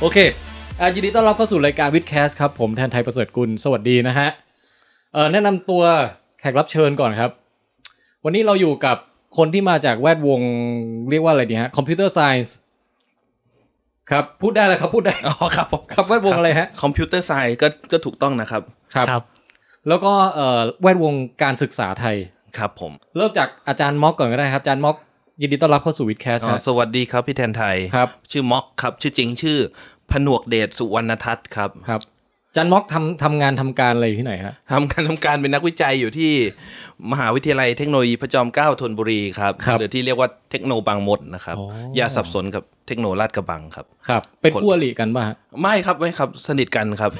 โอเคอ่ะยินดีต้อนรับเข้าสู่รายการวิดแคสครับ ผมแทนไทยประเสริฐกุล สวัสดีนะฮะเอ่อแนะนำตัวแขกรับเชิญก่อนครับ วันนี้เราอยู่กับคนที่มาจากแวดวงเรียกว่าอะไรดีฮะคอมพิวเตอร์ไซส์ครับ พูดได้แล้วครับ พูดได้ อ๋อครับผม ครับแวดวงอะไรฮะ คอมพิวเตอร์ไซก็ก็ถูกต้องนะครับ ครับ ครับ แล้วก็เอ่อแวดวงการศึกษาไทย ครับผม เริ่มจากอาจารย์ม็อกก่อนก็ได้ครับอาจารย์ม็อกยินดีต้อนรับเข้าสู่วิดแคส อ๋อ ครับ สวัสดีครับพี่แทนไทย ครับ ชื่อม็อกครับ ชื่อจริงชื่อ ผนวกเดชสุวรรณทัศน์ครับ ครับอาจารย์ม็อกทำทำงานทำการอะไรอยู่ที่ไหนฮะ ทำการทำการเป็นนักวิจัยอยู่ที่มหาวิทยาลัยเทคโนโลยีพระจอมเกล้าธนบุรีครับ ครับ หรือที่เรียกว่าเทคโนบางมดนะครับ อ๋ออ อย่าสับสนกับเทคโนลาดกระบังครับ ครับ เป็น คน คู่อริกันป่ะฮะ ไม่ครับไม่ครับสนิทกันครับ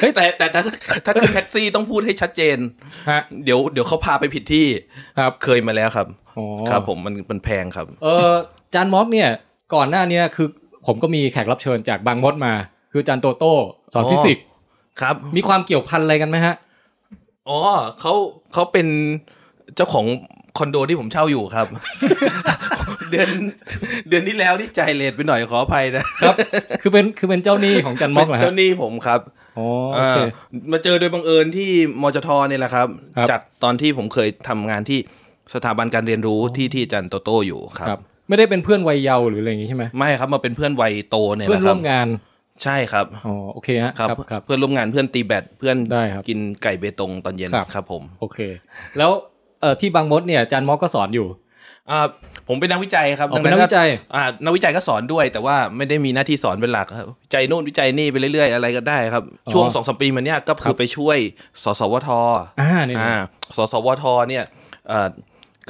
เฮ้ยแต่แต่ถ้าถ้าขึ้นแท็กซี่ต้องพูดให้ชัดเจน ฮะ เดี๋ยวเดี๋ยวเขาพาไปผิดที่ ครับ เคยมาแล้วครับ อ๋อ ครับผมมันมันแพงครับ เออจานม็อกเนี่ยก่อนหน้าเนี้คือผมก็มีแขกรับเชิญจากบางมดมา คือจานโตโต้สอน อ๋อ ฟิสิกส์ ครับ มีความเกี่ยวพันอะไรกันไหมฮะ อ๋อเขาเขาเป็นเจ้าของคอนโดที่ผมเช่าอยู่ครับ เดือนเดือนที่แล้วที่ใจายเลทไปหน่อยขออภัยนะครับ คือเป็นคือเป็นเจ้าหนี้ของจานม็อกเหรอ เจ้า ฮะ หนี้ผมครับ อ๋อโอเค ามาเจอโดยบังเอิญที่มจทเนี่ยแหละครับ ครับ จากตอนที่ผมเคยทำงานที่สถาบันการเรียนรู้ที่ที่อาจันโตโตอยู่ครั ครับ บ ไม่ได้เป็นเพื่อนวัยเยาว์หรืออะไรอย่างงี้ใช่ไหม ไม่ครับมาเป็นเพื่อนวัยโตเนี่ย เพื่ แห อน ละค ร่ รั วมบงาน ใช่ครับ อ๋อโอเคฮะ ครับ ครับ เพื่อนร่วมงานเพื่อนตีแบดเพื่อน ได้ครับ กินไก่เบตงตอนเย็น ครับ ครับผม โอเค แล้วเอ่อที่บางมดเนี่ยจานม็อกก็สอนอยู่ อ่าผมเป็นนักวิจัยครับ ออกเป็นนักวิจัย อ่านักวิจัยก็สอนด้วย แต่ว่าไม่ได้มีหน้าที่สอนเป็นหลักครับวิจัยโน่นวิจัยนี่ไปเรื่อยๆอะไรก็ได้ครับ อ๋อ ช่วงสองสามปีมาเนี้ยก็ ครั คือบ ไปช่วยสสวท อ่าเนี่ย อ่าสสวทเนี่ยเอ่อ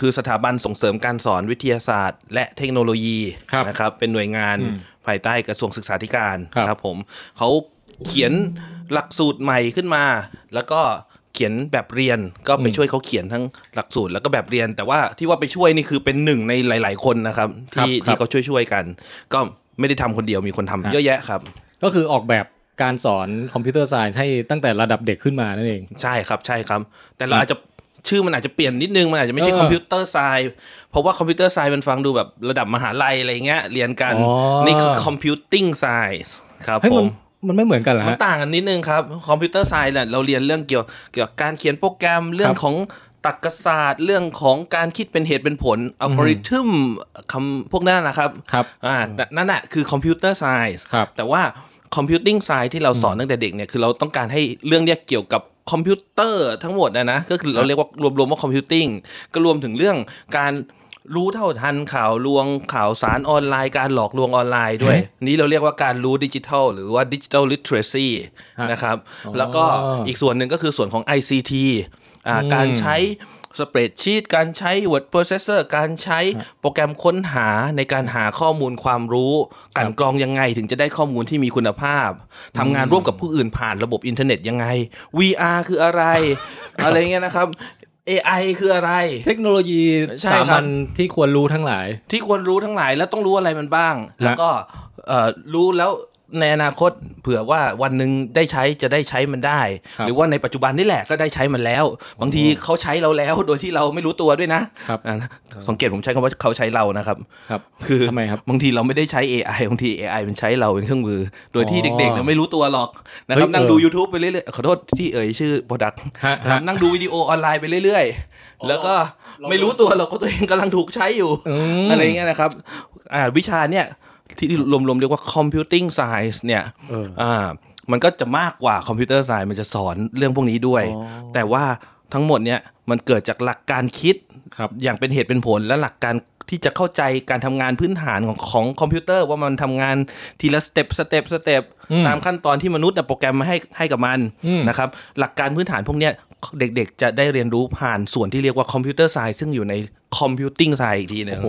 คือสถาบันส่งเสริมการสอนวิทยาศาสตร์ และเทคโนโลยี ครับ นะครับเป็นหน่วยงาน อืม ภายใต้กระทรวงศึกษาธิการ ครับ ครับผมเขาเขียนหลักสูตรใหม่ขึ้นมา แล้วก็เขียนแบบเรียนก็ไป อืม ช่วยเขาเขียนทั้งหลักสูตรแล้วก็แบบเรียน แต่ว่าที่ว่าไปช่วยนี่คือเป็นหนึ่งในหลาย ๆ คนนะครับ ครับ ที่ ครับ ที่เขาช่วยช่วยๆกัน ก็ไม่ได้ทำคนเดียวมีคนทำ ฮะ เยอะแยะครับ ก็คือออกแบบการสอนคอมพิวเตอร์ไซน์ให้ตั้งแต่ระดับเด็กขึ้นมานั่นเอง ใช่ครับใช่ครับ แต่คเรารับ อาจจะชื่อมันอาจจะเปลี่ยนนิดนึงมันอาจจะไม่ใช่ เออ คอมพิวเตอร์ไซด์เพราะว่าคอมพิวเตอร์ไซด์มันฟังดูแบบระดับมหาลัยอะไรเงี้ยเรียนกัน อ๋อ นี่คือคอมพิวติ้งไซส์ครับ เฮ้ย ผ มัน ม มันไม่เหมือนกันเหรอ มัน ฮะ ต่างกันนิดนึงครับคอมพิวเตอร์ไซน์เนี่ยเราเรียนเรื่องเกี่ยวเกี่ยวกับการเขียนโปรแกรมเรื่องของตรรกศาสตร์ เรื่องของการคิดเป็นเหตุเป็นผลอัลกอริทึมคำพวกนั้นนะครับ ครับ อ่าแต่นั่นแหะคือคอมพิวเตอร์ไซส์ ครับ แต่ว่าคอมพิวติ้งไซส์ที่เราสอนตั้งแต่เด็กเนี่ยคือเราต้องการให้เรื่องเนี้ยเกี่ยวกับคอมพิวเตอร์ทั้งหมดนะนะก็คือเราเรียกว่ารวมๆว่าคอมพิวติ้งก็รวมถึงเรื่องการรู้เท่าทันข่าวลวงข่าวสารออนไลน์ การหลอกลวงออนไลน์ด้วเอ๊ยะ นี้เราเรียกว่าการรู้ดิจิทัลหรือว่าดิจิทัลลิทเท a ซี ฮะ นะครับ อ๋อ แล้วก็อีกส่วนหนึ่งก็คือส่วนของ ICT อ่า อืม การใช้สเปรดชีตการใช้ Word Processor การใช้โปรแกรมค้นหาในการหาข้อมูลความรู้กลันกรองยังไงถึงจะได้ข้อมูลที่มีคุณภาพทำงานร่วมกับผู้อื่นผ่านระบบอินเทอร์เน็ตยังไง VR คืออะไร อะไรเงี้ยนะครับ AI คืออะไร เทคโนโลยี ใช่ สา ครับ มัญที่ควรรู้ทั้งหลาย ที่ควรรู้ทั้งหลายแล้วต้องรู้อะไรมันบ้าง แล้วก็เอ่อรู้แล้วในอนาคตเผื่อว่าวันหนึ่งได้ใช้จะได้ใช้มันได้ ครับ หรือว่าในปัจจุบันนี่แหละก็ได้ใช้มันแล้ว บางทีเขาใช้เราแล้วโดยที่เราไม่รู้ตัวด้วยนะครับ อ่าสังเกตผมใช้คำว่าเขาใช้เรานะครับ ครับ คือ ทำไมครับ บางทีเราไม่ได้ใช้ AI บางที AI มันใช้เราเป็นเครื่องมือ โดยที่ อ๋อ เด็กๆเนี่ยไม่รู้ตัวหรอกนะครับ เฮ้ย นั่ง เออ ดู YouTube ไปเรื่อยๆขอโทษที่เอ่ยชื่อ product ฮะ นะครับ ฮะ นั่งดูวิดีโอออนไลน์ไปเรื่อย อ๋อ ๆ แล้วก็ไม่รู้ตัวหรอกว่าตัวเองกำลังถูกใช้อยู่ อืม อะไรเงี้ยนะครับอ่าวิชาเนี่ยที่รวมๆเรียกว่า computing science เนี่ย เอออ่ อ่ามันก็จะมากกว่า computer science มันจะสอนเรื่องพวกนี้ด้วย อ๋อ แต่ว่าทั้งหมดเนี่ยมันเกิดจากหลักการคิด ครับ อย่างเป็นเหตุเป็นผลและหลักการที่จะเข้าใจการทำงานพื้นฐานของของคอมพิวเตอร์ว่ามันทำงานทีละสเต็ปสเต็ปสเต็ป อืม ตามขั้นตอนที่มนุษย์น่ะโปรแกรมมาให้ให้กับมัน อืม นะครับ หลักการพื้นฐานพวกเนี้ยเด็กๆ จะได้เรียนรู้ผ่านส่วนที่เรียกว่าคอมพิวเตอร์ไซส์ซึ่งอยู่ในคอมพิวติ้งไซส์อีกทีหนึง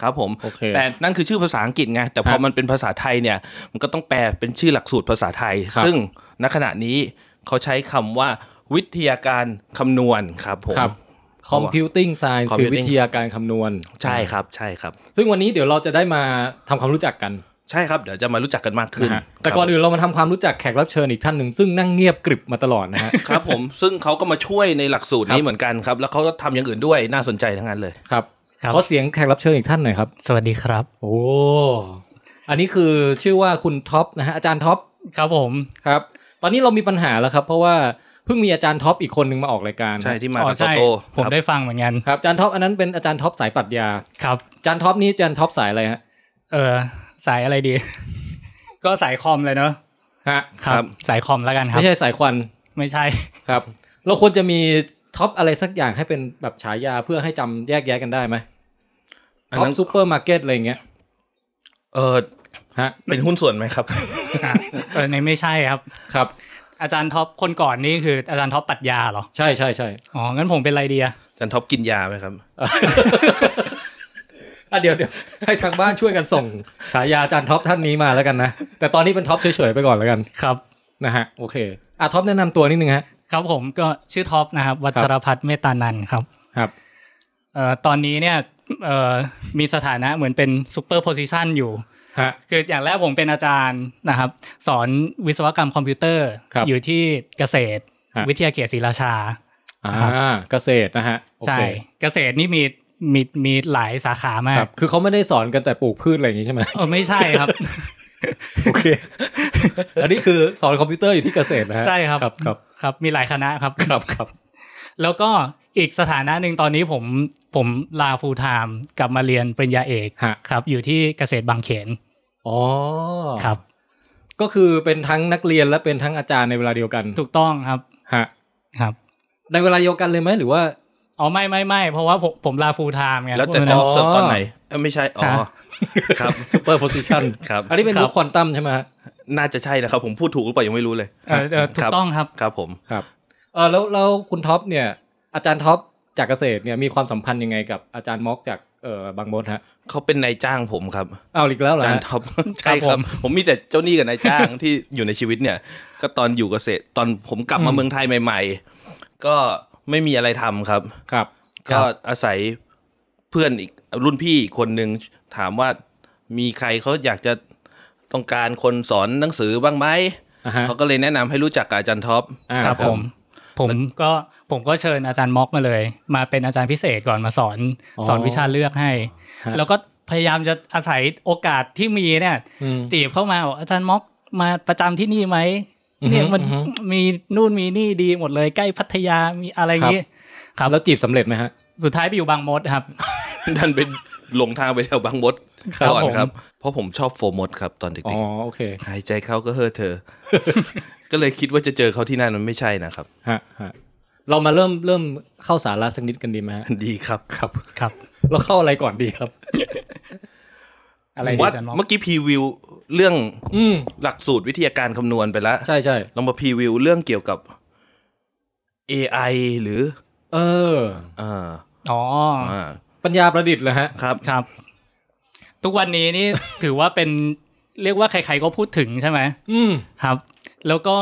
ครับผม โอเค แต่นั่นคือชื่อภาษาอังกฤษไง แต่พอ ฮะ มันเป็นภาษาไทยเนี่ย มันก็ต้องแปลเป็นชื่อหลักสูตรภาษาไทย ครับ ซึ่งณขณะนี้เขาใช้คำว่าวิทยาการคำนวณครับผม ครับ คอมพิวติ้งไซน์คือ Computing วิทยาการคำนวณ ใช่ครับใช่ครับ ซึ่งวันนี้เดี๋ยวเราจะได้มาทำความรู้จักกัน ใช่ครับ เดี๋ยวจะมารู้จักกันมากขึ้น นะฮะแต่ ครับ ก่อนอื่นเรามาทำความรู้จักแขกรับเชิญอีกท่านหนึ่งซึ่งนั่งเงียบกริบมาตลอดนะฮะ ครับผม ซึ่งเขาก็มาช่วยในหลักสูตร ครั นี้ บ เหมือนกันครับ แล้วเขาก็ทำอย่างอื่นด้วยน่าสนใจทั้งนั้นเลย ครับ ครับ ขอเสียงแขกรับเชิญอีกท่านหน่อยครับ สวัสดีครับ โอ้ อันนี้คือชื่อว่าคุณท็อปนะฮะอาจารย์ท็อป ครับผม ครับ ตอนนี้เรามีปัญหาแล้วครับ เพราะว่าเพิ่งมีอาจารย์ท็อปอีกคนนึงมาออกรายการ ใช่ที่มา อ๋อ จากโต ใช่ โต ผม ครับ ได้ฟังเหมือนกัน ครับอาจารย์ท็อปอันนั้นเป็นอาจารย์ท็อปสายปรัชญา ครับ อาจารย์ท็อปนี่อาจารย์ท็อปสายอะไรฮะ เออสายอะไรดี ก็สายคอมเลยเนอะ ฮะ สายคอมแล้วกันครับ ไม่ใช่สายควัน ไม่ใช่ ครับ เราควรจะมีท็อปอะไรสักอย่างให้เป็นแบบฉายาเพื่อให้จำแยกแยะกันได้ไหม อัน ท็อป นั้น ซูเปอร์มาร์เก็ตอะไรอย่างเงี้ย เออ ฮะ เป็นหุ้นส่วนไหมครับ อ่ะเออในไม่ใช่ครับ ครับ อาจารย์ท็อปคนก่อนนี่คืออาจารย์ท็อปปรัดยาเหรอ ใช่ใช่ ใช่ อ๋อ งั้นผมเป็นอะไรดีอะ อาจันท็อปกินยาไหมครับ อ่ะเดี๋ยวเดี๋ยวให้ทางบ้านช่วยกันส่งฉายาอาจารย์ท็อปท่านนี้มาแล้วกันนะ แต่ตอนนี้เป็นท็อปเฉยๆไปก่อนแล้วกัน ครับ นะฮะโอเคอ่ะท็อปแนะนำตัวนิดนึงฮะ ครับผมก็ชื่อท็อปนะครับ วัชรพัฒน์เมตตานันท์ครับ ครับ เอ่อตอนนี้เนี่ยเอ่อมีสถานะเหมือนเป็นซูเปอร์โพซิชันอยู่ ฮะ คืออย่างแรกผมเป็นอาจารย์นะครับ สอนวิศวกรรมคอมพิวเตอร์ ครับ อยู่ที่เกษตร ฮะ วิทยาเขตศรีราชา อ่า ครับ เกษตรนะฮะโอเค ใช่เกษตรนี่มีมีมีหลายสาขามา ค ก รับคือเขาไม่ได้สอนกันแต่ปลูกพืชอะไรอย่างนี้ใช่ไหม เออไม่ใช่ครับ โอเค อันนี้คือสอนคอมพิวเตอร์อยู่ที่เกษตรนะฮะ ใช่ครับ ครับครับ ครับมีหลายคณะครับ ครับครับ แล้วก็อีกสถานะหนึ่งตอนนี้ผมผมลา full time กลับมาเรียนปริญญาเอก ฮะ ครับ อยู่ที่เกษตรบางเขน อ๋อ ครับ ก็คือเป็นทั้งนักเรียนและเป็นทั้งอาจารย์ในเวลาเดียวกัน ถูกต้องครับ ฮะ ครับ ในเวลาเดียวกันเลยไหมหรือว่า อ๋อไม่ไม่ไม่เพราะว่าผมผมลา full time ไง แล้วแต่ เพ จะ ราะ อ ฉะ อ นั้นอ๋อกสดตอนไหนเอ้ยไม่ใช่อ๋อ ฮะ ครับ ซูเปอร์โพซิชัน ครับ อันนี้เป็น ครับ รูปควอนตัมใช่ไหมฮะ น่าจะใช่นะครับ ผมพูดถูกหรือเปล่ายังไม่รู้เลย เออเออถู ครั ก บ ต้องครับ ครับผม ครับเออแล้วแล้วคุณท็อปเนี่ย อาจารย์ท็อปจากเกษตรเนี่ยมีความสัมพันธ์ยังไงกับอาจารย์ม็อกจากเออบางมดฮะ เขาเป็นนายจ้างผมครับ เอาอีกแล้วเหรอ อาจาร ฮะ ย์ท็อป ใช่ครับ ผมมีแต่เจ้าหนี้กับนายจ้าง ที่อยู่ในชีวิตเนี่ย ก็ตอนอยู่เกษตรตอนผมกลับมาเมืองไทยใหม่ ๆ ก็ไม่มีอะไรทำครับ ครับ ก็อาศัยเพื่อนอีกรุ่นพี่อีกคนหนึ่งถามว่ามีใครเขาอยากจะต้องการคนสอนหนังสือบ้างไหม อ่าฮะ เขาก็เลยแนะนำให้รู้จักกับอาจารย์ท็อป อ่า ครับผมผมก็ผมก็เชิญอาจารย์ม็อกมาเลย มาเป็นอาจารย์พิเศษก่อนมาสอน อ๋อ สอนวิชาเลือกให้ ฮะ แล้วก็พยายามจะอาศัยโอกาสที่มีเนี่ย อืม จีบเข้ามาบอกอาจารย์ม็อกมาประจำที่นี่ไหม อือฮึ เนี่ยมัน อือฮึ มีนู่นมีนี่ดีหมดเลย ใกล้พัทยามีอะไรอย่างงี้ครับ แล้วจีบสำเร็จไหมฮะ สุดท้ายไปอยู่บางมดครับ ดันไปหลงทางไปแถวบางมด ครับ ก่อน ผม ครับ เพราะผมชอบโฟร์มดครับตอนเด็ อ๋อก โอเค ๆหายใจเข้าก็เฮ้อเธ อ ก็เลยคิดว่าจะเจอเขาที่นั่นมันไม่ใช่นะครับ ฮะฮะเรามาเริ่มเริ่มเข้าสาระสักนิดกันดีไหมฮะ ดีครับ ครับ ครับ เราเข้าอะไรก่อนดีครับ อะไร ผม ดี ว่า อาจารย์ม็อก เมื่อกี้พรีวิวเรื่อง อืม หลักสูตรวิทยาการคำนวณไปแล้ว ใช่ใช่ ลองมาพรีวิวเรื่องเกี่ยวกับ AI หรือ เออ อ่า อ๋อ อ่า ปัญญาประดิษฐ์เหรอฮะ ครับ ครับ ทุกวันนี้นี่ ถือว่าเป็นเรียกว่าใครๆก็พูดถึงใช่ไหม อืม ครับ แล้วก็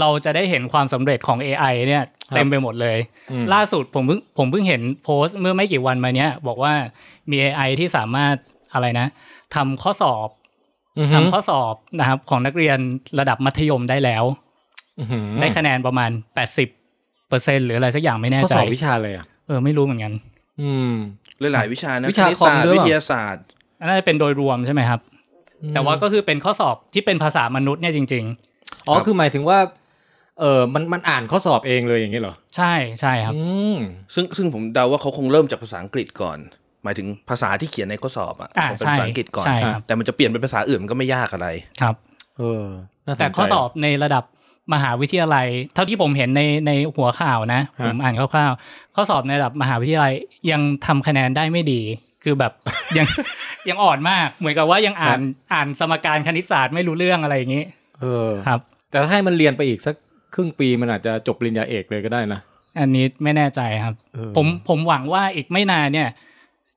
เราจะได้เห็นความสำเร็จของ AI เนี่ย ครับ เต็มไปหมดเลย อืม ล่าสุดผมเพิ่งผมเพิ่งเห็นโพสต์เมื่อไม่กี่วันมาเนี้ยบอกว่ามี AI ที่สามารถอะไรนะทำข้อสอบ อื้อหือ ทำข้อสอบนะครับของนักเรียนระดับมัธยมได้แล้ว อื้อหือ ได้คะแนนประมาณ 80เปอร์เซ็นหรืออะไรสักอย่างไม่แน่ ข้อ ใจ สอบวิชาเลยอ่ะ เออไม่รู้เหมือนกัน อืม หลายๆวิชานะ วิชา ณิต คอม ศสต ด้วย ร์ เป วิ ล่า ทยาศาสตร์ อันน่าจะเป็นโดยรวมใช่ไหมครับ แต่ว่าก็คือเป็นข้อสอบที่เป็นภาษามนุษย์เนี่ยจริง อ๋อ ครับ คือหมายถึงว่า เออมันมันอ่านข้อสอบเองเลยอย่างนี้เหรอ ๆ ใช่ใช่ครับ อืม ซึ่งซึ่งผมเดาว่าเขาคงเริ่มจากภาษาอังกฤษก่อน หมายถึงภาษาที่เขียนในข้อสอบอ่ะ อ่า เป็น ใช่ ภาษาอังกฤษก่อน ใช่ครับ แต่มันจะเปลี่ยนเป็นภาษาอื่นมันก็ไม่ยากอะไร ครับ เออน่าสนใจ แต่ข้อสอบในระดับมหาวิทยาลัย เท่าที่ผมเห็นในในหัวข่าวฮนะะ ผมอ่านคร่าวๆ ข้อสอบในระดับมหาวิทยาลัยยังทำคะแนนได้ไม่ดี คือแบบ ยังยังอ่อนมาก เหมือนกับว่ายังอ่านอ่านสมการคณิตศาสตร์ไม่รู้เรื่องอะไรอย่างนี้ เออ ครับ แต่ถ้าให้มันเรียนไปอีกสักครึ่งปีมันอาจจะจบปริญญาเอกเลยก็ได้นะ อันนี้ไม่แน่ใจครับ เออ ผมผมหวังว่าอีกไม่นานเนี่ย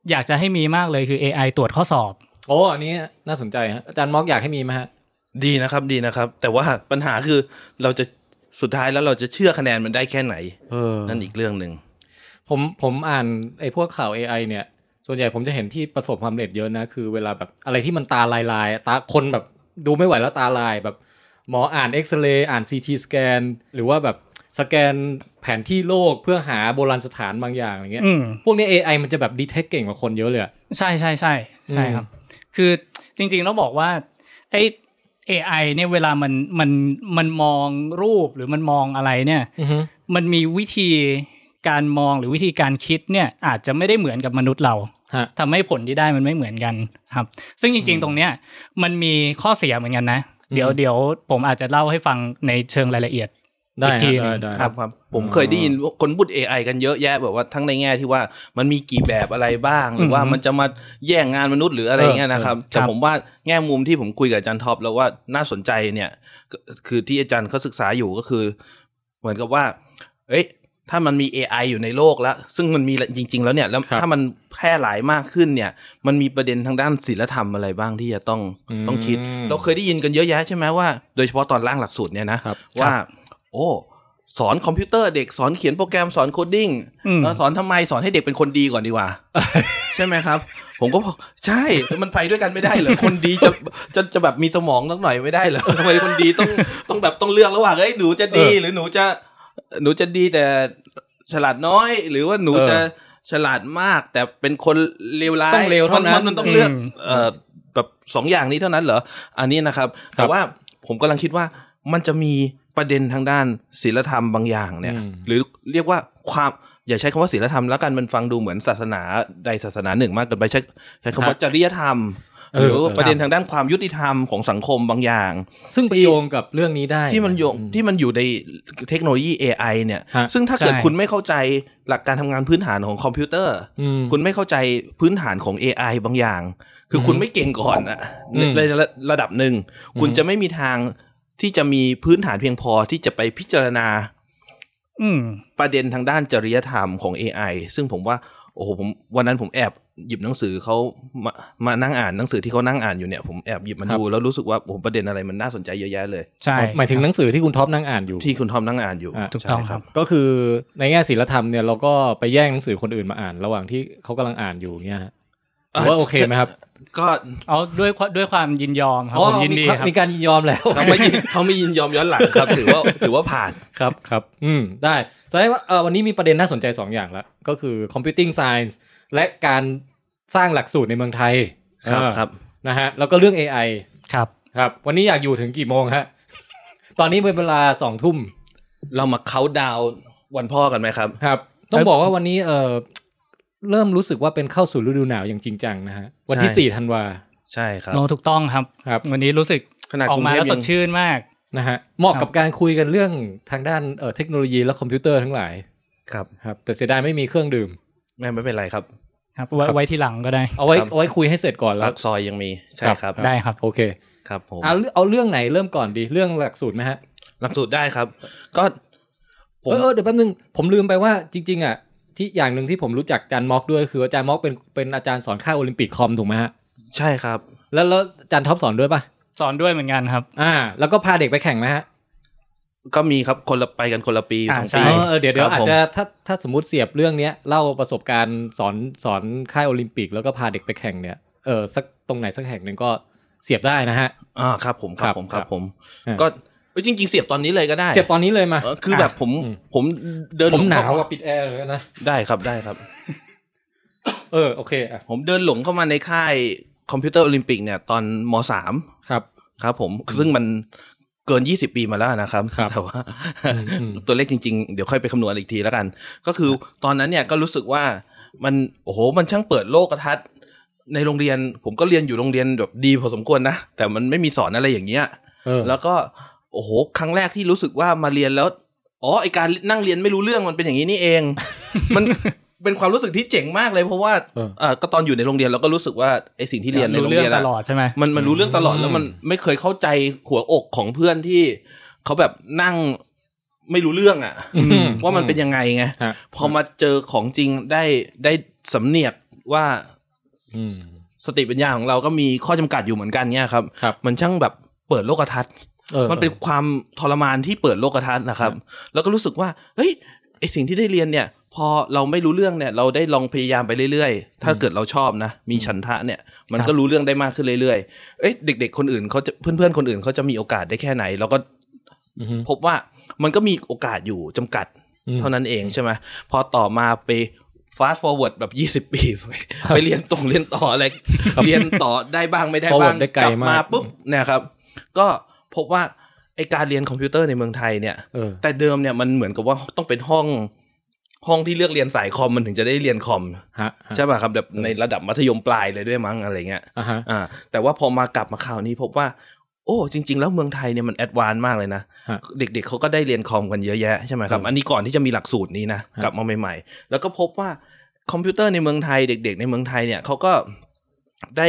อยากจะให้มีมากเลยคือ AI ตรวจข้อสอบ โอ้อันนี้น่าสนใจฮะอาจารย์ม็อกอยากให้มีไหมฮะ ดีนะครับดีนะครับ แต่ว่าปัญหาคือเราจะสุดท้ายแล้วเราจะเชื่อคะแนนมันได้แค่ไหน เออ นั่นอีกเรื่องหนึ่ง ผมผมอ่านไอ้พวกข่าว AI เนี่ย ส่วนใหญ่ผมจะเห็นที่ประสบความสำเร็จเยอะนะ คือเวลาแบบอะไรที่มันตาลายลายๆตาคนแบบดูไม่ไหวแล้วตาลายแบบ หมออ่านเอ็กซเรย์อ่านซีทีสแกนหรือว่าแบบสแกนแผนที่โลกเพื่อหาโบราณสถานบางอย่างอะไรเงี้ย อืม พวกเนี้ย AI มันจะแบบดีเทคเก่งกว่าคนเยอะเลยอะ ใช่ใช่ใช่ใช่ครับ คือจริงๆต้องบอกว่าไอ้ AI เนี่ยเวลามันมันมันมองรูปหรือมันมองอะไรเนี่ย อือฮึ มันมีวิธีการมองหรือวิธีการคิดเนี่ยอาจจะไม่ได้เหมือนกับมนุษย์เรา ฮะ ทำให้ผลที่ได้มันไม่เหมือนกันครับ ซึ่งจริง ๆ ตรงเนี้ยมันมีข้อเสียเหมือนกันนะ เดี๋ยว อืม เดี๋ยวผมอาจจะเล่าให้ฟังในเชิงรายละเอียด ได้ อีกที ฮะ หนึ่ ได้ ง ได้ ครับครับผมเคยได้ยินคนพูด AI กันเยอะแยะแบบว่าทั้งในแง่ที่ว่ามันมีกี่แบบอะไรบ้าง หรือว่า อืม มันจะมาแย่งงานมนุษย์หรืออะไรอย่างเงี้ยนะครับแต่ ครับ ผมว่าแง่มุมที่ผมคุยกับอาจารย์ท็อปแล้วว่าน่าสนใจเนี่ยก็คือที่อาจารย์เขาศึกษาอยู่ก็คือ เหมือนกับว่า เอ้ยถ้ามันมี AI อยู่ในโลกแล้ว ซึ่งมันมีจริง ๆ แล้วเนี่ยแล้ว ครับ ถ้ามันแพร่หลายมากขึ้นเนี่ย มันมีประเด็นทางด้านศีลธรรมอะไรบ้างที่จะต้อง อืม ต้องคิด เราเคยได้ยินกันเยอะแยะใช่ไหมว่าโดยเฉพาะตอนร่างหลักสูตรเนี่ยนะครับ ว่า โอ้สอนคอมพิวเตอร์เด็กสอนเขียนโปรแกรมสอนโคดดิ้ง อืม เออสอนทำไมสอนให้เด็กเป็นคนดีก่อนดีกว่า ใช่ไหมครับ ผมก็บอกใช่มันไปด้วยกันไม่ได้เหรอคนดีจะจะจะแบบมีสมองสักหน่อยไม่ได้เหรอ ทำไมคนดีต้องต้องแบบต้องเลือกระหว่างเอ้ยหนูจะดีหรือหนูจะหนูจะดีแต่ฉลาดน้อย หรือว่าหนูจะฉลาดมาก แต่เป็นคนเลวร้าย ต้องเลวเท่านั้น มัมันต้องเลือก อืม เอ่อแบบสองอย่างนี้เท่านั้นเหรอ อันนี้นะครับ แต่ว่าผมกำลังคิดว่ามันจะมีประเด็นทางด้านศีลธรรมบางอย่างเนี่ย อืม หรือเรียกว่าความอย่าใช้คำว่าศีลธรรมแล้วกันมันฟังดูเหมือนศาสนาใดศาสนาหนึ่งมากเกินไปใช้ใช้คำว่าจริยธรรม เออ หรือว่าประเด็นทางด้านความยุติธรรมของสังคมบางอย่าง ซึ่งไปโยงกับเรื่องนี้ได้ ที่มันโยง อื ที่มันอยู่ในเทคโนโลยี AI เนี่ย ฮะ ซึ่งถ้าเกิด ใช่ คุณไม่เข้าใจหลักการทำงานพื้นฐานของคอมพิวเตอร์ อืม คุณไม่เข้าใจพื้นฐานของ AI บางอย่าง คือคุณไม่เก่งก่อนอะ อืม ในระระดับหนึ่ง คุณจะไม่มีทางที่จะมีพื้นฐานเพียงพอที่จะไปพิจารณา อืม ประเด็นทางด้านจริยธรรมของ AI ซึ่งผมว่า โอ้โหผมวันนั้นผมแอบหยิบหนังสือเขามามานั่งอ่านหนังสือที่เขานั่งอ่านอยู่เนี่ยผมแอบหยิบมา ครับ ดูแล้วรู้สึกว่าผมประเด็นอะไรมันน่าสนใจเยอะแยะเลย ใช่ หมายถึงหนังสือที่คุณท็อปนั่งอ่านอยู่ ที่คุณทอมนั่งอ่านอยู่ อ่ะ ถูกต้อง ใช่ ครับ ก็คือในแง่ศิลธรรมเนี่ยเราก็ไปแย่งหนังสือคนอื่นมาอ่าน ระหว่างที่เขากำลังอ่านอยู่เนี่ยฮะ อ่ะ ถือว่าโอเคไหมครับ ก็ เอาด้วยความด้วยความยินยอมครับผมยินดีครับ มีการยินยอมแล้ว เขา ไม่ยินเขาไม่ยินยอมย้อนหลังครับ ถือว่าถือว่าผ่าน ครับครับอืมได้แสดงว่าเอ่อวันนี้มีประเด็นน่าสนใจ 2 อย่างละก็คือ computing science และการสร้างหลักสูตรในเมืองไทย ครับ เออ ครับ นะฮะแล้วก็เรื่อง AI ครับ ครับ วันนี้อยากอยู่ถึงกี่โมงฮะ ตอนนี้เป็นเวลาสองทุ่ม เรามาเคาน์ดาวน์วันพ่อกันไหมครับ ครับ ต้องบอกว่าวันนี้เออเริ่มรู้สึกว่าเป็นเข้าสู่ฤดูหนาวอย่างจริงจังนะฮะ วันที่ ใช่ 4ธันวา ใช่ครับ โนถูกต้องครับ ครับ วันนี้รู้สึก ขนาด ออกมารุกงเทพ แล้วสด ยัง ชื่นมาก นะฮะเหมาะ ครับ กับการคุยกันเรื่องทางด้านเอ่อเทคโนโลยีและคอมพิวเตอร์ทั้งหลาย ครับ ครับแต่เสียดายไม่มีเครื่องดื่ม ไม่ไม่เป็นไรครับ ครับไว้ ครับ ไว้ทีหลังก็ได้ เอาไว้ ครับ เอาไว้คุยให้เสร็จก่อนแล้ ลั ว กซอยยังมีใช่ครับ ครับ ได้ครับ โอเค ครับผม เอาเรื่องเอาเรื่องไหนเริ่มก่อนดีเรื่องหลักสูตรไหมฮะ หลักสูตรได้ครับ ก็ ผม เออเออเดี๋ยวแป๊บนึงผมลืมไปว่าจริง ๆอ่ะที่อย่างหนึ่งที่ผมรู้จักอาจารย์ม็อกด้วยคืออาจารย์ม็อกเป็นเป็นอาจารย์สอนค่ายโอลิมปิกคอมถูกไหมฮะ ใช่ครับ แล้วแล้วอาจารย์ท็อปสอนด้วยป่ะ สอนด้วยเหมือนกันครับ อ่า แล้วก็พาเด็กไปแข่งไหมฮะ ก็มีครับคนละไปกันคนละปี อ่า สอง ใช่ ปี เออเออเดี๋ยวเดี๋ยว ค อา รับ จ ผม จะถ้าถ้าสมมติเสียบเรื่องเนี้ยเล่าประสบการณ์สอนสอนค่ายโอลิมปิก แล้วก็พาเด็กไปแข่งเนี่ยเออสักตรงไหนสักแห่งหนึ่งก็เสียบได้นะฮะ อ่าครับผมค ครั รับบ ผมครับ ครับ ผม อ่า ก็เอ้ยจริง ๆ เสียบตอนนี้เลยก็ได้ เสียบตอนนี้เลยมา เออคือแบบผม อืม ผมเดิน ผมหนาว เข้ อะปิดแอร์เลยนะ ได้ครับได้ครับ เออโอเคอ่ะ ผมเดินหลงเข้ามาในค่ายคอมพิวเตอร์โอลิมปิกเนี่ยตอนมสาม ครับ ครับผมซึ่งมันเกิน 20 ปีมาแล้วนะครับ ครับ แต่ว่า อืมอืม ตัวเลขจริงๆ เดี๋ยวค่อยไปคำนวณอีกทีแล้วกัน ก็คือตอนนั้นเนี่ยก็รู้สึกว่ามันโอ้โหมันช่างเปิดโลกทัศน์ในโรงเรียน ผมก็เรียนอยู่โรงเรียนแบบดีพอสมควรนะ แต่มันไม่มีสอนอะไรอย่างเงี้ย เออ แล้วก็โอ้โหครั้งแรกที่รู้สึกว่ามาเรียนแล้วอ๋อไอการนั่งเรียนไม่รู้เรื่องมันเป็นอย่างนี้นี่เอง มันเป็นความรู้สึกที่เจ๋งมากเลยเพราะว่า เออ เอ่อก็ตอนอยู่ในโรงเรียนเราก็รู้สึกว่าไอสิ่งที่เรียนใน รู้ โรง เรื่อง เรียนอะ ตลอดใช่ไหม มันมันรู้เรื่องตลอดแล้วมันไม่เคยเข้าใจหัวอกของเพื่อนที่เขาแบบนั่งไม่รู้เรื่องอะ อืม ว่ามันเป็นยังไงไง ฮะ พอมาเจอของจริงได้ได้สำเนียกว่า อืม สติปัญญาของเราก็มีข้อจำกัดอยู่เหมือนกันเนี่ยครับ ครับ มันช่างแบบเปิดโลกทัศน์ ออ มันเป็นความทรมานที่เปิดโลกทัศน์นะครับ แล้วก็รู้สึกว่า เฮ้ย ไอสิ่งที่ได้เรียนเนี่ย พอเราไม่รู้เรื่องเนี่ย เราได้ลองพยายามไปเรื่อยๆ ถ้าเกิดเราชอบนะ มีฉันทะเนี่ย มัน ครับ ก็รู้เรื่องได้มากขึ้นเรื่อยๆ เอ้ย เด็ก ๆ คนอื่นเขาจะ เพื่อนๆ คนอื่นเขาจะมีโอกาสได้แค่ไหน เราก็ อือฮึ พบว่ามันก็มีโอกาสอยู่จำกัด อืม เท่านั้นเองใช่ไหมพอต่อมาไป fast forward แบบ 20 ปีไปไปเรียนตรงเรียนต่ออะไร เรียนต่อได้บ้างไม่ได้ forward บ้าง ได้ไกล กลับมาม าก ปุ๊บเนี่ยครับ ก็พบว่าไอการเรียนคอมพิวเตอร์ในเมืองไทยเนี่ย เออ แต่เดิมเนี่ยมันเหมือนกับว่าต้องเป็นห้องห้องที่เลือกเรียนสายคอมมันถึงจะได้เรียนคอม ฮะ ใช่ป่ะครับแบบในระดับมัธยมปลายเลยด้วยมั้งอะไรเงี้ย อ่าฮะ อ่าแต่ว่าพอมากลับมาข่าวนี้พบว่า โอ้จริง ๆ แล้วเมืองไทยเนี่ยมันแอดวานซ์มากเลยนะ ฮะ เด็กๆเขาก็ได้เรียนคอมกันเยอะแยะใช่ไหมครับ อืม อันนี้ก่อนที่จะมีหลักสูตรนี้นะ ฮะ กลับมาใหม่ๆ แล้วก็พบว่าคอมพิวเตอร์ในเมืองไทยเด็ก ๆ ในเมืองไทยเนี่ยเขาก็ได้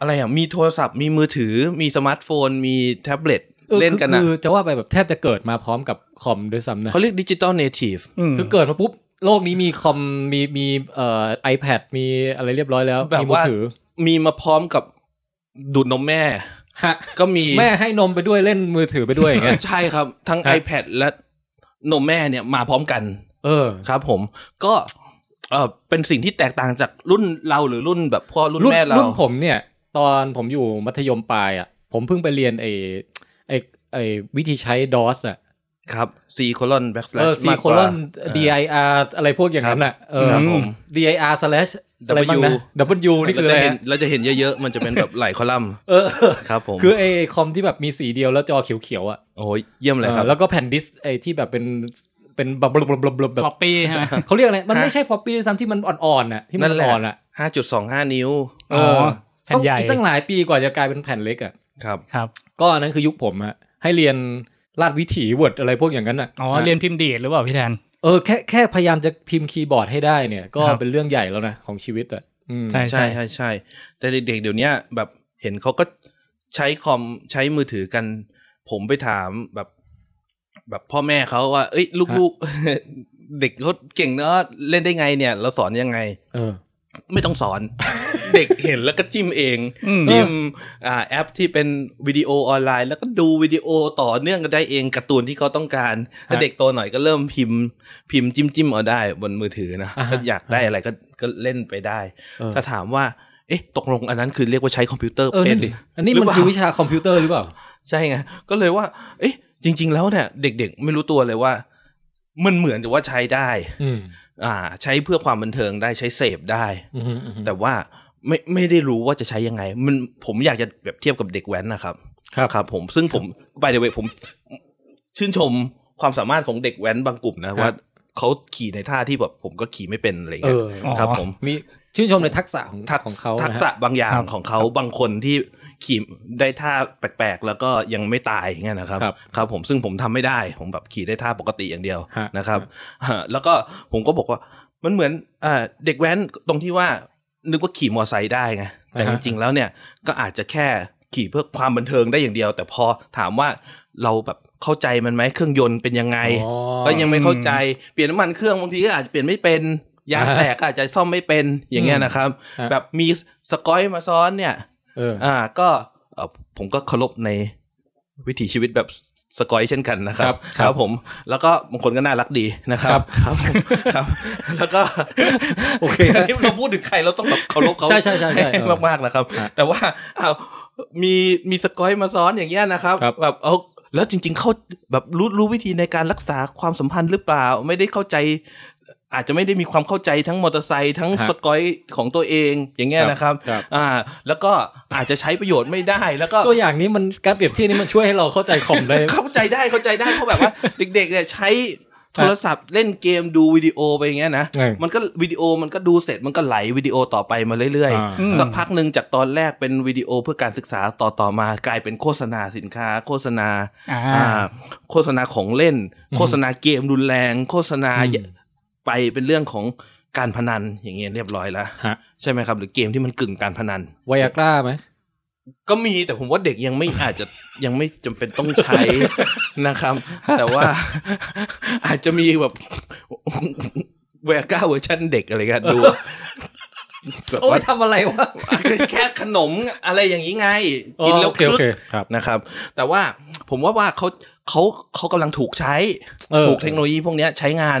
อะไรอ่ะมีโทรศัพท์ มีมือถือมีสมาร์ทโฟน มีแท็บเล็ต ออ เล่นกันนะ คือคือจะว่าไปแบบแทบจะเกิดมาพร้อมกับคอมด้วยซ้ำนะ เขาเรียกดิจิตอลเนทีฟ อืม คือเกิดมาปุ๊บ โลกนี้มีคอมมีมีเอ่อ iPad มีอะไรเรียบร้อยแล้ว แบบ มีมื ว่า ถือ มีมาพร้อมกับดูดนมแม่ ฮะ ก็มี แม่ให้นมไปด้วยเล่นมือถือไปด้วยอย่างเงี้ย ใช่ครับ ทั้ง ฮะ iPad และนมแม่เนี่ยมาพร้อมกัน เออ ครับผมก็เออเป็นสิ่งที่แตกต่างจากรุ่นเราหรือรุ่นแบบพ่อรุ่น รุ่น แม่เรา รุ่นผมเนี่ย ตอนผมอยู่มัธยมปลายอ่ะ ผมเพิ่งไปเรียนไอ้ไอ้ไอ้วิธีใช้ DOS อ่ะ ครับ C colon backslash เออ C มากกว่า colon เออ DIR อะไรพวกอย่างนั้นอ่ะเออ ครับผม DIR slash อะไรบ้างนะ W นี่คือ เรา อะไรจะเห็น ฮะ เราจะเห็นเยอะๆ มันจะเป็นแบบหลายคอลัมน์ เออ ครับผม คือไอ้คอมที่แบบมีสีเดียวแล้วจอเขียวๆอ่ะ โอ้ยเยี่ยมเลยครับ เออแล้วก็แผ่นดิสก์ไอ้ที่แบบเป็นเป็นแบบบบบบบบแบบ ฟลอปปี้ใช่ไหม เขาเรียกอะไร มันไม่ใช่ฟอปปี้ซ้ำที่มันอ่อนๆน่ะที่มัน นั่นแหละ อ่อนอ่ะ 5.25 นิ้ว เอ อ๋อ อ แผ่นใหญ่ ต้องอีกตั้งหลายปีกว่าจะกลายเป็นแผ่นเล็กอ่ะ ครับ ครับ ก็อันนั้นคือยุคผมอะให้เรียนลาดวิถีเวิร์ดอะไรพวกอย่างนั้นอ่ะ อ๋อเรียนพิมพ์ดีดหรือเปล่าพี่แทน เออแค่แค่พยายามจะพิมพ์คีย์บอร์ดให้ได้เนี่ย ก็ ครับ เป็นเรื่องใหญ่แล้วนะของชีวิตอ่ะอืม ใช่ ใช่ใช่ใช่แต่เด็กๆเดี๋ยวเนี้ยแบบเห็นเขาก็ใช้คอมใช้มือถือกัน ผมไปถามแบบ แบบพ่อแม่เขาว่า เอ้ยลูกๆ เด็กเขาเก่งเนอะเล่นได้ไงเนี่ย เราสอนยังไง เออ ไม่ต้องสอน เด็กเห็นแล้วก็จิ้มเอง อืม จิ้มอ่าแอปที่เป็นวิดีโอออนไลน์ แล้วก็ดูวิดีโอต่อเนื่องกันได้เองการ์ตูนที่เขาต้องการถ้าเด็กโตหน่อยก็เริ่มพิมพ์ พิมพ์จิ้มจิ้มเอาได้บนมือถือนะ อ่าฮะ ก็อยากได้อะไรก็ก็เล่นไปได้ เออ ถ้าถามว่า เอ๊ะ ตกลงอันนั้นคือเรียกว่าใช้คอมพิวเตอร์ เออ เป็ นั่ น นดิอันนี้ หรื มัน เปล่า คือวิชาคอมพิวเตอร์หรือเปล่า ใช่ไงก็เลยว่า เอ๊ะ จริง ๆ แล้วเนี่ยเด็ก ๆ ไม่รู้ตัวเลยว่า มันเหมือนแต่ว่าใช้ได้ อืม อ่า ใช้เพื่อความบันเทิงได้ใช้เสพได้ อืมอืมอืม แต่ว่าไม่ไม่ได้รู้ว่าจะใช้ยังไง มันผมอยากจะแบบเทียบกับเด็กแว้นนะครับ ครับ ครับ ผมซึ่งผม by the way ผมชื่นชมความสามารถของเด็กแว้นบางกลุ่มนะว่าเขาขี่ในท่าที่แบบผมก็ขี่ไม่เป็นอะไร เอ เงี้อยอ๋อ ครับผม มีชื่นชมในทักษะของ ทัก ของเขานะฮะ ทักษะบางอย่าง ครับ ของเขาบางคนที่ขี่ได้ท่าแปลกๆ แล้วก็ยังไม่ตายอย่างเงี้ยนะครับ ครับ ครับผมซึ่งผมทำไม่ได้ ผมแบบขี่ได้ท่าปกติอย่างเดียว ฮะ นะครับ ฮะแล้วก็ผมก็บอกว่ามันเหมือนเอ่อเด็กแว้นตรงที่ว่านึกว่าขี่มอไซค์ได้ไงแต่ อ่า จ ฮะ ริงๆแล้วเนี่ยก็อาจจะแค่ขี่เพื่อความบันเทิงได้อย่างเดียว แต่พอถามว่าเราแบบเข้าใจมันไหมเครื่องยนต์เป็นยังไง อ๋อ ก็ยังไม่เข้าใจเปลี่ยนน้ำมันเครื่องบางทีก็อาจจะเปลี่ยนไม่เป็นยาง อ่าฮะ แตกก็อาจจะซ่อมไม่เป็นอย่างเงี้ยนะครับ ฮะ แบบมีสกอยมาซ้อนเนี่ย เออ อ่าก็เอ่อผมก็เคารพในวิถีชีวิตแบบสกอยเช่นกันนะครับ ครับครับ ผม แล้วก็บางคนก็น่ารักดีนะครับ ครับ ครับผมครับ แล้วก็ โอเค การที่เราพูดถึงใครเราต้องแบบเคารพเขา ใช่ใช่ใช่ใช่เออ มากๆนะครับ ฮะ แต่ว่าอ้าวมีมีสกอยมาซ้อนอย่างเงี้ยนะครับ ครับ แบบเอาแล้วจริง ๆ เขาแบบรู้รู้วิธีในการรักษาความสัมพันธ์หรือเปล่า ไม่ได้เข้าใจ อาจจะไม่ได้มีความเข้าใจทั้งมอเตอร์ไซค์ทั้ง ฮะ สกอยของตัวเองอย่างเงี้ย ครับ นะครับ ครับ อ่า แล้วก็อาจจะใช้ประโยชน์ไม่ได้แล้วก็ ตัวอย่างนี้มันการเปรียบเทียบนี้มันช่วยให้เราเข้าใจคอ มได้ เข้าใจได้เข้าใจได้เพราะแบบว่า เด็กๆเนี่ยใช้โทรศัพท์เล่นเกมดูวิดีโอไปอย่างเงี้ยนะ อืม มันก็วิดีโอมันก็ดูเสร็จมันก็ไหลวิดีโอต่อไปมาเรื่อย อ่า อืม ๆ สักพักหนึ่งจากตอนแรกเป็นวิดีโอเพื่อการศึกษาต่อต่อมากลายเป็นโฆษณาสินค้า โฆษณา อ่า อ่าโฆษณาของเล่น โฆษณาเกมรุนแรง โฆษณา อืม ไปเป็นเรื่องของการพนันอย่างเงี้ยเรียบร้อยแล้ว ฮะ ใช่ไหมครับ หรือเกมที่มันกึ่งการพนัน ไวอากร้าไหม ก็มีแต่ผมว่าเด็กยัง ไม่ อาจจะยังไม่จำเป็นต้องใช้ นะครับ แต่ว่า อาจจะมีแบบ แวก้าเวอร์ชันเด็กอะไรกันดู แบบ โอ้ ว่าย ทำอะไรวะ แค่ขนมอะไรอย่างนี้ไง กินแล้ว โอเค คึ โอก เคครับ นะครับ แต่ว่าผมว่าว่าเขาเขาเขากำลังถูกใช้ เออ ถูกเทคโนโลยีพวกเนี้ยใช้งาน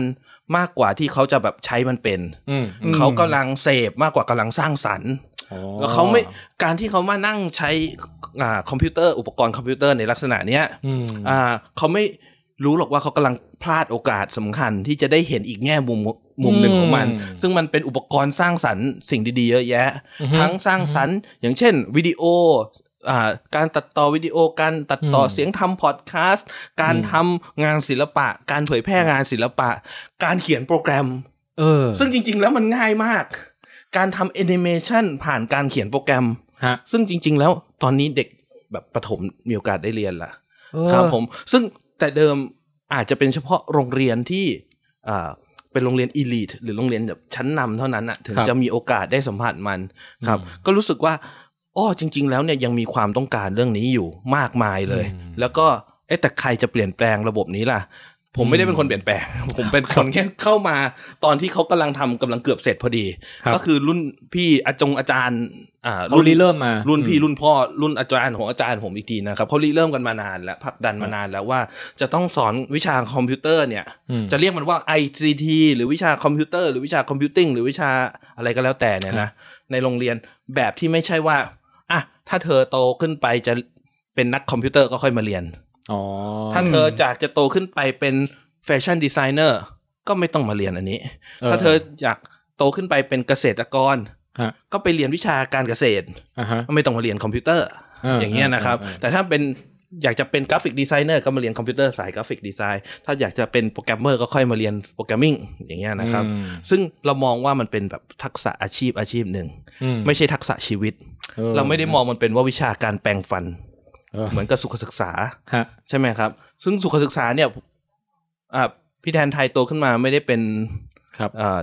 มากกว่าที่เขาจะแบบใช้มันเป็น อืม อืม เขากำลังเสพมากกว่ากำลังสร้างสรรค์ อ๋อ แล้วเขาไม่การที่เขามานั่งใช้อ่าคอมพิวเตอร์อุปกรณ์คอมพิวเตอร์ในลักษณะเนี้ย อืม อ่าเขาไม่ รู้หรอกว่าเขากำลังพลาดโอกาสสำคัญที่จะได้เห็นอีกแง่มุมมุมหนึ่งของมัน อืม ซึ่งมันเป็นอุปกรณ์สร้างสรรค์สิ่งดีๆเยอะแยะ ทั้งสร้างสรรค์ อย่างเช่นวิดีโออ่าการตัดต่อวิดีโอการตัดต่ออ ม เสียงทำพอดแคสต์การ อืม ทำงานศิลปะ การเผยแพร่งานศิลปะ การเขียนโปรแกรม เออ ซึ่งจริง ๆ แล้วมันง่ายมาก การทำแอนิเมชันผ่านการเขียนโปรแกรม ฮะ ซึ่งจริง ๆ แล้วตอนนี้เด็กแบบประถมมีโอกาสได้เรียนละ เออ ครับผมซึ่งแต่เดิมอาจจะเป็นเฉพาะโรงเรียนที่อ่าเป็นโรงเรียนอีลิทหรือโรงเรียนแบบชั้นนำเท่านั้นอ่ะถึง ครับ จะมีโอกาสได้สัมผัสมันครับ อืม ก็รู้สึกว่าอ้อจริง ๆ แล้วเนี่ยยังมีความต้องการเรื่องนี้อยู่มากมายเลย อืม แล้วก็เอ๊ะแต่ใครจะเปลี่ยนแปลงระบบนี้ล่ะ ผมไม่ได้เป็นคนเปลี่ยนแปลง ผมเป็นคนแค่เข้ามา ตอนที่เขากำลังทำกำลังเกือบเสร็จพอดี ครับ ก็คือรุ่นพี่อาจงอาจารย์อ่า เขารีเริ่มมารุ่ รุ่นพี่รุ่นพ่อรุ่นอาจารย์ของอาจารย์ผมอีกทีนะครับเขาริเริ่มกันมานานแล้วผลักดันมานานแล้วว่าจะต้องสอนวิชาคอมพิวเตอร์เนี่ย อืม จะเรียกมันว่า ICT หรือวิชาคอมพิวเตอร์หรือวิชาคอมพิวติ้งหรือวิชาอะไรก็แล้วแต่เนี่ยนะในโรงเรียนแบบที่ไม่ใช่ว่าอ่ะถ้าเธอโตขึ้นไปจะเป็นนักคอมพิวเตอร์ก็ค่อยมาเรียน อ๋อ ถ้าเธอจากจะโตขึ้นไปเป็นแฟชั่นดีไซเนอร์ก็ไม่ต้องมาเรียนอันนี้ เออ ถ้าเธออยากโตขึ้นไปเป็นเกษตรกร ฮะ ก็ไปเรียนวิชาการเกษตร อ่าฮะ ไม่ต้องมาเรียนคอมพิวเตอร์ เออ อ อย่าง เงี้ยนะครับ เออเออ แต่ถ้าเป็นอยากจะเป็นกราฟิกดีไซเนอร์ก็มาเรียนคอมพิวเตอร์สายกราฟิกดีไซน์ ถ้าอยากจะเป็นโปรแกรมเมอร์ก็ค่อยมาเรียนโปรแกรมมิ่งอย่างเงี้ยนะครับ อืม ซึ่งเรามองว่ามันเป็นแบบทักษะอาชีพอาชีพหนึ่ง อื ไม่ใช่ทักษะชีวิต ออ เราไม่ได้มองมันเป็นว่าวิชาการแปลงฟัน เออ เหมือนกับสุขศึกษา ฮะ ใช่ไหมครับ ซึ่งสุขศึกษาเนี่ยอ่าพี่แทนไทยโตขึ้นมาไม่ได้เป็น ครับ อ่า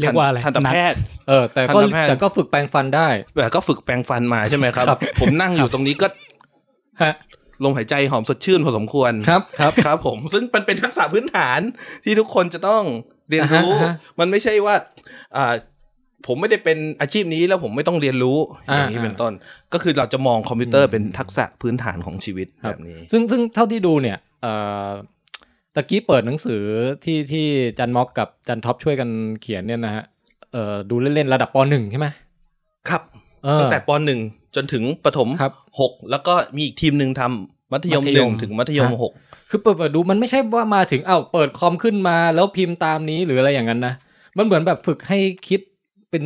เรียกว่าอะไร ทันตแพทย์ เออ แต่ก็ ทันตแพทย์ แต่ก็ฝึกแปลงฟันได้ แต่ก็ฝึกแปลงฟันมาใช่ไหมครับ ครับ ผมนั่งอยู่ตรงนี้ก็ ฮะ ลมหายใจหอมสดชื่นพอสมควร ครับครับ ครับผมซึ่งมันเป็นทักษะพื้นฐานที่ทุกคนจะต้องเรียนรู้ อ่าฮะอ่าฮะ มันไม่ใช่ว่าอ่าผมไม่ได้เป็นอาชีพนี้แล้วผมไม่ต้องเรียนรู้อย่างนี้ อ่า เป็นต้น ก็คือเราจะมองคอมพิวเตอร์เป็นทักษะพื้นฐานของชีวิต ครั แบบ บนี้ ซึ่งซึ่งเท่าที่ดูเนี่ยเอ่อตะกี้เปิดหนังสือที่ที่จันม็อกกับจันท็อปช่วยกันเขียนเนี่ยนะฮะเอ่อดูเล่นๆระดับปหนึ่งใช่ไหม ครับ เออ ตั้งแต่ปหนึ่งจนถึงประถม ครับ หกแล้วก็มีอีกทีมหนึ่งทำมัธยม มัธยม หนึ่งถึงมัธยม ฮะ หก คือเปิดเปิดดูมันไม่ใช่ว่ามาถึงเอ้าเปิดคอมขึ้นมาแล้วพิมพ์ตามนี้หรืออะไรอย่างนั้นนะมันเหมือนแบบฝึกให้คิดเป็น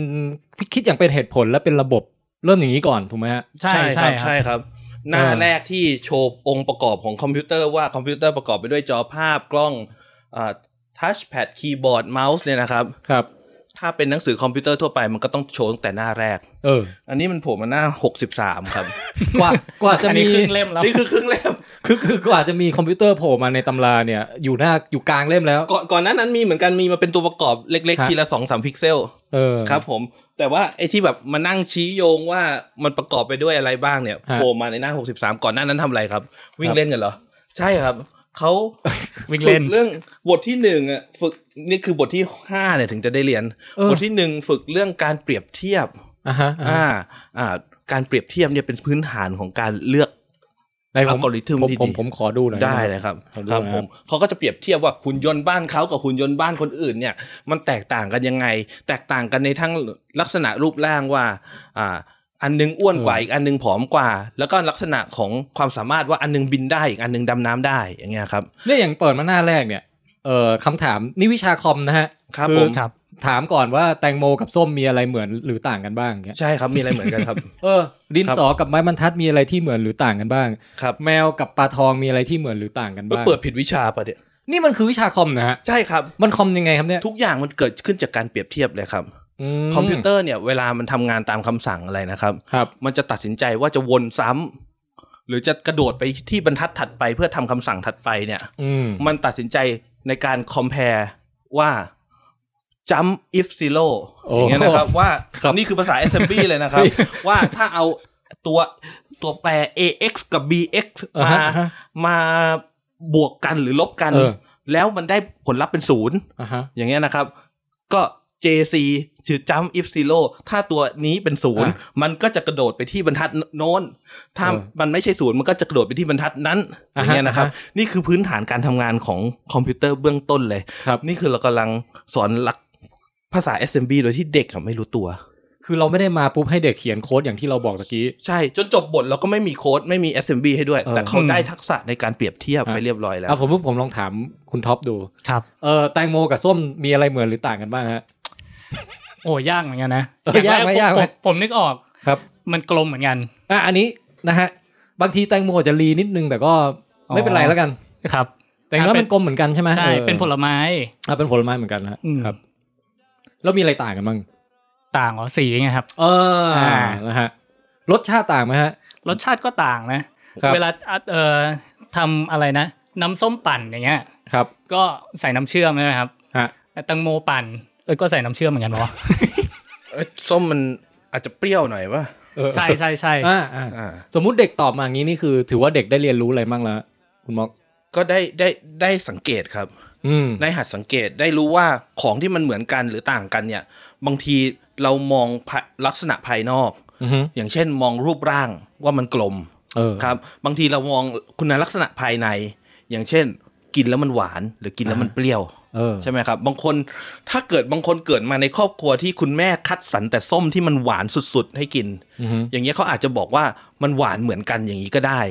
คิดอย่างเป็นเหตุผลและเป็นระบบเริ่มอย่างนี้ก่อนถูกไหมฮะ ใช่ใช่ค ใช่ รับ ครับ หน้า เออ แรกที่โชว์องค์ประกอบของคอมพิวเตอร์ว่าคอมพิวเตอร์ประกอบไปด้วยจอภาพกล้องทัชแพดคีย์บอร์ดเมาส์เนี่ยนะครับ ครับ ถ้าเป็นหนังสือคอมพิวเตอร์ทั่วไปมันก็ต้องโชว์ตั้งแต่หน้าแรก เออ อันนี้มันโผล่มาหน้า 63 ครับ กว่ากว่า จะ อัน มี นี้ครึ่งเล่มแล้ว นี่คือครึ่งเล่ม คือคือกว่าจะมีคอมพิวเตอร์โผล่มาในตำราเนี่ย อยู่หน้าอยู่กลางเล่มแล้ว ก่อนก่อนหนั้นนั้นมีเหมือนกันมีมาเป็นตัวประกอบเล็ก ครั ๆ บ ทีละ2อสพิกเซล เออ ครับผม แต่ว่าไอ้ที่แบบมานั่งชี้โยงว่ามันประกอบไปด้วยอะไรบ้างเนี่ย ฮะ โผล่มาในหน้า 63 ก่อนหน้านั้นทำอะไรครับ วิ่งเล่นกันเหรอ ใช่ครับ เขา วิ่งเล่น ฝึกเรื่องบทที่หนึ่งอ่ะฝึกนี่คือบทที่ห้าเนี่ยถึงจะได้เรียน เออ บทที่หนึ่งฝึกเรื่องการเปรียบเทียบ อ่ะฮะอ่ะฮะ อ่าอ่าการเปรียบเทียบเนี่ยเป็นพื้นฐานของการเลือก ในผม algorithm ผม ที่ ผม ดี ผมขอดูหน่อย ได้เลยครับ ขอดู ครับ นะ ผ ครับ มเขาก็จะเปรียบเทียบว่าหุ่นยนต์บ้านเขากับหุ่นยนต์บ้านคนอื่นเนี่ย มันแตกต่างกันยังไง แตกต่างกันในทั้งลักษณะรูปร่างว่าอ่าอันหนึงอ้วนกว่าอีกอันหนึงผอมกว่า แล้วก็ลักษณะของความสามารถว่าอันหนึงบินได้อีกอันหนึงดำน้ำได้อย่างเงี้ยครับ เนี่ยอย่างเปิดมาหน้าแรกเนี่ยเอ่อคำถามนี่วิชาคอมนะฮะ ครับ อ ผม ครับ ถามก่อนว่าแตงโมกับส้มมีอะไรเหมือนหรือต่างกันบ้างอย่างเงี้ย ใช่ครับมีอะไรเหมือนกัน ครับ เออ ดินสอกับไม้บรรทัดมีอะไรที่เหมือนหรือต่างกันบ้าง ครับ แมวกับปลาทองมีอะไรที่เหมือนหรือต่างกัน ก็ บ้าง เปิดผิดวิชาปะเนี่ย นี่มันคือวิชาคอมนะฮะ ใช่ครับ มันคอมยังไงครับเนี่ย ทุกอย่างมันเกิดขึ้นจากการเปรียบเทียบเลยครับ ม คอมพิวเตอร์เนี่ยเวลามันทำงานตามคำสั่งอะไรนะครับ ครับ มันจะตัดสินใจว่าจะวนซ้ำหรือจะกระโดดไปที่บรรทัดถัดไปเพื่อทำคำสั่งถัดไปเนี่ย อืม มันตัดสินใจในการ compare ว่า jump if zero อย่างเงี้ยนะครับว่า ครับ นี่คือภาษา assembly เลยนะครับ ว่าถ้าเอาตัวตัวแปร ax กับ bx อ่า มา ฮะอ่าฮะ มาบวกกันหรือลบกัน เออ แล้วมันได้ผลลัพธ์เป็นศูนย์ อ่าฮะ อย่างเงี้ยนะครับ ก็ JC คือ jump if zero ถ้าตัวนี้เป็นศูนย์ อ่ะ มันก็จะกระโดดไปที่บรรทัดโน้น ถ้า เออ มันไม่ใช่ศูนย์มันก็จะกระโดดไปที่บรรทัดนั้น อ อ่าฮะ ย่างเงี้ยนะครับ อ่าฮ นี่คือพื้นฐานการทำงานของคอมพิวเตอร์เบื้องต้นเลย ครับ นี่คือเรากำลังสอนหลักภาษา SMB โดยที่เด็กอะไม่รู้ตัว คือเราไม่ได้มาปุ๊บให้เด็กเขียนโค้ดอย่างที่เราบอกตะกี้ ใช่ จนจบบทเราก็ไม่มีโค้ดไม่มี SMB ให้ด้วย เออ แต่เขาได้ทักษะในการเปรียบเทียบ อ่ะ ไปเรียบร้อยแล้ว เอาผมผมลองถามคุณท็อปดู ครับ เออแตงโมกับส้มมีอะไรเหมือนหรือต่างกันบ้างฮะ โอ้ยากเหมือนกันนะ เออยากไหม องแร ยากไหม ผผมนึกออก ครับ มันกลมเหมือนกัน อ่ะอันนี้นะฮะบางทีแตงโมจะรีนิดนึงแต่ก็ไม่เป็นไรแล้วกัน ครับ แต่แล้วามันกลมเหมือนกันใช่ไหม ใช่ ออ เป็นผลไม้ อ่ะเป็นผลไม้เหมือนกันนะฮะ อืม ครับ แล้วมีอะไรต่างกันบ้าง ต่างเหรอสีไงครับ เอออ่านะฮะรสชาติต่างไหมฮะ รสชาติก็ต่างนะ ครับ เวลาเอ่อทำอะไรนะ น้ำส้มปั่นอย่างเงี้ย ครับ ก็ใส่น้ำเชื่อมใช่ไหมครับ ฮะ แต่แตังโมปั่นเอ้ยก็ใส่น้ำเชื่อมเหมือนกันวะ เอ้ยส้มมันอาจจะเปรี้ยวหน่อยป่ะ เออ ใช่ใช่ใช่ อ่าอ่า อ่า สมมุติเด็กตอบมาอย่างนี้นี่คือ ถือว่าเด็กได้เรียนรู้อะไรบ้างแล้วคุณม็อก ก็ได้ได้ได้สังเกตครับ อืม ได้หัดสังเกตได้รู้ว่าของที่มันเหมือนกันหรือต่างกันเนี่ย บางทีเรามองภาลักษณะภายนอก อือฮึ อย่างเช่น มองรูปร่างว่ามันกลม เออ ครับ บางทีเรามองคุณลักษณะภายใน อย่างเช่น กินแล้วมันหวาน หรือกินแล้วมันเปรี้ยว เออ ใช่ไหมครับ บางคนถ้าเกิดบางคนเกิดมาในครอบครัวที่คุณแม่คัดสรรแต่ส้มที่มันหวานสุดๆ ให้กิน อือฮึ อย่างเงี้ยเขาอาจจะบอกว่ามันหวานเหมือนกันอย่างนี้ก็ได้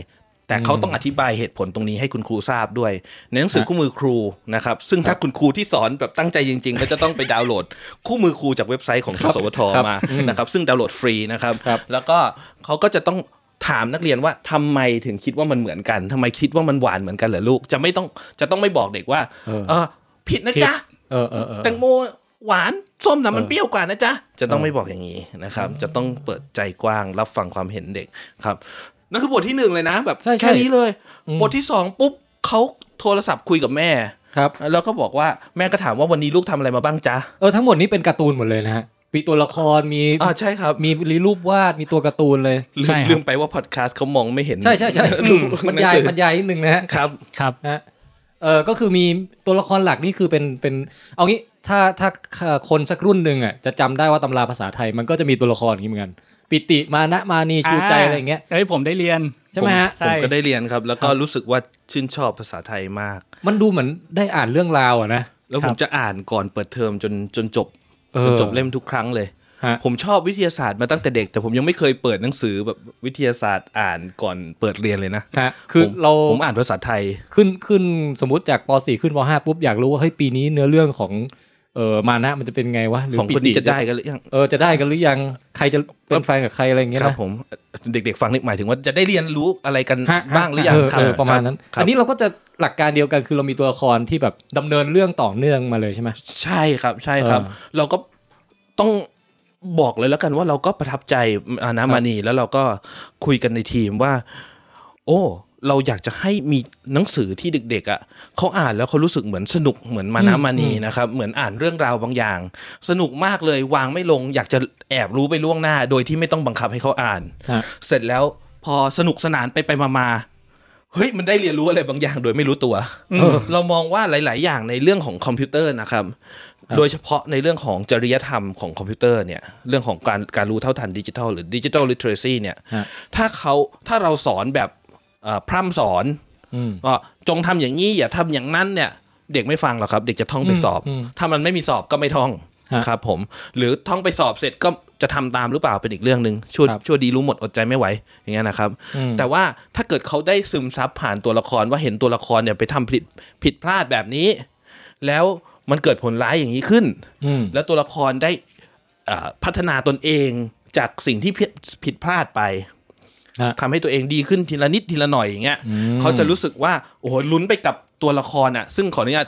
แต่เขาต้องอธิบายเหตุผลตรงนี้ให้คุณครูทราบด้วย ในหนังสือคู่มือครูนะครับ ซึ่งถ้าคุณครูที่สอนแบบตั้งใจจริงๆ ก็จะต้องไปดาวน์โหลด คู่มือครูจากเว็บไซต์ของสสวท ครับ มานะครับ ซึ่งดาวน์โหลดฟรีนะครับ ครับ แล้วก็เขาก็จะต้องถามนักเรียนว่าทำไมถึงคิดว่ามันเหมือนกันทำไมคิดว่ามันหวานเหมือนกันเหรอลูกจะไม่ต้องจะต้องไม่บอกเด็กว่า เออ เออผิดนะจ๊ะ เออเออเออ แตงโมหวานส้มนะมัน เออ เปรี้ยวกว่านะจ๊ะ จะต้อง เออ ไม่บอกอย่างนี้นะครับ จะต้องเปิดใจกว้างรับฟังความเห็นเด็กครับนั่นคือบทที่หนึ่งเลยนะ แบบ ใช่ใช่ แค่นี้เลย อืม บทที่สองปุ๊บเขาโทรศัพท์คุยกับแม่ ครับ แล้วก็บอกว่าแม่ก็ถามว่าวันนี้ลูกทำอะไรมาบ้างจ๊ะ เออทั้งหมดนี้เป็นการ์ตูนหมดเลยนะฮะมีตัวละครมี อ่าใช่ครับ มีรีรูปวาดมีตัวการ์ตูนเลย ลื ใช่ ม ครับ ลืมไปว่าพอดแคสต์เขามองไม่เห็น ใช่ใช่ใช่ รูป บรรยาย หงสือบ รรยายนิดนึงนะฮะ ครับ ครับ นะฮะเออก็คือมีตัวละครหลักนี่คือเป็นเป็นเอางี้ถ้าถ้าเอ่อคนสักรุ่นหนึ่งอ่ะจะจำได้ว่าตำราภาษาไทยมันก็จะมีตัวละครอย่างนี้เหมือนกัน ปิติมานะมานีชูใจอะไรอย่างเงี้ย เอ้ยผมได้เรียน ใช่ไหมฮะ ใช่ ผมก็ได้เรียนครับ แล้วก็รู้สึกว่าชื่นชอบภาษาไทยมาก มันดูเหมือนได้อ่านเรื่องราวอ่ะนะ แล้ว ครั ผ บ มจะอ่านก่อนเปิดเทอมจนจนจบ เออ จนจบเล่มทุกครั้งเลย ฮะ ผมชอบวิทยาศาสตร์มาตั้งแต่เด็ก แต่ผมยังไม่เคยเปิดหนังสือแบบวิทยาศาสตร์อ่านก่อนเปิดเรียนเลยนะ ฮะคือ ผม เรา ผมอ่านภาษาไทย ขึ้นขึ้นสมมติจากป .4 ขึ้นป .5 ปุ๊บอยากรู้ว่าเฮ้ยปีนี้เนื้อเรื่องของเออมานะมันจะเป็นไงวะหรือ สอง ปิ คน ติ นี้จะได้กันหรือยัง เออจะได้กันหรือยังใครจะเป็นแฟนกับใครอะไรอย่างเงี้ย ครับ นะ ผมเด็กๆฟังนี่หมายถึงว่าจะได้เรียนรู้อะไรกัน ฮะ บ้างหรือยัง เอ คบ เออประมาณนั้น ครับ อันนี้เราก็จะหลักการเดียวกันคือเรามีตัวละครที่แบบดำเนินเรื่องต่อเนื่องมาเลยใช่ไหม ใช่ครับใช่ครับ เออ เราก็ต้องบอกเลยแล้วกันว่าเราก็ประทับใจอานามานีแล้วเราก็คุยกันในทีมว่า โอ้ เราอยากจะให้มีหนังสือที่เด็กๆอ่ะเขาอ่านแล้วเขารู้สึกเหมือนสนุกเหมือนมา อื นาม มานีนะครับ เหมือนอ่านเรื่องราวบางอย่าง สนุกมากเลยวางไม่ลง อยากจะแอบรู้ไปล่วงหน้า โดยที่ไม่ต้องบังคับให้เขาอ่าน ฮะ เสร็จแล้วพอสนุกสนานไปไปมามาเฮ้ยมันได้เรียนรู้อะไรบางอย่างโดยไม่รู้ตัว อืม เออ เรามองว่าหลาย ๆ อย่างในเรื่องของคอมพิวเตอร์นะครับ ครับ โดยเฉพาะในเรื่องของจริยธรรมของคอมพิวเตอร์เนี่ย เรื่องของการการรู้เท่าทันดิจิทัลหรือดิจิทัลลิเทอเรซีเนี่ย ฮะ ถ้าเขาถ้าเราสอนแบบเอ่อพร่ำสอน อืม ว่าจงทำอย่างนี้อย่าทำอย่างนั้นเนี่ย เด็กไม่ฟังหรอกครับ เด็กจะท่องไปสอบ อืมอืม ถ้ามันไม่มีสอบก็ไม่ท่อง ฮะ ครับผม หรือท่องไปสอบเสร็จก็จะทำตามหรือเปล่าเป็นอีกเรื่องหนึ่งชั่ว ครับ ชั่วดีรู้หมดอดใจไม่ไหวอย่างเงี้ยนะครับ อืม แต่ว่าถ้าเกิดเขาได้ซึมซับผ่านตัวละครว่าเห็นตัวละครเนี่ยไปทำผิดผิดพลาดแบบนี้ แล้วมันเกิดผลร้ายอย่างนี้ขึ้น อืม แล้วตัวละครได้เอ่อพัฒนาตนเองจากสิ่งที่ผิดผิดพลาดไป ฮะ ทำให้ตัวเองดีขึ้นทีละนิดทีละหน่อยอย่างเงี้ย อืม เขาจะรู้สึกว่าโอ้โหลุ้นไปกับตัวละครอ่ะ ซึ่งขออนุญาต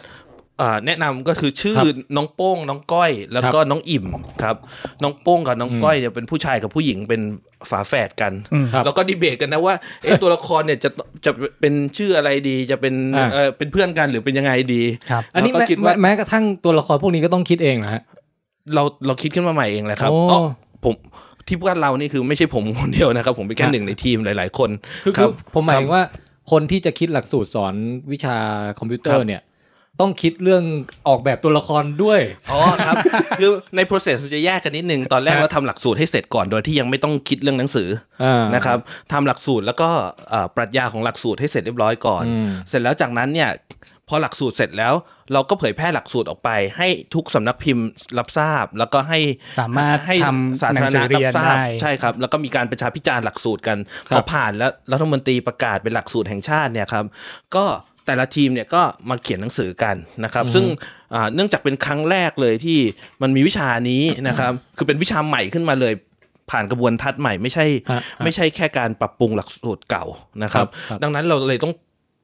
เอ่อแนะนำก็คือชื่อน้องโป้ง น้องก้อย แล้วก็น้องอิ่มครับ น้องโป้งกับน้องก้อยเนี่ยเป็นผู้ชายกับผู้หญิงเป็นฝาแฝดกัน อืม ครับ แล้วก็ดีเบตกันนะว่าเอะตัวละครเนี่ยจะจะเป็นชื่ออะไรดีจะเป็น อ่า เออเป็นเพื่อนกันหรือเป็นยังไงดี ครับ อันนี้ เราแม้ก็คิดว่า แม้แม้กระทั่งตัวละครพวกนี้ก็ต้องคิดเองนะฮะ เราเราคิดขึ้นมาใหม่เองแหละครับ โอ้ อ๋อผมที่พวกเรานี่คือไม่ใช่ผมคนเดียวนะครับ ผมเป็นแค่ อ่ะ หนึ่งในทีมหลาย ๆ คน คือ รั คื บ อผมหมาย ครับ ถึงว่าคนที่จะคิดหลักสูตรสอนวิชาคอมพิวเตอ ครั ร์ บ เนี่ย ต้องคิดเรื่องออกแบบตัวละครด้วย อ๋อครับ คือใน process มันจะแยกกันนิดนึง ตอนแรกเราทำหลักสูตรให้เสร็จก่อนโดยที่ยังไม่ต้องคิดเรื่องหนังสือ อ่า นะครับทำหลักสูตรแล้วก็เอ่อปรัชญาของหลักสูตรให้เสร็จเรียบร้อยก่อน อืม เสร็จแล้วจากนั้นเนี่ยพอหลักสูตรเสร็จแล้ว เราก็เผยแพร่หลักสูตรออกไป ให้ทุกสำนักพิมพ์รับทราบ แล้วก็ให้ สามารถ ให้ ทำ สาธาร หณะนังสือเรี รั ยน บทราบ ได้ ใช่ครับ แล้วก็มีการประชาพิจารณ์หลักสูตรกัน ค พ รั อบ ผ่านแล้วรัฐมนตรีประกาศเป็นหลักสูตรแห่งชาติเนี่ยครับก็แต่ละทีมเนี่ยก็มาเขียนหนังสือกันนะครับ ซึ่งอ่าเนื่องจากเป็นครั้งแรกเลยที่มันมีวิชานี้นะครับ คือเป็นวิชาใหม่ขึ้นมาเลยผ่านกระบวนทัศน์ใหม่ไม่ใช่ ฮะ ไม่ใช่แค่การปรับปรุงหลักสูตรเก่านะครับ ครับครับ ดังนั้นเราเลยต้อง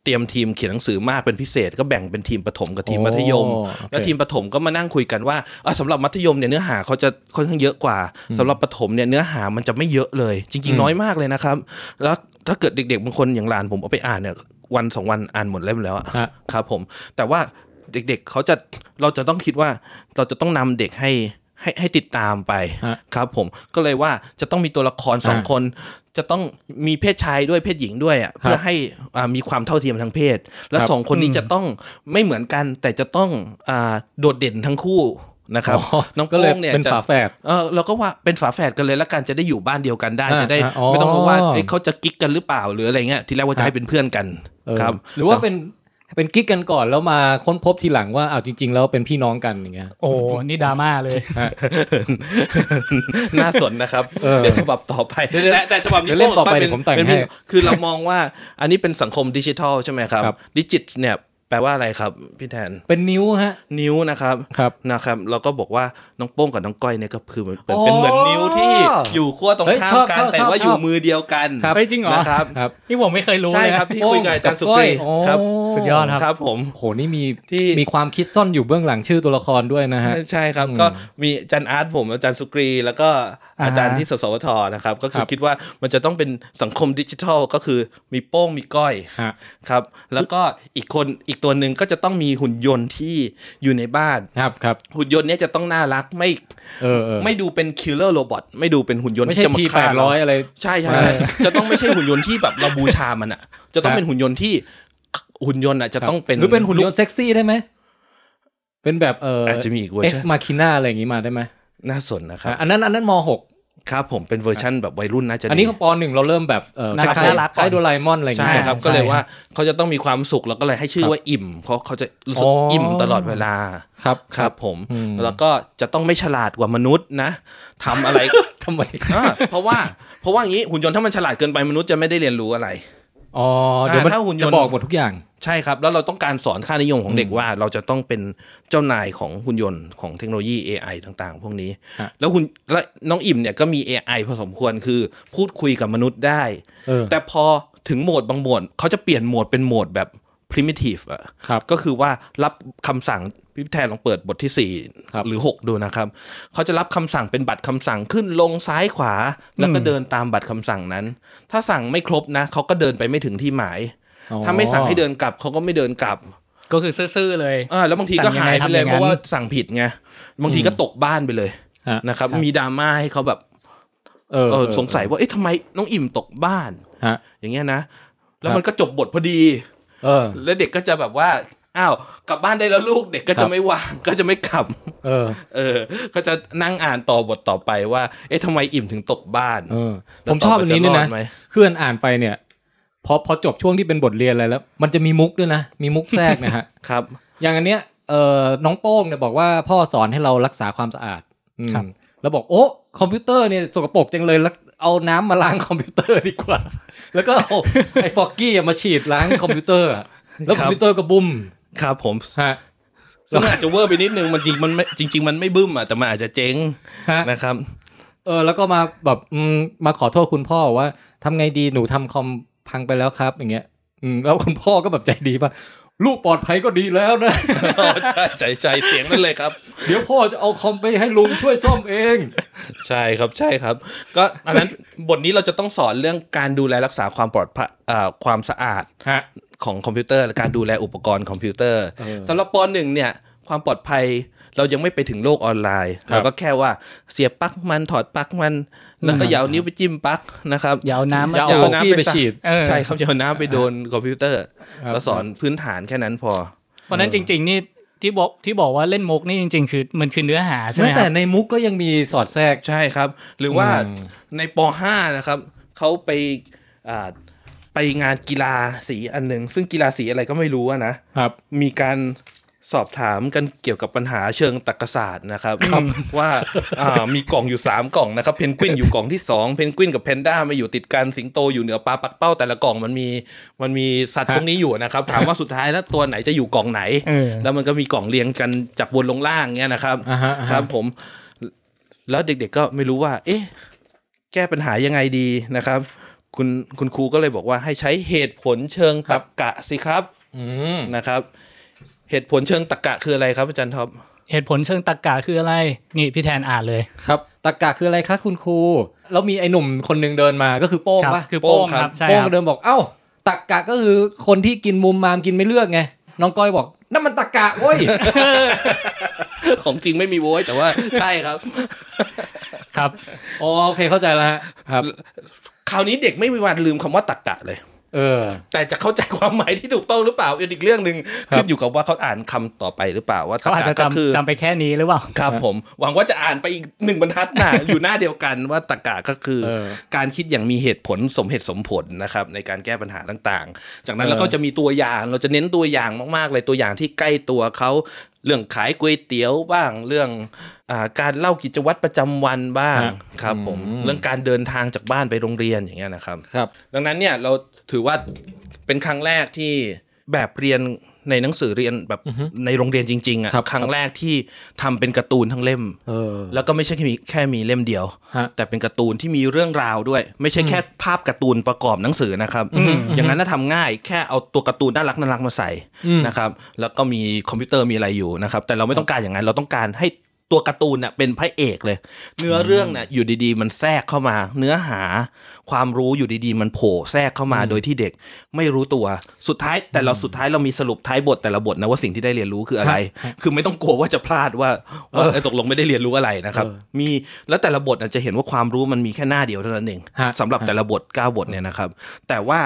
เตรียมทีมเขียนหนังสือมากเป็นพิเศษ ก็แบ่งเป็นทีมประถมกับทีม โอ้ มัธยม โอเค แล้วทีมประถมก็มานั่งคุยกันว่าอ่ะสำหรับมัธยมเนี่ยเนื้อหาเขาจะค่อนข้างเยอะกว่าสำหรับประถมเนี่ยเนื้อหามันจะไม่เยอะเลย จริง ๆ น้อยมากเลยนะครับ แล้วถ้าเกิดเด็กๆบางคนอย่างหลานผมเอาไปอ่านเนี่ยวันสองวันอ่านหมดเล่มแล้วอะ ฮะ ครับผมแต่ว่าเด็กๆเขาจะเราจะต้องคิดว่าเราจะต้องนำเด็กให้ให้ให้ติดตามไป ฮะ ครับผมก็เลยว่าจะต้องมีตัวละครสอง อ่า คน จะต้องมีเพศชายด้วยเพศหญิงด้วยอ่ะเพื่อให้อ่ามีความเท่าเทียมทางเพศ และ ครับ สองคนนี้ อืม จะต้องไม่เหมือนกัน แต่จะต้องอ่าโดดเด่นทั้งคู่นะครับ อ๋อ น้อง ก็เลย โป้งเนี่ย เป็น จะ ฝาแฝด เออเราก็ว่าเป็นฝาแฝดกันเลยละกันจะได้อยู่บ้านเดียวกันได้ อ่า จะได้ อ่าอ๋อ ไม่ต้องมาว่าเอ้ยเขาจะกิ๊กกันหรือเปล่าหรืออะไรเงี้ยทีแรกว่า ครั จะ บ ให้เป็นเพื่อนกัน เออ ครับ หรือว่าเป็นเป็นกิ๊กกันก่อนแล้วมาค้นพบทีหลังว่าอ้าวจริง ๆ แล้วเป็นพี่น้องกันอย่างเงี้ย โอ้โหนี่ดราม่าเลย น่าสนนะครับ เออ เดี๋ยวฉบับต่อไป เดี๋ยว แต่แต่ฉบับนี้ เดี๋ยวเล่มต่อไป โป้ง เดี๋ยวผมแต่ง เป็น ให้ คือเรามองว่าอันนี้เป็นสังคมดิจิทัลใช่ไหมครับ ครับ ดิจิตเนี่ยแปลว่าอะไรครับพี่แทน เป็นนิ้วฮะ นิ้วนะครับ ครับ นะครับเราก็บอกว่าน้องโป้งกับน้องก้อยเนี่ยก็คือเหมือนเป็น อ๋อ เป็นเหมือนนิ้วที่อยู่ขั้วตรง เฮ้ย ข้า ช ม อบ กัน ชอบ แต่ ชอบ ว่าอยู่ ชอบ มือเดียวกัน เฮ้ยจริงเหรอ นะครับ ครับ นี่ผมไม่เคยรู้ ใช่ เลย ครับ นะ ที่คุยกับอาจารย์สุกรี โอ้ ครับ สุดยอด ครับผม โอ้โหนี่มี ที่ มีความคิดซ่อนอยู่เบื้องหลังชื่อตัวละครด้วยนะฮะ ใช่ครับ อืม ก็มีอาจารย์อาร์ตผมอาจารย์สุกรี แล้วก็ อ่า อาจารย์ที่สสวทนะครับก็คื ค อ รับ คิดว่ามันจะต้องเป็นสังคมดิจิทัลก็คือมีโป้งมีก้อย ฮะ ครับแล้วก็อีกคนอีกตัวหนึ่งก็จะต้องมีหุ่นยนต์ที่อยู่ในบ้าน ครับครับ หุ่นยนต์เนี้ยจะต้องน่ารักไม่ เออเออ ไม่ดูเป็นคิลเลอร์โรบอทไม่ดูเป็นหุ่นยนต์ ไม่ใช่ ที่จะมา ทีแป ฆ่า ด เรา ร้อยอะไร ใช่ใช่ใช่ เออ จะต้องไม่ใช่หุ่นยนต์ที่แบบเราบูชามันอ่ะ จะต้อง ฮะ เป็นหุ่นยนต์ที่หุ่นยนต์อ่ะจะต้องเป็น หรือเป็นหุ่นยนต์เซ็กซี่ได้ไหม เป็นแบบเออ อาจจะมีอีกเวอ เอ็ ร์ ก ชั ซ์ น มาคิน่าอะไรอย่างงี้มาได้ไหม น่าสนนะครับ อ่ะอันนั้นอันนั้นมหก ครับผมเป็นเวอร์ชันแบบวัยรุ่นน่าจะดี อันนี้ของปหนึ่งเราเริ่มแบบเออ น่ารัก คล้าย น่ารัก คล้ายโดราเอมอนอะไรอย่าง ใช่ เงี้ย ครับ ใช่ ก็เลยว่า ใช่ เขาจะต้องมีความสุขแล้วก็เลยให้ชื่อว่าอิ่มเพราะเขาจะรู้สึก อ๋ออิ่ อิ่มตลอดเวลา ครับค ค รั รับ บผม อืม แล้วก็จะต้องไม่ฉลาดกว่ามนุษย์นะทำอะไร ทำไม อ่าเพราะว่าเพราะว่าอย่างนี้หุ่นยนต์ถ้ามันฉลาดเกินไปมนุษย์จะไม่ได้เรียนรู้อะไร อ๋อเดี๋ยวมัน ถ้าหุ่นย จะ นต์ บอกหมดทุกอย่าง ใช่ครับ แล้วเราต้องการสอนค่านิยมของเด็กว่าเราจะต้องเป็นเจ้านายของหุ่นยนต์ของเทคโนโลยี AI ต่างๆ พวกนี้ ฮะ แล้วหุ่นและน้องอิ่มเนี่ยก็มี AI พอสมควรคือพูดคุยกับมนุษย์ได้ เออ แต่พอถึงโหมดบางโหมดเขาจะเปลี่ยนโหมดเป็นโหมดแบบ primitive อะ ครับ ก็คือว่ารับคำสั่งพี่แทนลองเปิดบททีสี่ ครับ 4 หรือ 6 ดูนะครับ เขาจะรับคำสั่งเป็นบัตรคำสั่งขึ้นลงซ้ายขวา แล้วก็เดินตามบัตรคำสั่งนั้น ถ้าสั่งไม่ครบนะเขาก็เดินไปไม่ถึงที่หมาย อ๋อ ถ้าไม่สั่งให้เดินกลับเขาก็ไม่เดินกลับ ก็คือซื่อๆเลย อ่าแล้วบางทีก็ สั่งยัง หา ไง ยไปเลย ทำอย่างนั้น เพราะว่าสั่งผิดไงบางทีก็ตกบ้านไปเลย ฮะ นะครับ ครับ มีดราม่าให้เขาแบบ เออ เอ เอ อ อ สงสัยว่าเอ๊ะทำไมน้องอิ่มตกบ้าน ฮะ อย่างเงี้ยนะ แล้ คว รับ มันก็จบบทพอดี เออ แล้วเด็กก็จะแบบว่า อ้าว กลับบ้านได้แล้วลูก เด็กก็ ครั จะ บ ไม่วาง ก็จะไม่กลับ เออ เออ ก็จะนั่งอ่านต่อบทต่อไปว่า เอ๊ะทำไมอิ่มถึงตกบ้าน เออ แล้ ผ ว มชอบอันนี้ด้วย ต่อ นะ ไปจะรอดไหม คืออ่านไปเนี่ยพอพอจบช่วงที่เป็นบทเรียนอะไรแล้ว มันจะมีมุกด้วยนะ มีมุกแทรก นะฮะ ครับ อย่างอันเนี้ยเอ่อน้องโป้งเนี่ยบอกว่าพ่อสอนให้เรารักษาความสะอาดอืม ครับ แล้วบอกโอ้คอมพิวเตอร์เนี่ยสกปรกจังเลยแล้วเอาน้ำมาล้าง คอมพิวเตอร์ดีกว่า แล้วก็เอาไอ้ฟอกกี้อะมาฉีดล้างคอมพิวเตอร์อะแล้วค ครั อบ มพิวเตอร์ก็บุ้ม ครับผม ฮะ ซึ่งอาจจะเวอร์ไปนิดนึง มันจริงมันไม่จริง ๆ มันไม่บึ้มอ่ะ แต่มันอาจจะเจ๊ง ฮะ นะครับ เออแล้วก็มาแบบอืมมาขอโทษคุณพ่อว่าทำไงดีหนูทำคอมพังไปแล้วครับ อย่างเงี้ยอืมแล้วคุณพ่อก็แบบใจดีป่ะลูกปลอดภัยก็ดีแล้วนะ ใช่ใช่ใช่เสียงนั่นเลยครับ เดี๋ยวพ่อจะเอาคอมไปให้ลุงช่วยซ่อมเอง ใช่ครับใช่ครับ ก็อันนั้นบทนี้เราจะต้องสอนเรื่องการดูแลรักษาความปลอดภัยอ่าความสะอาด ฮะ ของคอมพิวเตอร์และการดูแลอุปกรณ์คอมพิวเตอร์ เออ สำหรับปหนึ่งเนี่ย ความปลอดภัยเรายังไม่ไปถึงโลกออนไลน์ ครับ เราก็แค่ว่าเสียบปลั๊กมันถอดปลั๊กมัน แล้วก็ อืม อยาวนิ้วไปจิ้มปลั๊กนะครับ อย่าเอาน้ำม อย่าเอาฟอกกี้ไปฉีด เออ ใช่ครับอยาวน้ำไปโดนคอมพิวเตอร์ ครับ เราสอนพื้นฐานแค่นั้นพอ ราะฉะนั้นจริง ๆ นี่ที่บอกที่บอกว่าเล่นมุกนี่จริง ๆ คือมันคือเนื้อหาใช่ไหม แม้ ค แต่ รับ ในมุกก็ยังมีสอดแทรก ใช่ครับ หรือว่า อืม ในป .5 นะครับเขาไปอ่าไปงานกีฬาสีอันหนึ่งซึ่งกีฬาสีอะไรก็ไม่รู้อะนะ ครับ มีการสอบถามกันเกี่ยวกับปัญหาเชิงตรรกศาสตร์นะครับ ว่าอ่ามีกล่องอยู่ 3 กล่องนะครับเพนกวินอยู่กล่องที่ 2 เพนกวินกับแพนด้ามาอยู่ติดกันสิงโตอยู่เหนือปลาปักเป้าแต่ละกล่องมันมีมันมีสัตว์ ฮะ พวกนี้อยู่นะครับ ถามว่าสุดท้ายแล้วตัวไหนจะอยู่กล่องไหน เออ แล้วมันก็มีกล่องเรียงกันจากบนลงล่างเงี้ยนะครับ อ่าฮะอ่า ค ฮะ รับผม แล้วเด็กๆก็ไม่รู้ว่า เอ๊ะ แก้ปัญหายังไงดีนะครับ คุณคุณครูก็เลยบอกว่าให้ใช้เหตุผลเชิงตรรกะสิครับ อืม นะครับ เหตุผลเชิงตรรกะคืออะไรครับอาจารย์ท็อป เหตุผลเชิงตรรกะคืออะไร นี่พี่แทนอ่านเลย ครับตะกะคืออะไรคะคุณครู แล้วมีไอ้หนุ่มคนหนึงเดินมาก็คือโป้ง ครับ ปะ คือโป้งครับใช่ โป้ง ครับ เดินบอกเอ้าตะกะก็คือคนที่กินมุมมามกินไม่เลือกไงน้องก้อยบอกนั่นมันตะกะโว้ย ของจริงไม่มีโว้ยแต่ว่า ใช่ครับ ครับ อ๋อโอเคเข้าใจแล้วฮะครับ คราวนี้เด็กไม่มีวันลืมคำว่าตรรกะเลย เออ แต่จะเข้าใจความหมายที่ถูกต้องหรือเปล่าอีกเรื่องหนึ่ง ครับ ขึ้นอยู่กับว่าเขาอ่านคำต่อไปหรือเปล่าว่าตร เขา ร อาจ กะ จะ ก็คือ จำจำไปแค่นี้หรือเปล่า ครับผม หวังว่าจะอ่านไปอีกหนึ่งบรรทัดหน้า อยู่หน้าเดียวกันว่าตรรกะก็คือ เออ การคิดอย่างมีเหตุผลสมเหตุสมผลนะครับในการแก้ปัญหาต่างๆ จากนั้นเราก็จะมีตัวอย่างเราจะเน้นตัวอย่างมากๆ เลยตัวอย่างที่ใกล้ตัวเขาเรื่องขายก๋วยเตี๋ยวบ้างเรื่องอาการเล่ากิจวัตรประจำวันบ้าง ฮะ ครับผม อืม เรื่องการเดินทางจากบ้านไปโรงเรียนอย่างเงี้ยนะครับ ครับ ดังนั้นเนี่ยเราถือว่าเป็นครั้งแรกที่แบบเรียนในหนังสือเรียนแบบในโรงเรียนจริงๆ ครับ อะ่ะครั้งแรกที่ทำเป็นการ์ตูนทั้งเล่ม เออ แล้วก็ไม่ใช่แค่มีแค่มีเล่มเดียว ฮะ แต่เป็นการ์ตูนที่มีเรื่องราวด้วย ไม่ใช่แค่ภาพการ์ตูนประกอบหนังสือนะครับ อืม อย่างนั้นน่าทำง่ายแค่เอาตัวการ์ตูนน่ารักน่ารักมาใส่ อืม นะครับ แล้วก็มีคอมพิวเตอร์มีอะไรอยู่นะครับ แต่เราไม่ต้องการอย่างนั้นเราต้องการให้ตัวการ์ตูนเน่ะเป็นพระเอกเลย เนื้อเรื่องน่ะอยู่ดีๆ มันแทรกเข้ามา เนื้อหาความรู้อยู่ดีๆ มันโผล่แทรกเข้ามาโดยที่เด็กไม่รู้ตัวสุดท้ายแต่เราสุดท้ายเรามีสรุปท้ายบทแต่ละบทนะว่าสิ่งที่ได้เรียนรู้คืออะไร คือไม่ต้องกลัวว่าจะพลาดว่าว่าเอ้ยตกลงไม่ได้เรียนรู้อะไรนะครับ เออ มีแล้วแต่ละบทอาจจะเห็นว่าความรู้มันมีแค่หน้าเดียวเท่านั้นเอง ฮะ สำหรับ ฮะ แต่ละบท 9 บทเนี่ยนะครับ แต่ว่า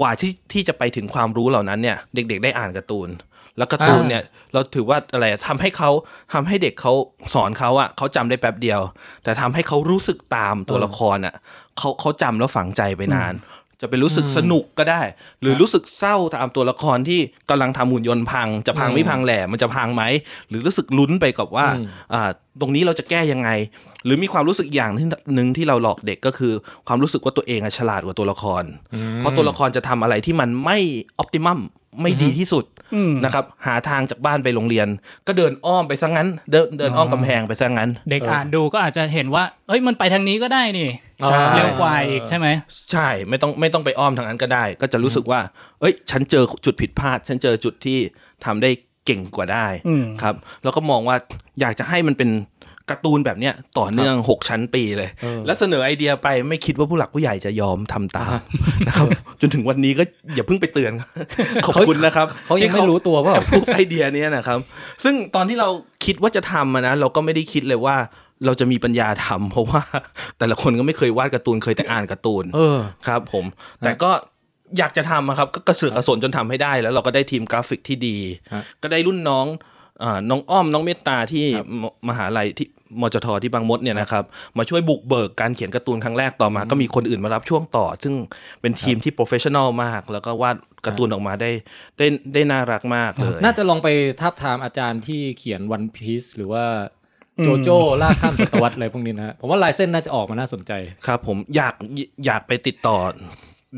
กว่าที่ที่จะไปถึงความรู้เหล่านั้นเนี่ย เด็ก ๆ ได้อ่านการ์ตูน แล้วการ์ตูนเนี่ยเราถือว่าอะไรอะทำให้เขาทำให้เด็กเขาสอนเขาอะเขาจำได้แป๊บเดียว แต่ทำให้เขารู้สึกตามตัวละครอะเขาเขาจำแล้วฝังใจไปนาน จะเป็นรู้สึกสนุกก็ได้ หรือรู้สึกเศร้าตามตัวละครที่กำลังทำหุ่นยนต์พัง จะพังไม่พังแหล่มันจะพังไหมหรือรู้สึกลุ้นไปกับว่าอ่า ตรงนี้เราจะแก้ยังไง หรือมีความรู้สึกอย่างที่หนึ่งที่เราหลอกเด็กก็คือ ความรู้สึกว่าตัวเองอะฉลาดกว่าตัวละคร เพราะตัวละครจะทำอะไรที่มันไม่ออ t ติมัมไม่ดีที่สุด อืม นะครับหาทางจากบ้านไปโรงเรียน ก็เดินอ้อมไปซะงั้น เดินเดินอ้อมกำแพงไปซะงั้น เด็กอ่านดูก็อาจจะเห็นว่าเอ้ยมันไปทางนี้ก็ได้นี่ ใช่ เร็วกว่าอีกใช่ไหม ใช่ไม่ต้องไม่ต้องไปอ้อมทางนั้นก็ได้ ก็จะรู้สึกว่า เอ้ย ฉันเจอจุดผิดพลาด ฉันเจอจุดที่ทำได้เก่งกว่าได้ อืม ครับ แล้วก็มองว่าอยากจะให้มันเป็นการ์ตูนแบบเนี้ยต่อเนื่อง 6 ชั้นปีเลย เออ แล้วเสนอไอเดียไปไม่คิดว่าผู้หลักผู้ใหญ่จะยอมทำตามนะครับ จนถึงวันนี้ก็อย่าเพิ่งไปเตื อน ขอบคุณนะครับ เขายังไม่รู้ตัวเปล่า พูดไอเดียเนี้ยนะครับ ซึ่งตอนที่เราคิดว่าจะทำอะนะเราก็ไม่ได้คิดเลยว่าเราจะมีปัญญาทำเพราะ ว่า แต่ละคนก็ไม่เคยวาดการ์ตูนเคยแต่อ่านการ์ตูน เออ ครับ ผม แต่ก็อยากจะทำอะครับก็กระเสือกกระสนจนทำให้ได้ แล้วเราก็ได้ทีมกราฟิกที่ดี ฮะ ก็ได้รุ่นน้องอ่าน้องอ้อมน้องเมตตาที่ ครับ มมหาลัยที่มจทที่บางมดเนี่ยนะครับมาช่วยบุกเบิกการเขียนการ์ตูนครั้งแรกต่อมา ก็มีคนอื่นมารับช่วงต่อ ซึ่งเป็นทีมที่โปรเฟชชั่นอลมาก แล้วก็วาดการ์ตูนออกมาได้ได้ได้น่ารักมากเลย น่าจะลองไปทาบทามอาจารย์ที่เขียนวันพีซหรือว่า อืม โจโจ้ล่าข้ามศตวรรษอะไรพวกนี้นะฮะผมว่าลายเส้นน่าจะออกมาน่าสนใจ ครับผมอยากอยากไปติดต่อ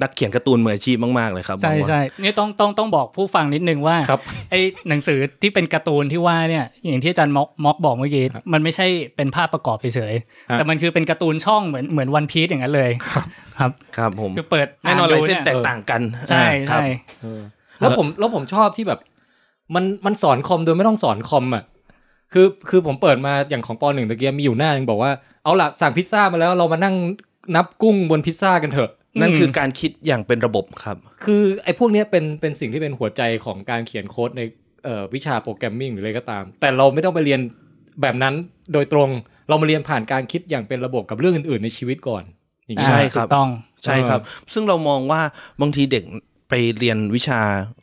นักเขียนการ์ตูนมืออาชีพมาก ๆ เลยครับ ใช่ หวังว่า ใช่เนี่ยต้องต้องต้องบอกผู้ฟังนิดนึงว่า ครับ ไอ้หนังสือที่เป็นการ์ตูนที่ว่าเนี่ยอย่างที่อาจารย์ม็อกม็อกบอกเมื่อกี้มันไม่ใช่เป็นภาพประกอบเฉยๆ ฮะ แต่มันคือเป็นการ์ตูนช่องเหมือนเหมือนวันพีซอย่างนั้นเลยครับ ครับผม คือเปิด แน่นอน ดู ลายเส้นแตก ย ต่างกัน ใช่ อ่าครับ ใช่ เออแล้วผมแล้วผมชอบที่แบบ มันมันสอนคอมโดยไม่ต้องสอนคอมอ่ะคือคือผมเปิดมาอย่างของปหนึ่งตะเกียมีอยู่หน้าหนึงบอกว่าเอาละสั่งพิซซ่ามาแล้วเรามานั่งนับกุ้งบนพิซซ่ากันเถอะ นั่นคือ ม การคิดอย่างเป็นระบบครับ คือไอ้พวกเนี้ยเป็นเป็นสิ่งที่เป็นหัวใจของการเขียนโค้ดในเอ่อวิชาโปรแกรมมิ่งหรืออะไรก็ตาม แต่เราไม่ต้องไปเรียนแบบนั้นโดยตรงเรามาเรียนผ่านการคิดอย่างเป็นระบบกับเรื่องอื่นๆในชีวิตก่อนอย่างนี้ ใช่ นะ ครับ ถูกต้อง ใช่ครับ ซึ่งเรามองว่าบางทีเด็ก ไปเรียนวิชา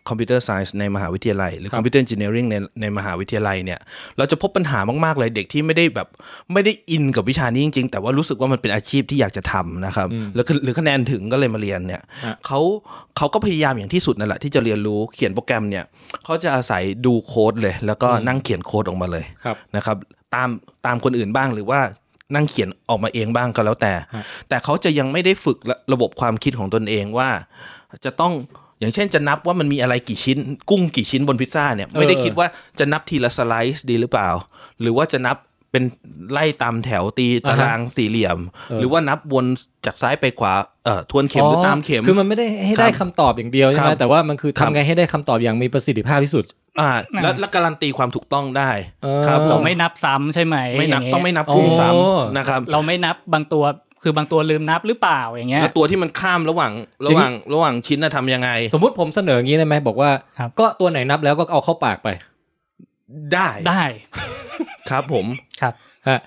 คอมพิวเตอร์ไซส์ในมหาวิทยาลัย หรือคอมพิวเตอร์เอนจิเนียริงในในมหาวิทยาลัยเนี่ย เราจะพบปัญหามากๆเลยเด็กที่ไม่ได้แบบไม่ได้อินกับวิชานี้จริง ๆ แต่ว่ารู้สึกว่ามันเป็นอาชีพที่อยากจะทำนะครับ แล้วก็หรือคะแนนถึงก็เลยมาเรียนเนี่ยเขาเขาก็พยายามอย่างที่สุดนั่นแหละที่จะเรียนรู้เขียนโปรแกรมเนี่ยเขาจะอาศัยดูโค้ดเลย แล้วก็นั่งเขียนโค้ดออกมาเลย ครับ นะครับตามตามคนอื่นบ้างหรือว่านั่งเขียนออกมาเองบ้างก็แล้วแต่ ฮะ แต่เขาจะยังไม่ได้ฝึกระระบบความคิดของตนเองว่า จะต้องอย่างเช่นจะนับว่ามันมีอะไรกี่ชิ้น กุ้งกี่ชิ้นบนพิซซ่าเนี่ยไม่ได้คิดว่าจะนับทีละสไลซ์ดีหรือเปล่า หรือว่าจะนับเป็นไล่ตามแถวตีตารางสี่เหลี่ยม หรือว่านับวนจากซ้ายไปขวาเอ่อทวนเข็มหรือตามเข็ม คือมันไม่ได้ให้ได้ ค คำ รับ ตอบอย่างเดียวใช่ไห ค ม รับ แต่ว่ามันคือ ครั ทำ บ ไงให้ได้คำตอบอย่างมีประสิทธิภาพที่สุด อ่าและ อ่า และการันตีความถูกต้องได้ เออ ครับผ เรา ม ไม่นับซ้ำใช่ไหม ไม่นับ ย่าเย ต้องไม่นับกุ้งซ้ โอ้ ำนะครับ เราไม่นับบางตัวคือบางตัวลืมนับหรือเปล่าอย่างเงี้ย แล้วตัวที่มันข้ามระหว่างระหว่างระหว่างชิ้นนะทำยังไง สมมุติผมเสนออย่างนี้ได้ไหมบอกว่า ครับ ก็ตัวไหนนับแล้วก็เอาเข้าปากไป ได้ ได้ ครับผม ครับ ฮะ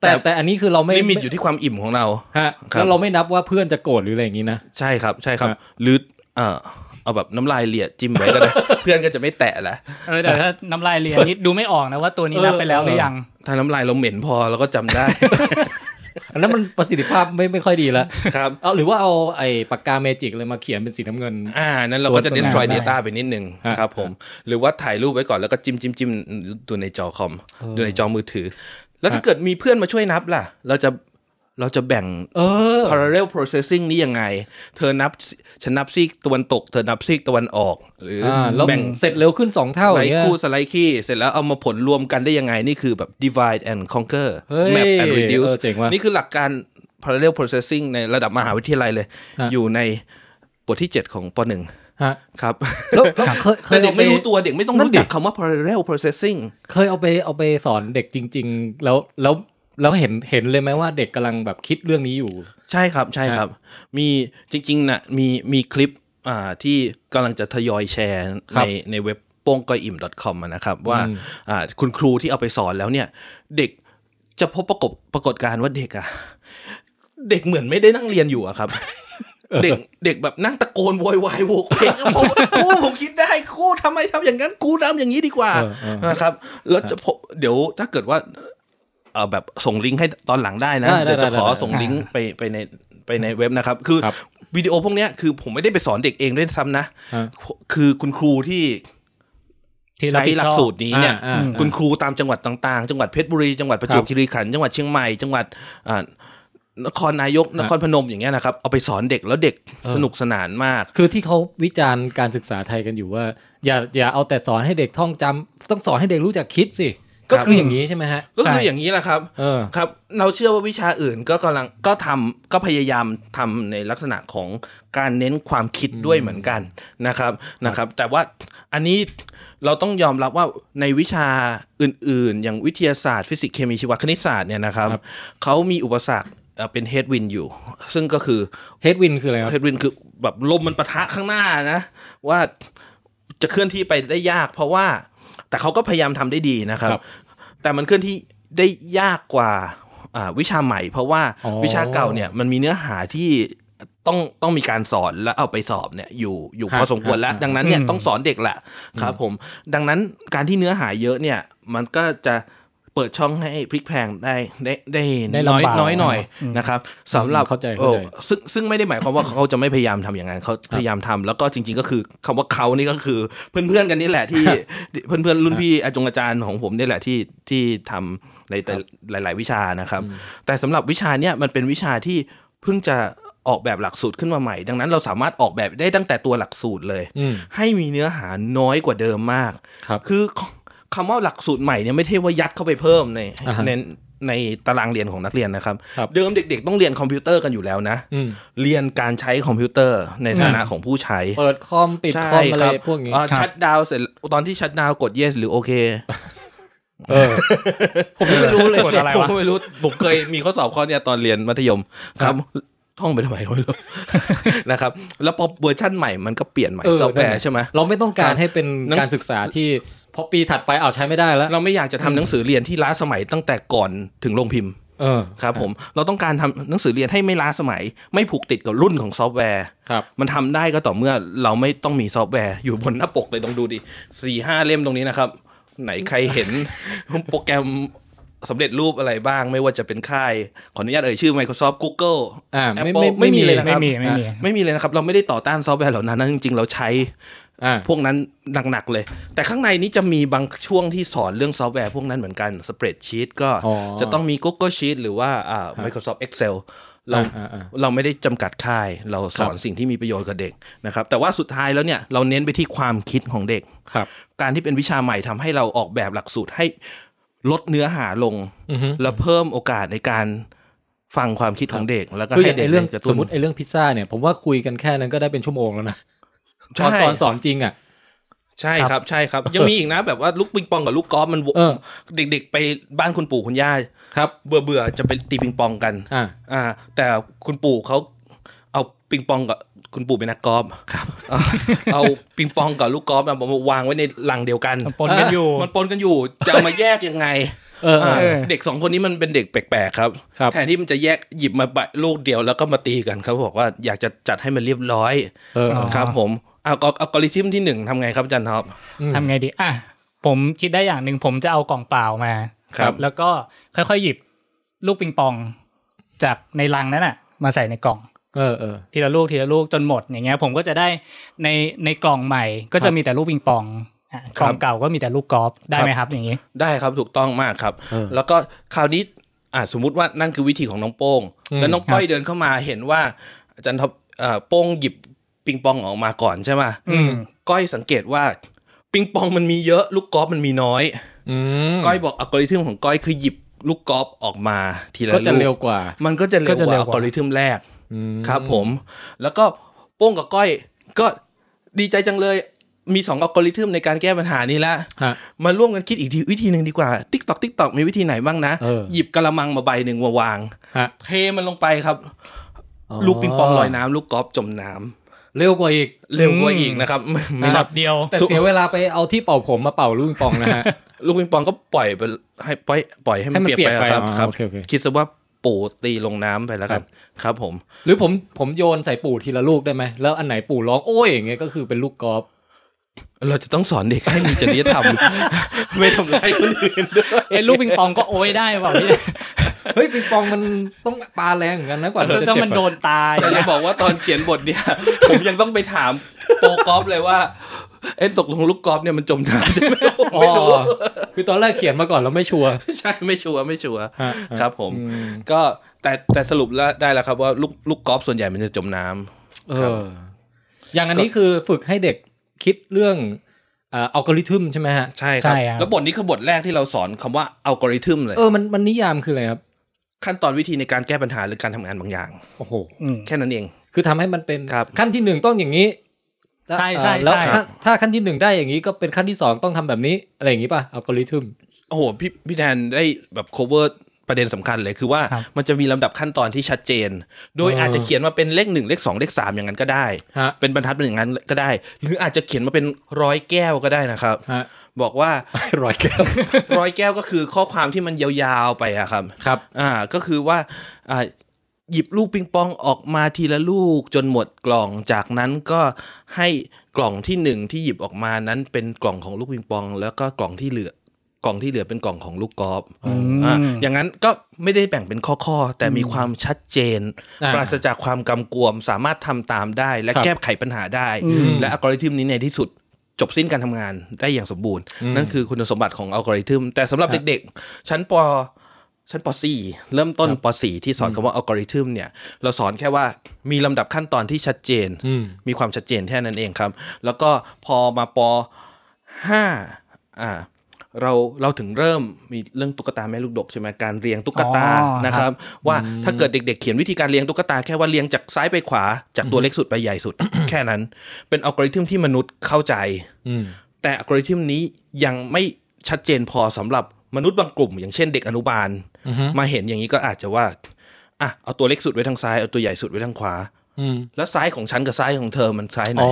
แต่ แต่ แต่อันนี้คือเราไม่ ลิมิตอยู่ที่ความอิ่มของเรา ฮะ ครับ แล้วเราไม่นับว่าเพื่อนจะโกรธหรืออะไรอย่างนี้นะ ใช่ครับ ใช่ครับ ฮะ หรือเออเอาแบบน้ำลายเลียดจิ้มไว้ก็ ได้ เพื่อนก็จะไม่แตะละ เออแต่ถ้าน้ำลายเลียนิดดูไม่ออกนะว่าตัวนี้นับไปแล้วหรือยัง ถ้าน้ำลายเราเหม็นพอเราก็จำได้ อันนั้นมันประสิทธิภาพไม่ไม่ค่อยดีแล้ว ครับ เอาหรือว่าเอาไอ้ปากกาเมจิกอะไรมาเขียนเป็นสีน้ำเงิน อ่านั้นเราก็จะ ตัว destroy ได้ data ไปนิดนึง ฮะ ครับผม หรือว่าถ่ายรูปไว้ก่อนแล้วก็จิ้มจิ้มจิ้มดูในจอคอม เออ ดูในจอมือถือ แล้วถ้าเกิดมีเพื่อนมาช่วยนับล่ะ เราจะเราจะแบ่ง เออ parallel processing นี่ยังไง เธอนับซิฉันนับซีกตะวันตก เธอนับซีกตะวันออก หรือ อ่าแล้ว แบ่ง เสร็จเร็วขึ้นสอง ส เท่าอ ไล ย่าง ด์ เงี้ย คู่สไลด์ขี้เสร็จแล้วเอามาผลรวมกันได้ยังไง นี่คือแบบ divide and conquer เฮ้ย map and reduce เออเจ๋งว่ะ นี่คือหลักการ parallel processing ในระดับมหาวิทยาลัยเลย ฮะ อยู่ในบทที่ 7 ของป .1 ฮะ ครับ แล้วแล้วเคยเค แต่ ย เด็ก เอาป ไม่รู้ตัวเด็กไม่ต้อง นั่น รู้ ดิ จักคำว่า parallel processing เคยเอาไปเอาไปสอนเด็กจริง ๆ แล้วแล้วแล้วเห็นเห็นเลยไหมว่าเด็กกำลังแบบคิดเรื่องนี้อยู่ ใช่ครับใช่ครับ มีจริงๆนะมีมีคลิปอ่าที่กำลังจะทยอยแชร์ ครั ใน บ ในเว็บโป้งก็อิ่ม .com อะนะครับ ว่า อืม อ่าคุณครูที่เอาไปสอนแล้วเนี่ย เด็กจะพบปรากฏปรากฏการณ์ว่าเด็กอะเด็กเหมือนไม่ได้นั่งเรียนอยู่อะครับ เด็กเด็กแบบนั่งตะโกนโวยวายโวกเพลงผมครูผมคิดได้ครูทำไมทำอย่างนั้นครูทำอย่างนี้ดีกว่า เออเออ นะครับแล้วจะพบเดี๋ยวถ้าเกิดว่าเออแบบส่งลิงก์ให้ตอนหลังได้นะ ได้ได้ เดี๋ยวจะขอ ได้ได้ ส่งลิงก์ไปไปในไปในเว็บนะครับ คือ ครับ วิดีโอพวกเนี้ยคือผมไม่ได้ไปสอนเด็กเองด้วยซ้ำนะ ฮะ คือคุณครูที่ ที่เรา ใช้ ผิด หลั ช ก อบ สูตรนี้เนี่ย อ่าอ่า คุณครูตามจังหวัดต่างๆ จังหวัดเพชรบุรีจังหวัดประจวบ ครับ คีรีขันธ์จังหวัดเชียงใหม่จังหวัดอ่านครนายกนครพนมอย่างเงี้ยนะครับเอาไปสอนเด็กแล้วเด็ก เออ สนุกสนานมาก คือที่เขาวิจารณ์การศึกษาไทยกันอยู่ว่า อย่าอย่าเอาแต่สอนให้เด็กท่องจำต้องสอนให้เด็กรู้จักคิดสิ ก็ ครับ คืออย่างนี้ใช่ไหมฮะ ก็คือ ใช่ อย่างนี้แหละครับ เออ ครับเราเชื่อว่าวิชาอื่นก็กำลังก็ทำก็พยายามทำในลักษณะของการเน้นความคิดด้วยเหมือนกันนะครับนะครับ แต่ว่าอันนี้เราต้องยอมรับว่าในวิชาอื่น ๆ อย่างวิทยาศาสตร์ฟิสิกส์เคมีชีวคณิตศาสตร์เนี่ยนะครับ ครับ เขามีอุปสรรคเอ่อเป็นเฮดวินอยู่ ซึ่งก็คือ เฮดวินคืออะไรครับ เฮดวินคือแบบลมมันปะทะข้างหน้านะ ว่าจะเคลื่อนที่ไปได้ยาก เพราะว่า แต่เขาก็พยายามทำได้ดีนะครับ ครับ แต่มันเคลื่อนที่ได้ยากกว่าอ่าวิชาใหม่ เพราะว่า อ๋อ วิชาเก่าเนี่ยมันมีเนื้อหาที่ต้องต้องมีการสอนแล้วเอาไปสอบเนี่ยอยู่อยู่พอสมควรแล้ว ดังนั้นเนี่ย อืม ต้องสอนเด็กแหละครับผมดังนั้นการที่เนื้อหาเยอะเนี่ยมันก็จะเปิดช่องให้พลิกแพลงได้ได้ได้ ได้ น้ ลำ อย บาก น้อยหน่อยนะครับสำหรับ เข้าใจ อ่อ เข้าใจ ซึ่งซึ่งไม่ได้หมายความ ว่าเขาจะไม่พยายามทำอย่างนั้นเขาพยายามทำแล้วก็จริง ๆ ก็คือคำว่าเขานี่ก็คือเพื่อนๆกันนี่แหละที่ เพื่อนๆรุ่นพี่อาจงอาจารย์ของผมนี่แหละที่ที่ทำในแต่หลาย ๆ วิชานะครับ แต่สำหรับวิชาเนี่ยมันเป็นวิชาที่เพิ่งจะออกแบบหลักสูตรขึ้นมาใหม่ ดังนั้นเราสามารถออกแบบได้ตั้งแต่ตัวหลักสูตรเลย อืม ให้มีเนื้อหาน้อยกว่าเดิมมาก ครับ คือคำว่าหลักสูตรใหม่เนี่ยไม่ใช่ว่ายัดเข้าไปเพิ่มใน อ่าฮะ ในในตารางเรียนของนักเรียนนะครับ ครับ เดิมเด็ก ๆ ต้องเรียนคอมพิวเตอร์กันอยู่แล้วนะ อืม เรียนการใช้คอมพิวเตอร์ในฐานะของผู้ใช้ เปิดคอมปิดคอมอะไรพวกนี้ ชัดดาวเสร็จตอนที่ชัดดาวกด yes หรือโอเค เออ ผมไม่รู้เลย กดอะไรวะ ผมไม่รู้ผมเคยมีข้อสอบข้อเนี้ยตอนเรียนมัธยมค ครั รับบ ท่องไปทำไมก็ไม่รู้ นะครับ แล้วพอเวอร์ชั่นใหม่มันก็เปลี่ยนใหม่ เออ ซอฟต์แว นั่นแห ร์ ละ ใช่ไหม เราไม่ต้องการให้เป็น หนัง การศึกษาที่พอปีถัดไปเอาใช้ไม่ได้แล้ว เราไม่อยากจะทำหนังสือเรียนที่ล้าสมัยตั้งแต่ก่อนถึงโรงพิมพ์ เ เออ ครับผมเราต้องการทำหนังสือเรียนให้ไม่ล้าสมัย ไม่ผูกติดกับรุ่นของซอฟต์แวร์ ครับ มันทำได้ก็ต่อเมื่อเราไม่ต้องมีซอฟต์แวร์อยู่บนหน้าปกเลยลองดูดิสี่ห้าเล่มตรงนี้นะครับ ไหนใครเห็น โปรแกรมสำเร็จรูปอะไรบ้าง ไม่ว่าจะเป็นค่าย ขออนุญาตเอ่ยชื่อ Microsoft Google อ่า Apple ไม่ไม่ ไม่มีเลยนะค ไม่ รับ มีไม่มี ไม่มีเลยนะครับ เราไม่ได้ต่อต้านซอฟต์แวร์เหล่านั้นนะจริงๆ เราใช้ อ่า พวกนั้นหนักๆเลย แต่ข้างในนี้จะมีบางช่วงที่สอนเรื่องซอฟต์แวร์พวกนั้นเหมือนกันสเปรดชีตก็ อ๋อ จะต้องมี Google Sheet หรือว่าอ่า Microsoft Excel เรา อ่าอ่าอ่า เราไม่ได้จำกัดค่าย เราสอนสิ่งที่มีประโยชน์กับเด็กนะครับ แต่ว่าสุดท้ายแล้วเนี่ย เราเน้นไปที่ความคิดของเด็ก ครับ การที่เป็นวิชาใหม่ทำให้เราออกแบบหลักสูตรให้ลดเนื้อหาลง อือฮึ และเพิ่มโอกาสในการฟังความคิดของเด็ก แล้วก็ คืออ ให้ ย่าง เด็ ไอก เรื่อง ได้กะ ส ตุ้น มมติไอเรื่องพิซซ่าเนี่ยผมว่าคุยกันแค่นั้นก็ได้เป็นชั่วโมงแล้วนะ ใช่ ตอนสอนสอนจริงอ่ะ ใช่ครับใช่ครับ ยังมีอีกนะแบบว่าลูกปิงปองกับลูกกอล์ฟมันว เออ เด็กๆ ไปบ้านคุณปู่คุณย่า ครับ เบื่อเบื่อๆจะไปตีปิงปองกัน อ่า อ่า แต่คุณปู่เขาเอาปิงปองกับคุณปู่เป็นนักกอล์ฟครับ เอาปิงปองกับลูกกอล์ฟมาวางไว้ในลังเดียวกัน มันปนกันอยู่ มันปนกันอยู่จะเอามาแยกยังไง เออเออ อ่า เออ เด็กสองคนนี้มันเป็นเด็กแปลกๆครับ ครับ แทนที่มันจะแยกหยิบมาบะลูกเดียวแล้วก็มาตีกันเขาบอกว่าอยากจะจัดให้มันเรียบร้อย เออ อ๋อ ครับ ผมเอาเอาเอากริทึมที่หนึ่งทำไงครับอาจารย์ท็อป อืม ทำไงดี อ่ะ ผมคิดได้อย่างหนึ่งผมจะเอากล่องเปล่ามา ครับ แล้วก็ค่อยๆหยิบลูกปิงปองจากในลังนั้นน่ะ มาใส่ในกล่อง เออเออ ทีละลูกทีละลูกจนหมดอย่างเงี้ย ผมก็จะได้ในในกล่องใหม่ ก็จะมีแต่ลูกปิงปองอ่ะกล่องเก่าก็มีแต่ลูกกอล์ฟได้ไหมครับอย่างงี้ ได้ครับถูกต้องมากครับ เออ แล้วก็คราวนี้อ่าสมมุติว่านั่นคือวิธีของน้องโป้ง อืม แล้วน้องก้อยเดินเข้ามาเห็นว่าอาจารย์ท็อปเอ่อโป้งหยิบปิงปองออกมาก่อนใช่ไหม อืม ก้อยสังเกตว่าปิงปองมันมีเยอะลูกกอล์ฟมันมีน้อย อืม ก้อยบอกอัลกอริทึมของก้อยคือหยิบลูกกอล์ฟออกมาทีละ ก็จะ ลู เร็ว ก กว่า มันก็จะเร็ ก็ ว จะ ก เร็ ว่าว อัล กว่า กอริทึมแรก อืม ครับผมแล้วก็โป้งกับก้อยก็ดีใจจังเลยมีสองอัลกอริทึมในการแก้ปัญหานี้ละ ฮะ มาร่วมกันคิดอีกทีวิธีหนึ่งดีกว่าติ๊กตอกติ๊กตอกมีวิธีไหนบ้างนะ เออ หยิบกระมังมาใบหนึ่งมาวาง ฮะ เทมันลงไปครับ ลูกปิงปองลอยน้ำลูกกอล์ฟจมน้ำ เร็วกว่าอีก เร็วกว่าอีกนะครับไม่ไม่ใช่ช็อตเดียว แต่เสียเวลาไปเอาที่เป่าผมมาเป่าลูกปิงปองนะฮะ ลูกปิงปองก็ปล่อยไปให้ปล่อยปล่อยให้มัน ให้มัน เปียก เปียกไปไปครับ อ๋อ ครับ โอเคโอเค คิดซะว่าปู่ตีลงน้ำไปแล้วกัครันบ ครับผม หรือผมผมโยนใส่ปู่ทีละลูกได้ไหมแล้วอันไหนปู่ร้องโอ้ยอย่างเงี้ยก็คือเป็นลูกกอล์ฟ เราจะต้องสอนเด็กให้มีจริยธรร ม ไม่ทำร้ายคนอื่นด้วย เอ้ยลูกปิงปองก็โอ้ยได้เปล่าพี่ เฮ้ยปิงปองมันต้องปาแรงเหมือนกันนะกว่า แล้ว จะ ถ้า เจ็บ มันโดนตาย แต่จะบอกว่าตอนเขียนบทเนี่ย ผมยังต้องไปถามโปรกอล์ฟเลยว่าเอ้ตกลงลูกกอล์ฟเนี่ยมันจมน้ำใช่ไหมผม อ๋อ ไม่รู้ คือตอนแรกเขียนมาก่อนแล้วไม่ชัวร์ ใช่ ไม่ชัวร์ไม่ชัวร์ ฮะ ครับผม ก็แต่แต่สรุปแล้วได้แล้วครับว่าลูกลูกกอล์ฟส่วนใหญ่มันจะจมน้ำ เอ ครับ อ อย่างอันนี้คือฝึกให้เด็กคิดเรื่องเอ่อัลกอริทึมใช่ไหมฮะ ใช่ครับ ใช่ครับ แล้วบทนี้คือบทแรกที่เราสอนคำว่าอัลกอริทึมเลย เออมันมันนิยามคืออะไรครับ ขั้นตอนวิธีในการแก้ปัญหาหรือการทำงานบางอย่าง โอ้โห อืม แค่นั้นเอง คือทำให้มันเป็น ครับ ขั้นที่หนึ่งต้องอย่างนี้ ใช่ใช่ เอ่อแล้ว ใช่ ขั้นถ้าขั้นที่หนึ่งได้อย่างนี้ก็เป็นขั้นที่สองต้องทำแบบนี้ อะไรอย่างนี้ป่ะอัลกอริทึม โอ้โหพี่พี่แดนได้แบบ cover ประเด็นสำคัญเลยคือว่า ครับ มันจะมีลำดับขั้นตอนที่ชัดเจน โดย เอออ อาจจะเขียนมาเป็นเลขหนึ่งเลขสองเลขสามอย่างนั้นก็ได้ ฮะ เป็นบรรทัดเป็นอย่างนั้นก็ได้ หรืออาจจะเขียนมาเป็นร้อยแก้วก็ได้นะครับ ฮะ บอกว่า ร้อยแก้ว ร้อยแก้วก็คือข้อความที่มันยาวๆไปอะครับ ครับ อ่าก็คือว่าอ่าหยิบลูกปิงปองออกมาทีละลูกจนหมดกล่องจากนั้นก็ให้กล่องที่หนึ่งที่หยิบออกมานั้นเป็นกล่องของลูกปิงปอง แล้วก็กล่องที่เหลือกล่องที่เหลือเป็นกล่องของลูกกอล์ฟ อืม อ่ะอย่างนั้นก็ไม่ได้แบ่งเป็นข้อๆ แต่มีความชัดเจน อ่า ปราศจากความกำกวม สามารถทำตามได้ และ ครับ แก้ไขปัญหาได้ อืม และอัลกอริทึมนี้ในที่สุดจบสิ้นการทำงานได้อย่างสมบูรณ์ อืม นั่นคือคุณสมบัติของอัลกอริทึม แต่สำหรับ ครับ เด็กๆ ชั้นปชั้นป .4 เริ่มต้นป .4 ที่สอนคำว่าอัลกอริทึมเนี่ย เราสอนแค่ว่ามีลำดับขั้นตอนที่ชัดเจน อืม มีความชัดเจนแค่นั้นเองครับ แล้วก็พอมาปห้าอ่า เราเราถึงเริ่มมีเรื่องตุ๊กตาแม่ลูกดกใช่ไหมการเรียงตุ๊กตา อ๋อ นะครับ ว่าถ้าเกิดเด็ก ๆ เขียนวิธีการเรียงตุ๊กตาแค่ว่าเรียงจากซ้ายไปขวา จากตัวเล็กสุดไปใหญ่สุด แค่นั้น เป็นอัลกอริทึมที่มนุษย์เข้าใจ อืม แต่อัลกอริทึมนี้ยังไม่ชัดเจนพอสำหรับมนุษย์บางกลุ่ม อย่างเช่นเด็กอนุบาล อือฮึ มาเห็นอย่างนี้ก็อาจจะว่าอ่ะเอาตัวเล็กสุดไว้ทางซ้ายเอาตัวใหญ่สุดไว้ทางขวา อืม แล้วซ้ายของฉันกับซ้ายของเธอมันซ้ายไหน อ๋อ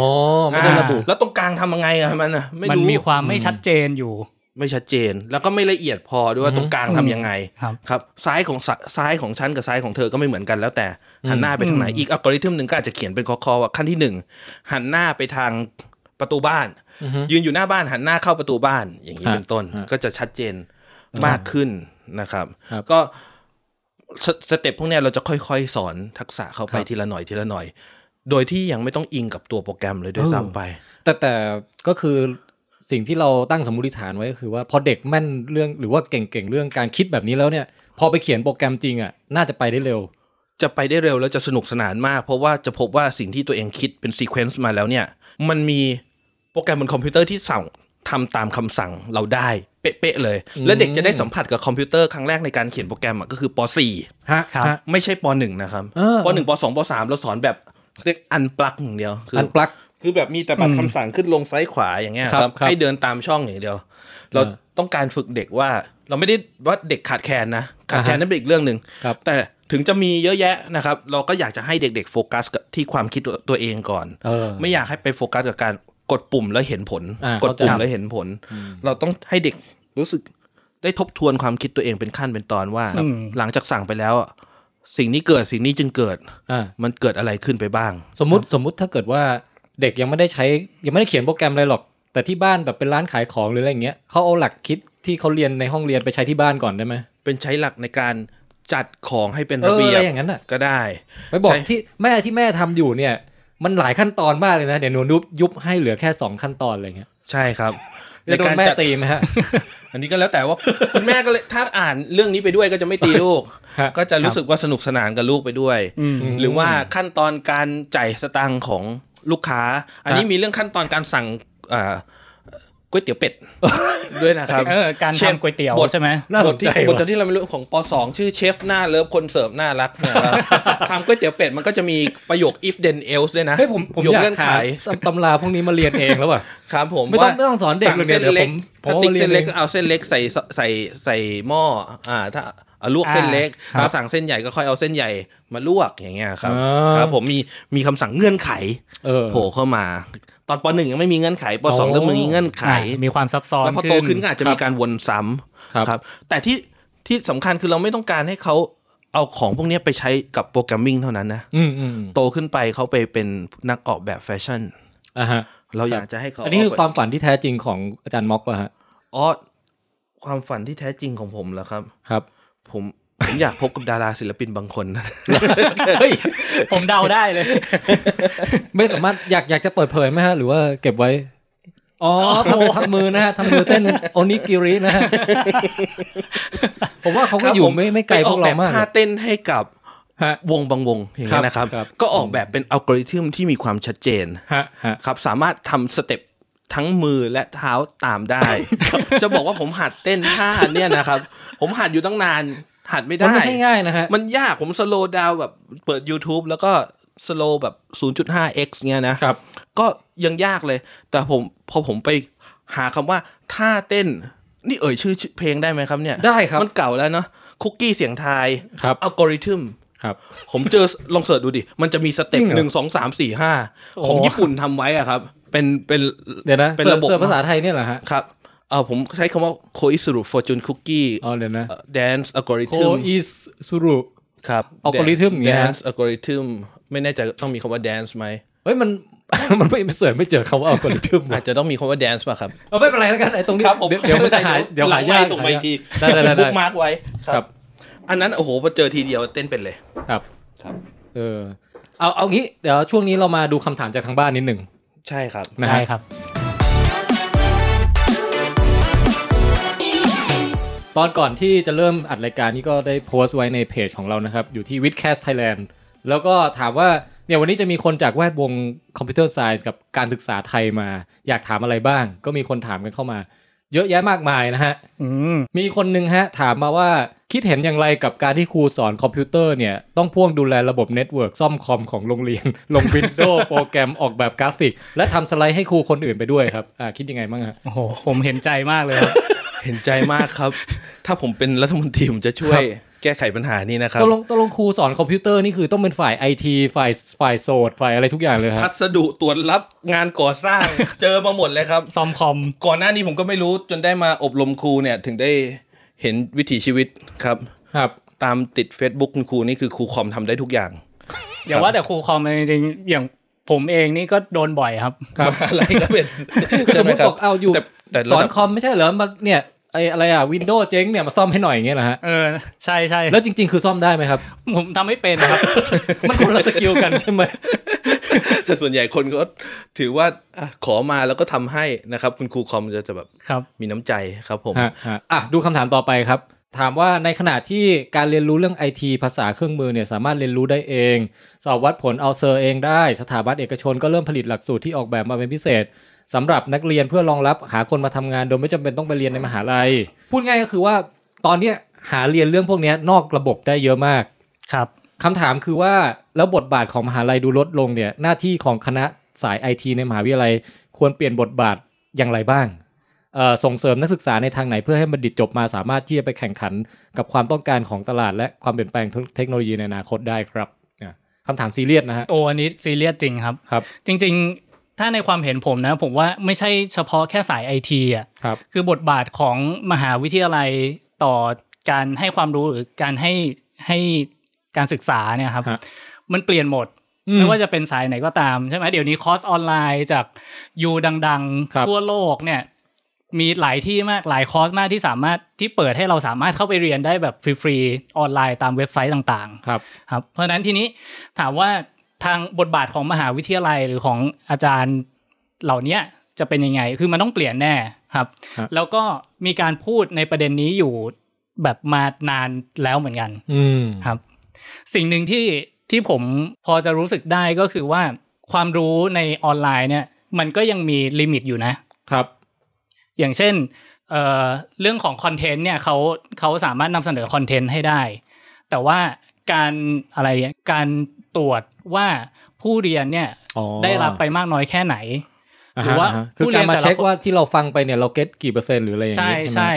ไม่ต้องระบุ อ่าแล้วตรงกลางทำยังไงอะมันอะไม่ มัน รู้ มีความไม่ชัดเจนอยู่ ไม่ชัดเจน แล้วก็ไม่ละเอียดพอด้วยว่า อือฮึ ตรงกลางทำยังไง ครับ ครับซ้ายของสซ้ายของฉันกับซ้ายของเธอก็ไม่เหมือนกันแล้วแต่หันหน้าไปทางไหน อืม อีกอัลกอริทึมหนึ่งก็อาจจะเขียนเป็นข้อคอว่าขั้นที่หนึ่งหันหน้าไปทางประตูบ้าน อือฮึ ยืนอยู่หน้าบ้านหันหน้าเข้าประตูบ้านอย่างนี้ ฮะ เป็นต้น ฮะ ก็จะชัดเจนมากขึ้นนะครับ ครับ ก็สสเต็ปพวกเนี้ยเราจะค่อยๆ สอนทักษะเข้าไปทีละหน่อยทีละหน่อย โดยที่ยังไม่ต้องอิงกับตัวโปรแกรมเลยด้วยซ้ำไป แต่แต่ก็คือสิ่งที่เราตั้งสมมติฐานไว้ก็คือว่าพอเด็กแม่นเรื่องหรือว่าเก่งๆเรื่องการคิดแบบนี้แล้วเนี่ย พอไปเขียนโปรแกรมจริงอ่ะน่าจะไปได้เร็ว จะไปได้เร็วแล้วจะสนุกสนานมาก เพราะว่าจะพบว่าสิ่งที่ตัวเองคิดเป็นซีเควนซ์มาแล้วเนี่ย มันมีโปรแกรมบนคอมพิวเตอร์ที่สั่งทำตามคำสั่งเราได้ เป๊ะๆเลย และเด็กจะได้สัมผัสกับคอมพิวเตอร์ครั้งแรกในการเขียนโปรแกรมอะก็คือป .4 ฮะ ครับ ไม่ใช่ป .1 นะครับ เออ ป .1 ป .2 ป .3 เราสอนแบบเรียกอันปลักอย่างเดียวคื อันปลัก คือแบบมีแต่บัต อื ร ม คำสั่งขึ้นลงซ้ายขวาอย่างเงี้ย ครับ ครับ ครับ ให้เดินตามช่องอย่างเดียว เรา เออ ต้องการฝึกเด็กว่าเราไม่ได้ว่าเด็กขาดแคลนนะขาดแคลอ่านฮะ นั่นเป็นอีกเรื่องหนึ่ง ครับ แต่ถึงจะมีเยอะแยะนะครับ เราก็อยากจะให้เด็กๆโฟกัสกับที่ความคิดตัวเองก่อน เออ ไม่อยากให้ไปโฟกัสกับการกดปุ่มแล้วเห็นผล อ่าก เข้า ด ใจ ปุ่มแล้วเห็นผล เราต้องให้เด็กรู้สึกได้ทบทวนความคิดตัวเองเป็นขั้นเป็นตอนว่า อืม หลังจากสั่งไปแล้วอะสิ่งนี้เกิดสิ่งนี้จึงเกิด อ่า มันเกิดอะไรขึ้นไปบ้าง สมมติสมมุติถ้าเกิดว่าเด็กยังไม่ได้ใช้ยังไม่ได้เขียนโปรแกรมอะไรหรอก แต่ที่บ้านแบบเป็นร้านขายของหรืออะไรอย่างเงี้ยเขาเอาหลักคิดที่เขาเรียนในห้องเรียนไปใช้ที่บ้านก่อนได้ไหม เป็นใช้หลักในการจัดของให้เป็น เอ ระ อ เบีย อะ บ ไรอย่างนั้นอ่ะ ก็ได้ ไปบอก ใช่ ที่แม่ที่แม่ทำอยู่เนี่ย มันหลายขั้นตอนมากเลยนะ เดี๋ยวหนูนุบยุบให้เหลือแค่สองขั้นตอนอะไรเงี้ย ใช่ครับ ใน จะโดน การ แม่ จัด ตีไหมฮะ อันนี้ก็แล้วแต่ว่า คุณแม่ก็เลยถ้าอ่านเรื่องนี้ไปด้วยก็จะไม่ตี ลูก ฮะ ก็จะรู้สึกว่าสนุกสนานกับลูกไปด้วย อืม หรือว่าขั้นตอนการจ่ายสตังค์ของลูกค้า อันนี้มีเรื่องขั้นตอนการสั่งอ่าก๋วยเตี๋ยว เป็ด ด้วยนะครับ เออการ เช่น ทำก๋วยเตี๋ยว บท ใช่ไหม น่า บ ส ท น ที่ ใจ บท ว่ะ ที่เราไม่รู้ของป .2 ชื่อเชฟหน้าเลิฟคนเสิร์ฟน่ารักเนี่ย ครับ ทำก๋วยเตี๋ยวเป็ดมันก็จะมีประโยค if then else ด้วยนะ เฮ้ยผมผม โย อยาก เงื่อนไข หาตำราพวกนี้มาเรียนเองแล้วอ่ะ ครับผม ไม่ต้อง ว่า ไม่ต้องสอนเด็ก สั่ง เลยเนี่ย เส้นเล็ก เดี๋ ถ้า ยวผมผมเอามาติ๊กเรียน เส้นเล็ก เอง ก็เอาเส้นเล็กใส่ใส่ใส่ใส่หม้ออ่าถ้าเอาลวกเส้นเล็ก อ่าครับ ถ้าสั่งเส้นใหญ่ก็ค่อยเอาเส้นใหญ่มาลวกอย่างเงี้ยครับ อ่า ครับผมมีมีคำสั่งเงื่อนไข เออ โผล่เข้ามา ตอนปหนึ่งยังไม่มีเงื่อนไขปสอง โอ้ เริ่มมีเงื่อนไข อ่ะมีความซับซ้อน แล้วพอโตขึ้นก็อาจจะมีการวนซ้ำ ครับ ครับ แต่ที่ที่สำคัญคือเราไม่ต้องการให้เขาเอาของพวกเนี้ยไปใช้กับโปรแกรมมิ่งเท่านั้นนะ อืมอืม โตขึ้นไปเขาไปเป็นนักออกแบบแฟชั่น อ่ะฮะ เราอ ครับ ยากจะให้เขา อันนี้คือ เไป ความฝันที่แท้จริงของอาจารย์ม็อกป่ะฮะ อ๋อความฝันที่แท้จริงของผมเหรอครับ ครับ ผมผมอยากพบกับดาราศิลปินบางคน นะ เฮ้ยผมเดาได้เลย ไม่สามารถอยากอยากจะเปิดเผยไหมฮะ หรือว่าเก็บไว้ อ๋อทำทำมือนะฮะทำมือเต้นโอนิกิรินะฮะ ผมว่าเขาก็อยู่ไม่ไม่ไกลพวกเรามาก ปออแบบท่าเต้นให้กับ ฮะ วงบางวงอย่างเงี้ย ครับ นะคครับรับ ก็ออกแบบเป็นอัลกอริทึมที่มีความชัดเจน ฮะฮะ ครับสามารถทำสเต็ปทั้งมือและเท้าตามได้ จะบอกว่าผมหัดเต้นท่าเนี่ยนะครับ ผมหัดอยู่ตั้งนานหัดไม่ มัน ได้ ไม่ใช่ง่ายนะฮะ มันยากผมสโลดาวแบบเปิด YouTube แล้วก็สโลแบบ 0.5x เงี้ยนะ ครับ ก็ยังยากเลย แต่ผมพอผมไปหาคำว่าท่าเต้น นี่เอ่ยชื่อชื่อเพลงได้ไหมครับเนี่ย ได้ครับ มันเก่าแล้วเนาะคุกกี้เสียงไทาย ครับ อัลกอริทึม ครับ ผมเจอลองเสิร์ชดูดิ มันจะมีสเต็ จ ป ริงเหรอ หนึ่งสองสามสี่ห้าของ โอ้ ญี่ปุ่นทำไว้อะครับ เป็นเป็น เดี๋ยวนะ เป็น เสิร์ ระ ฟ บบ เสิร์ฟภาษาไทยเนี่ยเหรอฮะ ครับเออผมใช้คำว่า c o i s u r u fortune cookie อ๋อเดี๋ยวนะ dance โค algorithm อิสุรุ ครับ algorithm อย่างเงี้ยฮะ dance algorithm ไม่แน่ใจต้องมีคำว่า dance ไหม เฮ้ยมัน มันไม่เสิร์ฟไม่เจอคำว่าอัลกอริทึม อาจจะต้องมีคำว่า dance ป่ะครับ เอาไม่เป็นไรแล้วกันไอ้ตรงนี้ ครับผม เดี๋ยวเดี๋ยวมันจะหาเดี๋ยวหายาก ส่งไปอีกที ได้ได้ได้ บุ๊ ได้ กมาร์กไว้ ครับ อันนั้นโอ้โหพอเจอทีเดียวเต้นเป็นเลย ครับ ครับ เออ เอาเอางี้ เดี๋ยวช่วงนี้เรามาดูคำถามจากทางบ้านนิดหนึ่ง ใช่ครับ นะ ได้ ฮะ ครับ ตอนก่อนที่จะเริ่มอัดรายการนี่ก็ได้โพสต์ไว้ในเพจของเรานะครับ อยู่ที่ w i t c a s t Thailand แล้วก็ถามว่าเนี่ยวันนี้จะมีคนจากแวดวงคอมพิวเตอร์ไซส์กับการศึกษาไทยมา อยากถามอะไรบ้าง ก็มีคนถามกันเข้ามา เยอะแยะมากมายนะฮะ อืม มีคนหนึ่งฮะ ถามมาว่าคิดเห็นอย่างไรกับการที่ครูสอนคอมพิวเตอร์เนี่ย ต้องพ่วงดูแลระบบเน็ตเวิร์กซ่อมคอมของโรงเรียน ลงวินโดว์โปรแกรมออกแบบกราฟิก และทำสไลด์ให้ครูคนอื่นไปด้วยครับอ่าคิดยังไงบ้างฮะ โอ้โห ผมเห็นใจมากเลยครับ เห็นใจมากครับ ถ้าผมเป็นรัฐมนตรีผมจะช่ว ครั ย บ แก้ไขปัญหานี้นะครับ ตกลงตกลงครูสอนคอมพิวเตอร์นี่คือต้องเป็นฝ่ายไอทีฝ่ายฝ่ายโสดฝ่ายอะไรทุกอย่างเลยค พั รับ สดุตรวจรับงานก่อสร้าง เจอมาหมดเลยครับ ซอมคอม ก่อนหน้านี้ผมก็ไม่รู้จนได้มาอบรมครูเนี่ย ถึงได้เห็นวิถีชีวิตครับ ครับ ตามติด Facebook คุณครูนี่คือครูคอมทำได้ทุกอย่าง อย่าว่าแต่ครูคอมเลยจริงๆอย่างผมเองนี่ก็โดนบ่อยครับ ครับ อะไรก็เป็น คือ สมมติ ใช่ไหครับ บอกเอาอยู่ แต่แต่ระ สอน ดับ คอมไม่ใช่เหรอมาเนี่ยไออะไรอ่ะวินโดว์เจ๊งเนี่ยมาซ่อมให้หน่อยอย่างเงี้ยเหรอฮะ เออ ใช่ใช่ แล้วจริง ๆ คือซ่อมได้ไหมครับ ผมทำไม่เป็นครับ มันคนละสกิลกันใช่ไหม แต่ส่วนใหญ่คนก็ถือว่าอ่ะขอมาแล้วก็ทำให้นะครับ คุณครูคอมจะจะแบบ ครับ มีน้ำใจครับผม ฮะฮะอ่ะดูคำถามต่อไปครับ ถามว่าในขณะที่การเรียนรู้เรื่องไอทีภาษาเครื่องมือเนี่ยสามารถเรียนรู้ได้เอง สอบวัดผลเอาเซอร์เองได้ สถาบันเอกชนก็เริ่มผลิตหลักสูตรที่ออกแบบมาเป็นพิเศษสำหรับนักเรียนเพื่อรองรับหาคนมาทำงานโดยไม่จำเป็นต้องไปเรียนในมหาลัย พูดง่ายก็คือว่าตอนเนี้ยหาเรียนเรื่องพวกเนี้ยนอกระบบได้เยอะมาก ครับ คำถามคือว่าแล้วบทบาทของมหาลัยดูลดลงเนี่ยหน้าที่ของคณะสายไอทีในมหาวิทยาลัยควรเปลี่ยนบทบาทอย่างไรบ้าง เอ่อส่งเสริมนักศึกษาในทางไหนเพื่อให้บัณฑิตจบมาสามารถที่จะไปแข่งขันกับความต้องการของตลาดและความเปลี่ยนแปลงเทคโนโลยีในอนาคตได้ครับเนี่ยคำถามซีเรียสนะฮะ โอ้อันนี้ซีเรียสจริงครับ ครับ จริง ๆ ถ้าในความเห็นผมนะ ผมว่าไม่ใช่เฉพาะแค่สายไอทีอ่ะ ครับ คือบทบาทของมหาวิทยาลัยต่อการให้ความรู้หรือการให้ให้การศึกษาเนี่ยครับ ฮะ มันเปลี่ยนหมด อื ไม่ว่าจะเป็นสายไหนก็ตามใช่ไหมเดี๋ยวนี้คอร์สออนไลน์จากยูดัง ครับ ๆ ทั่วโลกเนี่ย มีหลายที่มากหลายคอร์สมากที่สามารถที่เปิดให้เราสามารถเข้าไปเรียนได้แบบฟรีๆออนไลน์ตามเว็บไซต์ต่างๆ ครับ ครับเพราะฉะนั้นทีนี้ถามว่าทางบทบาทของมหาวิทยาลัยหรือของอาจารย์เหล่าเนี้ยจะเป็นยังไง คือมันต้องเปลี่ยนแน่ครับ ฮะ แล้วก็มีการพูดในประเด็นนี้อยู่แบบมานานแล้วเหมือนกัน อืม ครับสิ่งหนึ่งที่ที่ผมพอจะรู้สึกได้ก็คือว่าความรู้ในออนไลน์เนี่ยมันก็ยังมีลิมิตอยู่นะ ครับ อย่างเช่นเอ่อเรื่องของคอนเทนต์เนี่ยเขาเขาสามารถนำเสนอคอนเทนต์ให้ได้ แต่ว่าการอะไรอะการตรวจว่าผู้เรียนเนี่ย อ๋อ ได้รับไปมากน้อยแค่ไหน หรือว่า ฮะฮะ ผู้ คือ เรี กาย ร น มา แต่ละ เช็ค คน ว่าที่เราฟังไปเนี่ยเราเก็ตกี่เปอร์เซ็นต์หรืออะไรอย่าง ใช่ เงี้ยใช่ไหม ใช่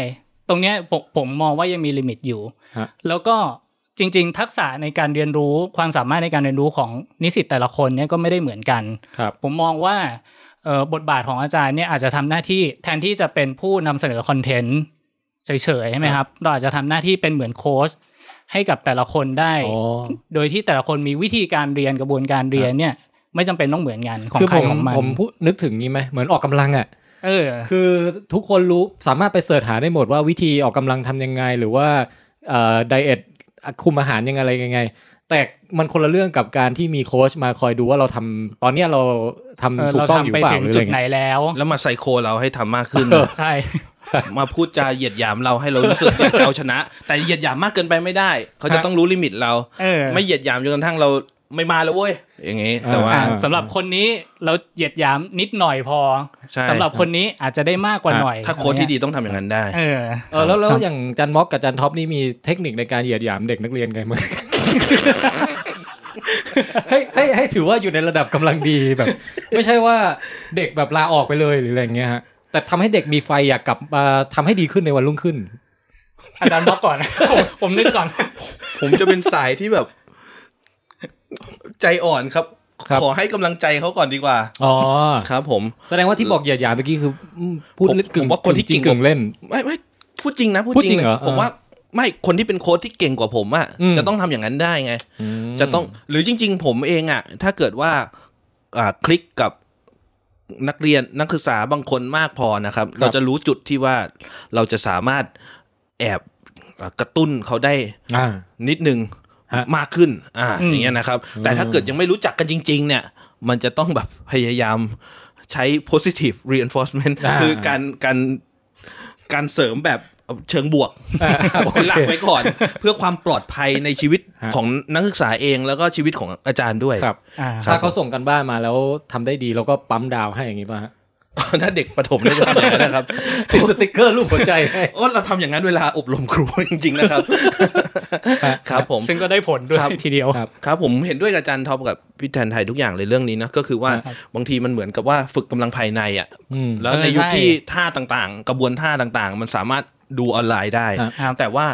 ตรงเนี้ยผมผมมองว่ายังมีลิมิตอยู่ ฮะ แล้วก็จริง ๆ ทักษะในการเรียนรู้ความสามารถในการเรียนรู้ของนิสิตแต่ละคนเนี่ยก็ไม่ได้เหมือนกัน ครับ ผมมองว่าเอ่อบทบาทของอาจารย์เนี่ยอาจจะทำหน้าที่แทนที่จะเป็นผู้นำเสนอคอนเทนต์เฉยๆใช่ไหมครับ เราอาจจะทำหน้าที่เป็นเหมือนโค้ชให้กับแต่ละคนได้ อ๋อ โดยที่แต่ละคนมีวิธีการเรียนกระบวนการเรียนเนี่ยไม่จำเป็นต้องเหมือนกันของ คือ ใคร ผม ของมัน ผมพูดนึกถึงนี้ไหมเหมือนออกกำลังอ่ะ เออ คือทุกคนรู้สามารถไปเสิร์ชหาได้หมดว่าวิธีออกกำลังทำยังไง หรือว่าไดเอทคุมอาหารยังไงอะไรยังไง แต่มันคนละเรื่องกับการที่มีโค้ชมาคอยดูว่าเราทำตอนเนี้ยเราทำ เออ ถูก เรา ต้องอยู่ ทำไป เปล่า ถึง หรือ จุ อะ ด ไร ไหน เงี้ย แล้ว แล้วมาไซโคเราให้ทำมาก ขึ้น ใช่ มาพูดจาเหยียดหยามเราให้เรารู้สึกอยากจะเอาชนะ แต่เหยียดหยามมากเกินไปไม่ได้ เขาจะ ฮะ ต้องรู้ลิมิตเรา เออ ไม่เหยียดหยามจนกระทั่งเราไม่มาแล้วเว้ยอย่างงี้ แต่ว่า อ่ะ อ่า สำหรับคนนี้เราเหยียดหยามนิดหน่อยพอ ใช่ สำหรับคนนี้อาจจะได้มากกว่าหน่อย ถ้าโค้ชที่ดีต้องทำอย่างนั้นได้ เออ เออแล้วแล้ว ครับ อย่างจันม็อกกับจันท็อปนี่มีเทคนิคในการเหยียดหยามเด็กนักเรียนไงมั้ง ให้ให้ให้ถือว่าอยู่ในระดับกำลังดีแบบ ไม่ใช่ว่าเด็กแบบลาออกไปเลยหรืออะไรอย่างเงี้ยฮะแต่ทำให้เด็กมีไฟอยากกลับมาทำให้ดีขึ้นในวันรุ่งขึ้น อาจารย์บอกก่อน ผมผมนึกก่อน ผมจะเป็นสายที่แบบ ใจอ่อนครับ ครับ ขอให้กำลังใจเขาก่อนดีกว่า อ๋อ ครับ ผม แสดงว่าที่บอกหยาดหยามเมื่อกี้คืออืมพูด ผม เล่นกึ่ง ผมว่าคนที่ จริง เก่ กึ่ ง งเล่น ไม่ไม่พูดจริงนะพูด พูดจริง นะ เหรอเออ ผมว่าไม่คนที่เป็นโค้ชที่เก่งกว่าผมอะ อืม จะต้องทำอย่างนั้นได้ไง จะต้องหรือจริง ๆ ผมเองอะถ้าเกิดว่าอ่าคลิกกับนักเรียนนักศึกษาบางคนมากพอนะครับ เราจะรู้จุดที่ว่าเราจะสามารถแอบอ่ากระตุ้นเขาได้ อ่า นิดนึง ฮะ มากขึ้น อ่า อืม อย่างเงี้ยนะครับ แต่ถ้าเกิดยังไม่รู้จักกันจริง ๆ เนี่ย มันจะต้องแบบพยายามใช้ positive reinforcement อ่า คือการการการเสริมแบบเชิงบวก อ่าโอ เป็นหลั เค กไว้ ก่อน เพื่อความปลอดภัยในชีวิต ฮะ ของนักศึกษาเองแล้วก็ชีวิตของอาจารย์ด้วย ครับ อ่า ครับ ถ้าเขาส่งกันบ้านมาแล้วทำได้ดีเราก็ปั๊มดาวให้อย่างงี้ป่ะฮะ ถ้าเด็กประถมได้ทำอย่างนั้นนะครับ ติดสติกเกอร์รูปหัวใจให้ โอ้เราทำอย่างนั้นเวลาอบรมครู จริง ๆ นะครับ ครับผม ซึ่งก็ได้ผลด้วย ครับ ทีเดียว ครับ ครับผมเห็นด้วยกับอาจารย์ท็อปกับพี่แทนไทยทุกอย่างเลยเรื่องนี้นะก็คือว่า ครับ บางทีมันเหมือนกับว่าฝึกกำลังภายในอ่ะ อืม แล้ว เออ ในยุค ใช่ ที่ท่าต่างๆ กระบวนท่าต่างๆ มันสามารถดูออนไลน์ได้ ครับ ครับ แต่ว่า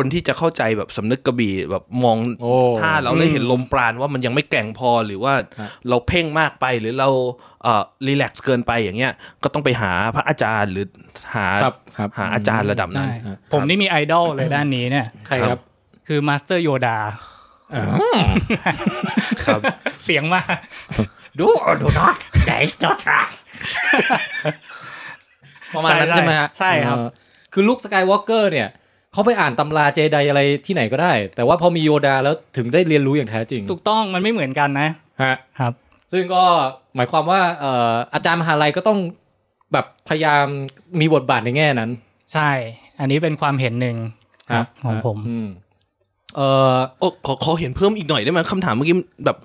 คนที่จะเข้าใจแบบสำนึกกระบี่แบบมอง โอ้ ถ้าเราได้เห็นลมปราณว่ามันยังไม่แกร่งพอหรือว่า ครับ เราเพ่งมากไปหรือเราเอ่อรีแลกซ์เกินไปอย่างเงี้ย ก็ต้องไปหาพระอาจารย์หรือหา ครับครับ หาอาจารย์ระดับนั้น ใช่ผมนี่มีไอดอลเลยด้านนี้เนี่ย ใครครับ คือมาสเตอร์โยดา อ่า ครับ เสียงมา ดูดูนะ there is no try ประมาณนั้น ใช่ ใช่ไหมฮะ ใช่ครับ เออคือลุคสกายวอล์กเกอร์เนี่ยเขาไปอ่านตำราเจไดอะไรที่ไหนก็ได้ แต่ว่าพอมีโยดาแล้วถึงได้เรียนรู้อย่างแท้จริง ถูกต้องมันไม่เหมือนกันนะ ฮะ ครับ ซึ่งก็หมายความว่าเอ่ออาจารย์มหาลัยก็ต้องแบบพยายามมีบทบาทในแง่นั้น ใช่ อันนี้เป็นความเห็นหนึ่งครับของผม อืเออ โอ้ขอขอเห็นเพิ่มอีกหน่อยได้ไหมคำถามเมื่อกี้แบบ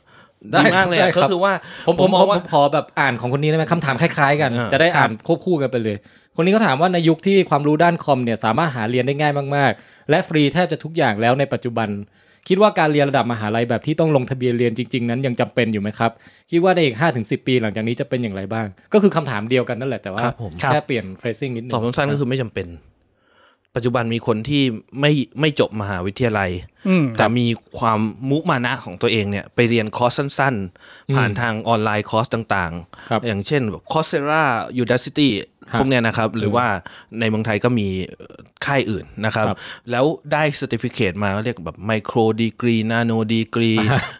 ได้ ดีมากเลย ได้ อะ ครั ก็ บ คือว่า ผมผม ม ม อ อง ง ว่า ว่าขอแบบอ่านของคนนี้ได้ไหมคำถามคล้ายๆกัน อ่า จะได้อ่านควบคู่กันไปเลย คนนี้เขาถามว่าในยุคที่ความรู้ด้านคอมเนี่ยสามารถหาเรียนได้ง่ายมากๆ และฟรีแทบจะทุกอย่างแล้วในปัจจุบัน คิดว่าการเรียนระดับมหาลัยแบบที่ต้องลงทะเบียนเรียนจริง ๆ นั้นยังจำเป็นอยู่ไหมครับ คิดว่าในอีก5้ถึงสิปีหลังจากนี้จะเป็นอย่างไรบ้าง ก็คือคำถามเดียวกันนั่นแหละแต่ว่า ครับผม แค่เปลี่ยน phrasing นิดหนึ ตอบ ง สั้นๆก็คือไม่จำเป็น ปัจจุบันมีคนที่ไม่ไม่จบมหาวิทยาลัย อืม แต่มีความมุมานะของตัวเองเนี่ย ไปเรียนคอร์สสั้นๆ ผ่านทางออนไลน์คอร์สต่าง ครับ ๆ อย่างเช่นแบบคอร์สเซรายูดัสซิตี้ ฮะ พวกเนี้ยนะครับ หรือว่าในเมืองไทยก็มีค่ายอื่นนะครับ ครับ แล้วได้สติฟิเคตมาเรียกแบบไมโครดีกรีนาโนดีก รี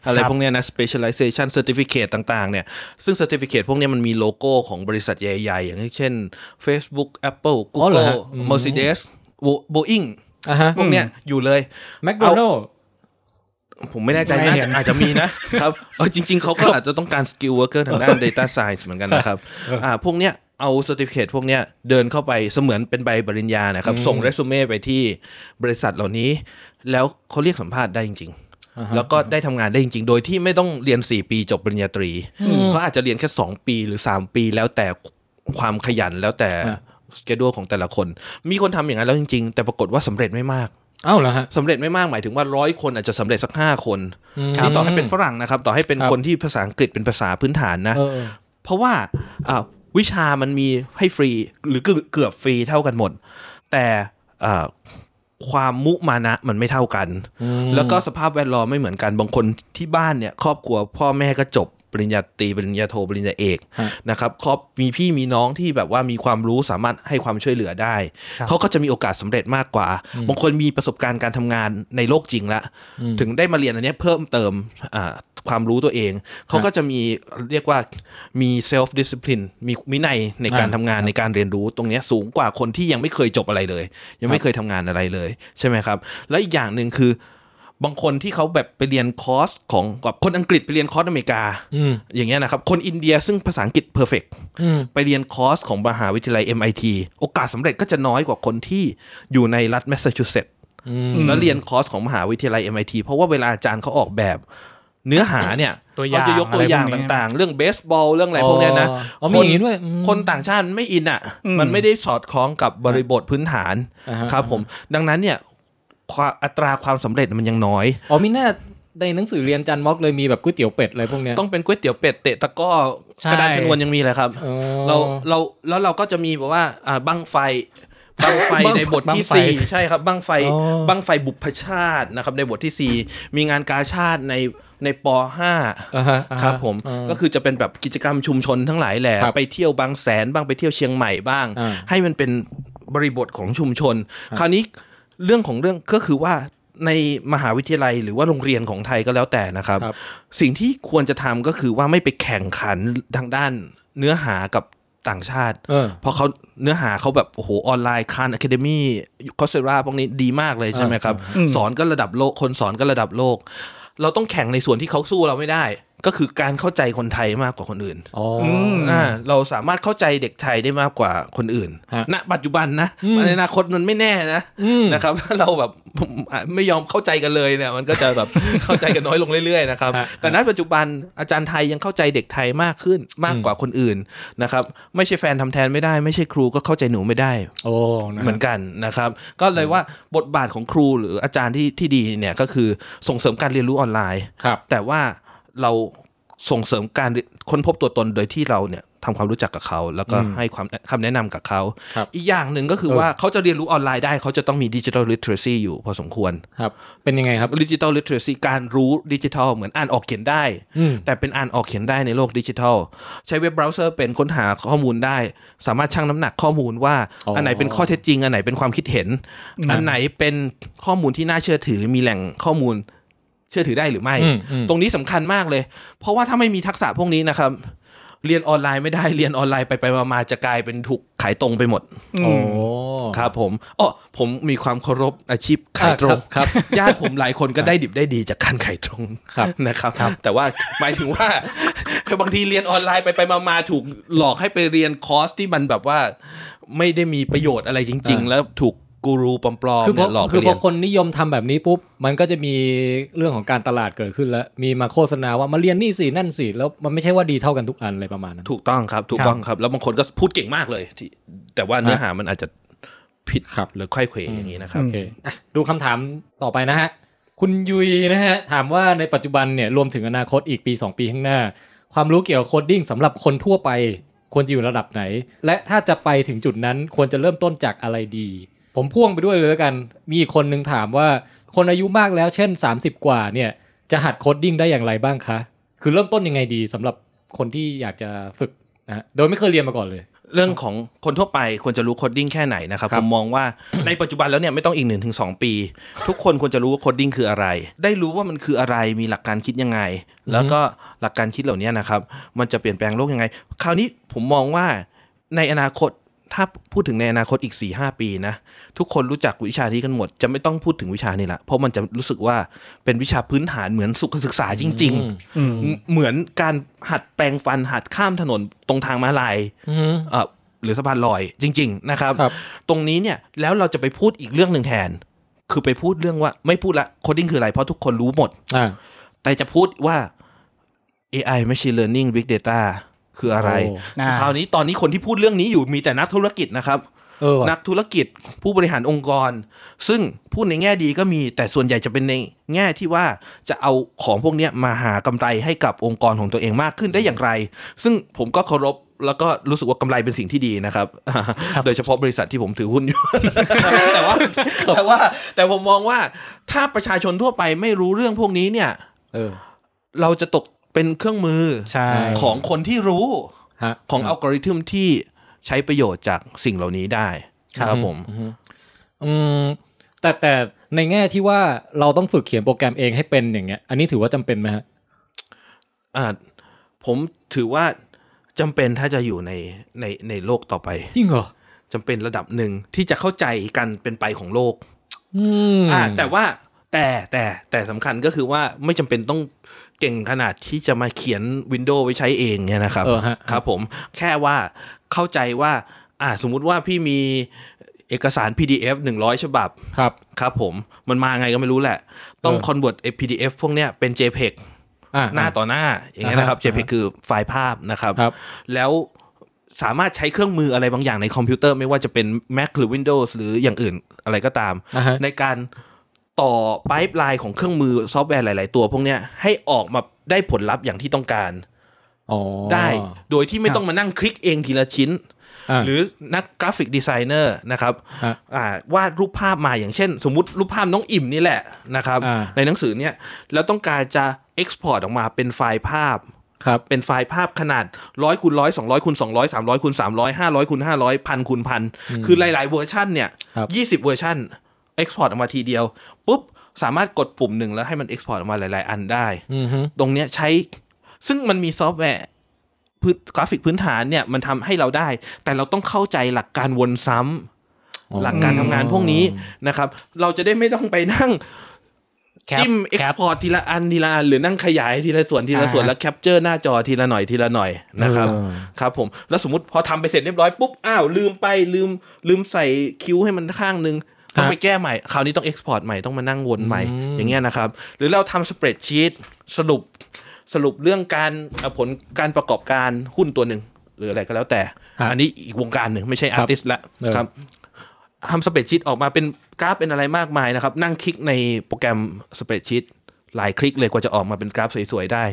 อะไรพวกเนี้ยนะ specialization certificate ต่างๆเนี่ยซึ่ง certificate พวกเนี้ยมันมีโลโก้ของบริษัทใหญ่ๆ อย่างเช่น Facebook Apple อ๋อเหรอ Google ฮะอืม Mercedes Boeing อ่ะฮะ พวกเนี้ยอยู่เลย แมคโดนัล ผมไม่แน่ใจนะอาจจะมีนะครับเออจริง ๆ เขาก็อาจจะต้องการสกิลเวอร์เกอร์ทางด้าน Data Science เหมือนกันนะครับอ่าพวกเนี้ยเอาเซอร์ติฟิเคตพวกเนี้ยเดินเข้าไปเสมือนเป็นใบปริญญานะครับ ส่งเรซูเม่ไปที่บริษัทเหล่านี้ แล้วเขาเรียกสัมภาษณ์ได้จริง อ่าฮะ ๆ แล้วก็ได้ทำงานได้จริง ๆ โดยที่ไม่ต้องเรียน 4 ปีจบปริญญาตรีเขาอาจจะเรียนแค่ 2 ปีหรือ 3 ปีแล้วแต่ความขยันแล้วแต่สเกดูของแต่ละคน มีคนทำอย่างนั้นแล้วจริง ๆ แต่ปรากฏว่าสำเร็จไม่มาก เอ้าเหรอฮะ สำเร็จไม่มากหมายถึงว่าร้อยคนอาจจะสำเร็จสักห้าคน อืม นี่ต่อให้เป็นฝรั่งนะครับ ต่อให้เป็น ครับ คนที่ภาษาอังกฤษเป็นภาษาพื้นฐานนะ เออ เพราะว่าอ่าวิชามันมีให้ฟรีหรือเกือบเกือบฟรีเท่ากันหมด แต่อ่าความมุมานะมันไม่เท่ากัน แล้วก็สภาพแวดล้อมไม่เหมือนกันบางคนที่บ้านเนี่ย ครอบครัวพ่อแม่ก็จบปริญญาตรีปริญญาโทปริญญาเอก ฮะ นะครับครอบมีพี่มีน้องที่แบบว่ามีความรู้สามารถให้ความช่วยเหลือได้ ครับ เขาก็จะมีโอกาสสำเร็จมากกว่า บางคนมีประสบการณ์การทำงานในโลกจริงละ ถึงได้มาเรียนอันเนี้ยเพิ่มเติมอ่าความรู้ตัวเอง เขาก็จะมีเรียกว่ามี self discipline มีวินัยในการ อ่า ทำงานในการเรียนรู้ตรงเนี้ยสูงกว่าคนที่ยังไม่เคยจบอะไรเลย ยังคไม่รับ เคยทำงานอะไรเลยใช่ไหมครับ และอีกอย่างหนึ่งคือบางคนที่เขาแบบไปเรียนคอร์สของกับคนอังกฤษไปเรียนคอร์สอเมริกา อืม อย่างเงี้ยนะครับ คนอินเดียซึ่งภาษาอังกฤษเพอร์เฟก อืม ไปเรียนคอร์สของมหาวิทยาลัย MIT โอกาสสำเร็จก็จะน้อยกว่าคนที่อยู่ในรัฐแมสซาชูเซตส์ อืม แล้วเรียนคอร์สของมหาวิทยาลัย MIT เพราะว่าเวลาอาจารย์เขาออกแบบ เนื้อหาเนี่ย ตัวอย่า เขา ง จะยกตัวอย่างต่างๆ เรื่องเบสบอลเรื่องอะไรพวกเนี้ยนะ อ๋ออ๋อมี ค อย่างนี้ด้วยอืม คนต่างชาติไม่อินอ่ะ อืม มันไม่ได้สอดคล้องกับบริบทพื้นฐาน อ่าฮะ ครับผมดังนั้นเนี่ยความอัตราความสำเร็จมันยังน้อย อ๋อมีหน้าในหนังสือเรียนจันม็อกเลยมีแบบก๋วยเตี๋ยวเป็ดอะไรพวกเนี้ย ต้องเป็นก๋วยเตี๋ยวเป็ดเตะตะกร้อ ใช่ กระดานชนวนยังมีเลยครับ อ๋อ เราเราแล้วเราก็จะมีแบบว่าอ่าบังไฟบังไฟ บั้งไฟ ในบทที่ บั้งไฟ สี่ใช่ครับบังไฟ อ๋อ บังไฟบุพชาตินะครับในบทที่สี่มีงานกาชาติในในปห้า อ่าฮะอ่าฮะ ครับผม อ่า ก็คือจะเป็นแบบกิจกรรมชุมชนทั้งหลายแหละ ครับ ไปเที่ยวบางแสนบ้างไปเที่ยวเชียงใหม่บ้าง อ่า ให้มันเป็นบริบทของชุมชน คราวนี้เรื่องของเรื่องก็คือว่าในมหาวิทยาลัยหรือว่าโรงเรียนของไทยก็แล้วแต่นะครับ ครับ สิ่งที่ควรจะทำก็คือว่าไม่ไปแข่งขันทางด้านเนื้อหากับต่างชาติ เออ เพราะเขาเนื้อหาเขาแบบโอ้โหออนไลน์คานอะคาเดมี่คอสเซราพวกนี้ดีมากเลยใช่ไหมครับ อืม สอนก็ระดับโลก คนสอนก็ระดับโลก เราต้องแข่งในส่วนที่เขาสู้เราไม่ได้ ก็คือการเข้าใจคนไทยมากกว่าคนอื่น อ๋อ ม อ่าเราสามารถเข้าใจเด็กไทยได้มากกว่าคนอื่น ฮะ ณปัจจุบันนะ อืม ในอนาคตมันไม่แน่นะ อืม นะครับ ถ้าเราแบบไม่ยอมเข้าใจกันเลยเนี่ยมันก็จะแบบ เข้าใจกันน้อยลงเรื่อยๆนะครับ ฮะ แต่ณปัจจุบันอาจารย์ไทยยังเข้าใจเด็กไทยมากขึ้นมากกว่าคนอื่นนะครับไม่ใช่แฟนทำแทนไม่ได้ ไม่ใช่ครูก็เข้าใจหนูไม่ได้ โอ้ะ เหมือนกันนะครับ ก็เลยว่าบทบาทของครูหรืออาจารย์ที่ที่ดีเนี่ยก็คือส่งเสริมการเรียนรู้ออนไลน์ ครับ แต่ว่าเราส่งเสริมการค้นพบตัวตนโดยที่เราเนี่ย ทำความรู้จักกับเขา แล้วก็ อืม ให้ความคำแนะนำกับเขา ครับ อีกอย่างหนึ่งก็คือ เออ ว่าเขาจะเรียนรู้ออนไลน์ได้เขาจะต้องมีดิจิทัลลิเทอเรซีอยู่พอสมควร ครับ เป็นยังไงครับ ดิจิทัลลิเทอเรซีการรู้ดิจิทัลเหมือนอ่านออกเขียนได้ อืม แต่เป็นอ่านออกเขียนได้ในโลกดิจิทัล ใช้เว็บเบราว์เซอร์เป็นค้นหาข้อมูลได้ สามารถชั่งน้ำหนักข้อมูลว่า อ๋ออั อันไหนเป็นข้อเท็จจริง อันไหนเป็นความคิดเห็น อันไหนเป็นข้อมูลที่น่าเชื่อถือมีแหล่งข้อมูลเชื่อถือได้หรือไม่ อืมอืม ตรงนี้สำคัญมากเลย เพราะว่าถ้าไม่มีทักษะพวกนี้นะครับ เรียนออนไลน์ไม่ได้ เรียนออนไลน์ไปไปมาๆจะกลายเป็นถูกขายตรงไปหมด อืม โอ้ ครับผมอ๋อผมมีความเคารพอาชีพขายตรง ครับ ญาติผมหลายคนก็ ได้ดิบได้ดีจากการขายตรง ครับ นะครับ แต่ว่าหมายถึงว่า คือบางทีเรียนออนไลน์ไปไปมามาถูกหลอกให้ไปเรียนคอร์สที่มันแบบว่า ไม่ได้มีประโยชน์อะไรจริง อ่า ๆ แล้วถูกกูรูปลอมๆ คือพอ เนี่ยหลอกไป คือพ เรี อย น คนนิยมทำแบบนี้ปุ๊บ มันก็จะมีเรื่องของการตลาดเกิดขึ้นแล้ว มีมาโฆษณาว่ามาเรียนนี่สินั่นสิแล้วมันไม่ใช่ว่าดีเท่ากันทุกอันอะไรประมาณนั้น ถูกต้องครับ ถูกต้องครับ แล้วบางคนก็พูดเก่งมากเลยที่แต่ว่าเนื้อหามันอาจจะผิด ครับ หรือค่อยเขวอย่างนี้นะครับ โอเคอ่ะดูคำถามต่อไปนะฮะ คุณยุยนะฮะ ถามว่าในปัจจุบันเนี่ยรวมถึงอนาคตอีกปี 2 ปีข้างหน้า ความรู้เกี่ยวกับโคดดิ้งสำหรับคนทั่วไปควรจะอยู่ระดับไหน และถ้าจะไปถึงจุดนั้นควรจะเริ่มต้นจากอะไรดี ผมพ่วงไปด้วยเลยแล้วกัน มีอีกคนนึงถามว่าคนอายุมากแล้วเช่น 30 กว่าเนี่ยจะหัดโคดดิ้งได้อย่างไรบ้างคะ คือเริ่มต้นยังไงดีสำหรับคนที่อยากจะฝึกนะฮะโดยไม่เคยเรียนมาก่อนเลย เรื่องของคนทั่วไปควรจะรู้โคดดิ้งแค่ไหนนะครับ ครับผมมองว่า ในปัจจุบันแล้วเนี่ยไม่ต้องอีกหนึ่งถึงสองปี ทุกคนควรจะรู้ว่าโคดดิ้งคืออะไร ได้รู้ว่ามันคืออะไรมีหลักการคิดยังไง แล้วก็หลักการคิดเหล่านี้นะครับ มันจะเปลี่ยนแปลงโลกยังไง คราวนี้ผมมองว่าในอนาคตถ้าพูดถึงในอนาคตอีก4ีหปีนะ ทุกคนรู้จักวิชานี้กันหมด จะไม่ต้องพูดถึงวิชานี้ละเพราะมันจะรู้สึกว่าเป็นวิชาพื้นฐานเหมือนสุขศึกษาจริง อืม อืม ๆ เหมือนการหัดแปรงฟันหัดข้ามถนนตรงทางม้าลาย เอ่อหรือสะพานลอยจริง ๆ นะครับ ครับ ตรงนี้เนี่ยแล้วเราจะไปพูดอีกเรื่องหนึ่งแทน คือไปพูดเรื่องว่าไม่พูดละโคดิ้งคืออะไร เพราะทุกคนรู้หมด อ่า แต่จะพูดว่า AI machine learning big data คืออะไร โอ้ อ่า คราวนี้ตอนนี้คนที่พูดเรื่องนี้อยู่มีแต่นักธุรกิจนะครับ เออว่ะ นักธุรกิจผู้บริหารองค์กร ซึ่งพูดในแง่ดีก็มี แต่ส่วนใหญ่จะเป็นในแง่ที่ว่าจะเอาของพวกเนี้ยมาหากำไรให้กับองค์กรของตัวเองมากขึ้นได้อย่างไร ซึ่งผมก็เคารพแล้วก็รู้สึกว่ากำไรเป็นสิ่งที่ดีนะครับ โดยเฉพาะบริษัทที่ผมถือหุ้นอยู่ แต่ว่าแต่ว่าแต่ผมมองว่าถ้าประชาชนทั่วไปไม่รู้เรื่องพวกนี้เนี่ย เออ เราจะตกเป็นเครื่องมือ ใช่ ของคนที่รู้ ฮะ ของอัลกอริทึมที่ใช้ประโยชน์จากสิ่งเหล่านี้ได้ครับผม อือืมแต่แต่ในแง่ที่ว่าเราต้องฝึกเขียนโปรแกรมเองให้เป็นอย่างเงี้ย อันนี้ถือว่าจำเป็นไหมฮะ อ่าผมถือว่าจำเป็นถ้าจะอยู่ในในในโลกต่อไป จริงเหรอ จำเป็นระดับหนึ่งที่จะเข้าใจกันเป็นไปของโลก อืม อ่าแต่ว่าแต่แต่แต่สำคัญก็คือว่าไม่จำเป็นต้องเก่งขนาดที่จะมาเขียน Windows ไว้ใช้เองเนี่ยนะครับ เออฮะ ครับผมแค่ว่าเข้าใจว่าอ่าสมมุติว่าพี่มีเอกสาร PDF 100 ฉบับ ครับ ครับผม มันมาไงก็ไม่รู้แหละ ต้อง เออ คอนเวิร์ต PDF พวกเนี้ยเป็น JPEG อ่า หน้าต่อหน้าอย่างเงี้ยนะครับ อ่าฮะ JPEG คือไฟล์ภาพนะครับ ครับ แล้วสามารถใช้เครื่องมืออะไรบางอย่างในคอมพิวเตอร์ไม่ว่าจะเป็น Mac หรือ Windows หรืออย่างอื่นอะไรก็ตาม อ่าฮะ ในการต่อไพป์ไลน์ของเครื่องมือซอฟต์แวร์หลาย ๆ ตัวพวกเนี้ยให้ออกมาได้ผลลัพธ์อย่างที่ต้องการ อ๋อ ได้ โดยที่ไม่ต้องมานั่งคลิกเองทีละชิ้น อ่า หรือนักกราฟิกดีไซเนอร์นะครับ ฮะ อ่าวาดรูปภาพมาอย่างเช่น สมมุติรูปภาพน้องอิ่มนี่แหละนะครับ อ่า ในหนังสือเนี่ยแล้วต้องการจะ Export ออกมาเป็นไฟล์ภาพ ครับ เป็นไฟล์ภาพขนาดร้อยคูณร้อยสองร้อยคูณสองร้อยสามร้อยคูณสามร้อยห้าร้อยคูณห้าร้อยพันคูณพันคือหลาย ๆ เวอร์ชันเนี่ย ครับ ยี่สิบเวอร์ชันเอ็กซ์พอร์ตออกมาทีเดียว ปุ๊บ สามารถกดปุ่มหนึ่งแล้วให้มันเอ็กซ์พอร์ตออกมาหลาย ๆ อันได้ อืมฮึ ตรงเนี้ยใช้ซึ่งมันมีซอฟต์แวร์พื้นกราฟิกพื้นฐานเนี่ย มันทำให้เราได้ แต่เราต้องเข้าใจหลักการวนซ้ำ อ๋อ หลักการทำงานพวกนี้นะครับ เราจะได้ไม่ต้องไปนั่ง แคป จิ้มเอ็ก แคป ซ์พอร์ตทีละอันทีละอันหรือนั่งขยายทีละส่วนทีละส่วน อ่า แล้วแคปเจอร์หน้าจอทีละหน่อยทีละหน่อยนะครับ เออ ครับผมแล้วสมมติพอทำไปเสร็จเรียบร้อยปุ๊บอ้าวลืมไปลืมลืมใส่คิ้วให้มันข้างนึงต้องไปแก้ใหม่คราวนี้ต้องเอ็กซ์พอร์ตใหม่ต้องมานั่งวนใหม่ อืม อย่างเงี้ยนะครับ หรือเราทำสเปรดชีตสรุปสรุปเรื่องการเอ่อผลการประกอบการหุ้นตัวหนึ่งหรืออะไรก็แล้วแต่ ฮะ อันนี้อีกวงการหนึ่งไม่ใช่ ครั อา บ ร์ติสละ เออ ครับ ทำสเปรดชีตออกมาเป็นกราฟเป็นอะไรมากมายนะครับ นั่งคลิกในโปรแกรมสเปรดชีตหลายคลิกเลยกว่าจะออกมาเป็นกราฟสวยๆได้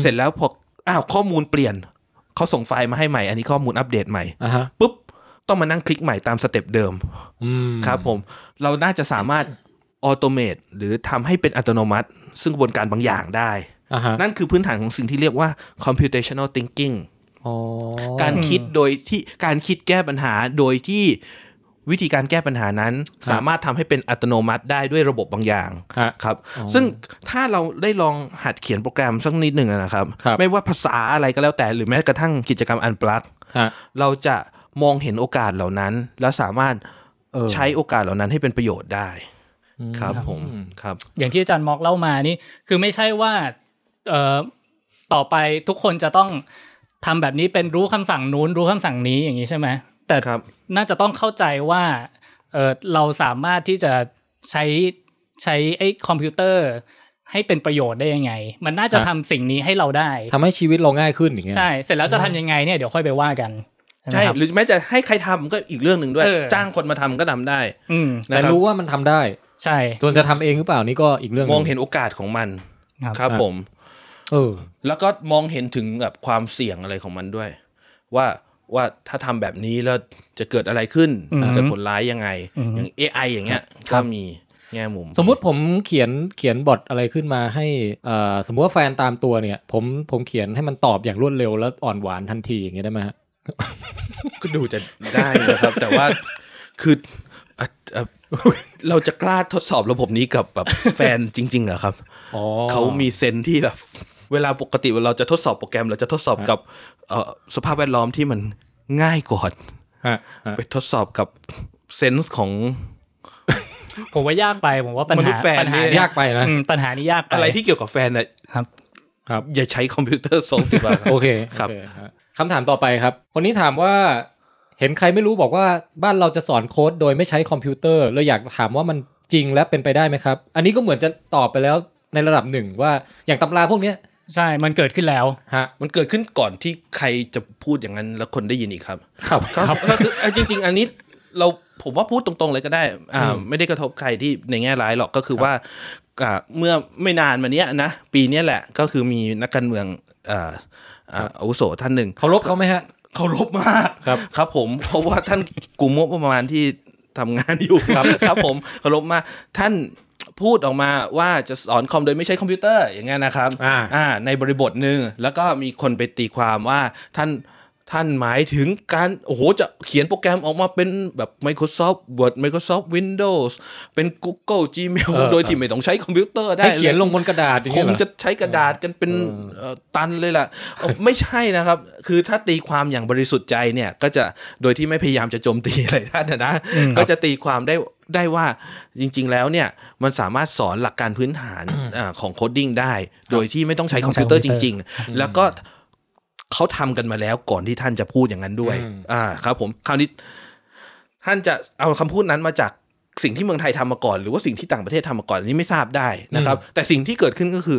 เสร็จแล้วพออ้าวข้อมูลเปลี่ยน เขาส่งไฟล์มาให้ใหม่ อันนี้ข้อมูลอัปเดตใหม่ อ่าฮะ ปุ๊บต้องมานั่งคลิกใหม่ตามสเต็ปเดิม อืม ครับผมเราน่าจะสามารถออโตเมตหรือทำให้เป็นอัตโนมัติ ซึ่งกระบวนการบางอย่างได้ อ่าฮะ นั่นคือพื้นฐานของสิ่งที่เรียกว่า computational thinking อ๋อ การคิดโดยที่การคิดแก้ปัญหาโดยที่วิธีการแก้ปัญหานั้น สามารถทำให้เป็นอัตโนมัติได้ด้วยระบบบางอย่าง ฮะ ครับ อ๋อ ซึ่งถ้าเราได้ลองหัดเขียนโปรแกรมสักนิดหนึ่งนะครับ ครับ ไม่ว่าภาษาอะไรก็แล้วแต่หรือแม้กระทั่งกิจกรรมอันปลัก ฮะ เราจะมองเห็นโอกาสเหล่านั้น แล้วสามารถ เออ ใช้โอกาสเหล่านั้นให้เป็นประโยชน์ได้ ครับผมครับ อย่างที่อาจารย์มอกเล่ามานี่ คือไม่ใช่ว่าเอ่อต่อไปทุกคนจะต้องทำแบบนี้เป็นรู้คำสั่งนู้นรู้คำสั่งนี้อย่างนี้ใช่ไหมแต่ ครับ น่าจะต้องเข้าใจว่าเอ่อเราสามารถที่จะใช้ใช้ไอ้คอมพิวเตอร์ ให้เป็นประโยชน์ได้ยังไง มันน่าจะ ฮะ ทำสิ่งนี้ให้เราได้ ทำให้ชีวิตเราง่ายขึ้นอย่างเงี้ย ใช่ เสร็จแล้วจะทำยังไงเนี่ยเดี๋ยวค่อยไปว่ากันไหม ใช่ ครับ หรือแม้จะให้ใครทำก็อีกเรื่องหนึ่งด้วย เออ จ้างคนมาทำก็ทำได้ อืม นะ แต่ ครับ รู้ว่ามันทำได้ ใช่ ส่วนจะทำเองหรือเปล่านี่ก็อีกเรื่อง มองเห็นโอกาสของมัน ค ครับ รับผม เออ แล้วก็มองเห็นถึงแบบความเสี่ยงอะไรของมันด้วย ว่าว่าถ้าทำแบบนี้แล้วจะเกิดอะไรขึ้น อืม จะเกิดผลร้ายยังไง อืม อย่าง AI อย่างเงี้ย ครั ก็ บ มีแง่มุม สมมุติผมเขียนเขียนบอทอะไรขึ้นมาให้เอ่อสมมุติว่าแฟนตามตัวเนี่ย ผมผมเขียนให้มันตอบอย่างรวดเร็วแล้วอ่อนหวานทันทีอย่างเงี้ยได้ไหมฮะ ก็ดูจะได้นะครับ แต่ว่าคืออ่ะอ่ะเราจะกล้าทดสอบระบบนี้กับแบบแฟนจริงๆเหรอครับ อ๋อ เขามีเซนส์ที่แบบ เวลาปกติเวลาเราจะทดสอบโปรแกรม เราจะทดสอบ ฮะ กับเอ่อสภาพแวดล้อมที่มันง่ายกว่า ฮะฮะ ไปทดสอบกับเซนส์ของ ผมว่ายากไปผมว่าปัญ มนุษ หา ย์แฟน ปัญหา เนี่ย ยากไปนะ อืมปัญหานี้ยากป อะไรที่เกี่ยวกับแฟนน่ะ ครับ ครับ อย่าใช้คอมพิวเตอร์ส่งดีกว่า โอเค ครับ โอเฮะคำถามต่อไปครับ คนนี้ถามว่า เห็นใครไม่รู้บอกว่าบ้านเราจะสอนโค้ดโดยไม่ใช้คอมพิวเตอร์เลยอยากถามว่ามันจริงและเป็นไปได้ไหมครับ อันนี้ก็เหมือนจะตอบไปแล้วในระดับหนึ่งว่าอย่างตำราพวกเนี้ย ใช่ มันเกิดขึ้นแล้ว ฮะ มันเกิดขึ้นก่อนที่ใครจะพูดอย่างนั้นแล้วคนได้ยินอีกครับ ครับ ครับก็คืออ่ะจริง ๆ อันนี้เราผมว่าพูดตรงๆเลยก็ได้อ่า อืม ไม่ได้กระทบใครที่ในแง่ร้ายหรอกก็คือว่าอ่าเมื่อไม่นานมาเนี้ยนะปีเนี้ยแหละก็คือมีนักการเมืองอ่าอ่าอาวุโสท่านหนึ่ง เคารพเขาไหมฮะ เคารพมาก ครับ ครับผมเพราะว่าท่านกลุ่มงบประมาณที่ทำงานอยู่ ครับ ครับผมเคารพมากท่านพูดออกมาว่าจะสอนคอมโดยไม่ใช้คอมพิวเตอร์อย่างเงี้ยนะครับ อ่า อ่าในบริบทหนึ่งแล้วก็มีคนไปตีความว่าท่านท่านหมายถึงการโอ้โหจะเขียนโปรแกรมออกมาเป็นแบบ Microsoft Word Microsoft Windows เป็น Google Gmail เออ โดยที่ไม่ต้องใช้คอมพิวเตอร์ได้ ให้เขียน ล ลงบนกระดาษอย่าง ค เงี้ย ง เหรอ จะใช้กระดาษกันเป็นเอ่อตันเลยล่ะ เอ่อไม่ใช่นะครับ คือถ้าตีความอย่างบริสุทธิ์ใจเนี่ยก็จะโดยที่ไม่พยายามจะโจมตีอะไรท่านนะนะก็จะตีความได้ได้ว่าจริง ๆ แล้วเนี่ยมันสามารถสอนหลักการพื้นฐานอ่าของโคดดิ้งได้ โดยที่ไม่ต้องใช้คอมพิวเตอร์จริง ๆ แล้วก็เขาทำกันมาแล้วก่อนที่ท่านจะพูดอย่างนั้นด้วย อืม อ่าครับ ผมคราวนี้ ท่านจะเอาคำพูดนั้นมาจากสิ่งที่เมืองไทยทำมาก่อน หรือว่าสิ่งที่ต่างประเทศทำมาก่อนอันนี้ไม่ทราบได้นะครับ แต่สิ่งที่เกิดขึ้นก็คือ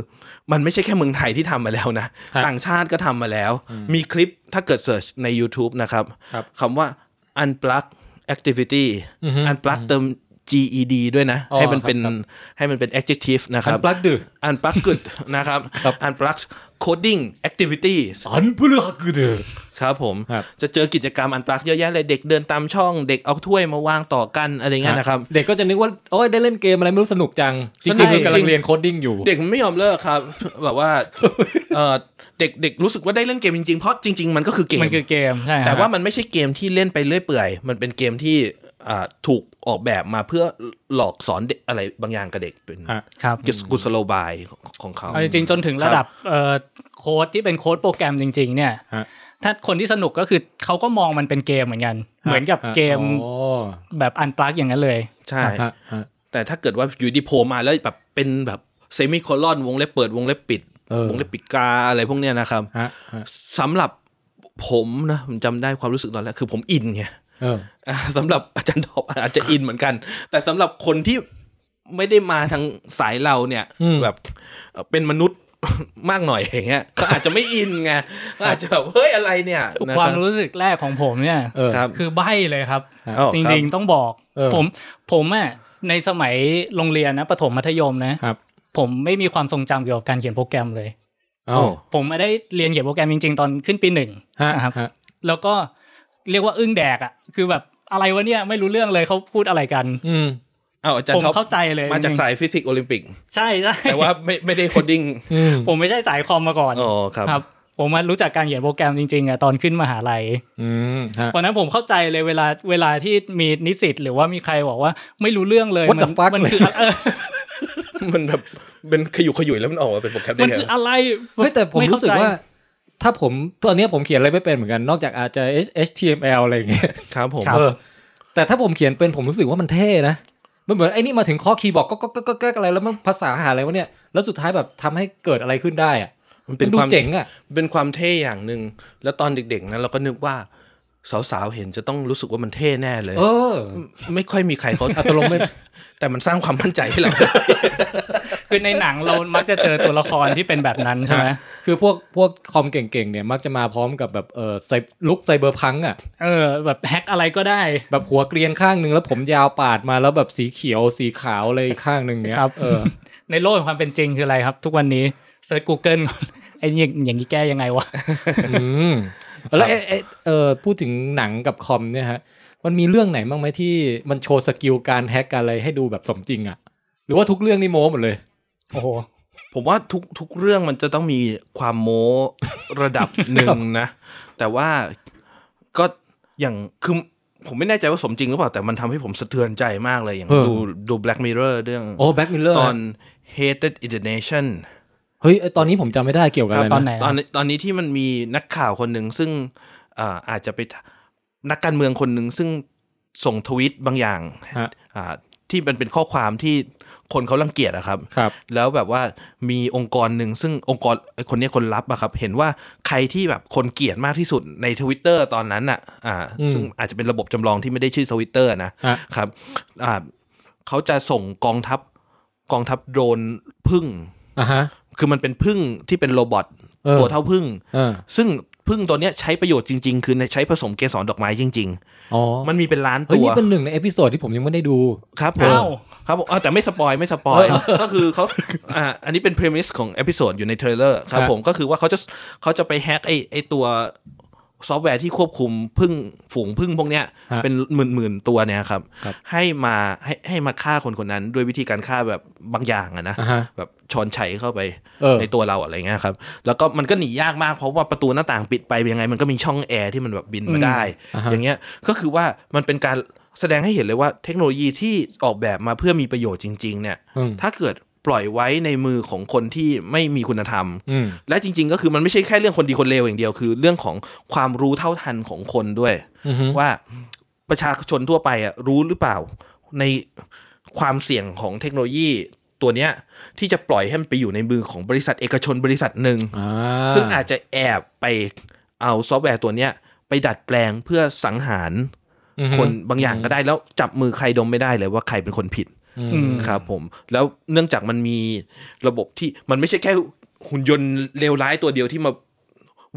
มันไม่ใช่แค่เมืองไทยที่ทำมาแล้วนะ ฮะ ต่างชาติก็ทำมาแล้ว มีคลิปถ้าเกิดเสิร์ชใน YouTube นะครับ ครับ คำว่า unplug activity อือฮึ unplug เติม GED ด้วยนะ อ๋อ ให้มันเป็น ครับ ให้มันเป็น adjective นะค อั รับ นปลักดื้อ unplugged นะครับ ครับ unplugged coding activities อันพลือกือดื้อ ครับผม ครับ จะเจอกิจกรรมอันปลักเยอะแยะเลยเด็กเดินตามช่อง เด็กเอาถ้วยมาวางต่อกันอะไรเงี้ยนะครับ เด็กก็จะนึกว่าโอ้ยได้เล่นเกมอะไรไม่รู้สนุกจังจ สนุ ริงๆคืกอกำ จริ ลัง ง เรียนโคดดิ้งอยู่ เด็กมันไม่ยอมเลิกครับ แบบว่าเอ่อเด็กเด็กรู้สึกว่าได้เล่นเกมจริงๆ เพราะจริง ๆ มันก็คือเกม มันคือเกมใช่ฮะ แต่ว่ามันไม่ใช่เกมที่เล่นไปเรื่อยเปื่อย มันเป็นเกมที่อ่าถูกออกแบบมาเพื่อหลอกสอนเด็กอะไรบางอย่างกับเด็กเป็น ฮะ ครับ กุศโลบายของเขา เอาจริงๆจนถึงระดับเอ่อโค้ดที่เป็นโค้ดโปรแกรมจริง ๆ เนี่ย ฮะ ถ้าคนที่สนุกก็คือเขาก็มองมันเป็นเกมเหมือนกัน เหมือนกับเกม อ๋อ แบบอันปลั๊กอย่างนั้นเลย ใช่ ฮะฮะ แต่ถ้าเกิดว่าอยู่ดีโผล่มาแล้วแบบเป็นแบบเซมิโคลอนวงเล็บเปิดวงเล็บปิด เออ วงเล็บปิดกาอะไรพวกเนี้ยนะครับ ฮะฮะ สำหรับผมนะผมจำได้ความรู้สึกตอนแรกคือผมอินไง เออ อ่าสำหรับอาจารย์ทอบอาจจะอินเหมือนกัน แต่สำหรับคนที่ไม่ได้มาทางสายเราเนี่ย อืม แบบเอ่อเป็นมนุษย์ มากหน่อยอย่างเงี้ยก็อาจจะไม่อินไงก็อาจจะแบบเฮ้ยอะไรเนี่ยนะ ค บ วามรู้สึกแรกของผมเนี่ย เออ ครับ คือใบ้เลยครับ ครับ อ้าวคจรับ ริงๆต้องบอก เออ ผมผมอ่ะในสมัยโรงเรียนนะประถมมัธยมนะ ครับ ผมไม่มีความทรงจำเกี่ยวกับการเขียนโปรแกรมเลย เอ้า ผมไม่ได้เรียนเขียนโปรแกรมจริง ๆ ตอนขึ้นปีหนึ่ง ฮะ อ่าครับ ฮะ แล้วก็เรียกว่าอึ้งแดกอ่ะ คือแบบอะไรวะเนี่ยไม่รู้เรื่องเลยเขาพูดอะไรกัน อืม อ้าวอาจาร ผม ย์ท็อป เข้าใจเลย มาจาก จริงๆ สายฟิสิกส์โอลิม ปิก ใช่ใช่ แต่ว่าไม่ไม่ได้โคดดิ้ง อืม ผมไม่ใช่สาย คอมมาก่อน อ๋อครับ ครับ ผมมารู้จักการเขียนโปรแกรมจริงๆอ่ะตอนขึ้นมหาลัย อืมฮะ ตอนนั้นผมเข้าใจเลยเวลาเวลาที่มีนิสิตหรือว่ามีใครบอกว่าไม่รู้เรื่องเลย What มั the fuck มั เลย คือเออ มันแบบเป็นขยุกขยุยแล้วมันออกมาเป็นโปรแกรมได้ มัน ไง คืออะไร เฮ้ยแต่ผม ไเข้ รู้สึก ใจ ว่า ถ้าผมตอนเนี้ยผมเขียนอะไรไม่เป็นเหมือนกันนอกจากอาจจะ H- HTML อะไรอย่างเงี้ย ครับผม เออแต่ถ้าผมเขียนเป็นผมรู้สึกว่ามันเท่นะมันเหมือนไอ้นี่มาถึงข้อคีย์บอร์ดก็ก็ก็ก็ก็อะไรแล้วมันภาษาหาอะไรวะเนี่ยแล้วสุดท้ายแบบทำให้เกิดอะไรขึ้นได้อะ มัน มั เป็น น ดู ความ เจ๋งอ่ะ เป็นความเท่อย่างหนึ่งแล้วตอนเด็กๆนั้นเราก็นึกว่าสาวๆเห็นจะต้องรู้สึกว่ามันเท่แน่เลย เออ ไม่ค่อยมีใครเขา อ่ะตกลงไม่ แต่มันสร้างความมั่นใจให้เรา คือในหนังเรามักจะเจอตัวละครที่เป็นแบบนั้น ใช่ไหม คือพวกพวกคอมเก่งๆเนี่ยมักจะมาพร้อมกับแบบเออไซลุกไซเบอร์พังอ่ะ เออ แบบแฮกอะไรก็ได้ แบบหัวเกรียนข้างหนึ่งแล้วผมยาวปาดมาแล้วแบบสีเขียวสีขาวอะไรอีกข้างหนึ่งเนี้ย ครับ เออ ในโลกของความเป็นจริงคืออะไรครับ ทุกวันนี้เซิร์ช Google ก่อน ไอ้นี่อย่างนี้แก้ยังไงวะ อื มแล้วเอเอเออพูดถึงหนังกับคอมเนี่ยฮะ มันมีเรื่องไหนบ้างไหมที่มันโชว์สกิลการแฮกการอะไรให้ดูแบบสมจริงอะหรือว่าทุกเรื่อง นี่โม้หมดเลย โอ้โห ผมว่าทุกทุกเรื่องมันจะต้องมีความโม้ระดับหนึ่ง นะ แต่ว่าก็อย่างคือผมไม่แน่ใจว่าสมจริงหรือเปล่า แต่มันทำให้ผมสะเทือนใจมากเลยอย่าง เออ ดูดู Black Mirror เรื่อง โอ้แบ็กมิลเลอร์ ตอน Hated in the Nation เฮ้ยไอ้ตอนนี้ผมจำไม่ได้เกี่ยวกับอะไร ตอนไหน นะ ตอนตอนนี้ที่มันมีนักข่าวคนหนึ่งซึ่งอ่าอาจจะไปนักการเมืองคนหนึ่งซึ่งส่งทวิตบางอย่าง ฮะ อ่าที่มันเป็นข้อความที่คนเขารังเกียจอะครับ ครับ แล้วแบบว่ามีองค์กรหนึ่งซึ่งองค์กรไอ้คนเนี้ยคนรับอะครับ เห็นว่าใครที่แบบคนเกลียดมากที่สุดในทวิตเตอร์ตอนนั้นอะอ่า อืม ซึ่งอาจจะเป็นระบบจำลองที่ไม่ได้ชื่อทวิตเตอร์นะ ฮะ ครับอ่าเขาจะส่งกองทัพกองทัพโดรนพึ่ง อ่ะฮะ คือมันเป็นพึ่งที่เป็นโรบอท เออ ตัวเท่าพึ่ง เออ ซึ่งพึ่งตัวเนี้ยใช้ประโยชน์จริง ๆ คือในใช้ผสมเกสรดอกไม้จริง อ๋อ ๆ มันมีเป็นล้าน เฮ้ย ตัว นี่เป็นหนึ่งในเอพิโซดที่ผมยังไม่ได้ดู ครับผม อ้าว ครับผมอ่ะแต่ไม่สปอยไม่สปอยก็คือเขาอ่าอันนี้เป็น premise ของเอพิโซดอยู่ในเทรลเลอร์ครับ ครับ ผมก็คือว่าเขาจะเขาจะไปแฮกไอไอตัวซอฟต์แวร์ที่ควบคุมพึ่งฝูงพึ่งพวกเนี้ย ฮะ เป็นหมื่นหมื่นตัวเนี่ยครับ ครับ ให้มาให้ให้มาฆ่าคนคนนั้นด้วยวิธีการฆ่าแบบบางอย่างอะนะ อ่ะฮะ แบบชอนไฉเข้าไป เออ ในตัวเราอะไรเงี้ยครับ แล้วก็มันก็หนียากมากเพราะว่าประตูหน้าต่างปิดไปยังไง มันก็มีช่องแอร์ที่มันแบบบินมาได้ อืมอ่าฮะ อย่างเงี้ยก็คือว่ามันเป็นการแสดงให้เห็นเลยว่าเทคโนโลยีที่ออกแบบมาเพื่อมีประโยชน์จริง ๆ เนี่ย อืม ถ้าเกิดปล่อยไว้ในมือของคนที่ไม่มีคุณธรรม อืม และจริง ๆ ก็คือมันไม่ใช่แค่เรื่องคนดีคนเลวอย่างเดียวคือ เรื่องของความรู้เท่าทันของคนด้วย อือฮึ ว่าประชาชนทั่วไปอะรู้หรือเปล่า ในความเสี่ยงของเทคโนโลยีตัวเนี้ยที่จะปล่อยให้มันไปอยู่ในมือของบริษัทเอกชนบริษัทหนึ่ง อ่า ซึ่งอาจจะแอบไปเอาซอฟต์แวร์ตัวเนี้ยไปดัดแปลงเพื่อสังหาร อือฮึ คนบางอย่างก็ได้แล้วจับมือใครดมไม่ได้เลยว่าใครเป็นคนผิด อื อื ม ม ครับผม แล้วเนื่องจากมันมีระบบที่มันไม่ใช่แค่หุ่นยนต์เลวร้ายตัวเดียวที่มา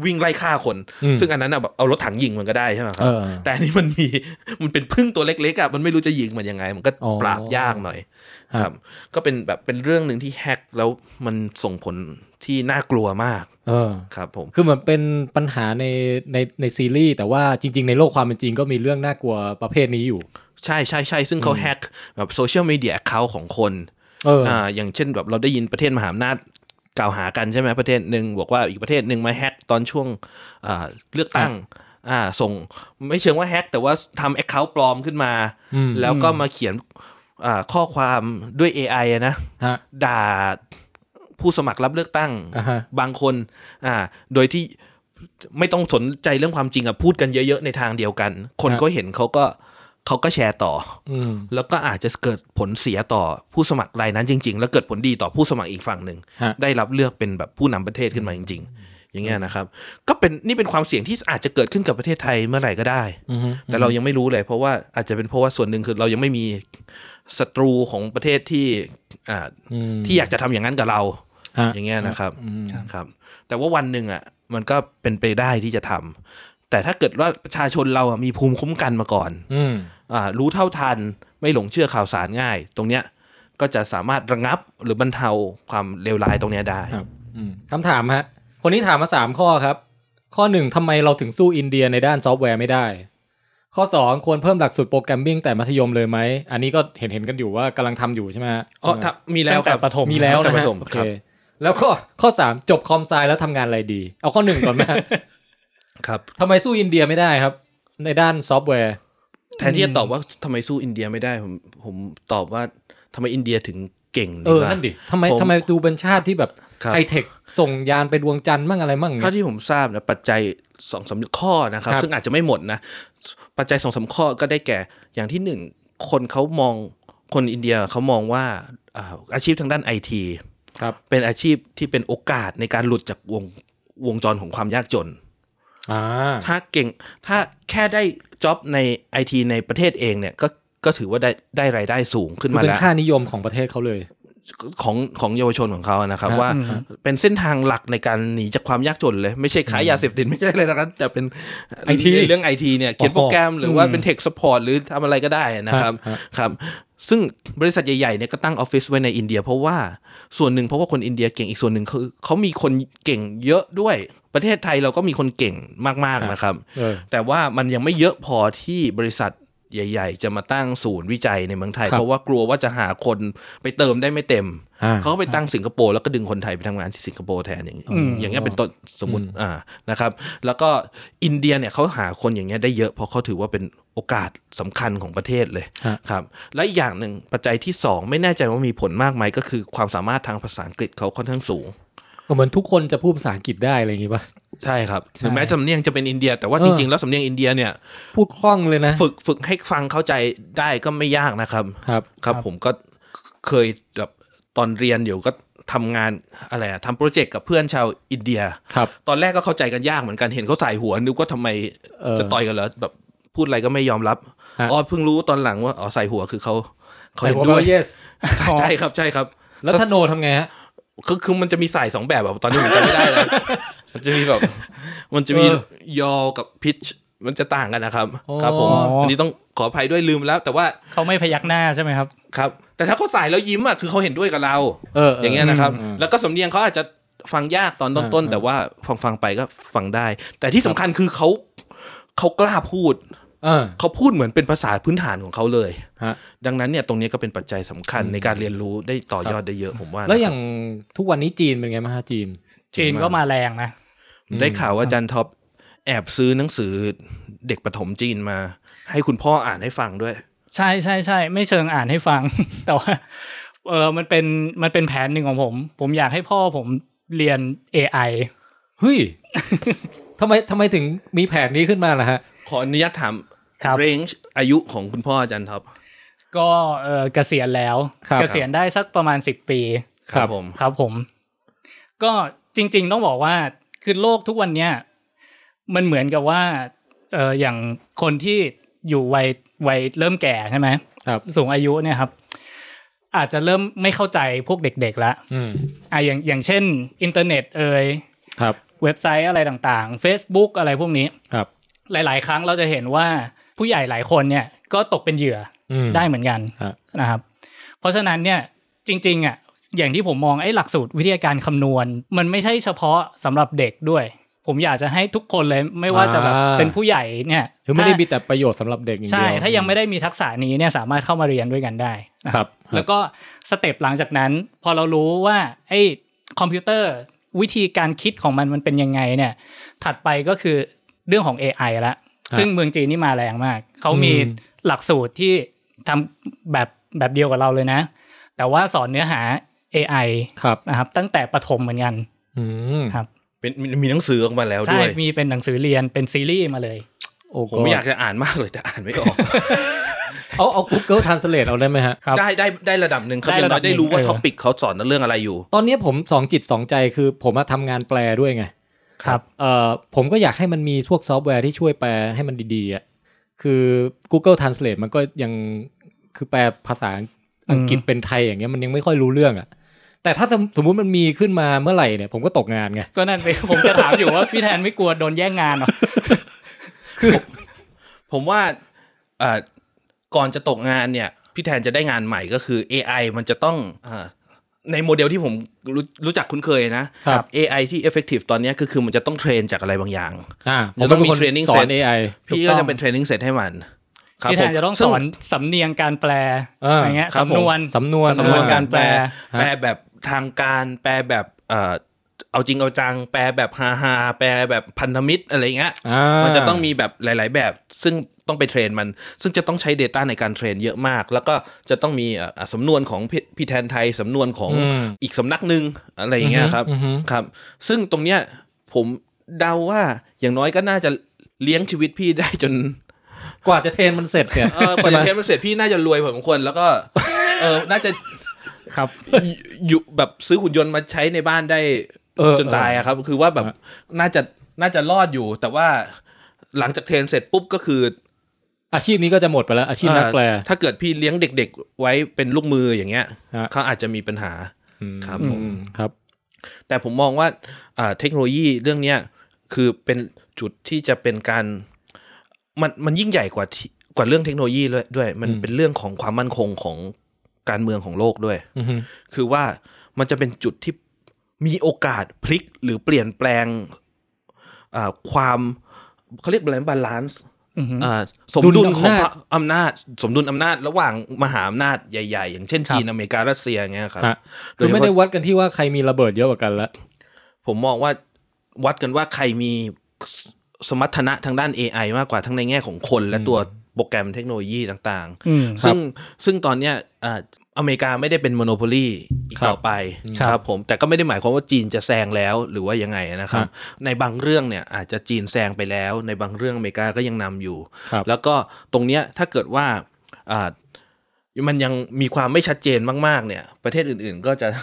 วิ่งไล่ฆ่าคน ซึ่งอันนั้นอะแบบเอารถถังยิงมันก็ได้ใช่ไหมครั เออ แต่อันนี้มันมี มันเป็นพึ่งตัวเล็กๆอ่ะมันไม่รู้จะยิงมันยังไง มันก็ อ๋อ ปราบยากหน่อย ครับ ครับ ก็เป็นแบบเป็นเรื่องหนึ่งที่แฮกแล้วมันส่งผลที่น่ากลัวมาก เออ ครับผม คือเหมือนเป็นปัญหาในในในซีรีส์แต่ว่าจริง ๆ ในโลกความเป็นจริงก็มีเรื่องน่ากลัวประเภทนี้อยู่ ใช่ใช่ใช่ซึ่งเขาแฮกแบบโซเชียลมีเดียแอคเคาท์ของคน เออ อ่าอย่างเช่นแบบเราได้ยินประเทศมหาอำนาจกล่าวหากันใช่ไหมประเทศหนึ่งบอกว่าอีกประเทศหนึ่งมาแฮกตอนช่วงอ่าเลือกตั้งอ่าส่งไม่เชิงว่าแฮกแต่ว่าทำแอคเคาท์ปลอมขึ้นมา อืม แล้วก็มาเขียนอ่าข้อความด้วย AI อะนะ ฮะ ด่าผู้สมัครรับเลือกตั้ง อ่าฮะ บางคนอ่าโดยที่ไม่ต้องสนใจเรื่องความจริงอะพูดกันเยอะๆ ในทางเดียวกัน คนก็เห็นเขาก็เขาก็แชร์ต่อ อืม แล้วก็อาจจะเกิดผลเสียต่อผู้สมัครรายนั้นจริง ๆ แล้วเกิดผลดีต่อผู้สมัครอีกฝั่งหนึ่ง ฮะ ได้รับเลือกเป็นแบบผู้นำประเทศขึ้นมาจริง ๆ อย่างเงี้ยนะครับ ก็เป็นนี่เป็นความเสี่ยงที่อาจจะเกิดขึ้นกับประเทศไทยเมื่อไหร่ก็ได้ อือฮึ แต่เรายังไม่รู้เลย เพราะว่าอาจจะเป็นเพราะว่าส่วนหนึ่งคือเรายังไม่มีศัตรูของประเทศที่อ่า อืม ที่อยากจะทำอย่างนั้นกับเรา ฮะ อย่างเงี้ยนะครับ อืม ครับ ครับ แต่ว่าวันหนึ่งอ่ะ มันก็เป็นไปได้ที่จะทำแต่ถ้าเกิดว่าประชาชนเราอ่ะมีภูมิคุ้มกันมาก่อน อืม อ่ารู้เท่าทันไม่หลงเชื่อข่าวสารง่าย ตรงเนี้ยก็จะสามารถระงับหรือบรรเทาความเลวร้ายตรงเนี้ยได้ ครับอืมคำถามฮะ คนนี้ถามมาสามข้อครับ ข้อหนึ่งทำไมเราถึงสู้อินเดียในด้านซอฟต์แวร์ไม่ได้ ข้อสองควรเพิ่มหลักสูตรโปรแกรมมิ่งแต่มัธยมเลยไหม อันนี้ก็เห็นเห็นกันอยู่ว่ากำลังทำอยู่ใช่ไหมฮะ อ๋อถ้ามีแล้ว ตั้คงแต่ รับ ประถม มีแล้วนะ แต่ ฮะ ผม โอ ค เครับ แล้วก็ ข้อสามจบคอมไซแล้วทำงานอะไรดี เอาข้อหนึ่งก่อนไหม ฮะ ครับ ทำไมสู้อินเดียไม่ได้ครับ ในด้านซอฟต์แวร์ แทนที่จะตอบว่าทำไมสู้อินเดียไม่ได้ผมผมตอบว่าทำไมอินเดียถึงเก่ง เออ กว่า นั่นดิทำไม ผม ทำไมดูเป็นชาติที่แบบ ครับ ไฮเทคส่งยานไปดวงจันทร์มั่งอะไรมั่งเนี่ เท่าย ที่ผมทราบนะปัจจัยสองสามข้อนะครับ ครับ ซึ่งอาจจะไม่หมดนะ ปัจจัยสองสามข้อก็ได้แก่อย่างที่หนึ่งคนเขามองคนอินเดียเขามองว่าอ่าอาชีพทางด้านไอที ครับ เป็นอาชีพที่เป็นโอกาสในการหลุดจากวงวงจรของความยากจน อ่า ถ้าเก่งถ้าแค่ได้จ็อบในไอทีในประเทศเองเนี่ยก็ก็ถือว่าได้ได้รายได้สูงขึ้น คือ มา เป็น แล้ว ค่านิยมของประเทศเขาเลย ของของเยาวชนของเขานะครับ ครับ ว่า อืมครับ เป็นเส้นทางหลักในการหนีจากความยากจนเลย ไม่ใช่ขายยาเสพติดไม่ใช่อะไรนะครับแต่เป็น IT เรื่องไอทีเนี่ยเขียนโปรแกรมหรือว่าเป็นเทคสปอร์ตหรือทำอะไรก็ได้นะครับ ฮะ ครับ ซึ่งบริษัทใหญ่ๆเนี่ยก็ตั้งออฟฟิศไว้ในอินเดีย เพราะว่าส่วนหนึ่งเพราะว่าคนอินเดียเก่งอีกส่วนหนึ่งคือเขามีคนเก่งเยอะด้วย ประเทศไทยเราก็มีคนเก่งมากๆนะครับ เออ แต่ว่ามันยังไม่เยอะพอที่บริษัทใหญ่ ๆ จะมาตั้งศูนย์วิจัยในเมืองไทย ครับ เพราะว่ากลัวว่าจะหาคนไปเติมได้ไม่เต็ม อ่า เขาก็ไปตั้งสิงคโปร์แล้วก็ดึงคนไทยไปทำงานที่สิงคโปร์แทนอย่างนี้ อืม อย่างเงี้ยเป็นต้นสมมติ อืม อ่านะครับ แล้วก็อินเดียเนี่ยเขาหาคนอย่างเงี้ยได้เยอะเพราะเขาถือว่าเป็นโอกาสสำคัญของประเทศเลยครับและอีกอย่างหนึ่งปัจจัยที่สองไม่แน่ใจว่ามีผลมากไหมก็คือความสามารถทางภาษาอังกฤษเขาค่อนข้างสูง ก็เหมือนทุกคนจะพูดภาษาอังกฤษได้อะไรอย่างงี้ป่ะ ใช่ครับ ใช่ ถึงแม้สำเนียงจะเป็นอินเดีย แต่ว่า เออ จริงๆแล้วสำเนียงอินเดียเนี่ย พูดคล่องเลยนะ ฝึกฝึกให้ฟังเข้าใจได้ก็ไม่ยากนะครับ ครับ ครับ ครับ ผมก็เคยแบบตอนเรียนอยู่ก็ทำงานอะไรอะทำโปรเจกต์กับเพื่อนชาวอินเดีย ครับ ตอนแรกก็เข้าใจกันยากเหมือนกันเห็นเขาใส่หัวนึกว่าทำไม เออ จะต่อยกันเหรอแบบพูดอะไรก็ไม่ยอมรับ ฮะ อ๋อเพิ่งรู้ตอนหลังว่าอ๋อใส่หัวคือเขาเขา ใส่ เห็ หัวน ด้ ก็ วย yes ใช่ใช่ครับใช่ครับ แล้วธโนทำไงฮะ คือคือมันจะมีสายสองแบบแบบตอนนี้ผมจำไม่ได้ แล้วมันจะมีแบบมันจะมี เออย อกับพิชมันจะต่างกันนะครับ อ๋อ ครับผมอันนี้ต้องขออภัยด้วยลืมแล้ว แต่ว่า เขาไม่พยักหน้าใช่ไหมครับ ครับ แต่ถ้าเขาใส่แล้วยิ้มอ่ะคือเขาเห็นด้วยกับเรา เอออ อย่างเงี้ยนะครับ อืม แล้วก็สำเนียงเขาอาจจะฟังยากตอนต้น อ่า ๆ แต่ว่าฟังฟังๆไปก็ฟังได้ แต่ที่สำคัญคือเขาเขากล้าพูด เออ เขาพูดเหมือนเป็นภาษาพื้นฐานของเขาเลย ฮะ ดังนั้นเนี่ยตรงนี้ก็เป็นปัจจัยสำคัญ อืม ในการเรียนรู้ได้ต่อยอดได้เยอะผมว่านะ แล้วอย่างทุกวันนี้จีนเป็นไงมางฮะจีน จีนก็มาแรงนะ ผมได้ข่าวว่าอาจันท็อปแอบซื้อหนังสือเด็กประถมจีนมา ให้คุณพ่ออ่านให้ฟังด้วย ใช่ใช่ใช่ไม่เชิงอ่านให้ฟัง แต่ว่าเออมันเป็นมันเป็นแผนหนึ่งของผม ผมอยากให้พ่อผมเรียน AI เฮ้ย ทำไมทำไมถึงมีแผนนี้ขึ้นมาล่ะฮะ ขออนุญาตถาม ครับ เรนจ์อายุของคุณพ่ออาจันท็อป ก็เออเกษียณแล้ว ครับ เกษียณได้สักประมาณสิบปี ครับ ผม ครับผม ก็จริง ๆ ต้องบอกว่าคือโลกทุกวันเนี้ยมันเหมือนกับว่าเอออย่างคนที่อยู่วัยวัยเริ่มแก่ใช่ไหม ครับ สูงอายุเนี่ยครับ อาจจะเริ่มไม่เข้าใจพวกเด็กๆละ อืม อ่ะอย่างอย่างเช่น อินเทอร์เน็ตเอ่ย ครับ เว็บไซต์อะไรต่างๆ Facebook อะไรพวกนี้ ครับ หลาย ๆ ครั้งเราจะเห็นว่าผู้ใหญ่หลายคนเนี่ยก็ตกเป็นเหยื่อ อืม อได้เหมือนกัน ฮะ นะครับ เพราะฉะนั้นเนี่ยจริง ๆ อ่ะ อย่างที่ผมมองไอ้หลักสูตรวิทยาการคำนวณ มันไม่ใช่เฉพาะสำหรับเด็กด้วย ผมอยากจะให้ทุกคนเลยไม่ว่าจะแบบ อ่า เป็นผู้ใหญ่เนี่ย ถือไม่ได้ ถ้า มีแต่ประโยชน์สำหรับเด็กอย่างเดี ใช่ ยว ถ้ายังไม่ได้มีทักษะนี้เนี่ยสามารถเข้ามาเรียนด้วยกันได้นะ ครับ แล้วก็สเต็ปหลังจากนั้น พอเรารู้ว่าไอ้คอมพิวเตอร์วิธีการคิดของมันมันเป็นยังไงเนี่ย ถัดไปก็คือเรื่องของ AI ละ ครับ ซึ่งเมืองจีนนี่มาแรงมาก เขามี อืม หลักสูตรที่ทำแบบแบบเดียวกับเราเลยนะ แต่ว่าสอนเนื้อหา AI ครับ นะครับ ตั้งแต่ประถมเหมือนกัน อืม ครับ เป็นมีมีหนังสือออกมาแล้ว ใช่ ด้วย มีเป็นหนังสือเรียนเป็นซีรีส์มาเลย โอ้ ผมอยากจะอ่านมากเลยแต่อ่านไม่ออก เอาเอา Google Translate เอาได้ไหมฮะ ครับ ได้ได้ได้ระดับหนึ่งครับ ได้ อย่าง ระดั น้อบยได้รู้ว่า หนึ่งเออ ท็อปิกเขาสอนเรื่องอะไรอยู่ ตอนนี้ผมสองจิตสองใจคือผมมาทำงานแปลด้วยไง ครับ เอ่อผมก็อยากให้มันมีพวกซอฟต์แวร์ที่ช่วยแปลให้มันดีๆอ่ะคือ Google Translate มันก็ยังคือแปลภาษาอังกฤษ อืม เป็นไทยอย่างเงี้ยมันยังไม่ค่อยรู้เรื่องอ่ะแต่ถ้าสมสมมุติมันมีขึ้นมาเมื่อไหร่เนี่ยผมก็ตกงานไง ก็นั่นสิผมจะถามอยู่ว่าพี่แทนไม่กลัวโดนแย่งงานเหรอ ผมว่าเอ่อก่อนจะตกงานเนี่ย พี่แทนจะได้งานใหม่ก็คือ AI มันจะต้องเอ่อ ในโมเดลที่ผมรู้รู้จักคุ้นเคยนะ ครับ AI ที่ effective ตอนเนี้ยก็คือมันจะต้องเทรนจากอะไรบางอย่าง อ่าผ จะ มเป็ต้อง น มี คน training สอน set AI พี่ ถูกต้ ก็ อง จะเป็นเทรนนิ่งเสร็จให้มัน ครับ ที่ ผ แท ม นจะต้องส ซึ่ อนสำเนียงการแปล อ่า อะไรเงี้ย ครับผม สำนวน สำนวน สำนวนการแปล ฮะ แปลแบบทางการแปลแบบเอ่อเอาจริงเอาจัง แปลแบบฮาฮาๆแปลแบบพันธมิตรอะไรเงี้ย อ่า มันจะต้องมีแบบหลาย ๆ แบบซึ่งต้องไปเทรนมัน ซึ่งจะต้องใช้ Data ในการเทรนเยอะมาก แล้วก็จะต้องมีเอ่ออ่ะสำนวนของพี่พี่แทนไทยสำนวนของ อืม อีกสำนักหนึ่งอะไรอย่างเงี้ยครับ อือฮึ ครับ ซึ่งตรงเนี้ยผมเดาว่าอย่างน้อยก็น่าจะเลี้ยงชีวิตพี่ได้จน กว่าจะเทรนมันเสร็จเนี่ย เอ อพอจะเทรนมันเสร็จพี่น่าจะรวยพอสมควรแล้วก็เออน่าจะ ครับ อยู่แบบซื้อหุ่นยนต์มาใช้ในบ้านได้ เออ จนตายอะครับ คือว่าแบบ ฮะ น่าจะน่าจะรอดอยู่ แต่ว่าหลังจากเทรนเสร็จปุ๊บก็คือ อาชีพนี้ก็จะหมดไปแล้ว อาชีพนักแปล เอ่อถ้าเกิดพี่เลี้ยงเด็กๆ ไว้เป็นลูกมืออย่างเงี้ย ฮะ เขาอาจจะมีปัญหา อืม ครับผม อืมครับ แต่ผมมองว่าอ่าเทคโนโลยีเรื่องเนี้ยคือเป็นจุดที่จะเป็นการมันมันยิ่งใหญ่กว่าที่กว่าเรื่องเทคโนโลยีเลยด้วย มัน อืม เป็นเรื่องของความมั่นคงของการเมืองของโลกด้วย อือฮึ คือว่ามันจะเป็นจุดที่มีโอกาสพลิกหรือเปลี่ยนแปลงอ่าความเขาเรียกอะไรบาลานซ์ อือฮึ อ่าสม ดุ ดุ ล ล อำนาจ ของพระอำนาจ สมดุลอำนาจระหว่างมหาอำนาจใหญ่ ๆ อย่างเช่นจีนอเมริการัสเซียอย่างเงี้ยครับ ฮะ โด คือยเฉ ไม่ได้ พาะ วัดกันที่ว่าใครมีระเบิดเยอะกว่ากันละ ผมมองว่าวัดกันว่าใครมีสสมรรถนะทางด้าน AI มากกว่าทั้งในแง่ของคนและตัวโปรแกรมเทคโนโลยีต่าง อืม ๆ ซึ่งซึ่งตอนเนี้ยอ่าอเมริกาไม่ได้เป็นมโนโพลีอีกต่อไป ครับ ครับผมแต่ก็ไม่ได้หมายความว่าจีนจะแซงแล้วหรือว่ายังไงนะครับ ในบางเรื่องเนี่ยอาจจะจีนแซงไปแล้ว ในบางเรื่องอเมริกาก็ยังนำอยู่ ครับ แล้วก็ตรงเนี้ยถ้าเกิดว่าอ่ามันยังมีความไม่ชัดเจนมาก ๆ เนี่ย ประเทศอื่น ๆ ก็จะ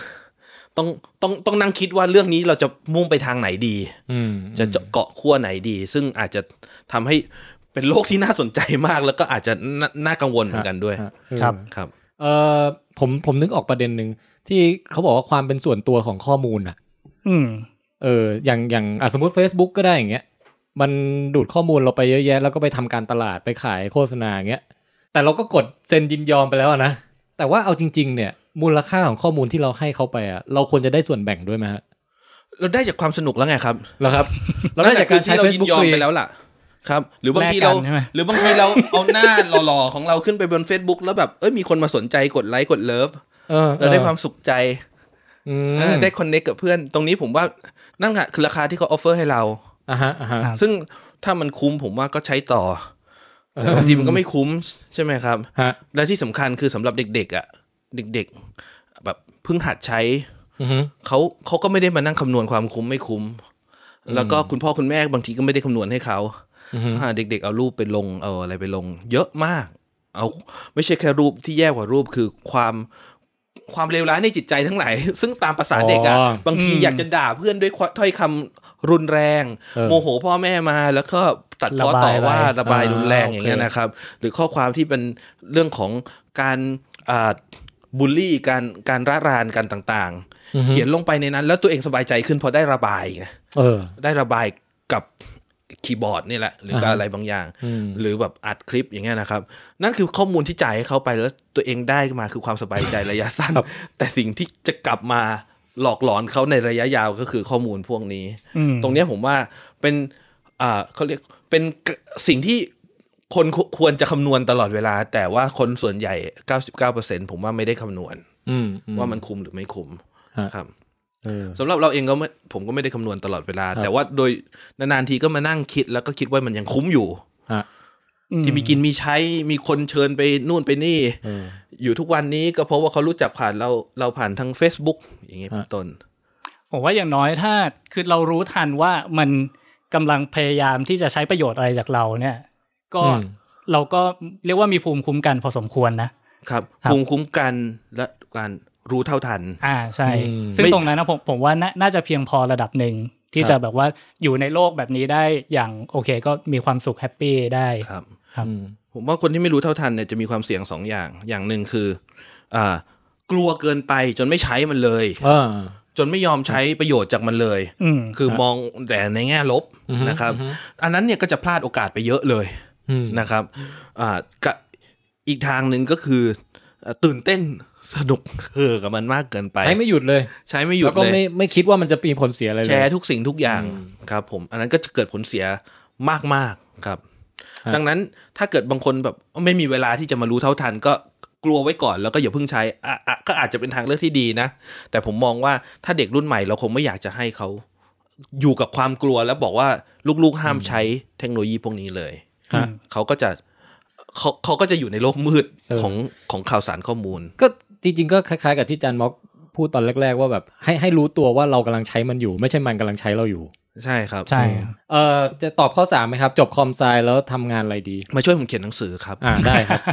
ต้องต้องต้องนั่งคิดว่าเรื่องนี้เราจะมุ่งไปทางไหนดี อืม จะเจาะเกาะขั้วไหนดี ซึ่งอาจจะทำให้เป็นโลกที่น่าสนใจมาก แล้วก็อาจจะน่าน่ากังวลเหมือนกันด้วย ฮะ ครับ ครับ เออผมผมนึกออกประเด็นหนึ่งที่เขาบอกว่าความเป็นส่วนตัวของข้อมูลอ่ะ อืม เอออย่างอย่างอ่ะสมมติ Facebook ก็ได้อย่างเงี้ยมันดูดข้อมูลเราไปเยอะแยะ แล้วก็ไปทำการตลาดไปขายโฆษณาอย่างเงี้ยแต่เราก็กดเซ็นยินยอมไปแล้วอะนะ แต่ว่าเอาจริง ๆ เนี่ยมูลค่าของข้อมูลที่เราให้เขาไปอ่ะเราควรจะได้ส่วนแบ่งด้วยไหมฮะ เราได้จากความสนุกแล้วไงครับ แล้วครับ เราได้จากการใช้ นั่นแหละคือที่เรายิน Facebook ยอม Free ไปแล้วล่ะ ครับ หรือบางทีเรา แลกกันใช่ไหม หรือบางทีเรา เอาหน้าหล่อๆของเราขึ้นไปบน Facebook แล้วแบบเอ้ยมีคนมาสนใจกดไลค์กดเลิฟ เออ เราได้ความสุขใจ อืม เออได้คอนเน c t กับเพื่อน ตรงนี้ผมว่านั่นแหละคือราคาที่เขาออฟเฟอร์ให้เรา อ่าฮะอ่าฮะ ครับ ซึ่งถ้ามันคุ้มผมว่าก็ใช้ต่อแต่บางทีมันก็ไม่คุ้มใช่ไหมครับ ฮะ และที่สำคัญคือสำหรับเด็กๆอ่ะเด็กๆ แบบเพิ่งหัดใช้ อือฮึ เขาเขาก็ไม่ได้มานั่งคำนวณความคุ้มไม่คุ้ม แล้วก็คุณพ่อคุณแม่บางทีก็ไม่ได้คำนวณให้เขา อือฮึ อ่าเด็ก ๆ เอารูปไปลงเอาอะไรไปลง เยอะมาก เอาไม่ใช่แค่รูปที่แย่กว่ารูปคือความความเลวร้ายในจิตใจทั้งหลาย ซึ่งตามภาษาเด็กอะบางที อืม อยากจะด่าเพื่อนด้วยถ้อยคำรุนแรง เออ โมโหพ่อแม่มาแล้วก็ตัดพ้อ ระบาย ต่อว่า ไว้ ระบาย อ่า รุนแรง โอเค อย่างเงี้ยนะครับ หรือข้อความที่เป็นเรื่องของการอ่าบูลลี่การการระรานกันต่าง อือ ๆ ฮึ เขียนลงไปในนั้น แล้วตัวเองสบายใจขึ้นพอได้ระบายไง เออ ได้ระบายกับคีย์บอร์ดนี่แหละ หรือกับ อ่าฮะ อะไรบางอย่าง อืม หรือแบบอัดคลิปอย่างเงี้ยนะครับ นั่นคือข้อมูลที่จ่ายให้เขาไปแล้วตัวเองได้มาคือความสบายใจระยะสั้น แต่สิ่งที่จะกลับมาหลอกหลอนเขาในระยะยาวก็คือข้อมูลพวกนี้ อืม ตรงเนี้ยผมว่าเป็นอ่าเขาเรียกเป็นกสิ่งที่คนควควรจะคำนวณตลอดเวลา แต่ว่าคนส่วนใหญ่ 99%ผมว่าไม่ได้คำนวณ อืม ว่ามันคุ้มหรือไม่คุ้ม ฮะ ครับ เออ สำหรับเราเองก็ไม่ผมก็ไม่ได้คำนวณตลอดเวลา ครับ แต่ว่าโดยนานๆทีก็มานั่งคิดแล้วก็คิดว่ามันยังคุ้มอยู่ ฮะ ที่มีกินมีใช้มีคนเชิญไปนู่นไปนี่ เออ อยู่ทุกวันนี้ก็เพราะว่าเขารู้จักผ่านเราเราผ่านทาง Facebook อย่างเงี้ยเป็น ฮะ ต้น ผมว่าอย่างน้อยถ้าคือเรารู้ทันว่ามันกำลังพยายามที่จะใช้ประโยชน์อะไรจากเราเนี่ย ก็ อืม เราก็เรียกว่ามีภูมิคุ้มกันพอสมควรนะ ครับ ครับ ภูมิคุ้มกันและการรู้เท่าทัน อ่าใช่ อืม ซึ่ง ไม่ ตรงนั้นนะผมผมว่าน่าน่าจะเพียงพอระดับหนึ่ง ที่ ครับ จะแบบว่าอยู่ในโลกแบบนี้ได้อย่างโอเคก็มีความสุขแฮปปี้ได้ ครับ ครับ อืม ผมว่าคนที่ไม่รู้เท่าทันเนี่ยจะมีความเสี่ยงสองอย่าง อย่างหนึ่งคืออ่ากลัวเกินไปจนไม่ใช้มันเลย เออ จนไม่ยอมใช้ประโยชน์จากมันเลย อืม คือมองแต่ในแง่ลบ อือฮึ นะครับ อือฮึ อันนั้นเนี่ยก็จะพลาดโอกาสไปเยอะเลย อืม นะครับอ่ากะอีกทางหนึ่งก็คืออ่าตื่นเต้น สนุกเฮอกับมันมากเกินไป ใช้ไม่หยุดเลย ใช้ไม่หยุด แล้วก็ เล ไม่ ย ไม่คิดว่ามันจะมีผลเสียอะไรเลย แชร์ทุกสิ่งทุกอย่าง อืม ครับผมอันนั้นก็จะเกิดผลเสียมากมากๆครับ ครับ ดังนั้นถ้าเกิดบางคนแบบไม่มีเวลาที่จะมารู้เท่าทัน ก็กลัวไว้ก่อนแล้วก็อย่าเพิ่งใช้อ่ะอ่ะก็อาจจะเป็นทางเลือกที่ดีนะ แต่ผมมองว่าถ้าเด็กรุ่นใหม่เราคงไม่อยากจะให้เขาอยู่กับความกลัวแล้วบอกว่าลูกๆห้ามใช้เทคโนโลยีพวกนี้เลย ฮะ เขาก็จะเขาเขาก็จะอยู่ในโลกมืด เออ ของของข่าวสารข้อมูล ก็จริงๆก็คล้ายๆกับที่อาจารย์ม็อกพูดตอนแรก ๆ ว่าแบบให้ให้รู้ตัวว่าเรากำลังใช้มันอยู่ ไม่ใช่มันกำลังใช้เราอยู่ ใช่ครับ ใช่ เอ่อจะตอบข้อสามไหมครับ จบคอมไซแล้วทำงานอะไรดี มาช่วยผมเขียนหนังสือครับ อ่าได้ครับ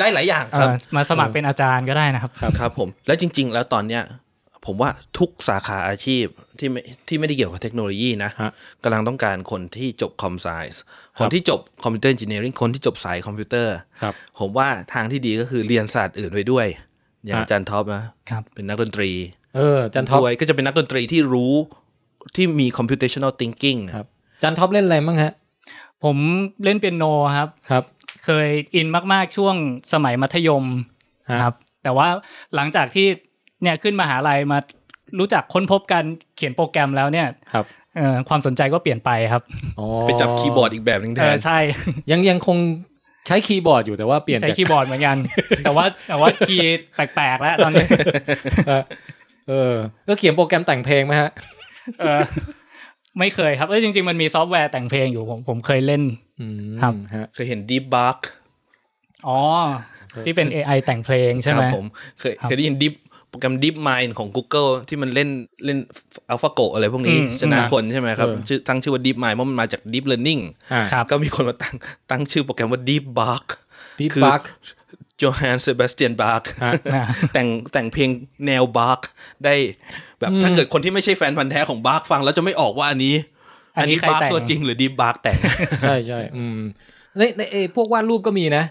ได้หลายอย่าง เอ่ ครับ อมาสมัครเป็นอาจารย์ก็ได้นะครับ ครับผมแล้วจริง ๆ แล้วตอนเนี้ยผมว่าทุกสาขาอาชีพที่ไม่ที่ไม่ได้เกี่ยวกับเทคโนโลยีนะ ฮะ กำลังต้องการคนที่จบคอมไซส์ ค ครับ นที่จบคอมพิวเตอร์เอนจิเนียริงคนที่จบสายคอมพิวเตอร์ ครับ ผมว่าทางที่ดีก็คือเรียนศาสตร์อื่นไว้ด้วย อย่าง ฮะ อาจารย์ท็อปนะครับ เป็นนักดนตรี เอออาจันท็อป ด้วยก็จะเป็นนักดนตรีที่รู้ที่มี computational thinking อะ ครับอาจันท็อปเล่นอะไรบ้างฮะ ผมเล่นเปียโนครับ ครับ เคยอินมากๆช่วงสมัยมัธยม ฮะ ครับ แต่ว่าหลังจากที่เนี่ยขึ้นมหาลัยมารู้จักค้นพบการเขียนโปรแกรมแล้วเนี่ย ครับ เอ่อความสนใจก็เปลี่ยนไปครับ อ๋อ ไปจับคีย์บอร์ดอีกแบบหนึงแท เออน ใช่ ยังยังคงใช้คีย์บอร์ดอยู่แต่ว่าเปลี่ยน ใช้ จาก คีย์บอร์ดเหมือนกัน แต่ว่าแต่ว่าคีย์แปลกๆแล้วตอนนี้ เออเออก็เขียนโปรแกรมแต่งเพลงไหมฮะ เออไม่เคยครับเออจริง ๆ มันมีซอฟต์แวร์แต่งเพลงอยู่ผมผมเคยเล่น อืม ครับ ฮะ เคยเห็น deep bug อ๋อ ที่เป็น AI แต่งเพลงใช่ ค ไห รั ม บผมเคย ครับ เคยได้ยินดิฟโปรแกรม Deep Mind ของ Google ที่มันเล่นเล่นอัลฟาโกอะไรพวกนี้ อืม ชนะคนใช่ไหมครับ เออ ชื่อตั้งชื่อว่า Deep Mind เพราะมันมาจาก Deep Learning อ่า ครับ ก็มีคนมาตั้งตั้งชื่อโปรแกรมว่า Deep Bug ดี คือ บัก Johann Sebastian Bach ฮะ อ่า แต่งแต่งเพลงแนว Bach ได้แบบถ้าเกิดคนที่ไม่ใช่แฟนพันธ์แท้ของ Bach ฟังแล้วจะไม่ออกว่าอันนี้ อันนี้ใคร Bach แต่ง ตัวจริงหรือ Deep Bach แต่ง ใช่ใช่อืมในในเออพวกวาดรูปก็มีนะ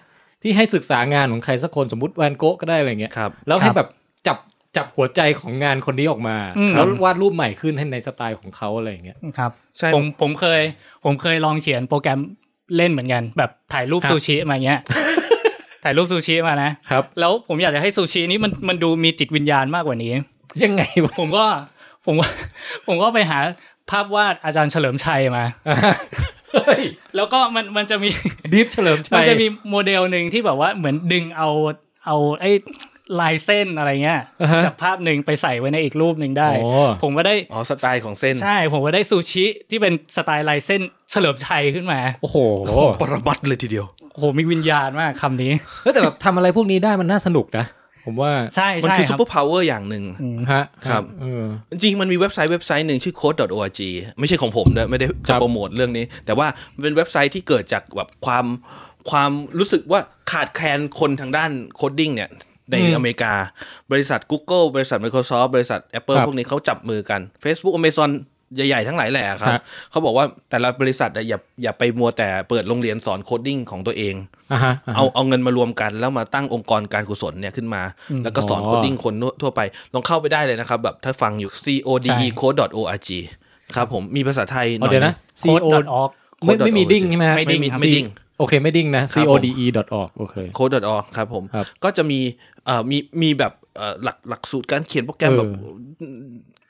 ที่ให้ศึกษางานของใครสักคนสมมติแวนโกะก็ได้อะไรเงี้ย ครับ แล้ว ครั ให้ บ แบบจับจับหัวใจของงานคนนี้ออกมา อืม แล้ววาดรูปใหม่ขึ้นให้ในสไตล์ของเขาอะไรเงี้ย ครับ ใช่ ผมผมเคย ผมเคยลองเขียนโปรแกรมเล่นเหมือนกัน แบบถ่ายรูป ครับ ซูชิมาเงี้ย ถ่ายรูปซูชิมานะครับ แล้วผมอยากจะให้ซูชินี้มันมันดูมีจิตวิญญาณมากกว่านี้ ยังไงวะ ผมก็ผมก็ ผมก็ไปหาภาพวาดอาจารย์เฉลิมชัยมา เฮ้ย แล้วก็มันมันจะมี ดิฟเฉลิมชั มัน ย จะมีโมเดลหนึ่งที่แบบว่าเหมือนดึงเอาเอาไอ้ลายเส้นอะไรเงี้ยจากภาพหนึ่งไปใส่ไว้ในอีกรูปหนึ่งได้ โอ้ ผมก็ได้ อ๋อสไตล์ของเส้น ใช่ ผมก็ได้ซูชิที่เป็นสไตล์ลายเส้นเฉลิมชัยขึ้นมา โอ้โห ปรมัดเลยทีเดียว โอ้โหมีวิญญาณมากคำนี้ เฮ้ยแต่แบบทำอะไรพวกนี้ได้มันน่าสนุกนะ ผมว่า ใช่ มัน ใช่ คือ ค ซู รับ เปอร์พาวเวอร์อย่างหนึ่ง อืม ฮะ ครับ เออ จริงๆมันมีเว็บไซต์เว็บไซต์หนึ่งชื่อ code.org ไม่ใช่ของผมด้วยไม่ได้ ครั จะ บ โปรโมทเรื่องนี้ แต่ว่ามันเป็นเว็บไซต์ที่เกิดจากแบบความความรู้สึกว่าขาดแคลนคนทางด้านโคดดิ้งเนี่ย ในอเมริกา บริษัท Google บริษัท Microsoft บริษัท Apple ครับ พวกนี้เขาจับมือกัน Facebook Amazon ใหญ่ ๆ ทั้งหลายแหละครับ ฮะ เขาบอกว่าแต่ละบริษัทอะอย่าอย่าไปมัวแต่เปิดโรงเรียนสอนโคดดิ้งของตัวเอง อ่ะฮะฮะ เอาเอาเงินมารวมกันแล้วมาตั้งองค์กรการกุศลเนี่ยขึ้นมา แล้วก็สอน อ๋อ โคดดิ้งคนทั่วไป ลองเข้าไปได้เลยนะครับ แบบถ้าฟังอยู่ ใช่ code code org ครับผมมีภาษาไทยหน่ เอา อย เดี๋ยวนะ โค้ด CO .org ไม่ไม่มี code.org ดิ้งใช่ไหมฮะ ไม่ดิ้งครับ ไม่ดิ้ง โอเคไม่ดิ้งนะ ครับผม code.org โอเค code org ครับผม ครับ ก็จะมีเอ่อมีมีแบบเอ่อหลักหลักสูตรการเขียนโปรแกรม เออ แบบ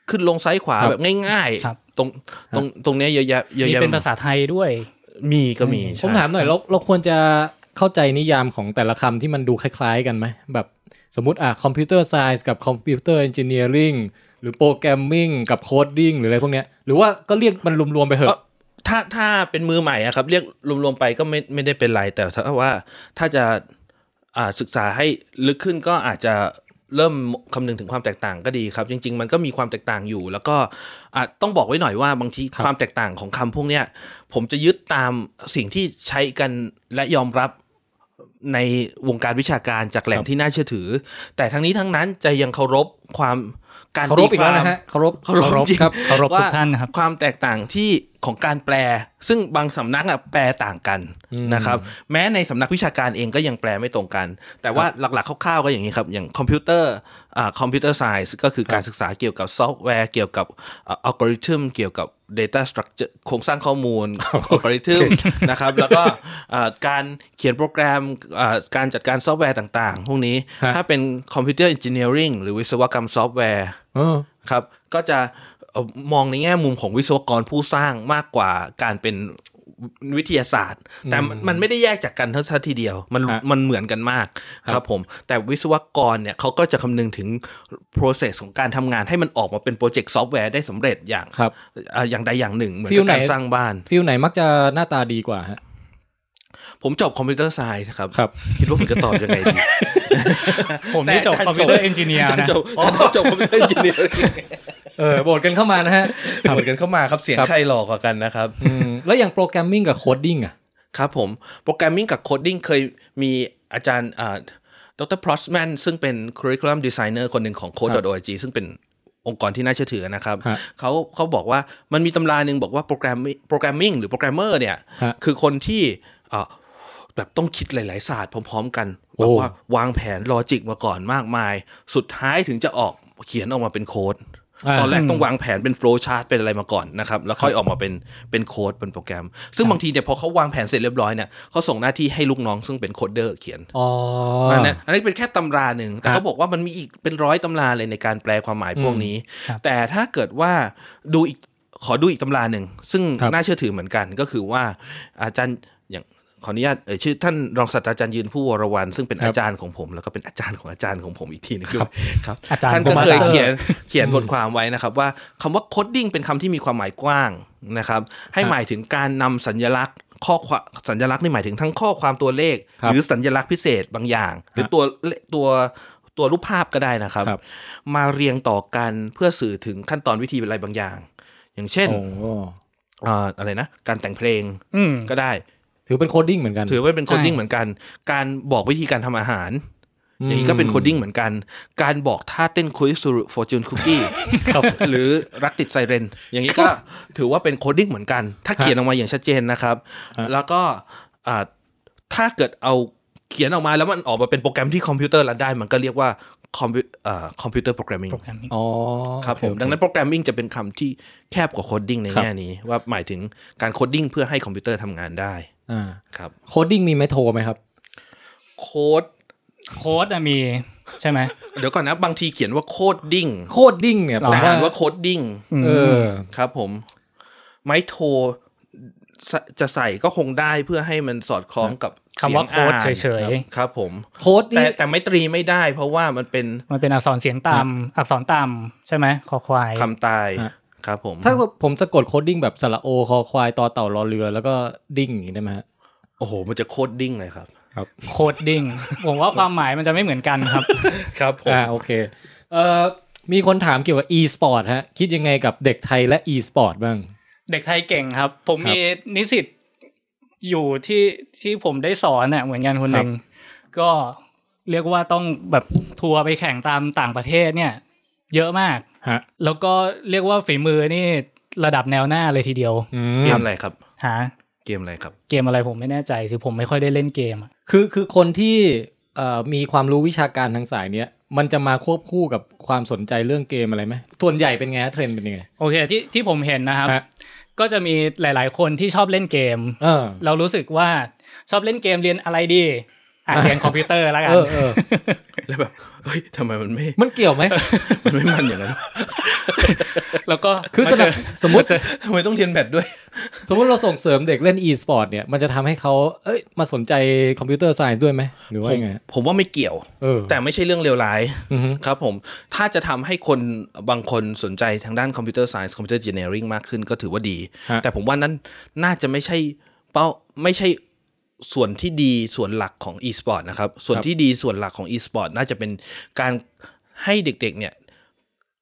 ขึ้นลงซ้ายขวา ครับ แบบง่าย ครับ ๆ ตรงตรงตรงเนี้ยเยอะแยะเยอะ มี แยะ เป็นภาษาไทยด้วย มีก็มี ผม ใช่ ถามหน่อยเราเราควรจะเข้าใจนิยามของแต่ละคำที่มันดูคล้ายๆกันไหมแบบสมมติอ่ะคอมพิวเตอร์ไซส์กับคอมพิวเตอร์เอนจิเนียริงหรือโปรแกรมมิ่งกับโคดดิ้งหรืออะไรพวกเนี้ยหรือว่าก็เรียกมันรวมๆไปเถ เอ่อ อะ ถ้าถ้าเป็นมือใหม่อะครับเรียกรวมๆไปก็ไม่ไม่ได้เป็นไร แต่ถ้าว่าถ้าจะอ่าศึกษาให้ลึกขึ้นก็อาจจะเริ่มคำนึงถึงความแตกต่างก็ดีครับ จริง ๆ มันก็มีความแตกต่างอยู่ แล้วก็อ่ะต้องบอกไว้หน่อยว่าบางที ครับ ความแตกต่างของคำพวกเนี้ยผมจะยึดตามสิ่งที่ใช้กันและยอมรับในวงการวิชาการจากแหคล่ง รับ ที่น่าเชื่อถือ แต่ทั้งนี้ทั้งนั้นจะยังเคารพความการ เคารพ ตี อีกแล้ว ควม นะฮะเคารพ เคารพจริง ครับ เคารพ ว่ ทุกท่านนะครับ ความแตกต่างที่ ของการแปล ซึ่งบางสำนักอะแปลต่างกัน อืม นะครับ แม้ในสำนักวิชาการเองก็ยังแปลไม่ตรงกัน แต่ว่าหลักๆคร่าวๆก็อย่างนี้ครับ อย่างคอมพิวเตอร์อ่าคอมพิวเตอร์ไซส์ก็คือการศึกษาเกี่ยวกับซอฟต์แวร์ เกี่ยวกับอัลกอริทึมเกี่ยวกับ Data Structure โครงสร้างข้อ มูลอัลกอริทึมนะครับ แล้วก็อ่าการเขียนโปรแกรมอ่าการจัดการซอฟต์แวร์ต่างๆ พวกนี้ ฮะ ถ้าเป็นคอมพิวเตอร์เอนจิเนียริงหรือวิศวกรรมซอฟต์แวร์ เออ ครับ ก็จะเอ่อมองในแง่มุมของวิศวกรผู้สร้างมากกว่าการเป็นวิทยาศาสตร์ แต่มันมันไม่ได้แยกจากกันทั้งทีเดียว มัน ฮะ มันเหมือนกันมาก ค ค รั รั บบ ผม แต่วิศวกรเนี่ยเขาก็จะคำนึงถึง process ของการทำงานให้มันออกมาเป็นโปรเจกต์ซอฟต์แวร์ได้สำเร็จอย่าง ครับ เอ่ออย่างใดอย่างหนึ่ง เหมือน ฟิ กั ล บ ไหน การสร้างบ้าน ฟิลไหนมักจะหน้าตาดีกว่าฮะ ผมจบคอมพิวเตอร์ไซส์ครับ ครับ คิดว่าผมจะตอบยังไงดี ผมนี่จบ แต่อาจารย์ คอมพิวเตอ จ ร์ บ เอนจิเนียร์ จะ นะ จบจะจบคอมพิวเตอร์เอนจิเนียร์ เออโบดกันเข้ามานะฮะ เหมือนกันเข้ามาครับเสียง ครับ ใครหลอกกว่ากันนะครับ อืมแล้วอย่างโปรแกรมมิ่งกับโคดดิ้งอ่ะ ครับผม โปรแกรมมิ่งกับโคดดิ้งเคยมีอาจารย์ดรพรอสแมนซึ่งเป็น Curriculum Designer คนหนึ่งของ Code.org ซึ่งเป็นองค์กรที่น่าเชื่อถือนะครับ ฮะ เขาเขาบอกว่ามันมีตำราหนึ่งบอกว่าโปรแกรมโปรแกรมมิ่งหรือโปรแกรมเมอร์เนี่ย ฮะ คือคนที่เอ่อแบบต้องคิดหลาย ๆ ศาสตร์พร้อม ๆ กัน โอ้ แบบว่าวางแผนลอจิกมาก่อนมากมาย สุดท้ายถึงจะออกเขียนออกมาเป็นโค้ด ตอนแรกต้องวางแผนเป็นโฟล์ชาร์ตเป็นอะไรมาก่อนนะครับ แล้วค่อยออกมาเป็นเป็นโค้ดเป็นโปรแกรม ซึ่งบางทีเนี่ยพอเขาวางแผนเสร็จเรียบร้อยเนี่ยเขาส่งหน้าที่ให้ลูกน้องซึ่งเป็นโคดเดอร์เขียน อ๋อ อันนั้นอันนี้เป็นแค่ตำราหนึ่ง แต่ ครับ เขาบอกว่ามันมีอีกเป็นร้อยตำราเลยในการแปลความหมายพวกนี้ ครับ แต่ถ้าเกิดว่าดูอีกขอดูอีกตำราหนึ่ง ซึ่ง ครับ น่าเชื่อถือเหมือนกันก็คือว่าอาจารย์อย่างขออนุญาตเอ่ยชื่อท่านรองศาสตราจารย์ยืนผู้วรวันซึ่งเป็น ครับ อาจารย์ของผม แล้วก็เป็นอาจารย์ของอาจารย์ของผมอีกทีหนึงด้วยครับ อาจารย์ ท่าน ป ก็ ระมาณ เคย สาม เขียน เขียนบทความไว้นะครับว่าคำว่าโคดดิ้งเป็นคำที่มีความหมายกว้างนะครับ ให้ ครับ หมายถึงการนำสัญลักษณ์ ข้อความสัญลักษณ์นี่หมายถึงทั้งข้อความตัวเลข ครับ หรือสัญลักษณ์พิเศษบางอย่าง หรือตัวเลตัวตัวรูปภาพก็ได้นะครับ ครับ มาเรียงต่อกันเพื่อสื่อถึงขั้นตอนวิธีอะไรบางอย่าง อย่างเช่น โอ้ เอ่ออะไรนะการแต่งเพลง อืม ก็ได้ ถือเป็นโคดดิ้งเหมือนกัน ถือว่าเป็นโคดดิ้ง ใช่ เหมือนกัน การบอกวิธีการทำอาหาร ม อย่างนี้ก็เป็นโคดดิ้งเหมือนกัน การบอกท่าเต้นคุยสุรุฟอร์จูนคุกกี้หรือรักติดไซเรน อย่างนี้ก็ถือว่าเป็นโคดดิ้งเหมือนกัน ถ้าเขียนออกมาอย่างชัดเจนนะครับ แล้วก็อ่าถ้าเกิดเอาเขียนออกมาแล้วมันออกมาเป็นโปรแกรมที่คอมพิวเตอร์รันได้ มันก็เรียกว่าคอมพิวคอมพิวเตอร์โปรแกรมมิ่ง โปรแกรมมิ่ง อ๋อ ครับผม โอเ ดังนั้นโปรแกรมมิ่งจะเป็นคำที่แคบกว่าโคดดิ้งใน ครับ แง่นี้ ว่าหมายถึงการโคดดิ้งเพื่อให้คอมพิวเตอร์ทำงานได้ อ่า ครับ โคดดิ้งมีไหมโทรไหมครับ โค้ด โค้ดอะมีใช่ไหม เดี๋ยวก่อนนะบางทีเขียนว่าโคดดิ้ง โคดดิ้งเนี่ยผม แต่ ว่า อ่านว่าโคดดิ้ง เออ ครับผม ไม้โทสจะใส่ก็คงได้เพื่อให้มันสอดคล้องกับ คำว่า สี โค้ ยง ด อ่น เฉย ครับผม โค้ด แต่ นี่ แต่ไม้ตรีไม่ได้ เพราะว่ามันเป็น ๆ มันเป็นอักษรเสียงต่ำอักษรต่ำใช่ไหมคอควาย คำตายครับผม ถ้าผมสะกดโคดดิ้งแบบสระโอคอควายต่อเต่ารอเรือ แล้วก็ดิ้งอย่างนี้ได้ไหมฮะ โอ้โห มันจะโคตรดิ้งเลยครับ โคดดิ้ง ผมว่าความหมายมันจะไม่เหมือนกันครับ ครับผม อ่าโอเคเอ่อมีคนถามเกี่ยวกับ e-sport ฮะ คิดยังไงกับเด็กไทยและ e-sport บ้าง เด็กไทยเก่งครับ ผมมีนิสิตอยู่ที่ที่ผมได้สอนน่ะเหมือนกันคนหนึ่งก็เรียกว่าต้องแบบทัวร์ไปแข่งตามต่างประเทศเนี่ย เยอะมาก ฮะ แล้วก็เรียกว่าฝีมือนี่ระดับแนวหน้าเลยทีเดียว อื เก ม มอะไรครับ หา เกมอะไรครับ เกมอะไรผมไม่แน่ใจสิผมไม่ค่อยได้เล่นเกมอะ คือคือคนที่เอ่อมีความรู้วิชาการทางสายเนี้ย มันจะมาควบคู่กับความสนใจเรื่องเกมอะไรไหมส่วนใหญ่เป็นไงฮะเทรนด์เป็นยังไง โอเคที่ที่ผมเห็นนะครับ ฮะ ก็จะมีหลาย ๆ คนที่ชอบเล่นเกม เออ เรารู้สึกว่าชอบเล่นเกมเรียนอะไรดีอ่ะเรียนคอมพิวเตอร์แล้วกั เอน อเออ แล้วแบบ เฮ้ยทำไมมันไม่ มันเกี่ยวไหม มันไม่มันอย่างนั้น แล้วก็ คือสนับสมมติ ทำไมต้องเรียนแบตด้วย สมมติเราส่งเสริมเด็กเล่น e-sport เนี่ย มันจะทำให้เขาเอ้ยมาสนใจคอมพิวเตอร์ไซส์ด้วยไหมหรือว่า ผม ยังไงฮะ ผมว่าไม่เกี่ยว เออ แต่ไม่ใช่เรื่องเลวร้าย อือฮึ ครับผม ถ้าจะทำให้คนบางคนสนใจทางด้านคอมพิวเตอร์ไซส์คอมพิวเตอร์เจเน r i n g มากขึ้นก็ถือว่าดี ฮะ แต่ผมว่านั้นน่าจะไม่ใช่เป้าไม่ใช่ส่วนที่ดีส่วนหลักของ e-sport นะครับ ส่วนที่ดีส่วนหลักของ e-sport น่าจะเป็นการให้เด็กๆเนี่ย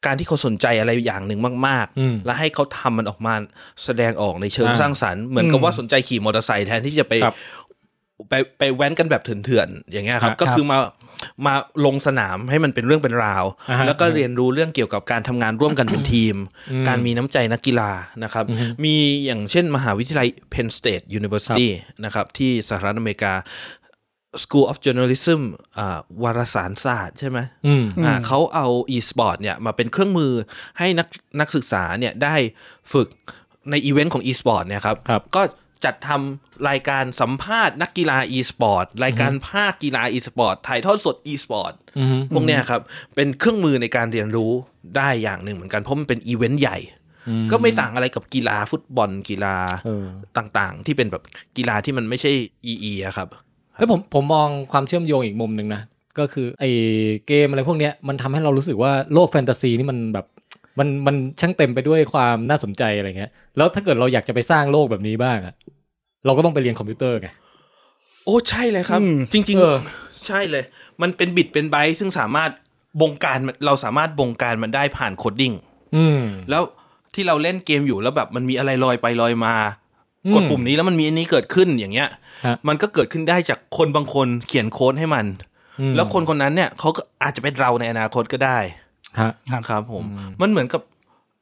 การที่เขาสนใจอะไรอย่างหนึ่งมาก อืม แล้วให้เขาทำมันออกมาแสดงออกในเชิง อ่า สร้างสรรค์เหมือนกับว่าสนใจขี่มอเตอร์ไซค์แทนที่จะไป ครับ ไปไปแว้นกันแบบเถื่อนๆอย่างเงี้ยครับ ครับ ก็คือมามาลงสนามให้มันเป็นเรื่องเป็นราว อ่าฮะ แล้วก็เรียนรู้เรื่องเกี่ยวกับการทำงานร่วมกันเป็นทีม อืม การมีน้ำใจนักกีฬานะครับ อือฮึ มีอย่างเช่นมหาวิทยาลัย Penn State University นะครับ ที่สหรัฐอเมริกา School of Journalism อ่าวารสารศาสตร์ใช่ไหม อืม ม อ่าเขาเอา e-sport เนี่ยมาเป็นเครื่องมือให้นักนักศึกษาเนี่ยได้ฝึกในอีเวนต์ของ e-sport เนี่ยครับ ครับ ก็จัดทำรายการสัมภาษณ์นักกีฬา e-sport รายการภาคกีฬา e-sport ถ่ายทอดสด e-sport อือฮึ พวกเนี้ยครับ เป็นเครื่องมือในการเรียนรู้ได้อย่างหนึ่งเหมือนกัน เพราะมันเป็นอีเวนต์ใหญ่ ก็ไม่ต่างอะไรกับกีฬาฟุตบอลกีฬา เออ ต่างๆ ที่เป็นแบบกีฬาที่มันไม่ใช่ EE อะครับ เฮ้ยผมผมมองความเชื่อมโยงอีกมุมหนึ่งนะ ก็คือไอเกมอะไรพวกเนี้ยมันทำให้เรารู้สึกว่าโลกแฟนตาซีนี่มันแบบมันมันช่างเต็มไปด้วยความน่าสนใจอะไรเงี้ย แล้วถ้าเกิดเราอยากจะไปสร้างโลกแบบนี้บ้างอะเราก็ต้องไปเรียนคอมพิวเตอร์ไง โอ้ใช่เลยครับ อืม จริง เออ ๆ ใช่เลย มันเป็นบิดเป็นไบต์ซึ่งสามารถบงการมันเราสามารถบงการมันได้ผ่านโคดดิ้ง อืม แล้วที่เราเล่นเกมอยู่แล้วแบบมันมีอะไรลอยไปลอยมา อืม กดปุ่มนี้แล้วมันมีอันนี้เกิดขึ้นอย่างเงี้ย ฮะ มันก็เกิดขึ้นได้จากคนบางคนเขียนโค้ดให้มัน อืม แล้วคนคนนั้นเนี่ยเขาก็อาจจะเป็นเราในอนาคตก็ได้ ฮะ ครับผม มันเหมือนกับ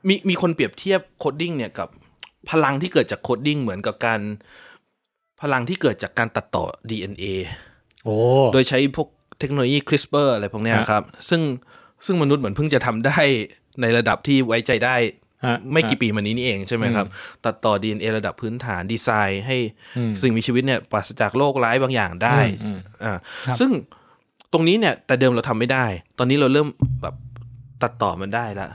มีมีคนเปรียบเทียบโคดดิ้งเนี่ยกับพลังที่เกิดจากโคดดิ้งเหมือนกับการพลังที่เกิดจากการตัดต่อ DNA โอ้ โดยใช้พวกเทคโนโลยี CRISPR อะไรพวกเนี้ย ฮะ ครับ ซึ่งซึ่งมนุษย์เหมือนเพิ่งจะทำได้ในระดับที่ไว้ใจได้ ฮะ ไม่กี่ปีมานี้นี่เองใช่ไหมครับ ตัดต่อ DNA ระดับพื้นฐานดีไซน์ให้ อืม สิ่งมีชีวิตเนี่ยปราศจากโรคร้ายบางอย่างได้ อืม อ่า ครับ ซึ่งตรงนี้เนี่ยแต่เดิมเราทำไม่ได้ ตอนนี้เราเริ่มแบบตัดต่อมันได้ละ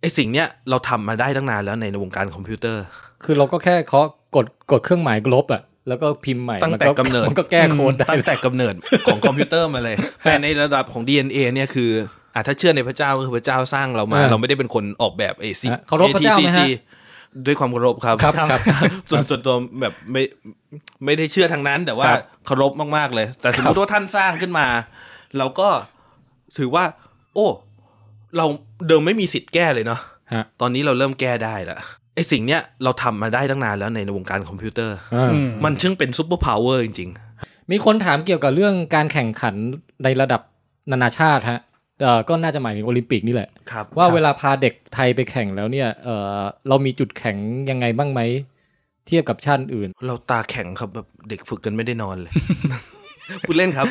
ไอสิ่งเนี้ยเราทำมาได้ตั้งนานแล้วในวงการคอมพิวเตอร์ คือเราก็แค่เคาะกดกดเครื่องหมายลบอะแล้วก็พิมพ์ใหม่ ตั้งแต่กำเนิด มันก็แก้โค้ดได้ ตั้งแต่กำเนิดของคอมพิวเตอร์มาเลย แต่ในระดับของ DNA เนี่ยคืออ่ะถ้าเชื่อในพระเจ้าก็คือพระเจ้าสร้างเรามา เราไม่ได้เป็นคนออกแบบไอซี ะเคารพพระเจ้าไหมฮะ ด้วยความเคารพครับ ครับครับ ส่วนส่วนตัวแบบไม่ไม่ได้เชื่อทางนั้น แต่ว่า ครับ เคารพมากๆเลย แต่สมมติว่าท่านสร้างขึ้นมา เราก็ถือว่า โอ้ เราเดิมไม่มีสิทธิ์แก้เลยเนาะ ฮะ ตอนนี้เราเริ่มแก้ได้ละไอสิ่งเนี้ยเราทำมาได้ตั้งนานแล้วในวงการคอมพิวเตอร์ อ่า อืม มันซึ่งเป็นซูเปอร์พาวเวอร์จริง ๆ มีคนถามเกี่ยวกับเรื่องการแข่งขันในระดับนานาชาติฮะเอ่อก็น่าจะหมายถึงโอลิมปิกนี่แหละ ครับ ว่า ครับ เวลาพาเด็กไทยไปแข่งแล้วเนี่ยเอ่อเรามีจุดแข็งยังไงบ้างไหม เทียบกับชาติอื่น เราตาแข็งครับแบบเด็กฝึกกันไม่ได้นอนเลย พูดเล่นครับ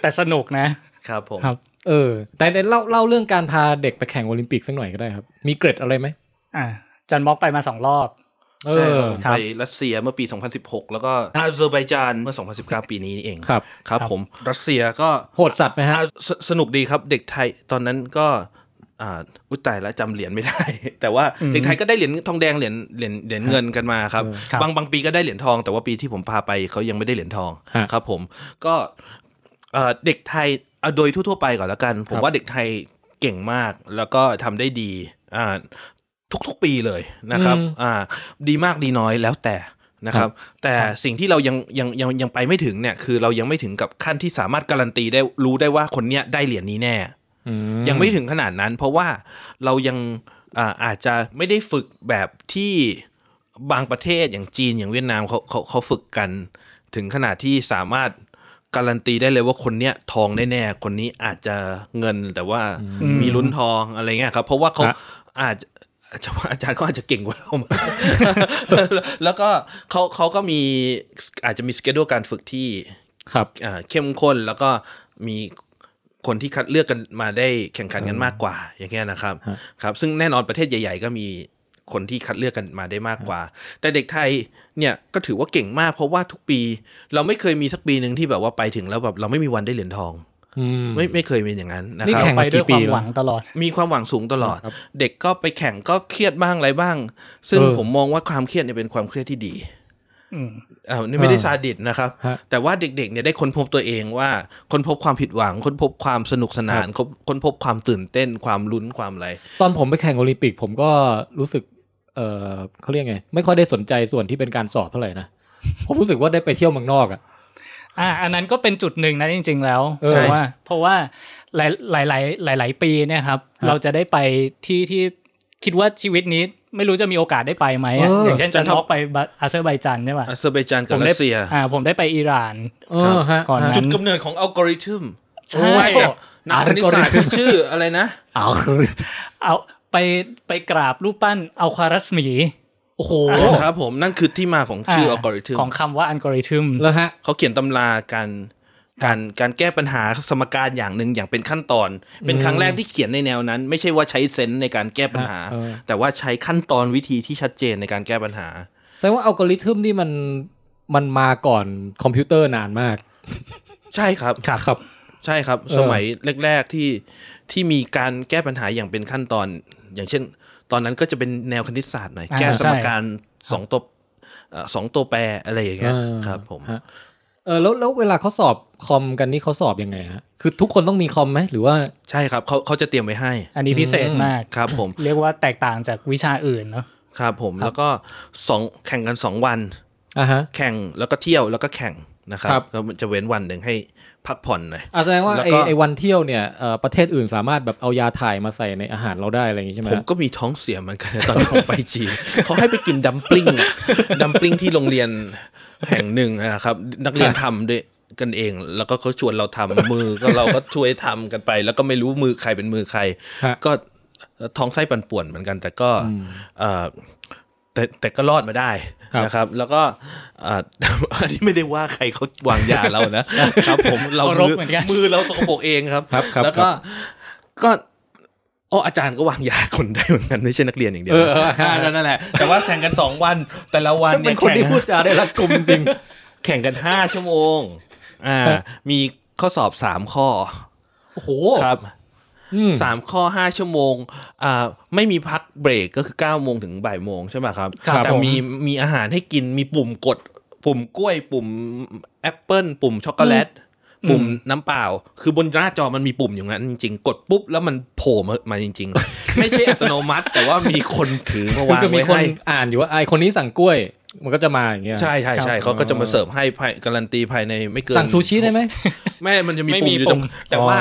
แต่สนุกนะ ครับผม ครับ เออแต่ในเล่าเล่าเรื่องการพาเด็กไปแข่งโอลิมปิกสักหน่อยก็ได้ครับ มีเกร็ดอะไรไหม อ่าจันม็อกไปมาสองรอบ เออใช่ครับผม ครับ ไปรัสเซียเมื่อปี 2016 แล้วก็อาเซอร์ไบจานเมื่อ 2019 ปีนี้นี่เอง ครับ ครับผมรัสเซียก็ โหดสัตว์ไหมฮะ อ่าสสนุกดีครับ เด็กไทยตอนนั้นก็อ่าอุ้ยตายแล้วจำเหรียญไม่ได้ แต่ว่าเด็กไทยก็ได้เหรียญทองแดงเหรียญเหรียญเหรียญเงินกันมาครับ ครับ บางบางปีก็ได้เหรียญทอง แต่ว่าปีที่ผมพาไปเขายังไม่ได้เหรียญทอง ฮะ ครับ ผมก็เอ่อเด็กไทยเอาโดยทั่วๆไปก่อนแล้วกัน ผ ค ม รับ ว่าเด็กไทยเก่งมากแล้วก็ทำได้ดีอ่าทุกๆปีเลยนะครับ อืม อ่าดีมากดีน้อยแล้วแต่นะค ครั รับ บ แต่สิ่งที่เรายังยังยังยังไปไม่ถึงเนี่ยคือเรายังไม่ถึงกับขั้นที่สามารถการันตีได้รู้ได้ว่าคนเนี้ยได้เหรียญนี้แน่ อื ยังไม่ถึงขนาดนั้น เพราะว่าเรายังอ่าอาจจะไม่ได้ฝึกแบบที่บางประเทศอย่างจีนอย่างเวียดนามเขาเขาเขาฝึกกัน ถึงขนาดที่สามารถการันตีได้เลยว่าคนเนี้ยทองแน่ๆคนนี้อาจจะเงินแต่ว่ามีลุ้นทองอะไรเงี้ยครับ เพราะว่าเขาอาจจะอาจจะอาจารย์เขาอาจจะเก่ง กว่าเรามาก แล้วก็เขาเขาก็มีอาจจะมีสเกดูการฝึกที่ ครับ อ่าเข้มข้นแล้วก็มีคนที่คัดเลือกกันมาได้แข่งขันกันมากกว่าอย่างเงี้ยนะครับ ฮะ ครับ ซึ่งแน่นอนประเทศใหญ่ ๆ ก็มีคนที่คัดเลือกกันมาได้มากกว่า แต่เด็กไทยเนี่ยก็ถือว่าเก่งมากเพราะว่าทุกปี เราไม่เคยมีสักปีหนึ่งที่แบบว่าไปถึงแล้วแบบเราไม่มีวันได้เหรียญทอง อืม ไม่ไม่เคยเป็นอย่างนั้นนะ นี่ ครับ แข่ง ไปด้วยความ กี่ปีแล้ว หวังตลอด มีความหวังสูงตลอด ครับ เด็กก็ไปแข่งก็เครียดบ้างอะไรบ้าง ซึ่ง เออ ผมมองว่าความเครียดเนี่ยเป็นความเครียดที่ดี อืม อ่านี่ไม่ได้ อ่า ซาดิสนะครับ ฮะ แต่ว่าเด็กๆเนี่ยได้ค้นพบตัวเองว่าค้นพบความผิดหวังค้นพบความสนุกสนานค้นค้นพบความตื่นเต้นความลุ้นความอะไร ตอนผมไปแข่งโอลิมปิกผมก็รู้สึก เออเขาเรียกไง ไม่ค่อยได้สนใจส่วนที่เป็นการสอบเท่าไหร่นะผมรู้สึกว่าได้ไปเที่ยวเมืองนอกอะ อ่าอันนั้นก็เป็นจุดหนึ่งนะจริง ๆ แล้ว เออ เพราะว่าเพราะว่าหลายหลายหลายหลาย ๆ ปีเนี่ยครับ ครับ เราจะได้ไปที่ที่คิดว่าชีวิตนี้ ไม่รู้จะมีโอกาสได้ไปไหม เอออะอ อย่างเช่น จั จั น น ท ท ร์ อกไปบะอาเซอร์ไบจานใช่ป่ะ อาเซอร์ไบจานกั ผ บ ม รั ได้ สเซีย อ่าผมได้ไปอิหร่าน เออฮะ ก่อนนะ ฮะ จุดกำเนิดของอัลกอริทึม ใช่ มาจากนักคณิตศาสตร์ที่ชื่ออะไรนะ เอา เอาไปไปกราบรูปปั้นเอาควารัสมี โอ้โห โอ้ครับผมนั่นคือที่มาของชื่ออัลกอริทึม ของคำว่าอัลกอริทึม แล้วฮะ เขาเขียนตำราการการการแก้ปัญหาสมการอย่างหนึ่งอย่างเป็นขั้นตอน เป็นครั้งแรกที่เขียนในแนวนั้น ไม่ใช่ว่าใช้เซนส์ในการแก้ปัญหา เออ แต่ว่าใช้ขั้นตอนวิธีที่ชัดเจนในการแก้ปัญหา แสดงว่าอัลกอริทึมนี่มันมันมาก่อนคอมพิวเตอร์นานมาก ใช่ครับ ครับ ใช่ครับ เออ สมัยแรก ๆที่ที่มีการแก้ปัญหาอย่างเป็นขั้นตอน อย่างเช่น ตอนนั้นก็จะเป็นแนวคณิตศาสตร์หน่อย อ่า แก้สม ใช่ การสองตัวเอ่อสองตัวแปรอะไรอย่างเงี้ย เออ ครับผม ฮะเออแล้วแล้วเวลาเขาสอบคอมกันนี่เขาสอบยังไงฮะ คือทุกคนต้องมีคอมไหมหรือว่า ใช่ครับเขาเขาจะเตรียมไว้ให้ อันนี้พิเศษมาก ครับผม เรียกว่าแตกต่างจากวิชาอื่นเนาะ ครับผมแล้วก็สองแข่งกันสองวัน อ่ะฮะ แข่งแล้วก็เที่ยวแล้วก็แข่งนะครับ ครับ ก็จะเว้นวันหนึ่งให้พักผ่อนหน่อย อ่ะแสดงว่า แล้ว ไอ ก็ ไอวันเที่ยวเนี่ยเอ่อประเทศอื่นสามารถแบบเอายาถ่ายมาใส่ในอาหารเราได้อะไรอย่างงี้ใช่ไหม ผม ฮะ ก็มีท้องเสียเหมือนกันนะตอนที่ผมไปจีน เขาให้ไปกินดัมปลิ้ง อะดัมปลิ้งที่โรงเรียนแห่งหนึ่งนะครับ นักเรียนทำด้วยกันเอง แล้วก็เขาชวนเราทำมือ ก็เราก็ช่วยทำกันไป แล้วก็ไม่รู้มือใครเป็นมือใคร ฮะ ก็ท้องไส้ปั่นป่วนเหมือนกัน แต่ก็เอ่อแต่แต่ก็รอดมาได้ ครับ นะครับ แล้วก็เอ่อ อันนี้ไม่ได้ว่าใครเขาวางยาเรานะ ครับผมเรา เคารพ มือ เหมือนกัน มือเราสกปรกเองครับ ครับครับ แล้วก็ก็โอ้อาจารย์ก็วางยาคนได้เหมือนกันไม่ใช่นักเรียนอย่างเดียว เออเออ านั่นแหละ แต่ว่าแข่งกันสองวัน แต่ละวัน ฉันเป็ เนี่ย นคน แข่ง ที่พูดจาได้รัดกุมจริง แข่งกันห้าชั่วโมง อ่า มีข้อสอบสามข้อ โอ้โห ครับ อืม สามข้อห้าชั่วโมงอ่าไม่มีพักเบรกก็คือเก้าโมงถึงบ่ายโมงใช่ไหมครับ ครับ แต่ ผม มีมีอาหารให้กินมีปุ่มกด ปุ่มกล้วย ปุ่มแอปเปิลปุ่มช็อกโกแลต ปุ่มน้ำเปล่า คือบนหน้าจอมันมีปุ่มอย่างนั้นจริงๆ กดปุ๊บแล้วมันโผล่มามาจริง ๆ ไม่ใช่อัตโนมัติ แต่ว่ามีคนถือมา คือ วาง จะมี ไว้ คน ให้ อ่านอยู่ว่าไอคนนี้สั่งกล้วย มันก็จะมาอย่างเงี้ย ใช่ใช่ใช่เขาก็จะมาเสิร์ฟให้ภายการันตีภายในไม่เกิน สั่งซูชิได้ไหม ไม่มันจะมี ไม่ ปุ่ม มี อยู่ ปุ่ ตรง ม แต่ อ๋อ ว่า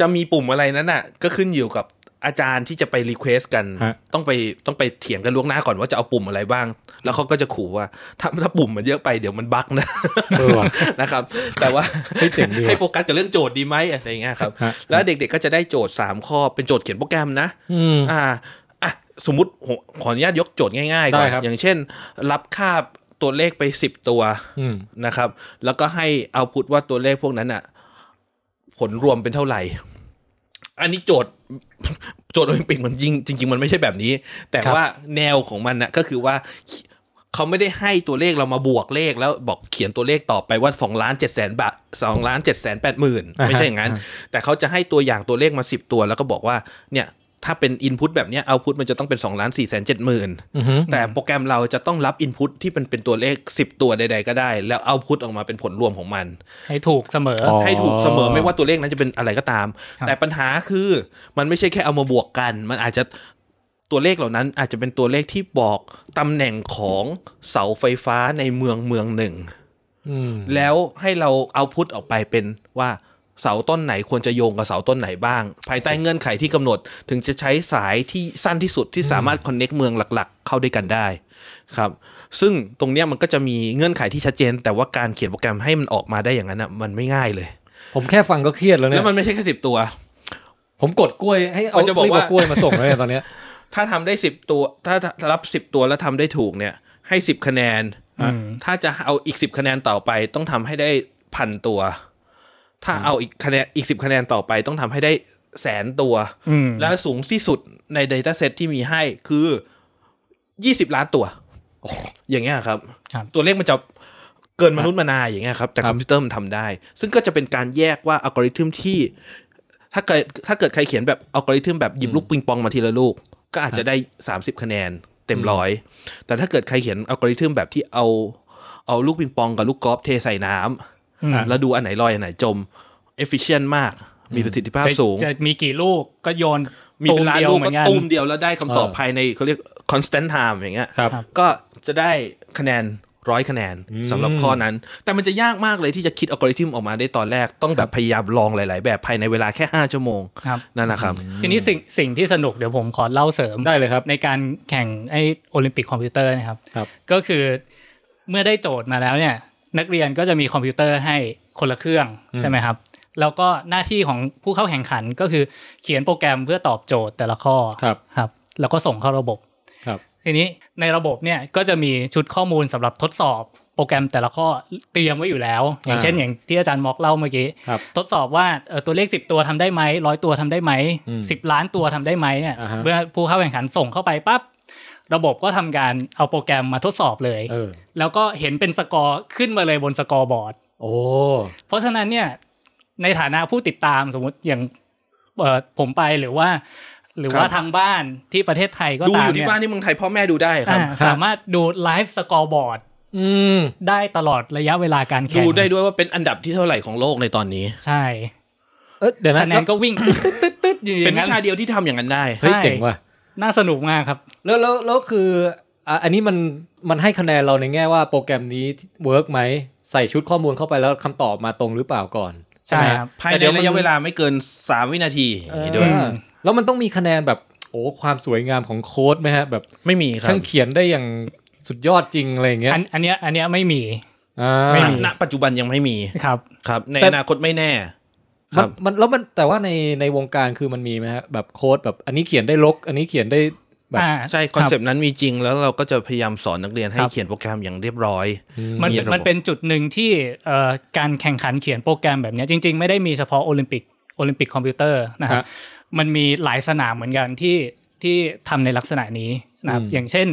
จะมีปุ่มอะไรนั้นน่ะ ก็ขึ้นอยู่กับอาจารย์ที่จะไปรีเควสกัน ฮะ ต้องไปต้องไปเถียงกันล่วงหน้าก่อนว่าจะเอาปุ่มอะไรบ้าง แล้วเขาก็จะขู่ว่าถ้าถ้าปุ่มมันเยอะไปเดี๋ยวมันบั๊กนะ เออว่ะ นะครับ แต่ว่า เฮ้ยเจ๋งดีว่ะ ให้โฟกัสกับเรื่องโจทย์ดีไหมอะไรอย่างเงี้ยครับ ฮะ แล้วเด็กๆก็จะได้โจทย์ 3 ข้อเป็นโจทย์เขียนโปรแกรมนะ อืม อ่าอ่ะสมมติผมขออนุญาตยกโจทย์ง่ายๆก่อน ได้ครับ อย่างเช่น รับคาบตัวเลขไป 10 ตัว อืม นะครับ แล้วก็ให้เอาพุทว่าตัวเลขพวกนั้นอ่ะ ผลรวมเป็นเท่าไหร่ อันนี้โจทย์ โจทย์โอลิมปิกมันจริงจริง ๆ มันไม่ใช่แบบนี้ แต่ว่าแนวของมันน่ะก็คือว่า เขาไม่ได้ให้ตัวเลขเรามาบวกเลขแล้วบอกเขียนตัวเลขต่อไปว่า2ล้าน7แสนบาท2ล้าน7แสน8หมื่นไม่ใช่อย่างนั้น แต่เขาจะให้ตัวอย่างตัวเลขมา 10 ตัว แล้วก็บอกว่าเนี่ยถ้าเป็นอินพุตแบบเนี้ยเอาพุตมันจะต้องเป็น2ล้าน4แสน7หมื่น อือฮึ แต่โปรแกรมเราจะต้องรับอินพุตที่เป็นเป็นตัวเลข 10 ตัวใด ๆ ก็ได้ แล้วเอาพุตออกมาเป็นผลรวมของมัน ให้ถูกเสมออ ให้ถูกเสมอไม่ว่าตัวเลขนั้นจะเป็นอะไรก็ตาม ครับ แต่ปัญหาคือมันไม่ใช่แค่เอามาบวกกัน มันอาจจะตัวเลขเหล่านั้นอาจจะเป็นตัวเลขที่บอกตำแหน่งของเสาไฟฟ้าในเมืองเมืองหนึ่ง อืม แล้วให้เราเอาพุทออกไปเป็นว่าเสาต้นไหนควรจะโยงกับเสาต้นไหนบ้าง ภายใต้เงื่อนไขที่กำหนดถึงจะใช้สายที่สั้นที่สุดที่สามารถคอนเน็กเมืองหลักๆ เข้าด้วยกันได้ครับ ซึ่งตรงเนี้ยมันก็จะมีเงื่อนไขที่ชัดเจน แต่ว่าการเขียนโปรแกรมให้มันออกมาได้อย่างนั้นอ่ะมันไม่ง่ายเลย ผมแค่ฟังก็เครียดแล้วเนี่ แล้ ยว มันไม่ใช่แค่สิบตัว ผมกดกล้วยให้เอา มันจะบอก รีบ ว่า เกล้วยมาส่งเลยตอนเนี้ย ถ้าทำได้สิบตัว ถ้าถ้ารับสิบตัวแล้วทำได้ถูกเนี่ย ให้สิบคะแนน อืม ถ้าจะเอาอีกสิบคะแนนต่อไปต้องทำให้ได้พันตัว ถ้าเอาอีกคะแนนอีกสิบคะแนนต่อไปต้องทำให้ได้แสนตัว อืม และสูงที่สุดใน Data Set ที่มีให้คือยี่สิบล้านตัว อย่างเงี้ยครับ ครับ ตัวเลขมันจะเกินมนุษย์มานาอย่างเงี้ยครับ แต่คอมพิวเตอร์มันทำได้ ซึ่งก็จะเป็นการแยกว่าอัลกอริทึมที่ ถ้าเกิดถ้าเกิดใครเขียนแบบอัลกอริทึมแบบหยิบลูกปิงปองมาทีละลูก ก็อาจจะได้ 30 คะแนนเต็มร้อยแต่ถ้าเกิดใครเขียนอัลกอริทึมแบบที่เอาเอาลูกปิงปองกับลูกกอล์ฟเทใส่น้ำ อืม แล้วดูอันไหนลอยอันไหนจม efficient มาก มีประสิทธิภาพ จะ สูง จะมีกี่ลูกก็โยน มีเป็นล้าน ดียว ลูก เหมื ก็ อนกัน ตุ้มเดียวแล้วได้คำตอบ เออ ภายในเขาเรียก constant time อย่างเงี้ย ครับ ก็จะได้คะแนน ร้อยคะแนน อืม สำหรับข้อนั้น แต่มันจะยากมากเลยที่จะคิดอัลกอริทึมออกมาได้ตอนแรกต้องแบบพยายามลองหลาย ๆ แบบภายในเวลาแค่ 5 ชั่วโมง ครับ นั่นนะครับ ทีนี้สิ่งสิ่งที่สนุกเดี๋ยวผมขอเล่าเสริม ได้เลยครับ ในการแข่งไอโอลิมปิกคอมพิวเตอร์นะครับ ครับ ก็คือเมื่อได้โจทย์มาแล้วเนี่ย นักเรียนก็จะมีคอมพิวเตอร์ให้คนละเครื่องใช่ไหมครับ แล้วก็หน้าที่ของผู้เข้าแข่งขันก็คือเขียนโปรแกรมเพื่อตอบโจทย์แต่ละข้อ ครับ ครับ แล้วก็ส่งเข้าระบบ ครับ ทีนี้ในระบบเนี่ยก็จะมีชุดข้อมูลสำหรับทดสอบโปรแกรมแต่ละข้อเตรียมไว้อยู่แล้ว อย่างเช่น อ่า อย่างที่อาจารย์มอกเล่าเมื่อกี้ ครับ ทดสอบว่าเอ่อตัวเลข 10 ตัวทำได้ไหมร้อยตัวทำได้ไหม อืม สิบล้านตัวทำได้ไหมเนี่ย อ่าฮะ เมื่อผู้เข้าแข่งขันส่งเข้าไปปั๊บระบบก็ทำการเอาโปรแกรมมาทดสอบเลย เออ แล้วก็เห็นเป็นสกอร์ขึ้นมาเลยบนสกอร์บอร์ด โอ้ เพราะฉะนั้นเนี่ยในฐานะผู้ติดตามสมมติอย่างเอ่อผมไปหรือว่า หรือคว่ารับ ทางบ้านที่ประเทศไทยก็ ดู ตา อ ม ยู่ที่ เนี่ย บ้านที่เมืองไทยพ่อแม่ดูได้ครับ อ่าสามารถดูไลฟ์สกอร์บอร์ด อืม ได้ตลอดระยะเวลาการแข่ ดู ง ได้ด้วยว่าเป็นอันดับที่เท่าไหร่ของโลกในตอนนี้ ใช่ เออเดี๋ยวนะคะ แนนก็วิ่งตึ๊ดตึ๊ดตึ๊ดตึ๊ดอยู่อ เป็น ย่าง วิ นั้น ชาเดียวที่ทำอย่างนั้นได้ เฮ้ย ใช่ เจ๋งว่ะ น่าสนุกมากครับ แล้วแล้วแล้วคืออ่ะอันนี้มันมันให้คะแนนเราในแง่ว่าโปรแกรมนี้เวิร์กไหมใส่ชุดข้อมูลเข้าไปแล้วคำตอบมาตรงหรือเปล่าก่อน ใช่ ไหม ครับ ภาย แต่ ใน ดี๋มั ระยะเวลาไม่เกิน 3 วินาทีอ เอย่าง อ นี้ด้วย ม แล้วมันต้องมีคะแนนแบบโอ้ความสวยงามของโค้ดไหมฮะ แบบ ไม่มีครับ ช่างเขียนได้อย่างสุดยอดจริงอะไรอย่างเงี้ย อันอันเนี้ยอันเนี้ยไม่มี อ่า ไม่ ณ มี ณปัจจุบันยังไม่มี ครับ ครับ ใน แต่ อนาคตไม่แน่ค มั รั น บ มันแล้วมันแต่ว่าในในวงการคือมันมีไหมฮะแบบโค้ดแบบอันนี้เขียนได้ลก อันนี้เขียนได้ แบบ อ่า ใช่ คอนเซป รับ ต์นั้นมีจริงแล้วเราก็จะพยายามสอนนักเรียนให้ ครับ เขียนโปรแกรมอย่างเรียบร้อย มัน มี เป็น ระบบ มันเป็นจุดหนึ่งที่เอ่อการแข่งขันเขียนโปรแกรมแบบเนี้ยจริง ๆ ไม่ได้มีเฉพาะโอลิมปิกโอลิมปิกคอมพิวเตอร์นะครับ ฮะ มันมีหลายสนามเหมือนกันที่ที่ทำในลักษณะนี้นะครับ อืม อย่างเช่น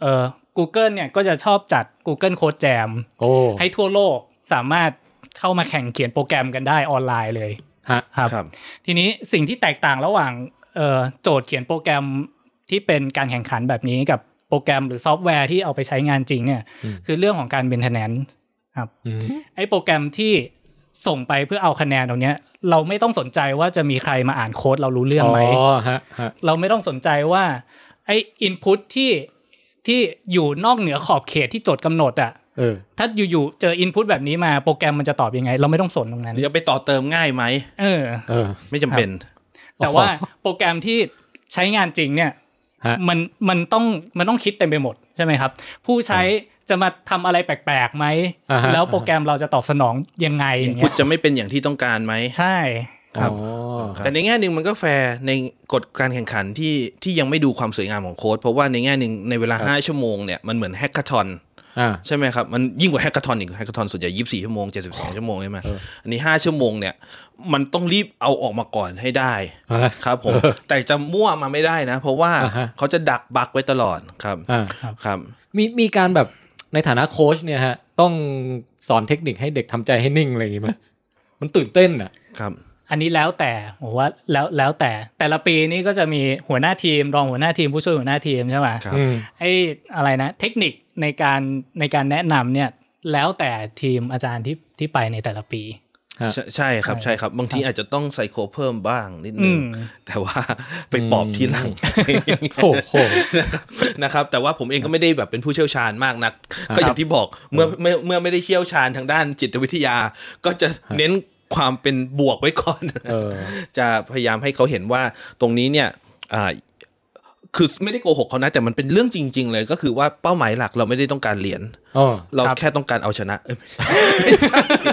เอ่อ Google เนี่ยก็จะชอบจัด Google Code Jam โอ้ ให้ทั่วโลกสามารถเข้ามาแข่งเขียนโปรแกรมกันได้ออนไลน์เลย ฮะ ครับ ครับ ทีนี้สิ่งที่แตกต่างระหว่างเอ่อโจทย์เขียนโปรแกรมที่เป็นการแข่งขันแบบนี้กับโปรแกรมหรือซอฟต์แวร์ที่เอาไปใช้งานจริงเนี่ย อืม คือเรื่องของการ maintenance ครับ อืม ไอ้โปรแกรมที่ส่งไปเพื่อเอาคะแนนตรงเนี้ยเราไม่ต้องสนใจว่าจะมีใครมาอ่านโค้ดเรารู้เรื่องไหม อ๋อฮะฮะ เราไม่ต้องสนใจว่าไอ้อินพุตที่ที่อยู่นอกเหนือขอบเขตที่โจทย์กำหนดอะ เออ ถ้าอยู่ๆ เจออินพุตแบบนี้มาโปรแกรมมันจะตอบยังไง เราไม่ต้องสนตรงนั้น เดี๋ยวไปต่อเติมง่ายไหม เออ เออ ไม่จำเป็น แต่ว่าโปรแกรมที่ใช้งานจริงเนี่ย ฮะ มันมันต้องมันต้องคิดเต็มไปหมดใช่ไหมครับ ผู้ใช้จะมาทำอะไรแปลกๆไหม อ่าฮะ แล้วโปรแกรมเราจะตอบสนองยังไง อิ อน ย่าง พุ เงี้ ต ย จะไม่เป็นอย่างที่ต้องการไหม ใช่ ครับ อ๋อครับ แต่ในแง่หนึ่งมันก็แฟร์ในกฎการแข่งขันที่ที่ยังไม่ดูความสวยงามของโค้ด เพราะว่าในแง่หนึ่งในเวลา 5 ชั่วโมงเนี่ยมันเหมือนแฮกเกอร์ทอน อ่า ใช่ไหมครับ มันยิ่งกว่าแฮกเกอร์ทอนอีกแฮกเกอร์ทอนส่วนใหญ่24 ชั่วโมง 72 ชั่วโมงใช่ไหม เออ อันนี้ 5 ชั่วโมงเนี่ยมันต้องรีบเอาออกมาก่อนให้ได้ อ่า ครับผม เออ แต่จะมั่วมาไม่ได้นะ เพราะว่า อ่าฮะ เขาจะดักบักไว้ตลอดครับ อ่า ครับ มีมีการแบบในฐานะโค้ชเนี่ยฮะ ต้องสอนเทคนิคให้เด็กทำใจให้นิ่งอะไรอย่างงี้ไหมมันตื่นเต้นอ่ะ ครับ อันนี้แล้วแต่ผมว่าแล้วแล้วแต่แต่ละปีนี่ก็จะมีหัวหน้าทีม รองหัวหน้าทีมผู้ช่วยหัวหน้าทีมใช่ไหม ครับ อืม ไอ้อะไรนะเทคนิคในการในการแนะนำเนี่ยแล้วแต่ทีมอาจารย์ที่ที่ไปในแต่ละปี อ่ะ ใช่ใช่ครับใช่ครับ บางทีอาจจะต้องไซโคเพิ่มบ้างนิด อื นึง ม แต่ว่าไปปอบที่หลัง โอ้โห นะครับนะครับ แต่ว่าผมเองก็ไม่ได้แบบเป็นผู้เชี่ยวชาญมากนัก ก็อย่างที่บอกเมื่อเมื่อเมื่อไม่ได้เชี่ยวชาญทางด้านจิตวิทยา ก็จะเน้นความเป็นบวกไว้ก่อน เออ จะพยายามให้เขาเห็นว่าตรงนี้เนี่ยอ่าคือไม่ได้โกหกเขานะ แต่มันเป็นเรื่องจริง ๆ เลยก็คือว่าเป้าหมายหลักเราไม่ได้ต้องการเหรียญ อ๋อ เรา ครับ แค่ต้องการเอาชนะเอ้ย ไม่ใช่ไม่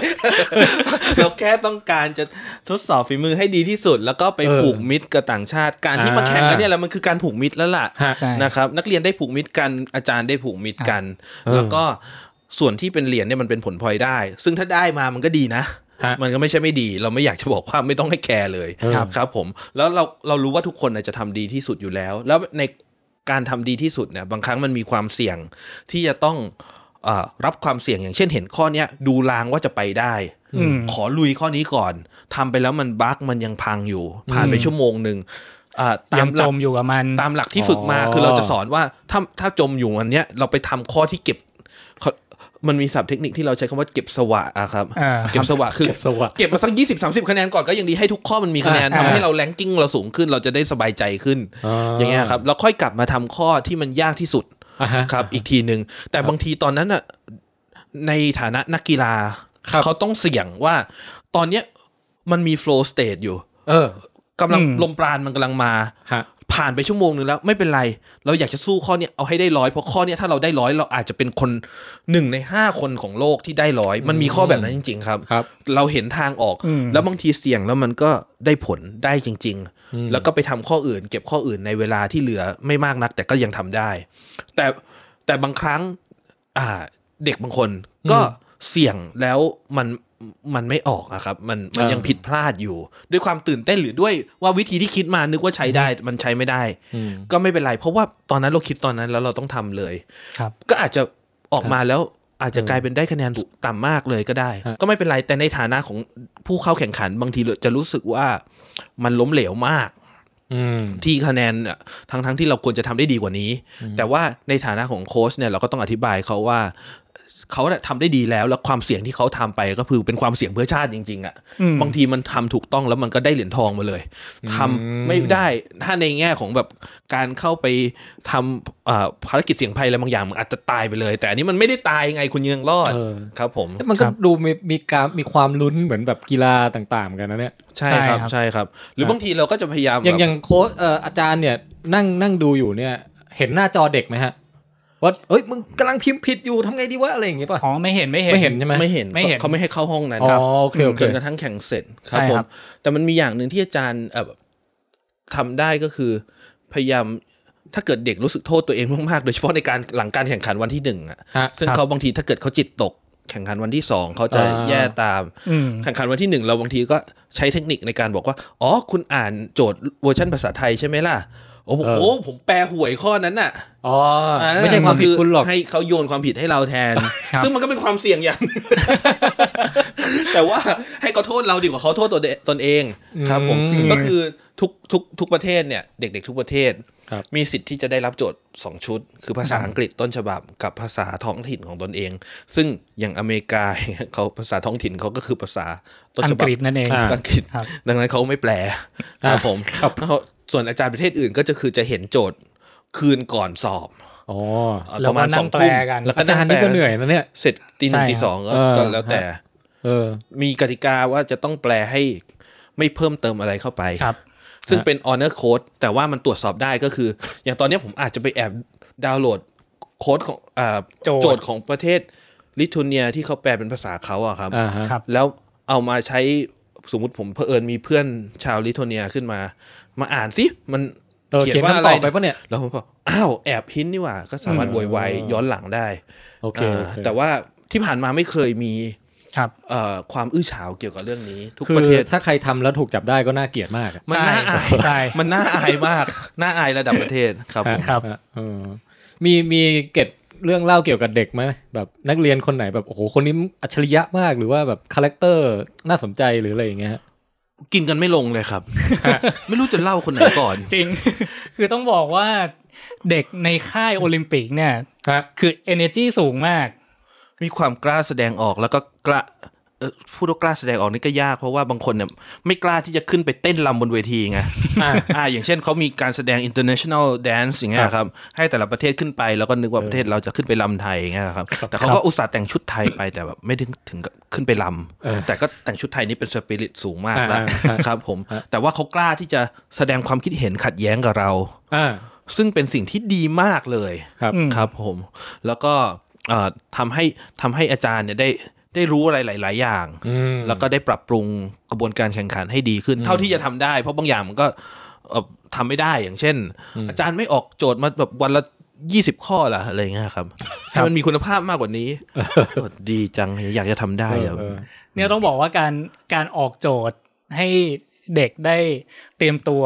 ใช่ เราแค่ต้องการจะทดสอบฝีมือให้ดีที่สุด แล้วก็ไป เออ ผูกมิตรกับต่างชาติ การที่ อ่าม มาแข่งกันเนี่ยแหละมันคือการผูกมิตรแล้วล่ะ ฮะ ใช่ นะครับ นักเรียนได้ผูกมิตรกันอาจารย์ได้ผูกมิตรกัน เออ แล้วก็ส่วนที่เป็นเหรียญเนี่ยมันเป็นผลพลอยได้ ซึ่งถ้าได้มามันก็ดีนะ ฮะ มันก็ไม่ใช่ไม่ดี เราไม่อยากจะบอกว่าไม่ต้องให้แคร์เลย เออครับ ครับผม แล้วเราเรารู้ว่าทุกคนน่ะจะทำดีที่สุดอยู่แล้ว แล้วในการทำดีที่สุดเนี่ยบางครั้งมันมีความเสี่ยงที่จะต้องเออรับความเสี่ยงอย่างเช่นเห็นข้อเนี้ยดูลางว่าจะไปได้ อืม ขอลุยข้อนี้ก่อนทำไปแล้วมันบั๊กมันยังพังอยู่ ผ่านไป อืม ชั่วโมงหนึ่งอ่าตา ยั ม ง ห จ ลัก มอยู่กับมัน ตามหลักที่ฝึกมา อ๋อ คือเราจะสอนว่าถ้าถ้าจมอยู่อันเนี้ยเราไปทำข้อที่เก็บเขามันมีศัพท์เทคนิคที่เราใช้คำว่าเก็บสวะอะครับ อ่า เก็บสวะคือ เก็บสวัสด เก็บมาสักยี่สิบสามสิบคะแนนก่อนก็ยังดีให้ทุกข้อมันมีคะแนน อ่า ทำให้ อ่า เราแรงกิ้งเราสูงขึ้นเราจะได้สบายใจขึ้น อย่างเงี้ยครับแล้วค่อยกลับมาทำข้อที่มันยากที่สุด อ่าฮะ ครับอีกทีหนึ่งแต่บางทีตอนนั้นอ่ะในฐานะนักกีฬา ครับ เขาต้องเสี่ยงว่า ตอนเนี้ยมันมี flow state อยู่ เออก ำลัง อืม ลมปราณมันกำลังมา ฮะ ผ่านไปชั่วโมงหนึ่งแล้วไม่เป็นไร เราอยากจะสู้ข้อเนี้ยเอาให้ได้ร้อยเพราะข้อเนี้ยถ้าเราได้ร้อยเราอาจจะเป็นคนหนึ่งในห้าคนของโลกที่ได้ร้อยมันมีข้อแบบนั้นจริง ๆ ครับ ครับ เราเห็นทางออก อืม แล้วบางทีเสี่ยงแล้วมันก็ได้ผลได้จริง อืม ๆ แล้วก็ไปทำข้ออื่น เก็บข้ออื่นในเวลาที่เหลือไม่มากนัก แต่ก็ยังทำได้ แต่แต่บางครั้ง อ่า เด็กบางคนก็เสี่ยงแล้วมันมันไม่ออกอะครับ มันมันยัง อ่า ผิดพลาดอยู่ ด้วยความตื่นเต้นหรือด้วยว่าวิธีที่คิดมานึกว่าใช้ได้มันใช้ไม่ได้ อืม ก็ไม่เป็นไร เพราะว่าตอนนั้นเราคิดตอนนั้นแล้วเราต้องทำเลย ครับ ก็อาจจะออกมาแล้วอาจจะกลายเป็นได้คะแนนต่ำมากเลยก็ได้ ฮะ ก็ไม่เป็นไรแต่ในฐานะของผู้เข้าแข่งขันบางทีจะรู้สึกว่ามันล้มเหลวมาก อืม ที่คะแนนทั้งทั้งๆที่เราควรจะทำได้ดีกว่านี้ แต่ว่าในฐานะของโค้ชเนี่ยเราก็ต้องอธิบายเขาว่าเขาเนี่ยทำได้ดีแล้วแล้วความเสี่ยงที่เขาทำไปก็คือเป็นความเสี่ยงเพื่อชาติจริงๆอะ อืม บางทีมันทำถูกต้องแล้วมันก็ได้เหรียญทองมาเลยทำไม่ได้ถ้าในแง่ของแบบการเข้าไปทำเอ่อภารกิจเสี่ยงภัยอะไรบางอย่างมันอาจจะตายไปเลย แต่อันนี้มันไม่ได้ตายไงคุณยังรอด เออ ครับ ผม แต่มันก็ดูมีมีการมีความลุ้นเหมือนแบบกีฬาต่างๆเหมือนกันนะเนี่ย ใช่ครับใช่ครับ หรือบางทีเราก็จะพยายาม อย่างอ แบบ ย่างโค้ชเอ่ออาจารย์เนี่ยนั่งนั่งดูอยู่เนี่ย เห็นหน้าจอเด็กไหมฮะว่าเอ้ยมึงกำลังพิมพ์ผิดอยู่ทำไงดีวะอะไรอย่างงี้ป่ะ อ๋อไม่เห็นไม่เห็น ไม่เห็นใช่ไหม ไม่เห็น ไม่เห็น เขาไม่ให้เข้าห้องนั้น อ๋อ ครับ โอเคโอเค จนกระทั่งแข่งเสร็จครับ ใช่ ผ ค ม รับ แต่มันมีอย่างหนึ่งที่อาจารย์เอ่อทำได้ก็คือ พยายามถ้าเกิดเด็กรู้สึกโทษตัวเองมากๆโดยเฉพาะในการหลังการแข่งขันวันที่หนึ่งอะ ฮะ ซึ่งเขาบางทีถ้าเกิดเขาจิตตก แข่งขันวันที่สองเขาจะ อ่า แย่ตาม อืม แข่งขันวันที่หนึ่งเราบางทีก็ใช้เทคนิคในการบอกว่าอ๋อคุณอ่านโจทย์เวอร์ชันภาษาไทยใช่ไหมล่ะโอ้ผม เออ โอ้ผมแปลห่วยข้อนั้นน่ะ อ๋อไม่ใช่ความผิดคุณหรอก ให้เขาโยนความผิดให้เราแทน ครับ ซึ่งมันก็เป็นความเสี่ยงอย่าง แต่ว่าให้เขาโทษเราดีกว่าเขาโทษตัวเดตนเองครับผม อืม ก็คือทุกทุกทุกประเทศเนี่ย เด็กๆทุกประเทศ ครับ มีสิทธิ์ที่จะได้รับโจทย์ 2 ชุด คือภาษาอังกฤษต้นฉบับกับภาษาท้องถิ่นของตนเอง ซึ่งอย่างอเมริกา เขาภาษาท้องถิ่นเขาก็คือภาษาต้น อั ฉ ง บับ กฤษนั่นเอง อ่า อังกฤษ ครับ ดังนั้นเขาไม่แปลครับผมแล้วส่วนอาจารย์ประเทศอื่นก็จะคือจะเห็นโจทย์คืนก่อนสอบ อ๋อ เอ่อ แล้ ป ว ระ ก็ มาณ นั่ ส ง อง แปล ทุ่ม กัน แล้วก็ อา นั่ จาง รย์ แป นี่ ล ก็เหนื่อยนะเนี่ย เสร็จตีหนึ่ง ใช่ ตีสองก็ เออ ก็แล้วแต่ เออ มีกติกาว่าจะต้องแปลให้ไม่เพิ่มเติมอะไรเข้าไป ครับ ซึ่งเป็น honor code แต่ว่ามันตรวจสอบได้ก็คือ อย่างตอนเนี้ยผมอาจจะไปแอบดาวน์โหลดโค้ดของอ่า โจทย์ โจทย์ของประเทศลิทัวเนียที่เขาแปลเป็นภาษาเขาอะครับ อ่าฮะ ครับ แล้วเอามาใช้สมมติผมเผอิญมีเพื่อนชาวลิทัวเนียขึ้นมา มาอ่านสิมัน เออเขียนคำตอบไปปะเนี่ย แล้วผมบอกอ้าวแอบหินนี่หว่าก็สามารถ อืม โวยวายย้อนหลังได้ โอเค อ่า โอเค แต่ว่าที่ผ่านมาไม่เคยมี ครับ เอ่อความอื้อฉาวเกี่ยวกับเรื่องนี้ ทุก คื ประเท อ ศ ถ้าใครทำแล้วถูกจับได้ก็น่าเกลียดมากอะ มันน่าอาย ใช่ มันน่าอายมาก น่าอายระดับประเทศครับผม ครับ ฮะเออมีมีเก็บเรื่องเล่าเกี่ยวกับเด็กไหมแบบนักเรียนคนไหนแบบโอ้โหคนนี้อัจฉริยะมากหรือว่าแบบคาแรคเตอร์น่าสนใจหรืออะไรอย่างเงี้ยฮะ กินกันไม่ลงเลยครับ ไม่รู้จะเล่าคนไหนก่อน จริง คือต้องบอกว่าเด็กในค่ายโอลิมปิกเนี่ย ครับ คือ energy สูงมาก มีความกล้าแสดงออกแล้วก็กล้าเอ่อพูดว่ากล้าแสดงออกนี่ก็ยาก เพราะว่าบางคนเนี่ยไม่กล้าที่จะขึ้นไปเต้นรำบนเวทีไง อ่า อ่าอย่างเช่นเขามีการแสดง international dance อย่างเงี้ยครับ ให้แต่ละประเทศขึ้นไปแล้วก็นึกว่าประเทศเราจะขึ้นไปรำไทยอย่างเงี้ยครับ แต่เขาก็อุตส่าห์แต่งชุดไทยไปแต่แบบไม่ถึงถึงกับขึ้นไปรำแต่ก็แต่งชุดไทยนี่เป็นสปิริตสูงมากแล้ว อ่า ครับผม แต่ว่าเขากล้าที่จะแสดงความคิดเห็นขัดแย้งกับเรา อ่า ซึ่งเป็นสิ่งที่ดีมากเลย ครับ อืม ครับผมแล้วก็เอ่อทำให้ทำให้อาจารย์เนี่ยได้ได้รู้อะไรหลาย ๆ อย่าง อืม แล้วก็ได้ปรับปรุงกระบวนการแข่งขันให้ดีขึ้น เท่าที่จะทำได้ เพราะบางอย่างมันก็เอ่อทำไม่ได้อย่างเช่น อาจารย์ไม่ออกโจทย์มาแบบวันละยี่สิบข้อละอะไรอย่างเงี้ยครับให้มันมีคุณภาพมากกว่านี้โอ้ดีจังอยากจะทำได้อะ เออ เนี่ยต้องบอกว่าการการออกโจทย์ให้เด็กได้เตรียมตัว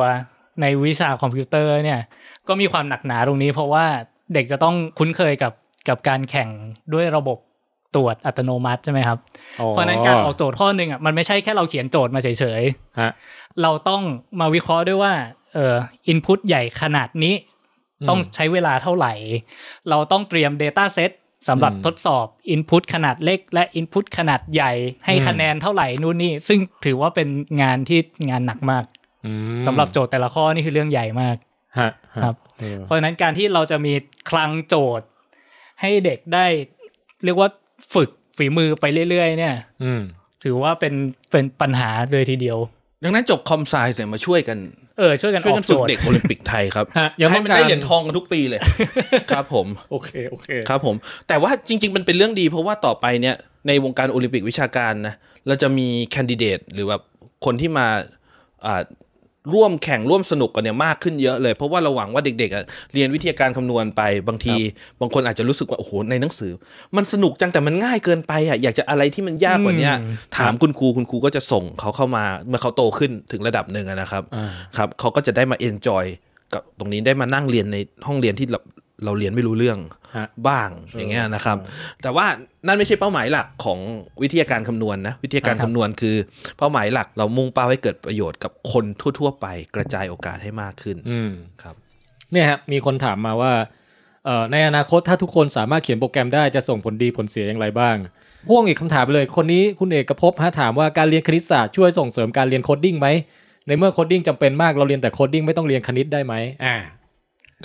ในวิชาคอมพิวเตอร์เนี่ยก็มีความหนักหนาตรงนี้ เพราะว่าเด็กจะต้องคุ้นเคยกับกับการแข่งด้วยระบบตรวจอัตโนมัติใช่ไหมครับ อ๋อ เพราะฉะนั้นการออกโจทย์ข้อหนึ่งอ่ะมันไม่ใช่แค่เราเขียนโจทย์มาเฉย ฮะ ๆ เราต้องมาวิเคราะห์ด้วยว่าเอออินพุตใหญ่ขนาดนี้ อืม ต้องใช้เวลาเท่าไหร่ เราต้องเตรียม Data Set สำหรับ อืม ทดสอบ Input ขนาดเล็ก และ Input ขนาดใหญ่ให้ อืม คะแนนเท่าไหร่นู่นนี่ ซึ่งถือว่าเป็นงานที่งานหนักมาก อืม สำหรับโจทย์แต่ละข้อนี่คือเรื่องใหญ่มาก ฮะฮะ ครับ เออ เพราะฉะนั้นการที่เราจะมีคลังโจทย์ ให้เด็กได้เรียกว่าฝึกฝีมือไปเรื่อยๆ เนี่ย อืม ถือว่าเป็นเป็นปัญหาเลยทีเดียว ดังนั้นจบคอมไซส์เนี่ยมาช่วยกัน เออช่วยกันอ ช่วย อ กั ก น โจ ฝึก ทย์ เด็กโอลิมปิกไทยครับ ฮะยัง ให้ ต้อง มัน การ ได้เหรียญทองกันทุกปีเลย ครับผม โอเค โอเค ครับผม แต่ว่าจริง ๆ มันเป็นเรื่องดีเพราะว่าต่อไปเนี่ยในวงการโอลิมปิกวิชาการนะเราจะมีแคนดิเดตหรือแบบคนที่มาอ่าร่วมแข่งร่วมสนุกกันเนี่ยมากขึ้นเยอะเลย เพราะว่าเราหวังว่าเด็กๆอ่ะเรียนวิทยาการคำนวณไปบางที บางคนอาจจะรู้สึกว่า โอ้โห ในหนังสือ มันสนุกจังแต่มันง่ายเกินไปอ่ะอยากจะอะไรที่มันยากกว่าเนี้ยถามคุณครูคุณครูก็จะส่งเขาเข้ามาเมื่อเขาโตขึ้นถึงระดับหนึ่งอะนะครับ อ่า ครับเขาก็จะได้มาเอนจอยกับตรงนี้ได้มานั่งเรียนในห้องเรียนที่เราเราเรียนไม่รู้เรื่อง ฮะ บ้างอย่างเงี้ยนะครับ แต่ว่านั่นไม่ใช่เป้าหมายหลักของวิทยาการคำนวณนะวิทยาการคำนวณคือ เป้าหมายหลักเรามุ่งเป้าให้เกิดประโยชน์กับคนทั่ว ๆ ไปกระจายโอกาสให้มากขึ้น อืม ครับ เนี่ยฮะ มีคนถามมาว่าเอ่อในอนาคตถ้าทุกคนสามารถเขียนโปรแกรมได้จะส่งผลดีผลเสียอย่างไรบ้าง พ่วงอีกคำถามไปเลย คนนี้คุณเอกภพฮะถามว่าการเรียนคณิตศาสตร์ช่วยส่งเสริมการเรียนโคดดิ้งไหม ในเมื่อโคดดิ้งจำเป็นมากเราเรียนแต่โคดดิ้งไม่ต้องเรียนคณิตได้ไหมอ่า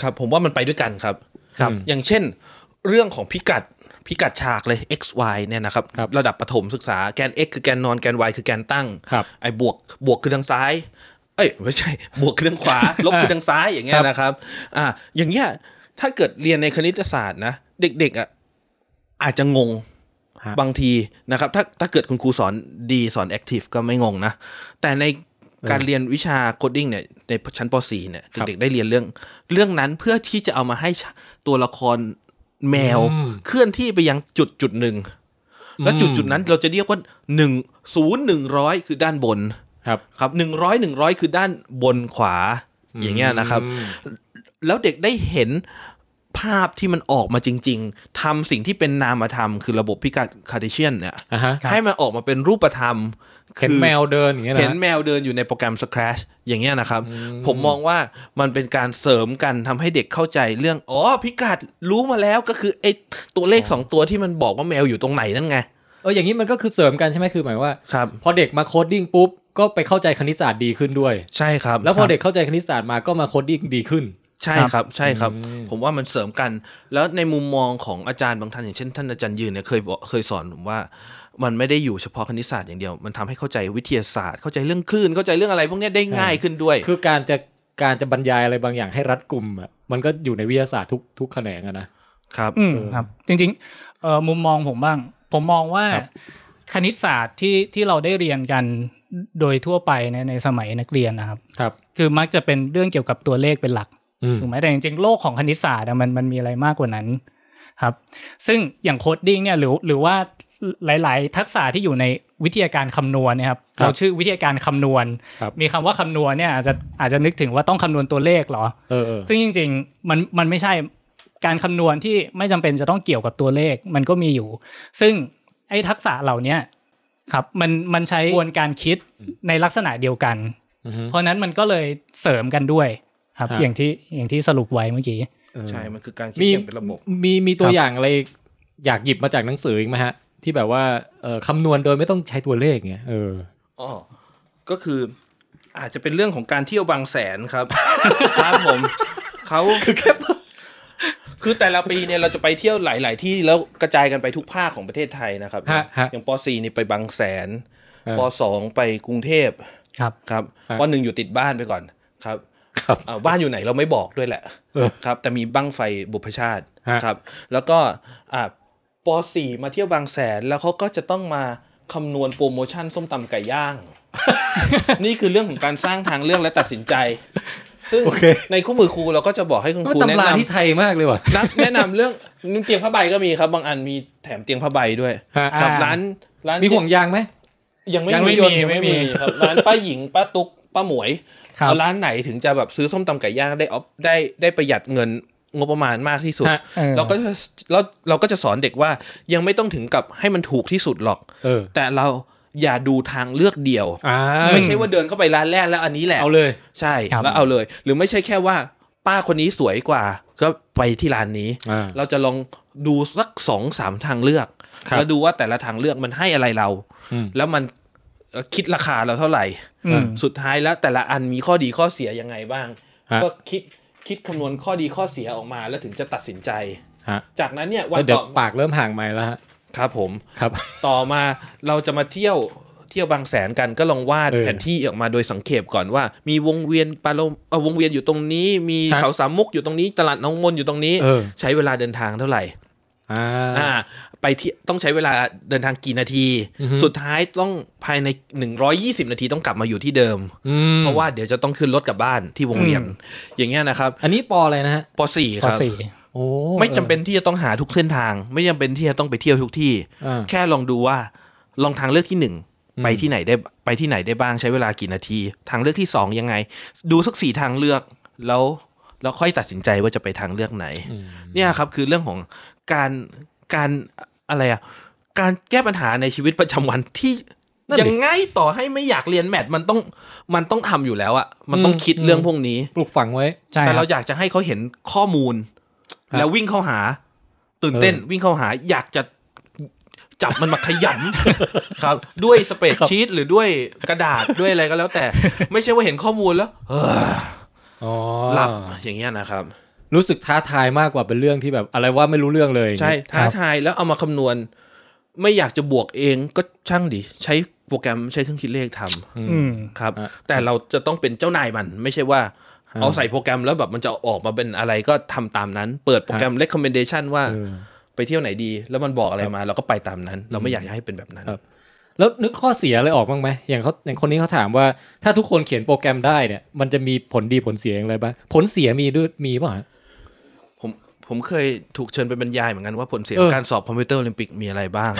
ครับผมว่ามันไปด้วยกันครับ ครับ อย่างเช่นเรื่องของพิกัดพิกัดฉากเลย x y เนี่ยนะครับ ครับ ดับประถมศึกษาแกน x คือแกนนอนแกน y คือแกนตั้ง ครับ ไอ้บวกบวกคือทางซ้าย เอ้ยไม่ใช่ บวกคือทาง ขวา ลบคือทางซ้ายอย่างเงี้ ครั ย บ นะครับ อ่า อย่างเงี้ยถ้าเกิดเรียนในคณิตศาสตร์นะ เด็กๆอ่ะอาจจะงง ฮะ บางทีนะครับ ถ้าถ้าเกิดคุณครูสอนดีสอนแอคทีฟก็ไม่งงนะ แต่ในการเรียนวิชาโคดดิ้งเนี่ยในชั้นป .4 เนี่ย ครับ เด็กๆได้เรียนเรื่องเรื่องนั้นเพื่อที่จะเอามาให้ตัวละครแมว อืม เคลื่อนที่ไปยังจุดจุดหนึ่ง แล้วจุดจุดนั้นเราจะเรียกว่าหนึ่งศูนย์หนึ่งร้อยคือด้านบน ครับ ครับหนึ่งร้อยหนึ่งร้อยคือด้านบนขวาอย่างเงี้ยนะครับ แล้วเด็กได้เห็นภาพที่มันออกมาจริง ๆทำสิ่งที่เป็นนามธรรม คือระบบพิกัดคาร์ติเชียนเนี่ย อ่าฮะ ให้มันออกมาเป็นรูปธรรม เห็น คือ แมวเดินอย่างเงี้ยนะ เห็นแมวเดินอยู่ในโปรแกรม Scratch อย่างเงี้ยนะครับ ผมมองว่ามันเป็นการเสริมกันทำให้เด็กเข้าใจเรื่อง อ๋อ พิกัดรู้มาแล้วก็คือไอ้ตัวเลขสองตัวที่มันบอกว่าแมวอยู่ตรงไหนนั่นไง เอออย่างนี้มันก็คือเสริมกันใช่ไหมคือหมายว่า ครับ พอเด็กมาโคดดิ้งปุ๊บ ก็ไปเข้าใจคณิตศาสตร์ดีขึ้นด้วย ใช่ครับ แล้วพอ ครับ เด็กเข้าใจคณิตศาสตร์มาก็มาโคดดิ้งดีขึ้น ใช่ครับใช่ครับ อืม ผมว่ามันเสริมกัน แล้วในมุมมองของอาจารย์บางท่านอย่างเช่นท่านอาจารย์ยืนเนี่ยเคยบอกเคยสอนผมว่า มันไม่ได้อยู่เฉพาะคณิตศาสตร์อย่างเดียว มันทำให้เข้าใจวิทยาศาสตร์ เข้าใจเรื่องคลื่นเข้าใจเรื่องอะไรพวกเนี้ยได้ง่ายขึ้นด้วย คือการจะการจะบรรยายอะไรบางอย่างให้รัดกลุ่มอ่ะมันก็อยู่ในวิทยาศาสตร์ทุกทุกแขนงอะนะ ครับ อืมครับ จริงๆเอ่อมุมมองผมบ้าง ผมมองว่า ครับ คณิตศาสตร์ที่ที่เราได้เรียนกันโดยทั่วไปในยในสมัยนักเรียนนะครับ ครับ คือมักจะเป็นเรื่องเกี่ยวกับตัวเลขเป็นหลัก อืม ถูกไหมแต่จริงๆ โลกของคณิตศาสตร์อะมันมันมีอะไรมากกว่านั้นครับ ซึ่งอย่างโคดดิ้งเนี่ยหรือหรือว่าหลายๆ ทักษะที่อยู่ในวิทยาการคำนวณเนะครับ ครับ เราชื่อวิทยาการคำนวณ ครับ มีคำว่าคำนวณเนี่ยอาจจะอาจจะนึกถึงว่าต้องคำนวณตัวเลขเหรอ เออเออ ซึ่งจริงๆ มันมันไม่ใช่การคำนวณที่ไม่จำเป็นจะต้องเกี่ยวกับตัวเลขมันก็มีอยู่ ซึ่งไอ้ทักษะเหล่าเนี้ยครับมันมันใช้กระบวนการคิดในลักษณะเดียวกัน อือฮึ เพราะนั้นมันก็เลยเสริมกันด้วยครับ ฮะ อย่างที่อย่างที่สรุปไว้เมื่อกี้ เออ ใช่มันคือการคิด มี อย่างเป็นระบบ มีมีตัว ครับ อย่างอะไรอยากหยิบมาจากหนังสืออีกไหมฮะ ที่แบบว่าเออคำนวณโดยไม่ต้องใช้ตัวเลขเงี้ยเออ อ๋อ ก็คืออาจจะเป็นเรื่องของการเที่ยวบางแสนครับ ครับผมเขาคือแค่คือแต่ละปีเนี่ยเราจะไปเที่ยวหลาย ๆ ที่แล้วกระจายกันไปทุกภาคของประเทศไทยนะครับ ฮะฮะ อย่างป .4 นี่ไปบางแสน เออ ป .2 ไปกรุงเทพ ครับ ครับ ฮะ ป .1 อยู่ติดบ้านไปก่อนครับ ครับ อ่าบ้านอยู่ไหนเราไม่บอกด้วยแหละ เออ ครับ แต่มีบั้งไฟบุพชาติ ฮะ ครับ แล้วก็อ่าป .4 มาเที่ยวบางแสนแล้วเขาก็จะต้องมาคำนวณโปรโมชั่นส้มตำไก่ย่าง นี่คือเรื่องของการสร้างทางเลือกและตัดสินใจ ซึ่ง โอเค ในคู่มือครูเราก็จะบอกให้คุณครู มัน แนะ ตำราน ำ ที่ไทยมากเลยว่ะ นะแนะนำเรื่อง เตียงผ้าใบก็มีครับ บางอันมีแถมเตียงผ้าใบด้วย ฮะ ครับ อ่า ร้านร้าน มีห่วงยางไหม ยังไม่ ยังไม่ มี มี ยังไม่ ไม่มี มีครับ ร้านป้าหญิงป้าตุ๊กป้าหมวย ครับ เอาร้านไหนถึงจะแบบซื้อส้มตำไก่ย่างได้ออฟได้ได้ประหยัดเงินงบประมาณมากที่สุด ฮะ เออ เราก็จะเราเราก็จะสอนเด็กว่ายังไม่ต้องถึงกับให้มันถูกที่สุดหรอก เออ แต่เราอย่าดูทางเลือกเดียว อ่า ไม่ใช่ว่าเดินเข้าไปร้านแรกแล้วอันนี้แหละ เอาเลย ใช่ ครับ แล้วเอาเลย หรือไม่ใช่แค่ว่าป้าคนนี้สวยกว่า ก็ไปที่ร้านนี้ อ่า เราจะลองดูสักสองสามทางเลือก ครับ แล้วดูว่าแต่ละทางเลือกมันให้อะไรเรา อืม แล้วมันเอ่อคิดราคาเราเท่าไหร่ อืม สุดท้ายแล้วแต่ละอันมีข้อดีข้อเสียยังไงบ้าง ฮะ ก็คิด คิดคำนวณข้อดีข้อเสียออกมาแล้วถึงจะตัดสินใจ ฮะ จากนั้นเนี่ยวั แล้ น วเดี๋ยว ต่อ ปากเริ่มห่างไมค์แล้วฮะ ครับผม ครับ ต่อมาเราจะมาเที่ยวเที่ยวบางแสนกันก็ลองวาด เออ แผนที่ออกมาโดยสังเขปก่อนว่า มีวงเวียนปาโลมเอ่อวงเวียนอยู่ตรงนี้ มี ครับ เขาสามมุกอยู่ตรงนี้ตลาดน้องมนอยู่ตรงนี้ เออ ใช้เวลาเดินทางเท่าไหร่ อ่า อ่าไปที่ต้องใช้เวลาเดินทางกี่นาที อือฮึ สุดท้ายต้องภายใน 120 นาทีต้องกลับมาอยู่ที่เดิม อืม เพราะว่าเดี๋ยวจะต้องขึ้นรถกลับบ้านที่วงเวียน อย่างเงี้ยนะครับ อันนี้ปออะไรนะฮะ ป .4 ข้ ค อ รับ สี่ โอ้ ไม่จำเป็นที่จะต้องหาทุกเส้นทาง ไม่จำเป็นที่จะต้องไปเที่ยวทุกที่ อ่า แค่ลองดูว่าลองทางเลือกที่หนึ่ง อืม ไปที่ไหนได้ไปที่ไหนได้บ้างใช้เวลากี่นาที ทางเลือกที่สองยังไง ดูสักสี่ทางเลือกแล้วแล้วค่อยตัดสินใจว่าจะไปทางเลือกไหน อืม เนี่ยครับคือเรื่องของการการอะไรอะการแก้ปัญหาในชีวิตประจำวันที่ยังไงต่อให้ไม่อยากเรียนแมทมันต้องมันต้องทำอยู่แล้วอะมันต้องคิดเรื่องพวกนี้ ปลูกฝังไว้ ใช่ค แต่ รั เรา บ อยากจะให้เขาเห็นข้อมูล ครับ แล้ววิ่งเข้าหา ตื่นเต้น เออ วิ่งเข้าหา อยากจะจับมันมาขยำ ครับ ด้วยสเปรดชีตหรือด้วยกระดาษด้วยอะไรก็แล้วแต่ ไม่ใช่ว่าเห็นข้อมูลแล้วเออหลับอย่างเงี้ยนะครับ รู้สึกท้าทายมากกว่าเป็นเรื่องที่แบบอะไรว่าไม่รู้เรื่องเลย ใช่คท้ารับ ทายแล้วเอามาคำนวณ ไม่อยากจะบวกเองก็ช่างดิ ใช้โปรแกรมใช้เครื่องคิดเลขทำ อืม ครับ อ่ะ แต่เราจะต้องเป็นเจ้านายมัน ไม่ใช่ว่า อ่า เอาใส่โปรแกรมแล้วแบบมันจะออกมาเป็นอะไรก็ทำตามนั้น เปิดโปรแกรม recommendation ว่า เออ ไปเที่ยวไหนดี แล้วมันบอกอะไรมาเราก็ไปตามนั้น เรา อื ไม่ ม อยากให้เป็นแบบนั้น ครับ แล้วนึกข้อเสียอะไรออกบ้างไหมอย่างเขาอย่างคนนี้เขาถามว่าถ้าทุกคนเขียนโปรแกรมได้เนี่ย มันจะมีผลดีผลเสียอย่างไรบ้างผลเสียมีด้วยมีป่ะฮะ ผมผมเคยถูกเชิญไปบรรยายเหมือนกันว่าผลเสีย เออ ของการสอบคอมพิวเตอร์โอลิมปิกมีอะไร บ้าง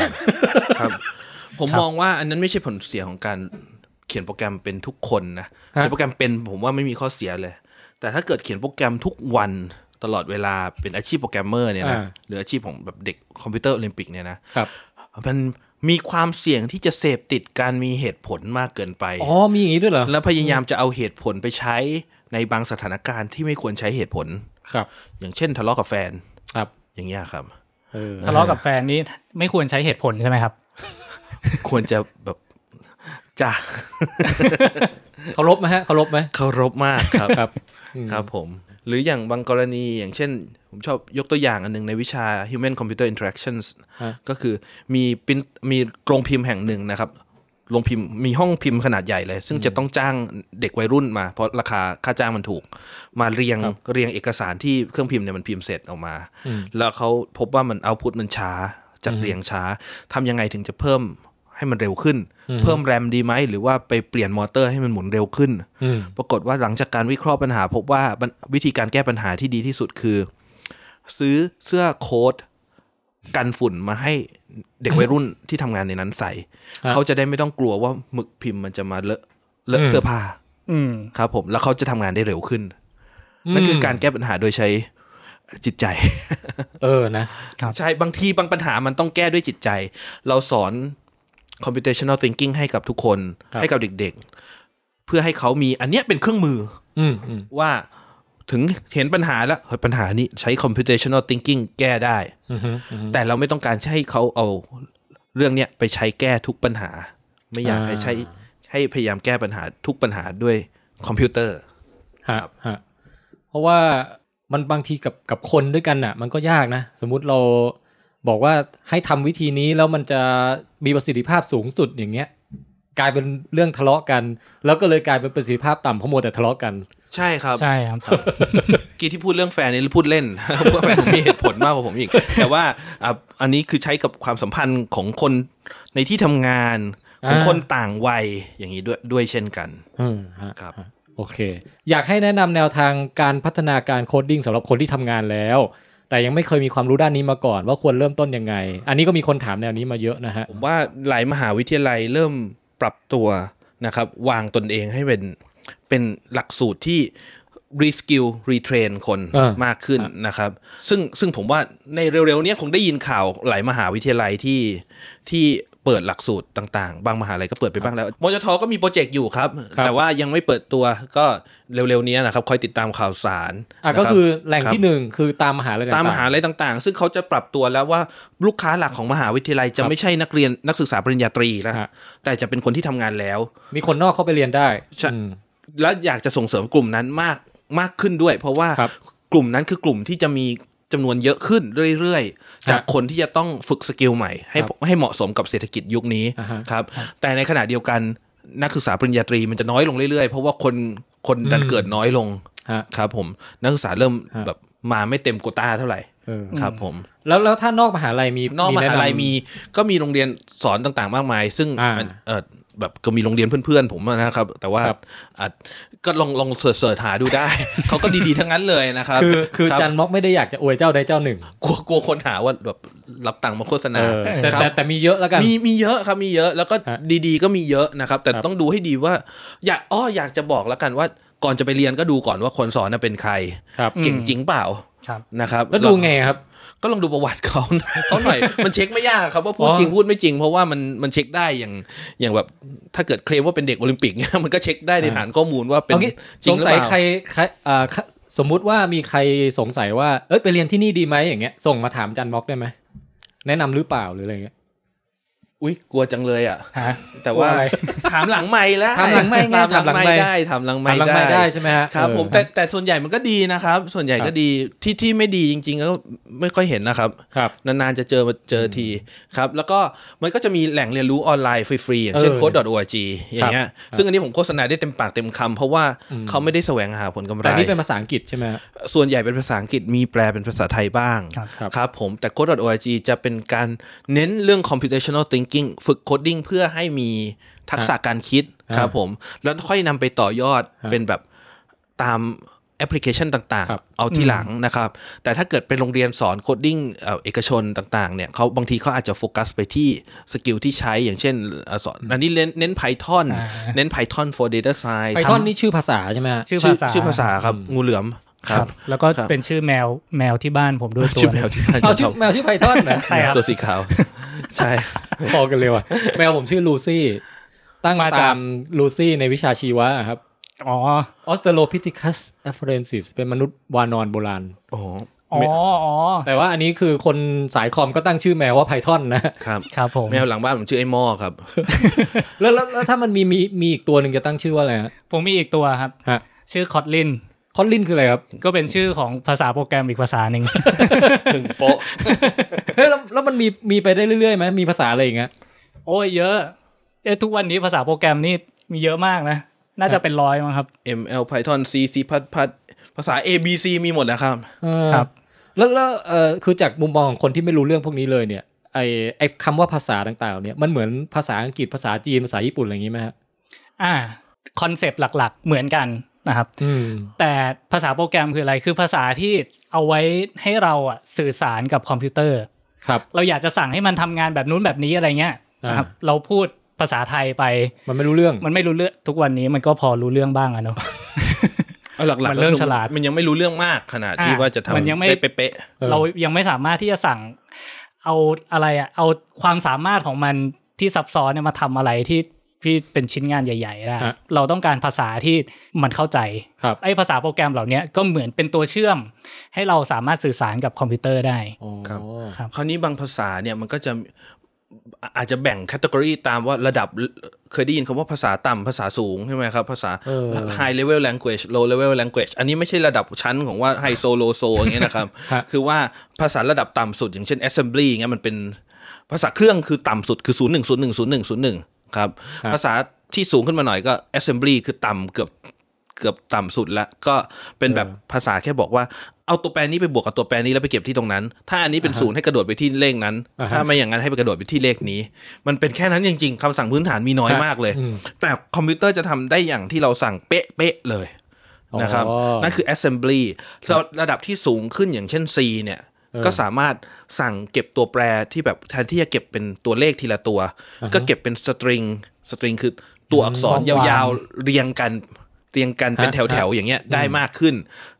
ครับ ผม ครับ มองว่าอันนั้นไม่ใช่ผลเสียของการเขียนโปรแกรมเป็นทุกคนนะเขียนโปรแกรมเป็นผมว่าไม่มีข้อเสียเลย แต่ถ้าเกิดเขียนโปรแกรมทุกวันตลอดเวลาเป็นอาชีพโปรแกรมเมอร์เนี่ยนะ อ่า หรืออาชีพของแบบเด็กคอมพิวเตอร์โอลิมปิกเนี่ยนะครับ มันมีความเสี่ยงที่จะเสพติดการมีเหตุผลมากเกินไป อ๋อมีอย่างนี้ด้วยเหรอ แล้วพยายามจะเอาเหตุผลไปใช้ในบางสถานการณ์ที่ไม่ควรใช้เหตุผล ครับ อย่างเช่นทะเลาะกับแฟน ครับ อย่างเงี้ยครับ เออ ทะเลาะกับแฟนนี่ไม่ควรใช้เหตุผลใช่ไหมครับ ควรจะแบบ จะ เคารพไหมฮะเคารพไหม เคารพมากครับ ครับ ครับผม หรืออย่างบางกรณีอย่างเช่น ผมชอบยกตัวอย่างอันหนึงในวิชา Human Computer Interactions ฮะ ก็คือมีปริ้นมีโรงพิมพ์แห่งหนึ่งนะครับโรงพิมพ์มีห้องพิมพ์ขนาดใหญ่เลย ซึ่งจะต้องจ้างเด็กวัยรุ่นมา เพราะราคาค่าจ้างมันถูก มาเรียงเรียงเอกสารที่เครื่องพิมพ์เนี่ยมันพิมพ์เสร็จออกมา แล้วเขาพบว่ามันเอาพุทมันช้า จัดเรียงช้าทำยังไงถึงจะเพิ่มให้มันเร็วขึ้น เพิ่มแรมดีไหมหรือว่าไปเปลี่ยนมอเตอร์ให้มันหมุนเร็วขึ้น อืม ปรากฏว่าหลังจากการวิเคราะห์ปัญหา พบว่ามันวิธีการแก้ปัญหาที่ดีที่สุดคือ ซื้อเสื้อโค้ทกันฝุ่นมาให้เด็กวัยรุ่นที่ทำงานในนั้นใส่ ะ เขาจะได้ไม่ต้องกลัวว่าหมึกพิมพ์มันจะมาเลอะเลอะ อืม เสื้อผ้า อืม ครับผมแล้วเขาจะทำงานได้เร็วขึ้นนั่นคือการแก้ปัญหาโดยใช้จิตใจ เออนะ ครับ ใช่ บางทีบางปัญหามันต้องแก้ด้วยจิตใจ เราสอน computational thinking ให้กับทุกคน ครับ ให้กับเด็กๆ เพื่อให้เขามีอันเนี้ยเป็นเครื่องมือ อืมอืม ว่าถึงเห็นปัญหาแล้วเฮ้ยปัญหานี้ใช้ computational thinking แก้ได้ อืมอืมอืม แต่เราไม่ต้องการให้เขาเอาเรื่องเนี้ยไปใช้แก้ทุกปัญหา ไม่อยากให้ อ่า ใช้ให้พยายามแก้ปัญหาทุกปัญหาด้วยคอมพิวเตอร์ ฮะฮะเพราะว่ามันบางทีกับกับคนด้วยกันน่ะ มันก็ยากนะ สมมุติเราบอกว่าให้ทำวิธีนี้แล้วมันจะมีประสิทธิภาพสูงสุดอย่างเงี้ย กลายเป็นเรื่องทะเลาะกัน แล้วก็เลยกลายเป็นประสิทธิภาพต่ำเพราะมัวแต่ทะเลาะกัน ใช่ครับ ใช่ครับ กี้ที่พูดเรื่องแฟนนี่พูดเล่น เพราะแฟนผมมีเหตุผลมากกว่าผม อีก แต่ว่าอ่ะอันนี้คือใช้กับความสัมพันธ์ของคนในที่ทำงาน ของ อ่า คนต่างวัยอย่างนี้ด้วยด้วยเช่นกัน อืมฮะ ครับ โอเค อยากให้แนะนำแนวทางการพัฒนาการโคดดิ้งสำหรับคนที่ทำงานแล้ว แต่ยังไม่เคยมีความรู้ด้านนี้มาก่อน ว่าควรเริ่มต้นยังไง อันนี้ก็มีคนถามแนวนี้มาเยอะนะฮะ ผมว่าหลายมหาวิทยาลัยเริ่มปรับตัวนะครับ วางตนเองให้เป็นเป็นหลักสูตรที่รีสกิลรีเทรนคน เออ มากขึ้นนะครับ ซึ่งซึ่งผมว่าในเร็วๆเนี้ยคงได้ยินข่าวหลายมหาวิทยาลัยที่ที่เปิดหลักสูตรต่างๆ บางมหาลัยก็เปิดไปบ้างแล้วมจทก็มีโปรเจกต์อยู่ครับ ครับ แต่ว่ายังไม่เปิดตัวก็เร็วๆเนี้ยนะครับ คอยติดตามข่าวสาร อ่ะ นะ ก็ รับ คือแหล่ง ครับ ที่หนึ่งคือตามมหาลัย ตามมหา ต่ง ลัยต่างๆ ซึ่งเขาจะปรับตัวแล้วว่าลูกค้าหลักของมหาวิทยาลัยจะ ครับ ไม่ใช่นักเรียนนักศึกษาปริญญาตรีแล้ว ฮะ แต่จะเป็นคนที่ทำงานแล้ว ๆมีคนนอกเข้าไปเรียนได้ ใช่ อืม และอยากจะส่งเสริมกลุ่มนั้นมาก มากขึ้นด้วย เพราะว่า ครับ กลุ่มนั้นคือกลุ่มที่จะมีจำนวนเยอะขึ้นเรื่อยๆ จาก ฮะ คนที่จะต้องฝึกสกิลใหม่ ให้ ครับ ให้เหมาะสมกับเศรษฐกิจยุคนี้ อ่าฮะ ครับ แต่ในขณะเดียวกันนักศึกษาปริญญาตรีมันจะน้อยลงเรื่อยๆ เพราะว่าคนคนดัน อืม เกิดน้อยลง ฮะ ครับ ผมนักศึกษาเริ่ม ฮะ แบบมาไม่เต็มโควต้าเท่าไหร่ เออ ครับผม แล้วแล้วถ้านอกมหาลัยมี นอกมหาลัย แนะนำ มีก็มีโรงเรียนสอนต่างๆ มากมาย ซึ่ง อ่า อันเอ่อแบบก็มีโรงเรียนเพื่อนๆ ผมอะนะครับ แต่ว่า ครับ อาจก็ลองลองเสิร์ชๆหาดูได้ เขาก็ดีๆทั้งนั้นเลยนะครับ คือคือ รับ จันม็อกไม่ได้อยากจะอวยเจ้าใดเจ้าหนึ่ง กลัวกลัวคนหาว่าแบบรับตังค์มาโฆษณา เออแต่ ครั แต่ บ แต่มีเยอะแล้วกัน มีมีเยอะครับมีเยอะแล้วก็ ฮะ ดีๆ ก็มีเยอะนะครับ แต่ ครับ ต้องดูให้ดีว่า อยากอ้ออยากจะบอกแล้วกันว่าก่อนจะไปเรียนก็ดูก่อนว่าคนสอนน่ะเป็นใคร ครับ เก่งจริงเปล่า ครับ นะครับ แล้วดูไงครับ ก็ลองดูประวัติเขาหน่อย เขาหน่อย มันเช็คไม่ยากครับว่าพูด อ๋อ จริงพูดไม่จริง เพราะว่ามันมันเช็คได้อย่างอย่างแบบ ถ้าเกิดเคลมว่าเป็นเด็กโอลิมปิกเนี่ยมันก็เช็คได้ในฐานข้อมูลว่าเป็น เอางี้ จริ ส ง ง หรือ สั เป ย ล่า ใครใครเอ่อใครสมมุติว่ามีใครสงสัยว่าเอ้ยไปเรียนที่นี่ดีไหมอย่างเงี้ยส่งมาถามจันม็อกได้ไหมแนะนำหรือเปล่าหรืออะไรเงี้ย อุ้ยกลัวจังเลยอ่ะ ฮะ แต่ว่า ว่าอะไร ถามหลังไม่แล้ว ถามหลังไมค์ไง ถามหลัถามหงลังไม ไม่ ค์ ได้ถามหลัง ถามหลัง ไม่ ไม่ ได้ ได้ใช่ไหมฮะ ครับ เออ ผมแต่แต่ส่วนใหญ่มันก็ดีนะครับ ส่วนใหญ่ ครั ก็ บ ดีที่ที่ไม่ดีจริง ๆ ก็ไม่ค่อยเห็นนะครับ ครับ นานๆ จะเจอมาเจอทีครับ แล้วก็มันก็จะมีแหล่งเรียนรู้ออนไลน์ฟรีๆอย่างเช่น เออ code.org อย่างเงี้ยซึ่งอันนี้ผมโฆษณาได้เต็มปากเต็มคำเพราะว่า อืม เขาไม่ได้แสวงหาผลกำไร แต่นี่เป็นภาษาอังกฤษใช่ไหมฮะ ส่วนใหญ่เป็นภาษาอังกฤษมีแปลเป็นภาษาไทยบ้าง ครับ ครับ บผมแต่ code.org จะเป็นการเน้นเรื่อง computational thinking ฝึก coding เพื่อให้มีทักษะการคิดครับผม แล้วค่อยนำไปต่อยอด ฮะ เป็นแบบตามแอปพลิเคชันต่าง ครับ ๆ เอาที่หลังนะครับ แต่ถ้าเกิดเป็นโรงเรียนสอนโคดดิ้งเอ่อเอกชนต่างๆเนี่ยเขาบางทีเขาอาจจะโฟกัสไปที่สกิลที่ใช้อย่างเช่นเอ่อสอนอันนี้เน้นเน้น Python อ่า เน้น Python for data science ไพทอนนี่ชื่อภาษาใช่ไหมฮะ ชื่อภาษา ชื่อภาษาครับงูเหลือมค ค รั รับ บ แล้วก็ ครับ เป็นชื่อแมวแมวที่บ้านผมด้วยตัว ชื่อแมวที่บ้าน เอา จะ ชื่อ ทำ แมวชื่อไพทอนนะ ใช่ครับ ตัวสีขาว ใช่ พอกันเลยว่ะแมวผมชื่อลูซี่ ตั้ง มาจาก ตามลูซี่ในวิชาชีวะครับ อ๋อ ออสเตโลพิ h ิคัสแอฟเรนซิสเป็นมนุษย์วานอนโบราณ โอ้โห อ๋ออ๋อ แต่ว่าอันนี้คือคนสายคอมก็ตั้งชื่อแมวว่าไพทอนนะ ครับ ครับผม แมวหลังบ้านผมชื่อไอ้หมอ ครับ แล้วแล้วแล้วถ้ามันมีมีมีอีกตัวหนึ่งจะตั้งชื่อว่าอะไรฮะ ผมมีอีกตัวครับ ฮะ ชื่อคอตลิน คอนลินคืออะไรครับ ก็เป็นชื่อของภาษาโปรแกรมอีกภาษา หนึ่ง ถึงโป๊ะ เฮ้ยแล้วแล้วมันมีมีไปได้เรื่อยๆไหมมีภาษาอะไรอย่างเงี้ย โอ้ยเยอะเอ๊ะทุกวันนี้ภาษาโปรแกรมนี่มีเยอะมากนะ น่าจะเป็นร้อยมั้งครับ ML Python C C พัดพัดภาษา A B C มีหมดนะครับ เออ ครับ แล้วแล้วเออคือจากมุมมองของคนที่ไม่รู้เรื่องพวกนี้เลยเนี่ยไอไอคำว่าภาษาต่างๆเนี่ยมันเหมือนภาษาอังกฤษภาษาจีนภาษาญี่ปุ่นอะไรอย่างงี้ไหมฮะ อ่าคอนเซปต์หลักๆ เหมือนกันนะครับ อืม แต่ภาษาโปรแกรมคืออะไร คือภาษาที่เอาไว้ให้เราอะสื่อสารกับคอมพิวเตอร์ ครับ เราอยากจะสั่งให้มันทำงานแบบนู้นแบบนี้อะไรเงี้ยนะครับ เราพูดภาษาไทยไป มันไม่รู้เรื่อง มันไม่รู้เรื่องทุกวันนี้มันก็พอรู้เรื่องบ้างอะเนาะ เอาหลักๆ มันเริ่ม ก็คือ ฉลาด มันยังไม่รู้เรื่องมากขนาดที่ อ่ะ ว่าจะ มัน ทำ ยังไม่ ได้เป๊ะ เออ เรายังไม่สามารถที่จะสั่งเอาอะไรอะเอาความสามารถของมันที่ซับซ้อนเนี่ยมาทำอะไรที่ที่เป็นชิ้นงานใหญ่ๆได้ ฮะ เราต้องการภาษาที่มันเข้าใจ ครับ ไอ้ภาษาโปรแกรมเหล่าเนี้ยก็เหมือนเป็นตัวเชื่อม ให้เราสามารถสื่อสารกับคอมพิวเตอร์ได้ ครับ ๆคราวนี้บางภาษาเนี่ยมันก็จะอ่ะอาจจะแบ่งแคตตากรีตามว่าระดับเคยได้ยินคำว่าภาษาต่ำภาษาสูงใช่ไหมครับภาษา เออ high level language low level language อันนี้ไม่ใช่ระดับชั้นของว่า high so low so อย่างเงี้ยนะครับ ฮะ คือว่าภาษาระดับต่ำสุดอย่างเช่น assembly อย่างเงี้ยมันเป็นภาษาเครื่องคือต่ำสุดคือ 0 1 0 1 0 1 0 1 ครับ ครับ ภาษาที่สูงขึ้นมาหน่อยก็ assembly คือต่ำเกือบเกือบต่ำสุดละก็เป็นแบบภาษาแค่บอกว่าเอาตัวแปรนี้ไปบวกกับตัวแปรนี้แล้วไปเก็บที่ตรงนั้น ถ้าอันนี้เป็นศูนย์ให้กระโดดไปที่เลขนั้น อ่าฮะ ถ้าไม่อย่างนั้นให้ไปกระโดดไปที่เลขนี้ มันเป็นแค่นั้นจริงๆคำสั่งพื้นฐานมีน้อยมากเลย อืม แต่คอมพิวเตอร์จะทำได้อย่างที่เราสั่งเป๊ะ ๆ เลยนะครับ อ๋อ นั่นคือ assembly แล้วระดับที่สูงขึ้นอย่างเช่น C เนี่ย เออ ก็สามารถสั่งเก็บตัวแปรที่แบบแทนที่จะเก็บเป็นตัวเลขทีละตัว อ่าฮะ ก็เก็บเป็นสตริงสตริงคือตัวอักษรยาวๆ เรียงกันเรียงกันเป็น ฮะ แถวๆ อย่างเงี้ยได้มากขึ้น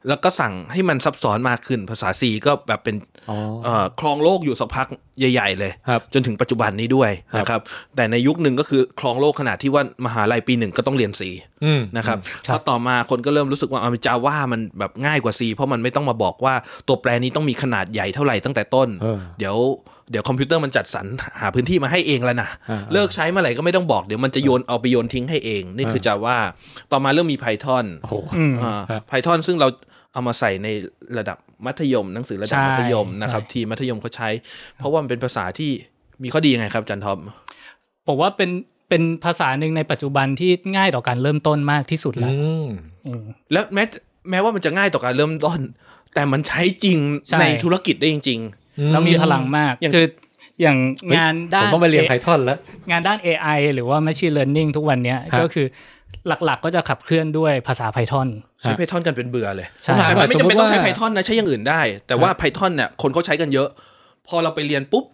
แล้วก็สั่งให้มันซับซ้อนมากขึ้น ภาษา C ก็แบบเป็น อ๋อ เอ่อครองโลกอยู่สักพักใหญ่ๆเลย ครับ จนถึงปัจจุบันนี้ด้วย ครับ นะครับ แต่ในยุคหนึ่งก็คือคลองโลกขนาดที่ว่ามหาลัยปีหนึ่งก็ต้องเรียน C อืม นะครับพอต่อมาคนก็เริ่มรู้สึกว่าเอาจาว่ามันแบบง่ายกว่า C เพราะมันไม่ต้องมาบอกว่าตัวแปรนี้ต้องมีขนาดใหญ่เท่าไหร่ตั้งแต่ต้น เออ เดี๋ยว เดี๋ยวคอมพิวเตอร์มันจัดสรรหาพื้นที่มาให้เองแล้วนะ อ่า เลิกใช้เมื่อไหร่ก็ไม่ต้องบอกเดี๋ยวมันจะโยนเอาไปโยนทิ้งให้เอง นี่คือจะว่าต่อมาเริ่มมี Python โอ้โห อืม อ่า ครับ Python ซึ่งเราเอามาใส่ในระดับมัธยม หนังสือระดับ ใช่ มัธยมนะครับ ใช่ ทีมมัธยมเขาใช้ เพราะว่ามันเป็นภาษาที่มีข้อดียังไงครับอาจันทอม ผมว่าเป็นเป็นภาษาหนึ่งในปัจจุบันที่ง่ายต่อการเริ่มต้นมากที่สุดแล้ว อืม อืม แล้วแม้แม้ว่ามันจะง่ายต่อการเริ่มต้น แต่มันใช้จริง ใช่ ในธุรกิจได้จริง แล้วมีพลังมาก อย่าง คืออย่าง เฮ้ย งานด้า ผม น ต้องไปเรียนไพทอนแล้ว งานด้าน AI หรือว่า Machine Learning ทุกวันเนี้ย ฮะ ก็คือหลักๆก็จะขับเคลื่อนด้วยภาษา Python ๆ ใช้ ฮะ Python กันเป็นเบื่อเลย ใช่ แต่มันไม่จำเป็นต้องใช้ สมมุติว่า Python นะใช้อย่างอื่นได้ แต่ว่า Python เนี่ยคนเขาใช้กันเยอะ พอเราไปเรียนปุ๊บ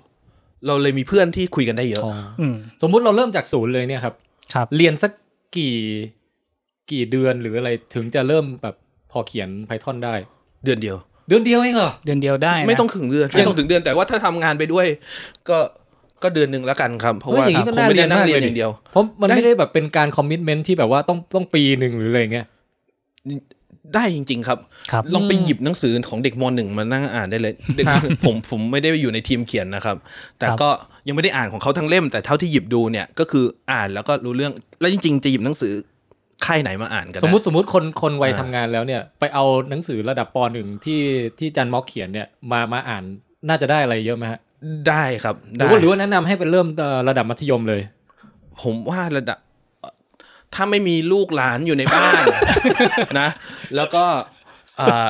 เราเลยมีเพื่อนที่คุยกันได้เยอะ อืม สมมุติเราเริ่มจากศูนย์เลยเนี่ยครับ ครับ เรียนสักกี่กี่เดือนหรืออะไรถึงจะเริ่มแบบพอเขียน Python ได้ เดือนเดียว เดือนเดียวเองเหรอ เดือนเดียวได้นะ ไม่ต้องถึงเดือนไม่ต้องถึงเดือนแต่ว่าถ้าทำงานไปด้วย ก็ก็เดือนหนึ่งแล้วกันครับ เพราะว่า เฮ้ยอย่างนี้ก็ คงไม่ได้นั่ง น่าเรี เรี ย ย นมากเลยนอย่างเดียว เพราะมัน ได้ ไม่ได้แบบเป็นการคอมมิชเมนท์ที่แบบว่าต้องต้องปีหนึ่งหรืออะไรอย่างเงี้ย ได้จริง ๆ ครับ ครับ ลองไปหยิบหนังสือของเด็กมหนึ่งมานั่งอ่านได้เลยเด็กผมผมไม่ได้อยู่ในทีมเขียนนะครับ แต่ ครับ ก็ยังไม่ได้อ่านของเขาทั้งเล่ม แต่เท่าที่หยิบดูเนี่ยก็คืออ่านแล้วก็รู้เรื่องแล้วจริง ๆ จะหยิบหนังสือค่ายไหนมาอ่านกันนะ สมมติสมมติคนคนวัย อ่า ทำงานแล้วเนี่ย ไปเอาหนังสือระดับปหนึ่งที่ที่จันม็อกเขียนเนี่ยมามาอ่านน่าจะได้อะไรเยอะไหมฮะ ได้ครับ หรื ได้ อว่าหรือว่าแนะนำให้ไปเริ่มเอ่อระดับมัธยมเลย ผมว่าระดับถ้าไม่มีลูกหลานอยู่ในบ้าน นะ แล้วก็อ่า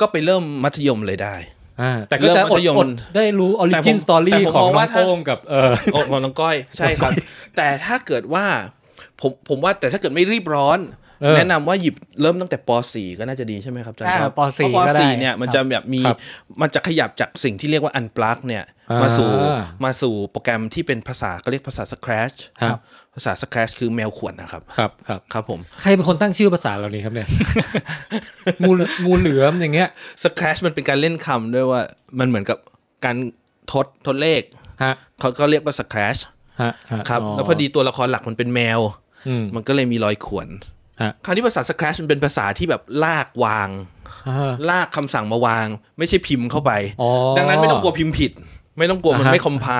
ก็ไปเริ่มมัธยมเลยได้ อ่า แต่ก็ เริ่ จะ มมั อด ธยม อดได้รู้ออริ แต่ผ จิน ม สตอ แต่ รี่ ผม ของ มอง น้อ ว่าง ถ้า โป้งกับเออ โอ้ของน้องก้อยใช่ครับ แต่ถ้าเกิดว่าผมผมว่าแต่ถ้าเกิดไม่รีบร้อน เออ แนะนำว่าหยิบเริ่มตั้งแต่ป .4 ก็น่าจะดีใช่ไหมครับอาจารย์ อ่า ครับ ป .4 เพราะ ก็ ป ได้ .4 เนี่ยมันจะแบบมี ครับ มันจะขยับจากสิ่งที่เรียกว่าอันปลั๊กเนี่ยมาสู่ อ่า มาสู่โปรแกรมที่เป็นภาษาก็เรียกภาษาสครัช ครับ ภาษาสครัชคือแมวขวนนะครับ ครับครับ ครับผม ใครเป็นคนตั้งชื่อภาษาเหล่านี้ครับเนี่ย งูงูเหลือมอย่างเงี้ย สครัชมันเป็นการเล่นคำด้วยว่ามันเหมือนกับการทดทดเลข ฮะ เขาก็เรียกว่าสครัช ฮะฮะ ครับแล้วพอดีตัวละครหลักมันเป็นแมว อืม มันก็เลยมีรอยขวน ฮะ คราวนี้ภาษาสครัชมันเป็นภาษาที่แบบลากวาง อ่า ลากคำสั่งมาวาง ไม่ใช่พิมพ์เข้าไป อ๋อ ดังนั้นไม่ต้องกลัวพิมพ์ผิด ไม่ต้องกลัวมัน อ่าฮะ ไม่คอมไพล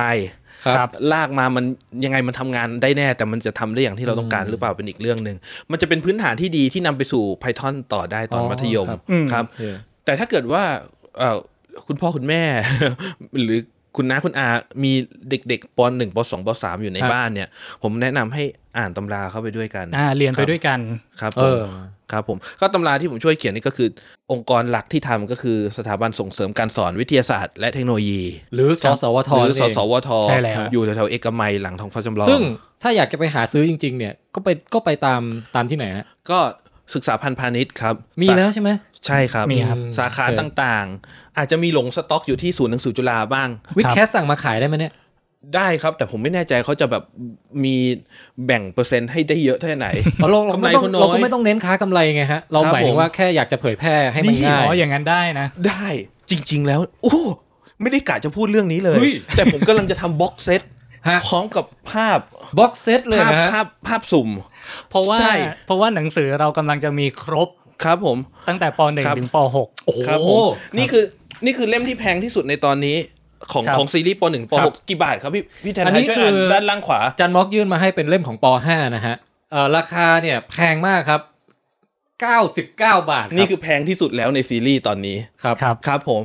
ครับ ลากมามันยังไงมันทำงานได้แน่ แต่มันจะทำได้อย่างที่เราต้องการหรือเปล่าเป็นอีกเรื่องหนึ่งมันจะเป็นพื้นฐานที่ดีที่นำไปสู่ Python ต่อได้ตอน อ๋อ มัธยม ครับ อืม ครับ โอเค แต่ถ้าเกิดว่าเอ่อคุณพ่อคุณแม่ หรือคุณน้าคุณอา มีเด็กๆปหนึ่งปสองปสามอยู่ในบ้านเนี่ย ผมแนะนำให้อ่านตำราเข้าไปด้วยกัน อ่าเรียนไปด้วยกัน ครับผม เออ ครับผมก็ตำราที่ผมช่วยเขียนนี่ก็คือ องค์กรหลักที่ทำก็คือสถาบันส่งเสริมการสอนวิทยาศาสตร์และเทคโนโลยี หรือสสวท หรือส เง สวท ใช่แล้ว อยู่แถวๆเอกมัยหลังทองฟ้าจำลอง ซึ่งถ้าอยากจะไปหาซื้อจริง ๆ เนี่ยก็ไปก็ไปตามตามที่ไหนฮะ ก็ศึกษาพันธ์พาณิชย์ครับ มี สา แล้วใช่ไหม ใช่ครับ มีครับ สาขา โอเค ต่างๆ อาจจะมีหลงสต็อกอยู่ที่ศูนย์หนังสือจุฬาบ้าง วิดแคสสั่งมาขายได้ไหมเนี่ย ได้ครับ แต่ผมไม่แน่ใจเขาจะแบบมีแบ่งเปอร์เซ็นต์ให้ได้เยอะเท่าไหน เราเรา กำไร ไม่ต้อง เขาน้อย เราก็ไม่ต้องเน้นค้ากำไรไงฮะ เรา ครับ หมายถึ ผ ง ม ว่าแค่อยากจะเผยแพร่ให้มัน นี่ ง่า อ๋อ ย อย่างนั้นได้นะ ได้จริง ๆ แล้ว โอ้ไม่ได้กะจะพูดเรื่องนี้เลย เฮ้ย แต่ผมกำลังจะทำบ็อกเซต ฮะ พร้อมกับภาพ บ็อกเซตเลย ภาพ นะ ภา ฮะ พภาพสุ่ม เพราะว่า ใช่ เพราะว่าหนังสือเรากำลังจะมีครบ ครับผม ตั้งแต่ป ครับ .1 ถึงป โอ้โห ครับผมนี่คือนี่คือเล่มที่แพงที่สุดในตอนนี้ของ ครับ ของซีรีส์ปหนึ่งปหกกี่บาทครับพี่พี่แทน อัน ไท นี้ ยช่วยอ่าน คือ ด้านล่างขวา จันม็อกยื่นมาให้เป็นเล่มของป .5 นะฮะเอ่อราคาเนี่ยแพงมากครับ 99 บาท นี่คือแพงที่สุดแล้วในซีรีส์ตอนนี้ ครับ .6 ครับ ครับผม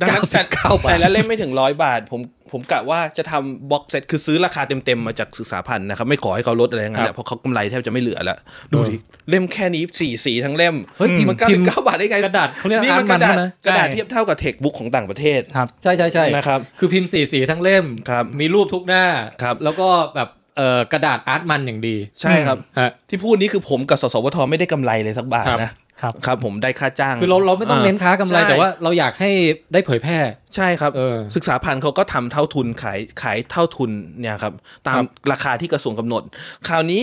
ดังนั้น 99บาท แต่ละเล่มไม่ถึงร้อยบาท ผมผมกะว่าจะทำบ็อกเซตคือซื้อราคาเต็มๆ มาจากศึกษาพันธ์นะครับ ไม่ขอให้เขาลดอะไรอย่างนั้นแหละเพราะเขากำไรแทบจะไม่เหลือแล้ว ดูดิ เล่มแค่นี้สี่สีทั้งเล่ม เฮ้ยพิม มัน พ์ เก้า พิ สิ ม บ พ์ เก้าบาทได้ไง กระดาษเขาเรียก นี่ อา มั ร์ น ต ก มัน ระดาษ นะ กระดาษ ใช่ เทียบเท่ากับเทคบุ๊กของต่างประเทศ ครับ ใช่ใช่ใช่ นะครับ คือพิมพ์สีสีทั้งเล่ม ครับ มีรูปทุกหน้า ครับ แล้วก็แบบเอ่อกระดาษอาร์ตมันอย่างดี ใช่ครับ ฮะ ที่พูดนี้คือผมกับสสวทไม่ได้กำไรเลยสักบาท ครับ นะครับ ครับ ผมได้ค่าจ้าง คือเราเราไม่ต้องเน้นค้ากำไร ใช่ แต่ว่าเราอยากให้ได้เผยแพร่ ใช่ครับ เออ ศึกษาพันธ์เขาก็ทำเท่าทุนขายขายเท่าทุนเนี่ยครับ ตาม ครับ ราคาที่กระทรวงกำหนด คราวนี้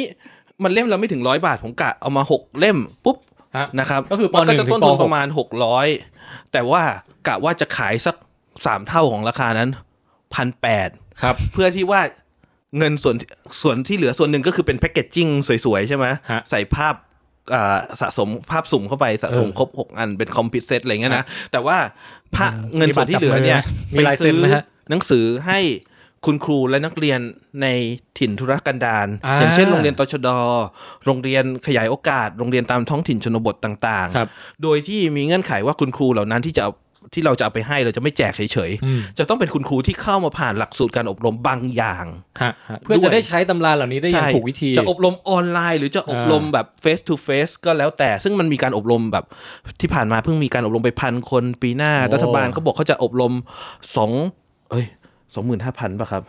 มันเล่มเราไม่ถึงร้อยบาท ผมกะเอามาหกเล่มปุ๊บ ฮะ นะครับ ก็คือป มันหก็นึ่ จะ งถึง ต้นทุน ปหก ประมาณหกร้อยแต่ว่ากะว่าจะขายสักสามเท่าของราคานั้นพันแปด ครับ เพื่อที่ว่าเงินส่วนส่วนที่เหลือส่วนหนึ่งก็คือเป็นแพคเกจจิ้งสวยๆใช่ไหม ฮะ ใส่ภาพ อ่าสะสมภาพสุ่มเข้าไปสะสม เออ ครบ 6 อันเป็นคอมพิวเซตอะไรเงี้ยนะ แต่ว่าพระเงินส่วนที่ มีบัตร เหลือเนี่ย จับมือไหมมีลายเซ็นไหมฮะ หนังสือให้คุณครูและนักเรียนในถิ่นธุรกันดาร อ่า อย่างเช่นโรงเรียนตชด โรงเรียนขยายโอกาส โรงเรียนตามท้องถิ่นชนบทต่าง ครับ ๆ โดยที่มีเงื่อนไขว่าคุณครูเหล่านั้นที่จะเอาที่เราจะเอาไปให้เราจะไม่แจกเฉย อืม ๆ จะต้องเป็นคุณครูที่เข้ามาผ่านหลักสูตรการอบรมบางอย่าง ฮะฮะเพื่อจะได้ใช้ตำราเหล่านี้ได้อย่าง ใช่ ถูกวิธี จะอบรมออนไลน์หรือจะอบรมแบบ face to face ก็แล้วแต่ ซึ่งมันมีการอบรมแบบที่ผ่านมาเพิ่งมีการอบรมไปพันคนปีหน้า โอ้ รัฐบาลเขาบอกเขาจะอบรมสองเอ้ยสองหมื่นห้าพันป่ะครับ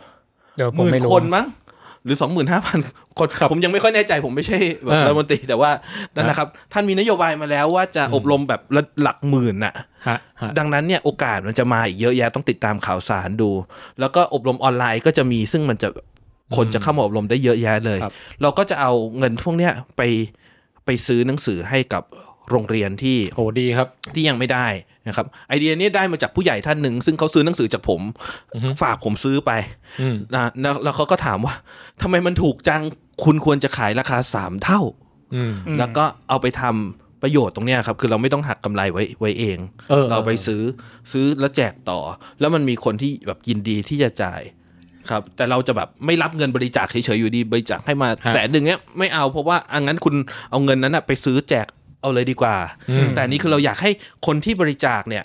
เดี๋ยว ห ผม มื่น ไม่รู้ คนมั้ง หรือสองหมื่นห้าพันคน ครับ ผมยังไม่ค่อยแน่ใจผมไม่ใช่แบบ อ่า รัฐมนตรีแต่ว่านั่นนะครับ ท่านมีนโยบายมาแล้วว่าจะอบรมแบบระหลักหมื่นน่ะ ฮะฮะ ดังนั้นเนี่ยโอกาสมันจะมาอีกเยอะแยะต้องติดตามข่าวสารดู แล้วก็อบรมออนไลน์ก็จะมีซึ่งมันจะคนจะเข้ามาอบรมได้เยอะแยะเลย ครับ เราก็จะเอาเงินพวกเนี้ยไปไปซื้อหนังสือให้กับโรงเรียนที่ โหดีครับ ที่ยังไม่ได้นะครับไอเดียเนี้ได้มาจากผู้ใหญ่ท่านหนึ่ง ซึ่งเขาซื้อหนังสือจากผม อือฮึ ฝากผมซื้อไป อืม นะแล้วแล้วเขาก็ถามว่าทำไมมันถูกจังคุณควรจะขายราคาสามเท่า อืม อืม แล้วก็เอาไปทำประโยชน์ตรงเนี้ยครับ คือเราไม่ต้องหักกำไรไว้ไว้เอง เออ เราไปซื้อซื้อแล้วแจกต่อ แล้วมันมีคนที่แบบยินดีที่จะจ่ายครับ แต่เราจะแบบไม่รับเงินบริจาคเฉยๆอยู่ดีบริจาคให้มา ฮะ แสนหนึ่งเนี้ยไม่เอาเพราะว่าอังั้นคุณเอาเงินนั้นนะไปซื้อแจกเอาเลยดีกว่า อืม แต่อันนี้คือเราอยากให้คนที่บริจาคเนี่ย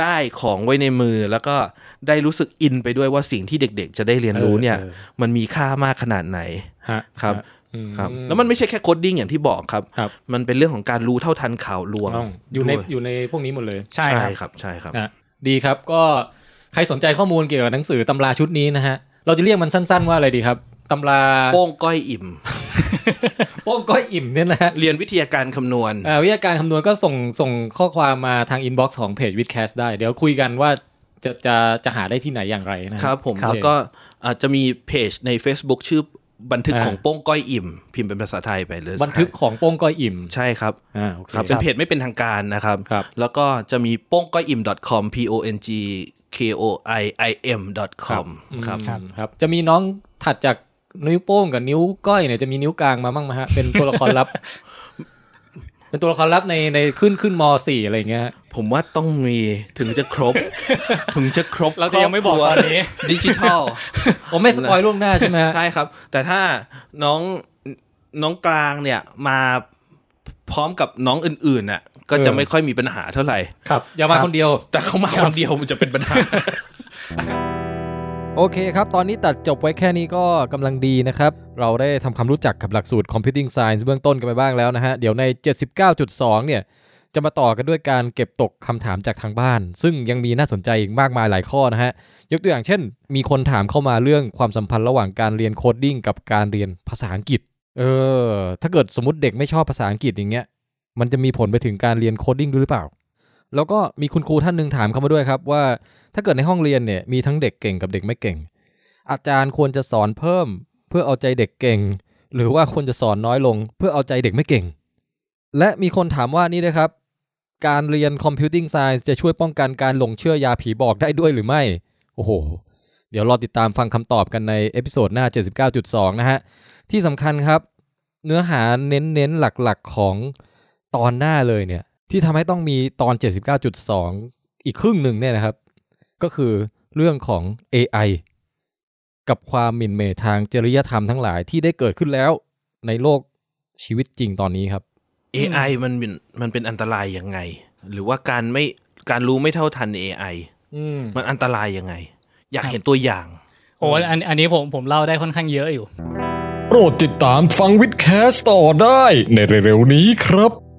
ได้ของไว้ในมือแล้วก็ได้รู้สึกอินไปด้วยว่าสิ่งที่เด็กๆ จะได้เรียนรู้เนี่ย ออออ มันมีค่ามากขนาดไหน ฮะ ครับ ฮะอืม ครับ แล้วมันไม่ใช่แค่โคดดิ้งอย่างที่บอกครับ ครับ มันเป็นเรื่องของการรู้เท่าทันข่าวลวง ต้องอยู่ใน ด้ว อยู่ในพวกนี้หมดเลย ใช่ ใช่ ครับ ครับใช่ครับ นะดีครับก็ใครสนใจข้อมูลเกี่ยวกับหนังสือตำราชุดนี้นะฮะ เราจะเรียกมันสั้นๆว่าอะไรดีครับตำรา โป้งก้อยอิ่ม โป้งก้อยอิ่มเนี่ยนะฮะ เรียนวิทยาการคำนวณ เอ่อวิทยาการคำนวณก็ส่งส่งข้อความมาทางอินบ็อกซ์ของเพจวิดแคสได้ เดี๋ยวคุยกันว่าจะจะจะหาได้ที่ไหนอย่างไรนะฮะ ครับผม ครับ แล้วก็อาจจะมีเพจใน Facebook ชื่อบันทึกของโป้งก้อยอิ่ม พิมพ์เป็นภาษาไทยไปเลย บันทึกของโป้งก้อยอิ่ม ใช่ครับ อ่าโอเค ครับเป็นเพจไม่เป็นทางการนะครับ ครับ แล้วก็จะมีโป้งก้อยอิ่ม .com p o n g k o i i m ครับ .com ครับ ครับ อืมครับจะมีน้องถัดจากนิ้วโป้งกับนิ้วก้อยเนี่ยจะมีนิ้วกลางมาบ้างไหมฮะเป็นตัวละครลับ เป็นตัวละครลับในในขึ้นขึ้นมสี่อะไรอย่างเงี้ยฮะ ผมว่าต้องมีถึงจะครบ ถึงจะครบ เราจะยังไม่บอกตอนนี้ ดิจิทัล ผมไม่สปอยล่วงหน้าใช่ไหมฮะ ใช่ครับ แต่ถ้าน้องน้องกลางเนี่ยมาพร้อมกับน้องอื่นๆน่ะก็จะ เออ ไม่ค่อยมีปัญหาเท่าไหร่ ครับอย่ามา ครับ คนเดียว แต่เขามาคนเดียวมันจะเป็นปัญ หา โอเคครับ ตอนนี้ตัดจบไว้แค่นี้ก็กำลังดีนะครับ เราได้ทำความรู้จักกับหลักสูตร Computing Science เบื้องต้นกันไปบ้างแล้วนะฮะ เดี๋ยวใน 79.2 เนี่ย จะมาต่อกันด้วยการเก็บตกคำถามจากทางบ้าน ซึ่งยังมีน่าสนใจอีกมากมายหลายข้อนะฮะ ยกตัวอย่างเช่น มีคนถามเข้ามาเรื่องความสัมพันธ์ระหว่างการเรียนโคดดิ้งกับการเรียนภาษาอังกฤษ เออ ถ้าเกิดสมมติเด็กไม่ชอบภาษาอังกฤษอย่างเงี้ย มันจะมีผลไปถึงการเรียนโคดดิ้งด้วยหรือเปล่า แล้วก็มีคุณครูท่านหนึ่งถามเข้ามาด้วยครับว่า ถ้าเกิดในห้องเรียนเนี่ยมีทั้งเด็กเก่งกับเด็กไม่เก่ง อาจารย์ควรจะสอนเพิ่มเพื่อเอาใจเด็กเก่ง หรือว่าควรจะสอนน้อยลง เพื่อเอาใจเด็กไม่เก่ง และมีคนถามว่านี่นะครับ การเรียน Computing Science จะช่วยป้องกันการหลงเชื่อยาผีบอกได้ด้วยหรือไม่ โอ้โห เดี๋ยวรอติดตามฟังคำตอบกันในเอพิโซดหน้า 79.2 นะฮะ ที่สำคัญครับ เนื้อหาเน้นๆหลักๆของตอนหน้าเลยเนี่ย ที่ทำให้ต้องมีตอน 79.2 อีกครึ่งหนึ่งเนี่ยนะครับ ก็คือเรื่องของ AI กับความหมิ่นเหมทางจริยธรรมทั้งหลายที่ได้เกิดขึ้นแล้วในโลกชีวิตจริงตอนนี้ครับ AI มันเป็นมันเป็นอันตรายยังไง หรือว่าการไม่การรู้ไม่เท่าทัน AI อืม มันอันตรายยังไง อยาก ครับ เห็นตัวอย่าง โอ้อันอันนี้ผมผมเล่าได้ค่อนข้างเยอะอยู่ โปรดติดตามฟังวิดแคสต์ต่อได้ในเร็วๆนี้ครับ